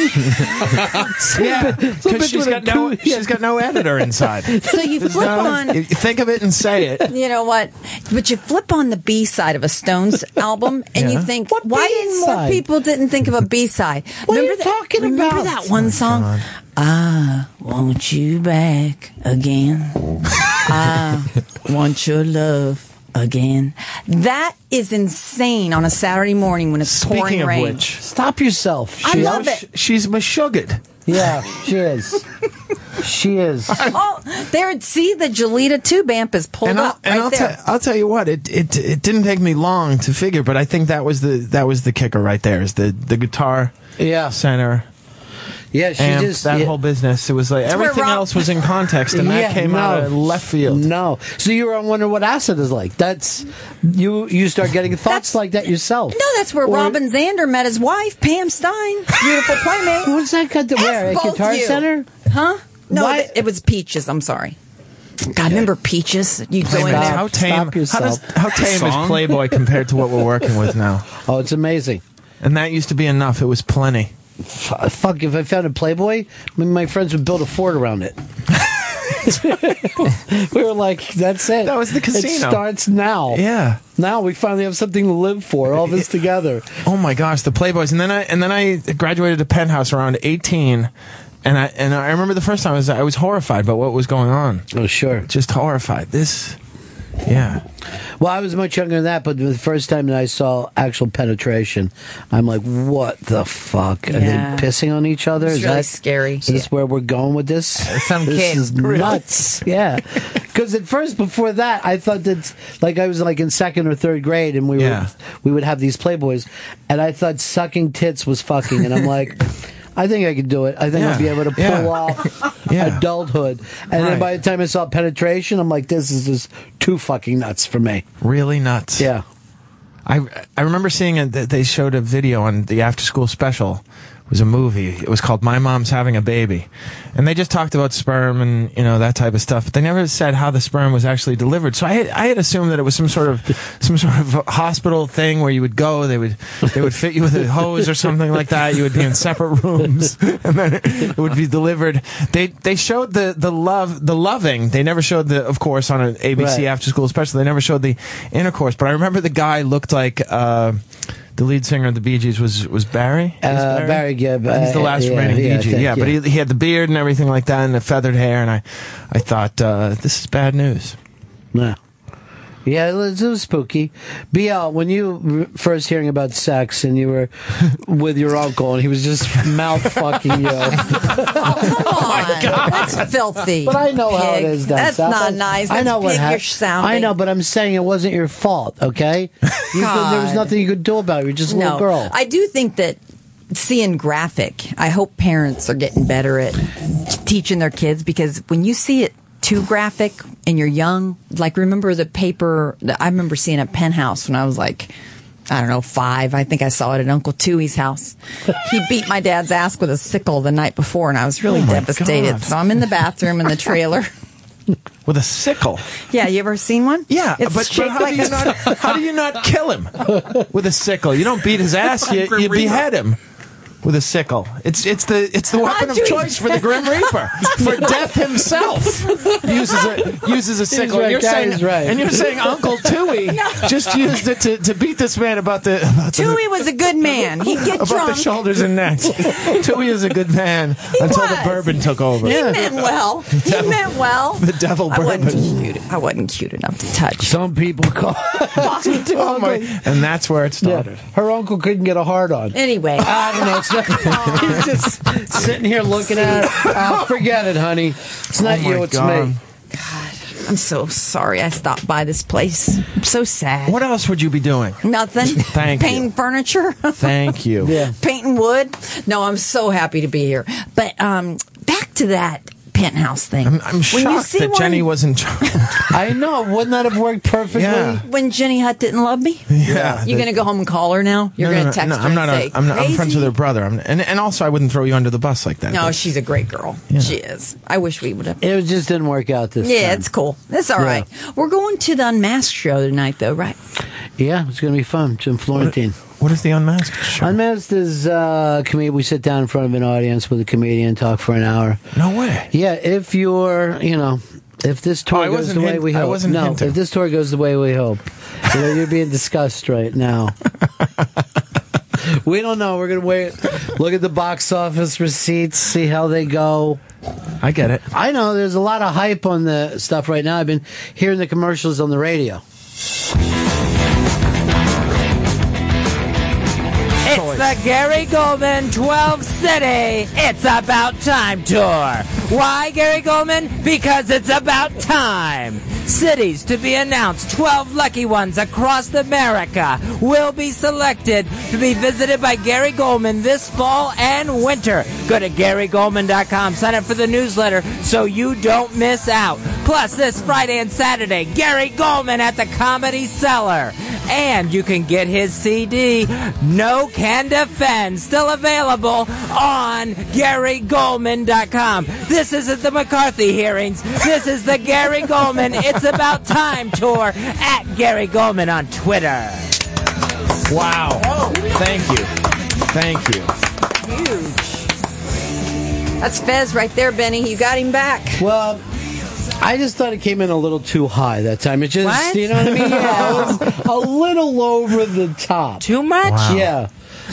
Speaker 9: Yeah, because she's got no she's got no editor inside.
Speaker 6: So you
Speaker 9: There's
Speaker 6: flip on-
Speaker 9: you Think of it and say it.
Speaker 6: You know what? But you flip on the B side of a Stones album, and you
Speaker 9: Yeah.
Speaker 6: think, why didn't more
Speaker 9: B-side?
Speaker 6: people didn't think of a B side? What remember are you talking remember
Speaker 9: about? Oh
Speaker 6: that one song?
Speaker 4: Ah,
Speaker 6: I want you back again. I want your love again. That is insane on a Saturday morning when it's pouring
Speaker 9: Speaking of
Speaker 6: rain.
Speaker 9: which,
Speaker 4: stop yourself.
Speaker 6: I love it.
Speaker 9: She's mashuggered.
Speaker 4: Yeah, she is. she is.
Speaker 6: Oh, there! See the Jolita tube amp is pulled
Speaker 9: and
Speaker 6: up
Speaker 9: I'll, and
Speaker 6: right
Speaker 9: I'll,
Speaker 6: there.
Speaker 9: tell- I'll tell you what it, it it didn't take me long to figure, but I think that was the that was the kicker right there is the the guitar
Speaker 4: yeah
Speaker 9: center.
Speaker 4: Yeah, she
Speaker 9: amp,
Speaker 4: just-
Speaker 9: that
Speaker 4: yeah.
Speaker 9: whole business. It was like
Speaker 4: That's where
Speaker 9: everything
Speaker 4: Rob-
Speaker 9: else was in context, and that
Speaker 4: Yeah,
Speaker 9: came out
Speaker 4: no.
Speaker 9: of left field.
Speaker 4: No, so you were wondering what acid is like. That's you. You start getting thoughts like that yourself.
Speaker 6: No, that's where Robin Zander met his wife, Pam Stein. Beautiful playmate.
Speaker 4: What's that got to where? At Guitar Center?
Speaker 6: Huh? No, th- it was Peaches. I'm sorry. God, remember Peaches? You go in
Speaker 9: Stop-
Speaker 6: there.
Speaker 9: how tame,
Speaker 4: Stop
Speaker 9: how, does,
Speaker 4: yourself.
Speaker 9: how tame
Speaker 4: Song?
Speaker 9: is Playboy compared to what we're working with now?
Speaker 4: Oh, it's amazing.
Speaker 9: And that used to be enough. It was plenty.
Speaker 4: F- fuck, if I found a Playboy, I mean, my friends would build a fort around it. we were like, that's it. That
Speaker 9: was the
Speaker 4: It
Speaker 9: casino.
Speaker 4: starts now.
Speaker 9: Yeah.
Speaker 4: Now we finally have something to live for, all this together.
Speaker 9: Oh my gosh, the Playboys, and then I and then I graduated to Penthouse around eighteen, and I and I remember the first time I was I was horrified by what was going on.
Speaker 4: Oh sure,
Speaker 9: just horrified. This, yeah,
Speaker 4: Well, I was much younger than that, but the first time that I saw actual penetration, I'm like, what the fuck? Are
Speaker 6: Yeah.
Speaker 4: they pissing on each other?
Speaker 6: It's
Speaker 4: is
Speaker 6: really
Speaker 4: that
Speaker 6: scary.
Speaker 4: Is this where we're going with this?
Speaker 6: Some
Speaker 4: this
Speaker 6: kid.
Speaker 4: is
Speaker 6: Really?
Speaker 4: nuts. Yeah, because at first, before that, I thought that like I was like in second or third grade, and we
Speaker 9: Yeah.
Speaker 4: were we would have these playboys, and I thought sucking tits was fucking, and I'm like. I think I could do it. I think I'll
Speaker 9: Yeah.
Speaker 4: be able to pull
Speaker 9: Yeah.
Speaker 4: off
Speaker 9: Yeah.
Speaker 4: adulthood. And then
Speaker 9: Right.
Speaker 4: by the time I saw penetration, I'm like, this is just too fucking nuts for me.
Speaker 9: really nuts.
Speaker 4: Yeah,
Speaker 9: I I remember seeing it. They showed a video on the after school special. It was a movie. It was called My Mom's Having a Baby, and they just talked about sperm and you know that type of stuff. But they never said how the sperm was actually delivered. So I had, I had assumed that it was some sort of some sort of hospital thing where you would go. They would they would fit you with a hose or something like that. You would be in separate rooms, and then it would be delivered. They they showed the the love the loving. They never showed the of course on an ABC
Speaker 4: Right.
Speaker 9: after school special. They never showed the intercourse, but I remember the guy looked like uh, the lead singer of the Bee Gees was was Barry. Is
Speaker 4: Uh, Barry Gibb,
Speaker 9: He's the
Speaker 4: uh,
Speaker 9: last
Speaker 4: yeah,
Speaker 9: remaining
Speaker 4: yeah, I
Speaker 9: Bee Gee.
Speaker 4: think,
Speaker 9: yeah, but
Speaker 4: yeah.
Speaker 9: he, he had the beard and everything like that, and the feathered hair, and I I thought uh, this is bad news.
Speaker 4: No. Yeah, it was, it was spooky. BL, when you r- first hearing about sex and you were with your uncle and he was just mouth fucking you.
Speaker 9: Oh,
Speaker 6: Oh That's filthy.
Speaker 4: But I know how it
Speaker 6: Pig.
Speaker 4: is. Down
Speaker 6: That's
Speaker 4: south.
Speaker 6: not
Speaker 4: I-
Speaker 6: nice.
Speaker 4: I
Speaker 6: That's
Speaker 4: know what happened.
Speaker 6: piggish sounding.
Speaker 4: I know, but I'm saying it wasn't your fault. Okay, you could, there was
Speaker 6: God.
Speaker 4: nothing you could do about it. You're just a little
Speaker 6: No,
Speaker 4: girl.
Speaker 6: I do think that seeing graphic. I hope parents are getting better at teaching their kids because when you see it too graphic and you're young, like remember the paper? I remember seeing a penthouse when I was like, I don't know, five. I think I saw it at Uncle Tui's house. he beat my dad's ass with a sickle the night before, and I was really
Speaker 9: Oh my
Speaker 6: devastated.
Speaker 9: God.
Speaker 6: So I'm in the bathroom in the trailer.
Speaker 9: with a sickle.
Speaker 6: yeah, you ever seen one? Yeah,
Speaker 9: but- but how do you not- how do you not kill him? with a sickle. You don't beat his ass. You,
Speaker 6: Grim
Speaker 9: you
Speaker 6: Reaper.
Speaker 9: behead him with a sickle. It's it's the it's the weapon of
Speaker 2: Aren't you-
Speaker 9: choice for the Grim Reaper. For death himself uses a uses a
Speaker 2: He's
Speaker 9: sickle.
Speaker 2: right,
Speaker 9: and you're
Speaker 2: that
Speaker 9: saying
Speaker 2: is right.
Speaker 9: and you're saying Uncle Tui
Speaker 2: No.
Speaker 9: just used it to, to beat this man about the about the-
Speaker 6: Tui was a good man. He'd get
Speaker 9: about the
Speaker 6: drunk.
Speaker 9: shoulders and neck. Tui is a good man until the bourbon took over.
Speaker 6: He meant well. He meant well.
Speaker 9: The devil
Speaker 6: Oh, I
Speaker 9: bourbon.
Speaker 6: wasn't cute. I wasn't cute enough to touch.
Speaker 4: Some people call.
Speaker 9: oh my! And that's where it started.
Speaker 4: Her uncle couldn't get a hard on.
Speaker 6: Anyway,
Speaker 4: I don't know. It's not, he's just sitting here looking at her. Oh, forget it, honey. It's not
Speaker 6: Oh my
Speaker 4: you, it's
Speaker 6: God.
Speaker 4: me.
Speaker 6: I'm so sorry I stopped by this place. I'm so sad.
Speaker 9: What else would you be doing?
Speaker 6: Nothing.
Speaker 9: Thank you.
Speaker 6: Painting furniture.
Speaker 9: Thank you. Yeah.
Speaker 6: Painting wood. No, I'm so happy to be here. But um, back to that penthouse thing. I'm,
Speaker 9: I'm shocked that Jenny was in charge.
Speaker 4: I know. Wouldn't that have worked perfectly?
Speaker 9: Yeah.
Speaker 6: When Jenny Hutt didn't love me?
Speaker 9: Yeah.
Speaker 6: You're going to go home and call her now? You're
Speaker 9: No,
Speaker 6: going
Speaker 9: no,
Speaker 6: to
Speaker 9: no,
Speaker 6: text
Speaker 9: no,
Speaker 6: her
Speaker 9: I'm
Speaker 6: and
Speaker 9: not.
Speaker 6: say,
Speaker 9: a, I'm, not- I'm friends
Speaker 6: "Crazy?"
Speaker 9: with her brother. I'm, and and also, I wouldn't throw you under the bus like that.
Speaker 6: No, she's a great girl. She is. I wish we would have.
Speaker 4: It just didn't work out this
Speaker 6: yeah,
Speaker 4: time.
Speaker 6: it's cool. It's all
Speaker 4: Yeah.
Speaker 6: right. We're going to the Unmasked show tonight, though, right?
Speaker 4: Yeah, it's going to be fun. Jim Florentine.
Speaker 9: What is the Unmasked show?
Speaker 4: Unmasked is uh, comedian. We sit down in front of an audience with a comedian, talk for an hour.
Speaker 9: No way.
Speaker 4: Yeah, if you're, you know, if this
Speaker 9: Oh,
Speaker 4: tour
Speaker 9: I
Speaker 4: goes
Speaker 9: wasn't
Speaker 4: the way
Speaker 9: hint-
Speaker 4: we
Speaker 9: I
Speaker 4: hope,
Speaker 9: wasn't
Speaker 4: no,
Speaker 9: hinting.
Speaker 4: if this tour goes the way we hope, you know, you're being discussed right now. we don't know. We're gonna wait. Look at the box office receipts. See how they go.
Speaker 9: I get it.
Speaker 4: I know. There's a lot of hype on the stuff right now. I've been hearing the commercials on the radio.
Speaker 17: It's the Gary Goldman 12 City It's About Time Tour. Why, Gary Goldman? Because it's about time. Cities to be announced, 12 lucky ones across America will be selected to be visited by Gary Goldman this fall and winter. Go to GaryGoldman.com, sign up for the newsletter so you don't miss out. Plus, this Friday and Saturday, Gary Goldman at the Comedy Cellar. And you can get his CD, No Can Defend, still available on GaryGoldman.com. This isn't the McCarthy hearings. This is the Gary Goldman It's About Time tour at Gary Goldman on Twitter.
Speaker 9: Wow. Thank you. Thank you.
Speaker 6: Huge. That's Fez right there, Benny. You got him back.
Speaker 4: Well, I just thought it came in a little too high that time. It just,
Speaker 6: What?
Speaker 4: you know what I mean? Yeah, it was a little over the top.
Speaker 17: Too much?
Speaker 9: Wow.
Speaker 4: Yeah.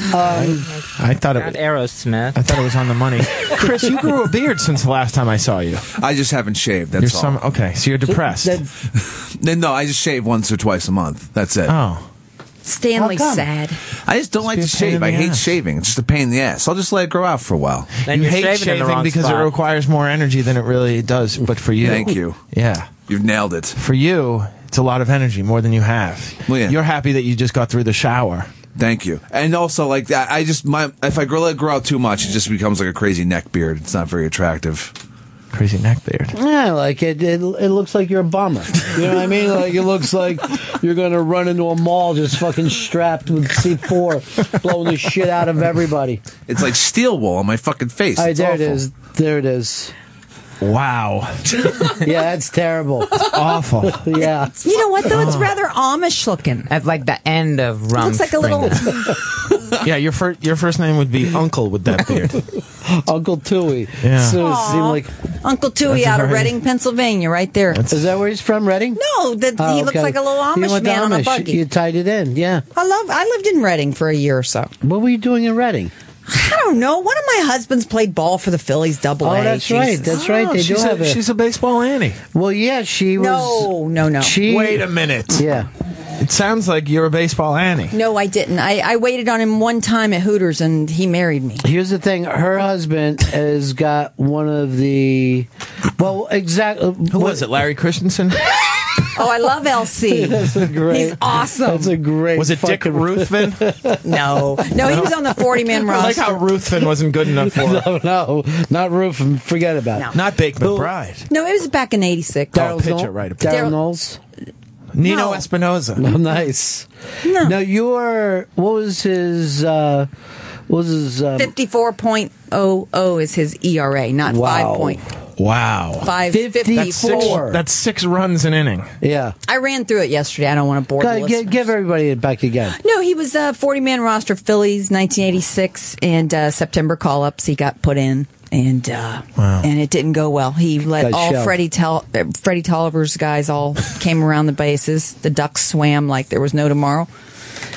Speaker 4: Um,
Speaker 9: I thought it.
Speaker 17: Aerosmith.
Speaker 9: I thought it was on the money. Chris, you grew a beard since the last time I saw you.
Speaker 5: I just haven't shaved.
Speaker 9: You're
Speaker 5: That's all.
Speaker 9: some- okay, so you're depressed.
Speaker 5: Then no, I just shave once or twice a month. That's it.
Speaker 9: Oh.
Speaker 6: Stanley's
Speaker 5: How come?
Speaker 6: sad.
Speaker 5: I just don't like to
Speaker 9: pain in
Speaker 5: shave. I
Speaker 9: the
Speaker 5: hate
Speaker 9: ass.
Speaker 5: shaving. It's just a pain in the ass. I'll just let it grow out for a while.
Speaker 9: you hate shaving because it requires more energy than it really does. But for you,
Speaker 5: Thank you.
Speaker 9: Yeah,
Speaker 5: you've nailed it.
Speaker 9: For you, it's a lot of energy, more than you have. You're happy that you just got through the shower.
Speaker 5: Thank you. And also, like that, I just my if I grow let it grow out too much, it just becomes like a crazy neck beard. It's not very attractive.
Speaker 9: Crazy neck beard.
Speaker 4: yeah, like it, it, it looks like you're a bomber. You know what I mean? Like it looks like you're going to run into a mall just fucking strapped with C4, blowing the shit out of everybody.
Speaker 5: It's like steel wool on my fucking face.
Speaker 4: All right,
Speaker 5: It's
Speaker 4: there it
Speaker 5: awful.
Speaker 4: is. There it is.
Speaker 9: Wow.
Speaker 4: yeah, that's terrible. It's
Speaker 9: awful.
Speaker 4: yeah.
Speaker 6: You know what, though? It's rather Amish looking.
Speaker 17: At like the end of Rum.
Speaker 6: Looks like a little.
Speaker 9: yeah, your first your first name would be Uncle with that beard.
Speaker 4: Uncle Tui.
Speaker 9: Yeah.
Speaker 4: So it seemed like
Speaker 6: Uncle Tui
Speaker 9: That's
Speaker 6: out of
Speaker 9: right.
Speaker 6: Reading, Pennsylvania, right there.
Speaker 4: Is that where he's from, Reading?
Speaker 6: No, that
Speaker 4: Oh,
Speaker 6: he looks
Speaker 4: okay.
Speaker 6: like a little
Speaker 4: You
Speaker 6: Amish
Speaker 4: went to
Speaker 6: man on a
Speaker 4: Amish.
Speaker 6: buggy.
Speaker 4: You tied it in, yeah.
Speaker 6: I love. I lived in Reading for a year or so.
Speaker 4: What were you doing in Reading?
Speaker 6: I don't know. One of my husbands played ball for the Phillies Double
Speaker 4: Oh,
Speaker 6: A.
Speaker 4: that's right.
Speaker 6: Jesus.
Speaker 4: That's right.
Speaker 9: Oh,
Speaker 4: they do
Speaker 9: she's a-
Speaker 4: have it.
Speaker 9: she's a baseball Annie.
Speaker 4: Well, yeah, she was.
Speaker 6: No, no, no.
Speaker 4: She,
Speaker 9: Wait a minute.
Speaker 4: Yeah.
Speaker 9: It sounds like you're a baseball Annie.
Speaker 6: No, I didn't. I, I waited on him one time at Hooters, and he married me.
Speaker 4: Here's the thing. Her husband has got one of the. Well, exactly.
Speaker 9: Who was it? Larry Christensen?
Speaker 6: Oh, I love LC.
Speaker 4: That's a great.
Speaker 6: He's awesome.
Speaker 4: That's a great.
Speaker 9: Was it Dick Ruthven?
Speaker 6: no, no, he was on the forty-man
Speaker 9: I like
Speaker 6: roster.
Speaker 9: how Ruthven wasn't good enough for him.
Speaker 4: no, no, not Ruthven. Forget about it.
Speaker 9: Not Bake
Speaker 4: Who-
Speaker 9: McBride.
Speaker 6: No, it was back in '86.
Speaker 9: Daryl Oh, pitcher, Knoll- right, a pitcher.
Speaker 4: Daryl
Speaker 9: Daryl-
Speaker 4: Knowles. Oh,
Speaker 9: Nino Espinosa.
Speaker 4: nice. No. Now your what was his uh what was his um,
Speaker 6: Fifty-four point oh oh is his ERA, not five point
Speaker 9: Wow.
Speaker 6: five
Speaker 9: That's six,
Speaker 6: fifty-four.
Speaker 9: that's six runs an inning.
Speaker 4: Yeah.
Speaker 6: I ran through it yesterday. I don't want to bore. the
Speaker 4: Go- gi-
Speaker 6: listeners.
Speaker 4: give everybody it back again.
Speaker 6: No, he was a 40 man roster Phillies 1986 and uh, September call ups. He got put in and uh,
Speaker 4: Wow.
Speaker 6: and it didn't go well. He let
Speaker 4: Got
Speaker 6: all
Speaker 4: shelled.
Speaker 6: Freddie Tell uh, Freddie Tolliver's guys all came around the bases. The Ducks swam like there was no tomorrow.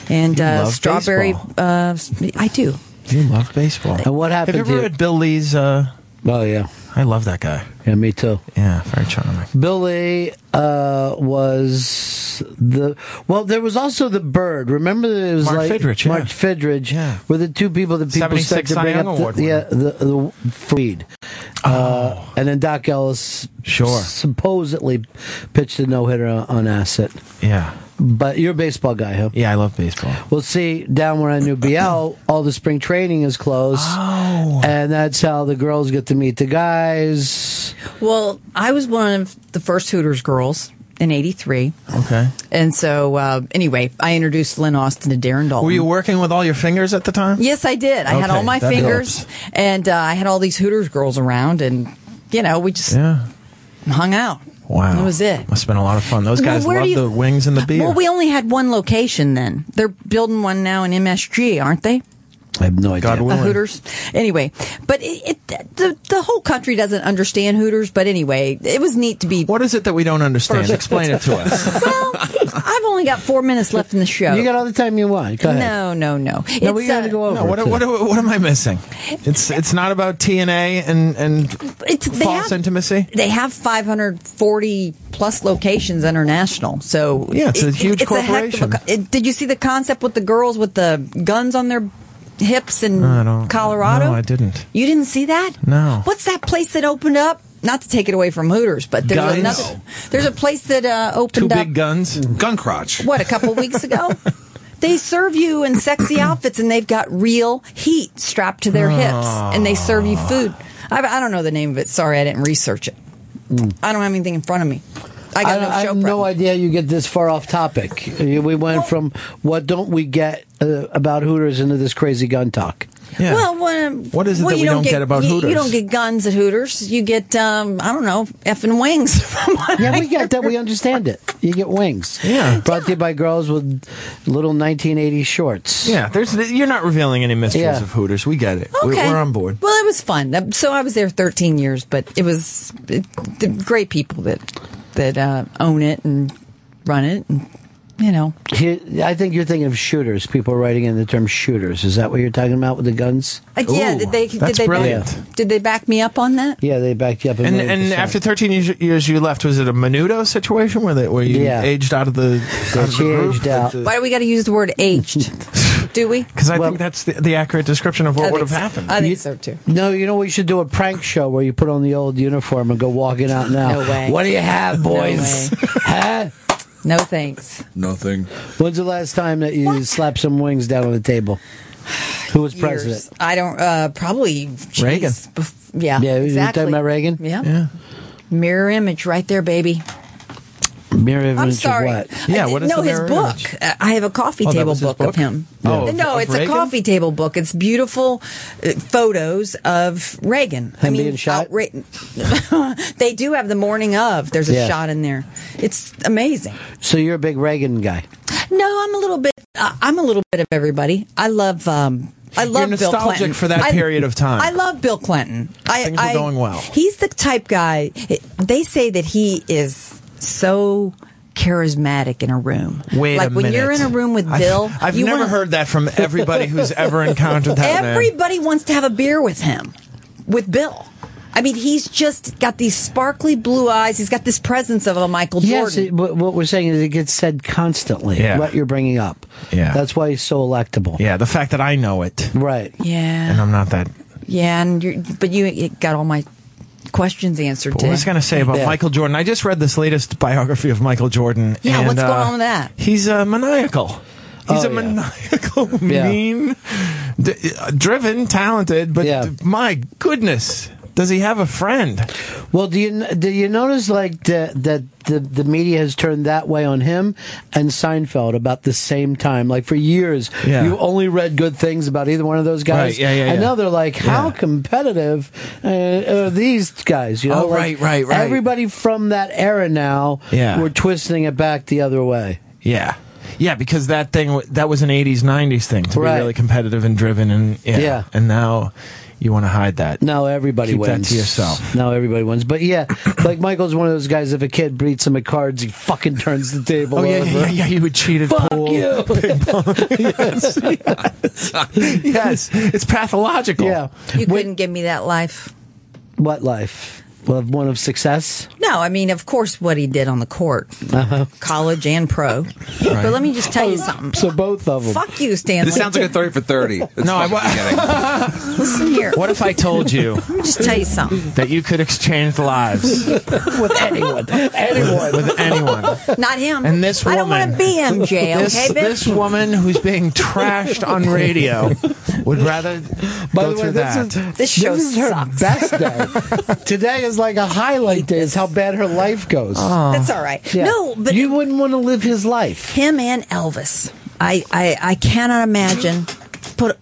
Speaker 6: And
Speaker 9: You
Speaker 6: uh,
Speaker 9: love
Speaker 6: strawberry,
Speaker 9: baseball.
Speaker 6: uh, I do.
Speaker 9: You love baseball.
Speaker 4: And what happened
Speaker 9: Have you ever
Speaker 4: to-
Speaker 9: read Bill Lee's? Uh,
Speaker 4: oh yeah,
Speaker 9: I love that guy.
Speaker 4: Yeah, me too.
Speaker 9: Yeah, very charming.
Speaker 4: Billy uh, was the well. There was also the bird. Remember, that it was
Speaker 9: Mark
Speaker 4: like
Speaker 9: Fidrich, yeah.
Speaker 4: Mark Fidrich were the two people that people started
Speaker 9: 76
Speaker 4: to
Speaker 9: Cy
Speaker 4: bring
Speaker 9: Young
Speaker 4: up.
Speaker 9: Award Oh.
Speaker 4: the, yeah, the, the Freed, uh, and then Doc Ellis
Speaker 9: Sure.
Speaker 4: supposedly pitched a no hitter on, on asset.
Speaker 9: Yeah.
Speaker 4: But you're a baseball guy, huh?
Speaker 9: Yeah, I love baseball.
Speaker 4: Well, see, down where I knew BL, all the spring training is closed.
Speaker 9: Oh.
Speaker 4: And that's how the girls get to meet the guys.
Speaker 6: Well, I was one of the first Hooters girls in 83.
Speaker 9: Okay.
Speaker 6: And so, uh, anyway, I introduced Lynn Austin to Darren Dalton.
Speaker 9: Were you working with all your fingers at the time?
Speaker 6: Yes, I did. I had
Speaker 9: Okay,
Speaker 6: all my
Speaker 9: that
Speaker 6: fingers, and uh, I had all these Hooters girls around, and you know, we just
Speaker 9: Yeah.
Speaker 6: hung out.
Speaker 9: Wow.
Speaker 6: that was it.
Speaker 9: Must have been a lot of fun. Those
Speaker 6: Well,
Speaker 9: guys
Speaker 6: where do
Speaker 9: love
Speaker 6: you-
Speaker 9: the wings and the beer.
Speaker 6: Well, we only had one location then. They're building one now in MSG, aren't they?
Speaker 4: I have no idea.
Speaker 9: God
Speaker 6: Uh,
Speaker 9: willing.
Speaker 6: Hooters. Anyway, but it, it, the the whole country doesn't understand Hooters. But anyway, it was neat to be.
Speaker 9: What is it that we don't understand? Explain it to us.
Speaker 6: I've only got four minutes left in the show.
Speaker 4: You got all the time you want. Go ahead.
Speaker 6: no, no, no. uh,
Speaker 4: No, we gotta go over
Speaker 9: No, what,
Speaker 4: to-
Speaker 9: what, what, am I missing? It's it's not about TNA and and
Speaker 6: It's- they have-
Speaker 9: false intimacy.
Speaker 6: they have 540 plus locations international. So
Speaker 9: Yeah, it's a huge
Speaker 6: it's A
Speaker 9: corporation.
Speaker 6: heck of a, co- it- did you see the concept with the girls with the guns on their hips in
Speaker 9: No, I don't-
Speaker 6: Colorado?
Speaker 9: No, I didn't.
Speaker 6: You didn't see that?
Speaker 9: No.
Speaker 6: What's that place that opened up? Not to take it away from Hooters, but there's
Speaker 9: Guns?
Speaker 6: another. There's a place that uh,
Speaker 9: Two
Speaker 6: opened up.
Speaker 9: big guns.
Speaker 5: Gun crotch.
Speaker 6: What a couple weeks ago. They serve you in sexy outfits, and they've got real heat strapped to their hips, and they serve you food. I, I don't know the name of it. Sorry, I didn't research it.
Speaker 9: Mm.
Speaker 6: I don't have anything in front of me. I got
Speaker 4: I,
Speaker 6: no
Speaker 4: I
Speaker 6: show
Speaker 4: have
Speaker 6: prep.
Speaker 4: no idea you get this far off topic. We went from what don't we get uh, about Hooters into this crazy gun talk.
Speaker 9: Yeah.
Speaker 6: Well, when,
Speaker 9: What is it
Speaker 6: well,
Speaker 9: that
Speaker 6: you
Speaker 9: we don't get about
Speaker 6: you,
Speaker 9: Hooters?
Speaker 6: You don't get guns at Hooters. You get um, I don't know effing wings. From what
Speaker 4: Yeah,
Speaker 6: I
Speaker 4: we get that. We understand it. You get wings. Yeah. Brought to you by girls with little 1980 shorts.
Speaker 9: Yeah, there's you're not revealing any mysteries
Speaker 4: Yeah.
Speaker 9: of Hooters. We get it. We-
Speaker 6: Okay.
Speaker 9: We're on board.
Speaker 6: Well, it was fun. Um, So I was there 13 years, but it was it, the great people that that uh, own it and run it, and you know.
Speaker 4: He- I think you're thinking of shooters. People writing in the term shooters. Is that what you're talking about with the guns?
Speaker 6: Uh, yeah, did they did
Speaker 9: that's
Speaker 6: they
Speaker 9: brilliant.
Speaker 6: back, did they back me up on that?
Speaker 4: Yeah, they backed you up. a
Speaker 9: And
Speaker 4: million
Speaker 9: and
Speaker 4: percent.
Speaker 9: after 13 years, years you left, was it a Menudo situation where they, where you
Speaker 4: Yeah.
Speaker 9: aged out of the out of the
Speaker 4: she
Speaker 9: group?
Speaker 4: aged out.
Speaker 6: Why do we got to use the word aged? do we?
Speaker 9: Because uh, I think that's the, the accurate description of
Speaker 6: I
Speaker 9: what
Speaker 6: think
Speaker 9: would have
Speaker 6: so.
Speaker 9: happened.
Speaker 6: I think so too.
Speaker 4: No, you know we should do a prank show where you put on the old uniform and go walking out
Speaker 6: No
Speaker 4: now.
Speaker 6: way.
Speaker 4: What do you have,
Speaker 6: No
Speaker 4: boys?
Speaker 6: way.
Speaker 4: huh?
Speaker 6: No thanks.
Speaker 5: Nothing.
Speaker 4: When's the last time that you slapped some wings down on the table? Who was
Speaker 6: Years.
Speaker 4: president?
Speaker 6: I don't. Uh, probably geez,
Speaker 4: Reagan.
Speaker 6: bef- yeah.
Speaker 4: Yeah, you're
Speaker 6: exactly.
Speaker 4: talking about Reagan?
Speaker 6: Yeah. Mirror image, right there, baby.
Speaker 4: Mirror image
Speaker 6: I'm
Speaker 4: of
Speaker 6: sorry.
Speaker 4: what?
Speaker 9: Yeah,
Speaker 6: I-
Speaker 9: what is
Speaker 6: no,
Speaker 9: the
Speaker 6: his
Speaker 9: mirror
Speaker 6: book.
Speaker 9: image?
Speaker 6: Uh, I have a coffee
Speaker 9: Oh, that
Speaker 6: table
Speaker 9: was his
Speaker 6: book, of
Speaker 9: book?
Speaker 6: him.
Speaker 9: Oh, of-
Speaker 6: no,
Speaker 9: of
Speaker 6: it's a
Speaker 9: Reagan?
Speaker 6: coffee table book. It's beautiful uh, photos of Reagan. I
Speaker 4: Him
Speaker 6: mean,
Speaker 4: being shot?
Speaker 6: outra- they do have the morning of. There's a
Speaker 4: Yeah.
Speaker 6: shot in there. It's amazing.
Speaker 4: So you're a big Reagan guy.
Speaker 6: No, I'm a little bit. Uh, I'm a little bit of everybody. I love. Um, I love Bill
Speaker 9: nostalgic
Speaker 6: Clinton
Speaker 9: for that
Speaker 6: I-
Speaker 9: period of time.
Speaker 6: I love Bill Clinton. I,
Speaker 9: Things were
Speaker 6: I-
Speaker 9: going well.
Speaker 6: He's the type guy. it- they say that he is so charismatic in a room.
Speaker 9: Wait
Speaker 6: like
Speaker 9: a
Speaker 6: when
Speaker 9: minute.
Speaker 6: you're in a room with
Speaker 9: I've-
Speaker 6: Bill,
Speaker 9: I've,
Speaker 6: you
Speaker 9: never
Speaker 6: wanna-
Speaker 9: heard that from everybody who's ever encountered that man.
Speaker 6: Everybody wants to have a beer with him, with Bill. I mean, he's just got these sparkly blue eyes. He's got this presence of a Michael
Speaker 4: Yes,
Speaker 6: Jordan.
Speaker 4: it, what what we're saying is it gets said constantly.
Speaker 9: Yeah.
Speaker 4: What you're bringing up.
Speaker 9: Yeah.
Speaker 4: That's why he's so electable.
Speaker 9: Yeah, the fact that I know it
Speaker 4: Right.
Speaker 6: yeah.
Speaker 9: and I'm not that.
Speaker 6: Yeah, and you're, but you it got all my questions answered.
Speaker 9: What was I going to say about Michael Jordan? I just read this latest biography of Michael Jordan.
Speaker 6: Yeah,
Speaker 9: and,
Speaker 6: what's
Speaker 9: uh,
Speaker 6: going on with that?
Speaker 9: He's uh, maniacal. He's
Speaker 6: Oh, yeah.
Speaker 9: a maniacal, mean, d- uh, driven, talented, but d- my goodness, does he have a friend?
Speaker 4: Well, do you do you notice like the, that the the media has turned that way on him and Seinfeld about the same time? Like for years,
Speaker 16: Yeah.
Speaker 4: you only read good things about either one of those guys.
Speaker 16: Right, yeah, yeah,
Speaker 4: and
Speaker 16: yeah.
Speaker 4: now they're like, how competitive uh, are these guys? You know,
Speaker 16: Oh, right,
Speaker 4: Like,
Speaker 16: right, right.
Speaker 4: Everybody from that era now,
Speaker 9: Yeah.
Speaker 4: we're twisting it back the other way.
Speaker 9: Yeah. Yeah, because that thing w- that was an '80s, '90s thing to
Speaker 4: Right.
Speaker 9: be really competitive and driven, and yeah,
Speaker 4: Yeah.
Speaker 9: and now you want to hide that.
Speaker 4: Now everybody
Speaker 9: Keep
Speaker 4: wins.
Speaker 9: that to yourself.
Speaker 4: Now everybody wins. But yeah, like Michael's one of those guys. If a kid beats him at cards, he fucking turns the table
Speaker 9: Oh yeah,
Speaker 4: over.
Speaker 9: yeah, yeah, yeah, you would cheat at
Speaker 4: Fuck
Speaker 9: pool.
Speaker 4: you.
Speaker 9: ping pong. yes, yes. Yes, it's pathological.
Speaker 4: Yeah.
Speaker 6: You couldn't give me that life.
Speaker 4: What life? Well, one of success. Uh-huh.
Speaker 6: No, I mean, of course, what he did on the court, college and pro. But let me just tell you something.
Speaker 4: So both of them.
Speaker 6: Fuck you, Stanley.
Speaker 5: This sounds like a 30 for 30. no, I
Speaker 6: Listen here.
Speaker 9: What if I told you
Speaker 6: Let me just tell you something.
Speaker 9: that you could exchange lives
Speaker 6: With anyone,
Speaker 9: anyone, with, anyone?
Speaker 6: not him.
Speaker 9: And this woman,
Speaker 6: I don't want to be MJ.
Speaker 9: This,
Speaker 6: okay, bitch.
Speaker 9: this woman who's being trashed on radio would rather
Speaker 4: By
Speaker 9: go
Speaker 4: the way,
Speaker 9: through
Speaker 4: this
Speaker 9: that.
Speaker 4: is this is her best day. Today is like a highlight day. Is how bad her life goes.
Speaker 6: That's all right. No, but
Speaker 4: you wouldn't want to live his life.
Speaker 6: Him and Elvis. I, I, I cannot imagine. Put.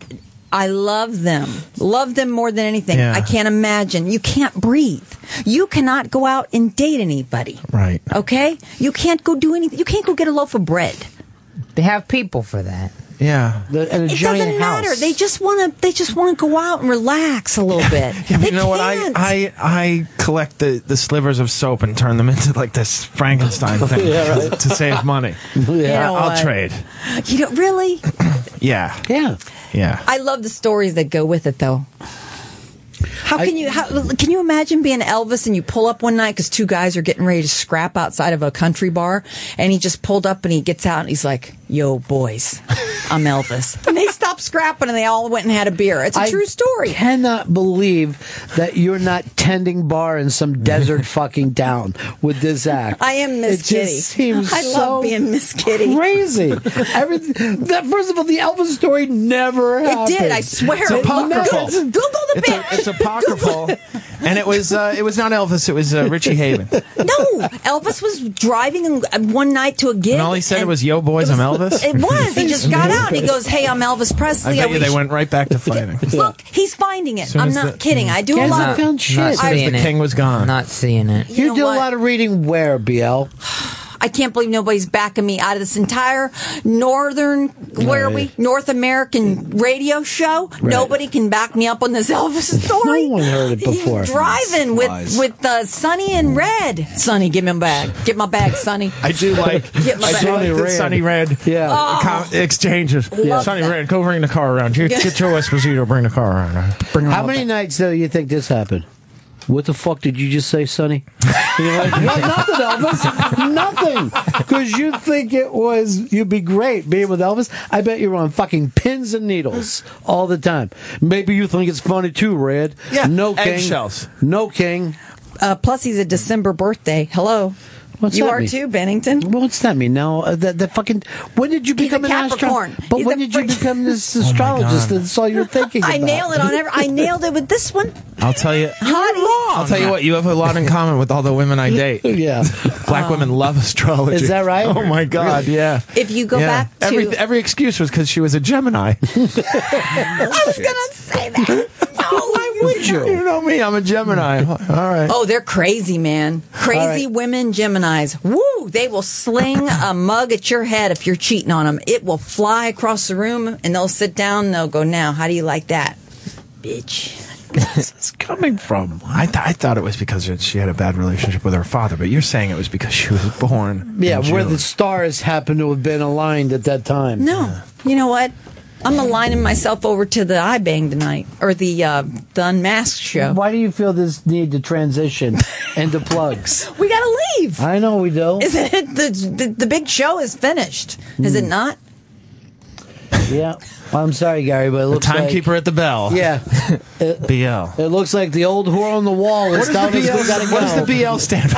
Speaker 6: I love them. Love them more than anything.
Speaker 9: Yeah.
Speaker 6: I can't imagine. You can't breathe. You cannot go out and date anybody.
Speaker 9: Right.
Speaker 6: Okay? You can't go do anything. You can't go get a loaf of bread.
Speaker 17: They have people for that.
Speaker 9: Yeah.
Speaker 4: and
Speaker 6: it doesn't matter. They just want to. They just want to go out and relax a little bit.
Speaker 9: Yeah, but
Speaker 6: They
Speaker 9: you know what? I,
Speaker 6: can't.
Speaker 9: I I collect the, the slivers of soap and turn them into like this Frankenstein thing
Speaker 6: Yeah, right.
Speaker 9: to save money.
Speaker 6: You know
Speaker 9: I'll
Speaker 6: what?
Speaker 9: trade.
Speaker 6: You know, really?
Speaker 9: Yeah.
Speaker 4: Yeah.
Speaker 9: Yeah.
Speaker 6: I love the stories that go with it, though. How can you how, can you imagine being Elvis and you pull up one night because two guys are getting ready to scrap outside of a country bar and he just pulled up and he gets out and he's like, "Yo, boys, I'm Elvis," and they stopped scrapping and they all went and had a beer. It's a
Speaker 4: I
Speaker 6: true story.
Speaker 4: Cannot believe that you're not tending bar in some desert fucking town with this act.
Speaker 6: I am Miss
Speaker 4: it
Speaker 6: Kitty.
Speaker 4: Just seems
Speaker 6: I love
Speaker 4: so
Speaker 6: being Miss Kitty.
Speaker 4: Crazy. Everything. That, first of all, the Elvis story never
Speaker 6: It
Speaker 4: happened.
Speaker 6: did. I swear.
Speaker 9: It's
Speaker 6: Look,
Speaker 9: apocryphal.
Speaker 6: Google the
Speaker 9: It's, a,
Speaker 6: bitch.
Speaker 9: it's apocryphal, and it was uh, it was not Elvis. It was uh, Richie Haven.
Speaker 6: No, Elvis was driving uh, one night to a gig.
Speaker 9: And all he said was, "Yo, boys, I'm Elvis."
Speaker 6: It was. He just got out and he goes, "Hey, I'm Elvis
Speaker 9: I
Speaker 6: Presley."
Speaker 9: bet
Speaker 6: I
Speaker 9: you they
Speaker 6: wish-
Speaker 9: went right back to fighting.
Speaker 6: Look, he's finding it.
Speaker 9: Soon
Speaker 6: I'm
Speaker 9: as
Speaker 6: not
Speaker 9: the-
Speaker 6: kidding. I do a
Speaker 9: Guys,
Speaker 6: lot.
Speaker 9: I
Speaker 6: of
Speaker 9: found shit. Not
Speaker 6: I,
Speaker 9: seeing The it. king was gone.
Speaker 17: Not seeing it.
Speaker 4: You, do a lot of reading where, BL?
Speaker 6: I can't believe nobody's backing me out of this entire northern, where are we? North American radio show. Nobody can back me up on this Elvis story.
Speaker 4: No one heard it before.
Speaker 6: Driving with
Speaker 4: Lies.
Speaker 6: with uh, Sonny and Red. Sonny, give me my bag. Get my bag, Sonny.
Speaker 9: I do like
Speaker 6: Get my
Speaker 9: I do
Speaker 6: bag.
Speaker 9: like the Sunny Red
Speaker 4: yeah.
Speaker 6: Oh.
Speaker 9: com- exchanges.
Speaker 6: Yeah.
Speaker 9: Sunny Red, go bring the car around. Here, get your Esposito, bring the car around. Bring
Speaker 4: How many nights though you think this happened? What the fuck did you just say, Sonny? And you're like, "No, nothing, Elvis. Nothing. Because you think it was, you'd be great being with Elvis. I bet you're on fucking pins and needles all the time. Maybe you think it's funny too, Red.
Speaker 6: Yeah,
Speaker 4: No king.
Speaker 6: eggshells.
Speaker 4: No king.
Speaker 6: Uh, plus, he's a December birthday. Hello.
Speaker 4: What's
Speaker 6: you
Speaker 4: that
Speaker 6: are
Speaker 4: mean?
Speaker 6: too, Bennington.
Speaker 4: What's that mean? Now, uh, the, the fucking, when did you
Speaker 6: He's a
Speaker 4: become an
Speaker 6: Capricorn.
Speaker 4: astronaut? But
Speaker 6: He's
Speaker 4: when
Speaker 6: a
Speaker 4: did you
Speaker 6: freak-
Speaker 4: become this astrologist?
Speaker 9: God.
Speaker 4: That's all you're thinking
Speaker 6: I
Speaker 4: about.
Speaker 6: nail it on every. I nailed it with this one.
Speaker 9: I'll tell you.
Speaker 6: Hottie.
Speaker 9: I'll tell you what, you have a lot in common with all the women I date.
Speaker 4: yeah.
Speaker 9: Black women love astrology.
Speaker 4: Is that right?
Speaker 9: Oh my God,
Speaker 4: Really?
Speaker 9: yeah.
Speaker 6: If Uh. you go
Speaker 9: Yeah.
Speaker 6: back to-
Speaker 9: Every, every excuse was because she was a Gemini.
Speaker 6: I was gonna say that. Why
Speaker 9: would you? You know me, I'm a Gemini. All right.
Speaker 6: Oh, they're crazy, man. Crazy women, Geminis. Woo! They will sling a mug at your head if you're cheating on them. It will fly across the room, and they'll sit down. and They'll go, "Now, how do you like that, bitch?"
Speaker 9: It's coming from? I, th- I thought it was because she had a bad relationship with her father, but you're saying it was because she was born.
Speaker 4: Yeah,
Speaker 9: in
Speaker 4: where
Speaker 9: June.
Speaker 4: the stars happen to have been aligned at that time.
Speaker 6: No, you know what? I'm aligning myself over to the eye bang tonight, or the uh, the unmasked show.
Speaker 4: Why do you feel this need to transition into plugs?
Speaker 6: We gotta leave.
Speaker 4: I know we do.
Speaker 6: Isn't it the the, the big show is finished? Is it not?
Speaker 4: yeah. Well, I'm sorry, Gary, but it looks
Speaker 9: timekeeper
Speaker 4: like,
Speaker 9: at the bell.
Speaker 4: Yeah. It,
Speaker 9: BL.
Speaker 4: It looks like the old whore on the wall
Speaker 9: What
Speaker 4: is
Speaker 9: does
Speaker 4: down
Speaker 9: the
Speaker 4: as
Speaker 9: BL
Speaker 4: we gotta go.
Speaker 9: what does the BL stand for?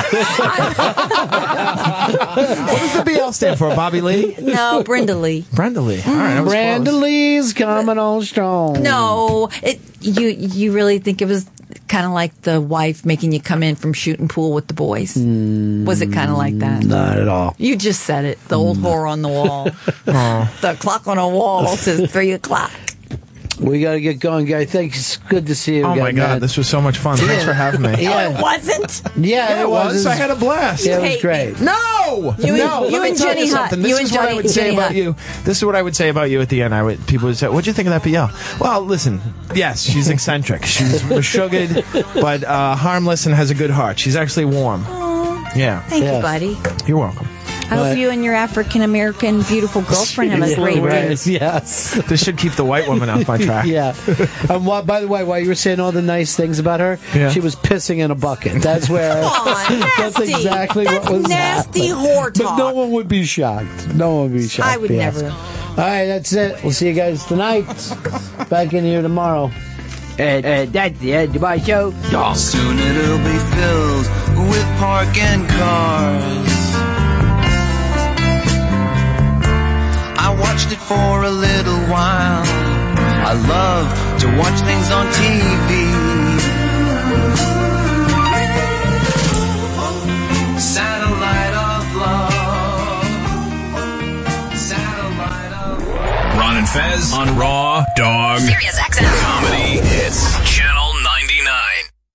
Speaker 9: what does the BL stand for, Bobby Lee?
Speaker 6: No, Brenda Lee.
Speaker 9: Brenda Lee. All right, I was
Speaker 4: Brenda Lee's coming on strong.
Speaker 6: No, it you you really think it was kind of like the wife making you come in from shooting pool with the boys? was it kind of like that?
Speaker 4: Hmm. Not at all.
Speaker 6: You just said it. The
Speaker 9: Mm.
Speaker 6: old whore on the wall. the clock on a wall says three o'clock.
Speaker 4: We got to get going, Gary. Thanks. It's good to see you.
Speaker 9: Oh
Speaker 4: again,
Speaker 9: my God,
Speaker 4: man.
Speaker 9: this was so much fun. Thanks for having me.
Speaker 4: Yeah.
Speaker 6: No, Oh, it wasn't.
Speaker 4: Yeah,
Speaker 9: Yeah, it was. I had a blast.
Speaker 4: Yeah, it
Speaker 9: You
Speaker 4: was
Speaker 9: hate
Speaker 4: great.
Speaker 9: No,
Speaker 6: You and-
Speaker 9: no.
Speaker 6: you
Speaker 9: let me
Speaker 6: and
Speaker 9: tell
Speaker 6: Jenny Hutt.
Speaker 9: something. This
Speaker 6: You
Speaker 9: is
Speaker 6: and
Speaker 9: what I
Speaker 6: Johnny-
Speaker 9: would say
Speaker 6: Jenny
Speaker 9: about
Speaker 6: Hutt.
Speaker 9: you. This is what I would say about you at the end. I would people would say, "What'd you think of that BL?" Well, listen. Yes, she's eccentric. She's sugared, but uh, harmless and has a good heart. She's actually warm. Yeah.
Speaker 6: Thank you, buddy.
Speaker 9: You're welcome.
Speaker 6: I hope you and your African American beautiful girlfriend have a
Speaker 9: Yeah,
Speaker 6: great day.
Speaker 9: right.
Speaker 4: Yes.
Speaker 9: This should keep the white woman off my track.
Speaker 4: yeah. And while, by the way, while you were saying all the nice things about her,
Speaker 9: Yeah.
Speaker 4: she was pissing in a bucket. That's where.
Speaker 6: Come on,
Speaker 4: that's
Speaker 6: nasty.
Speaker 4: exactly
Speaker 6: That's
Speaker 4: what was
Speaker 6: nasty
Speaker 4: happening.
Speaker 6: whore
Speaker 4: But no one would be shocked. No one would be shocked.
Speaker 6: I would
Speaker 4: yes.
Speaker 6: never.
Speaker 4: All right, that's it. We'll see you guys tonight. Back in here tomorrow. And uh, that's the end of my show.
Speaker 5: Soon it'll be filled with parking cars. I watched it for a little while. I love to watch things on TV. Satellite of love. Satellite of
Speaker 21: Ron and Fez on Raw Dog.
Speaker 5: Sirius XM.
Speaker 21: Comedy. It's Channel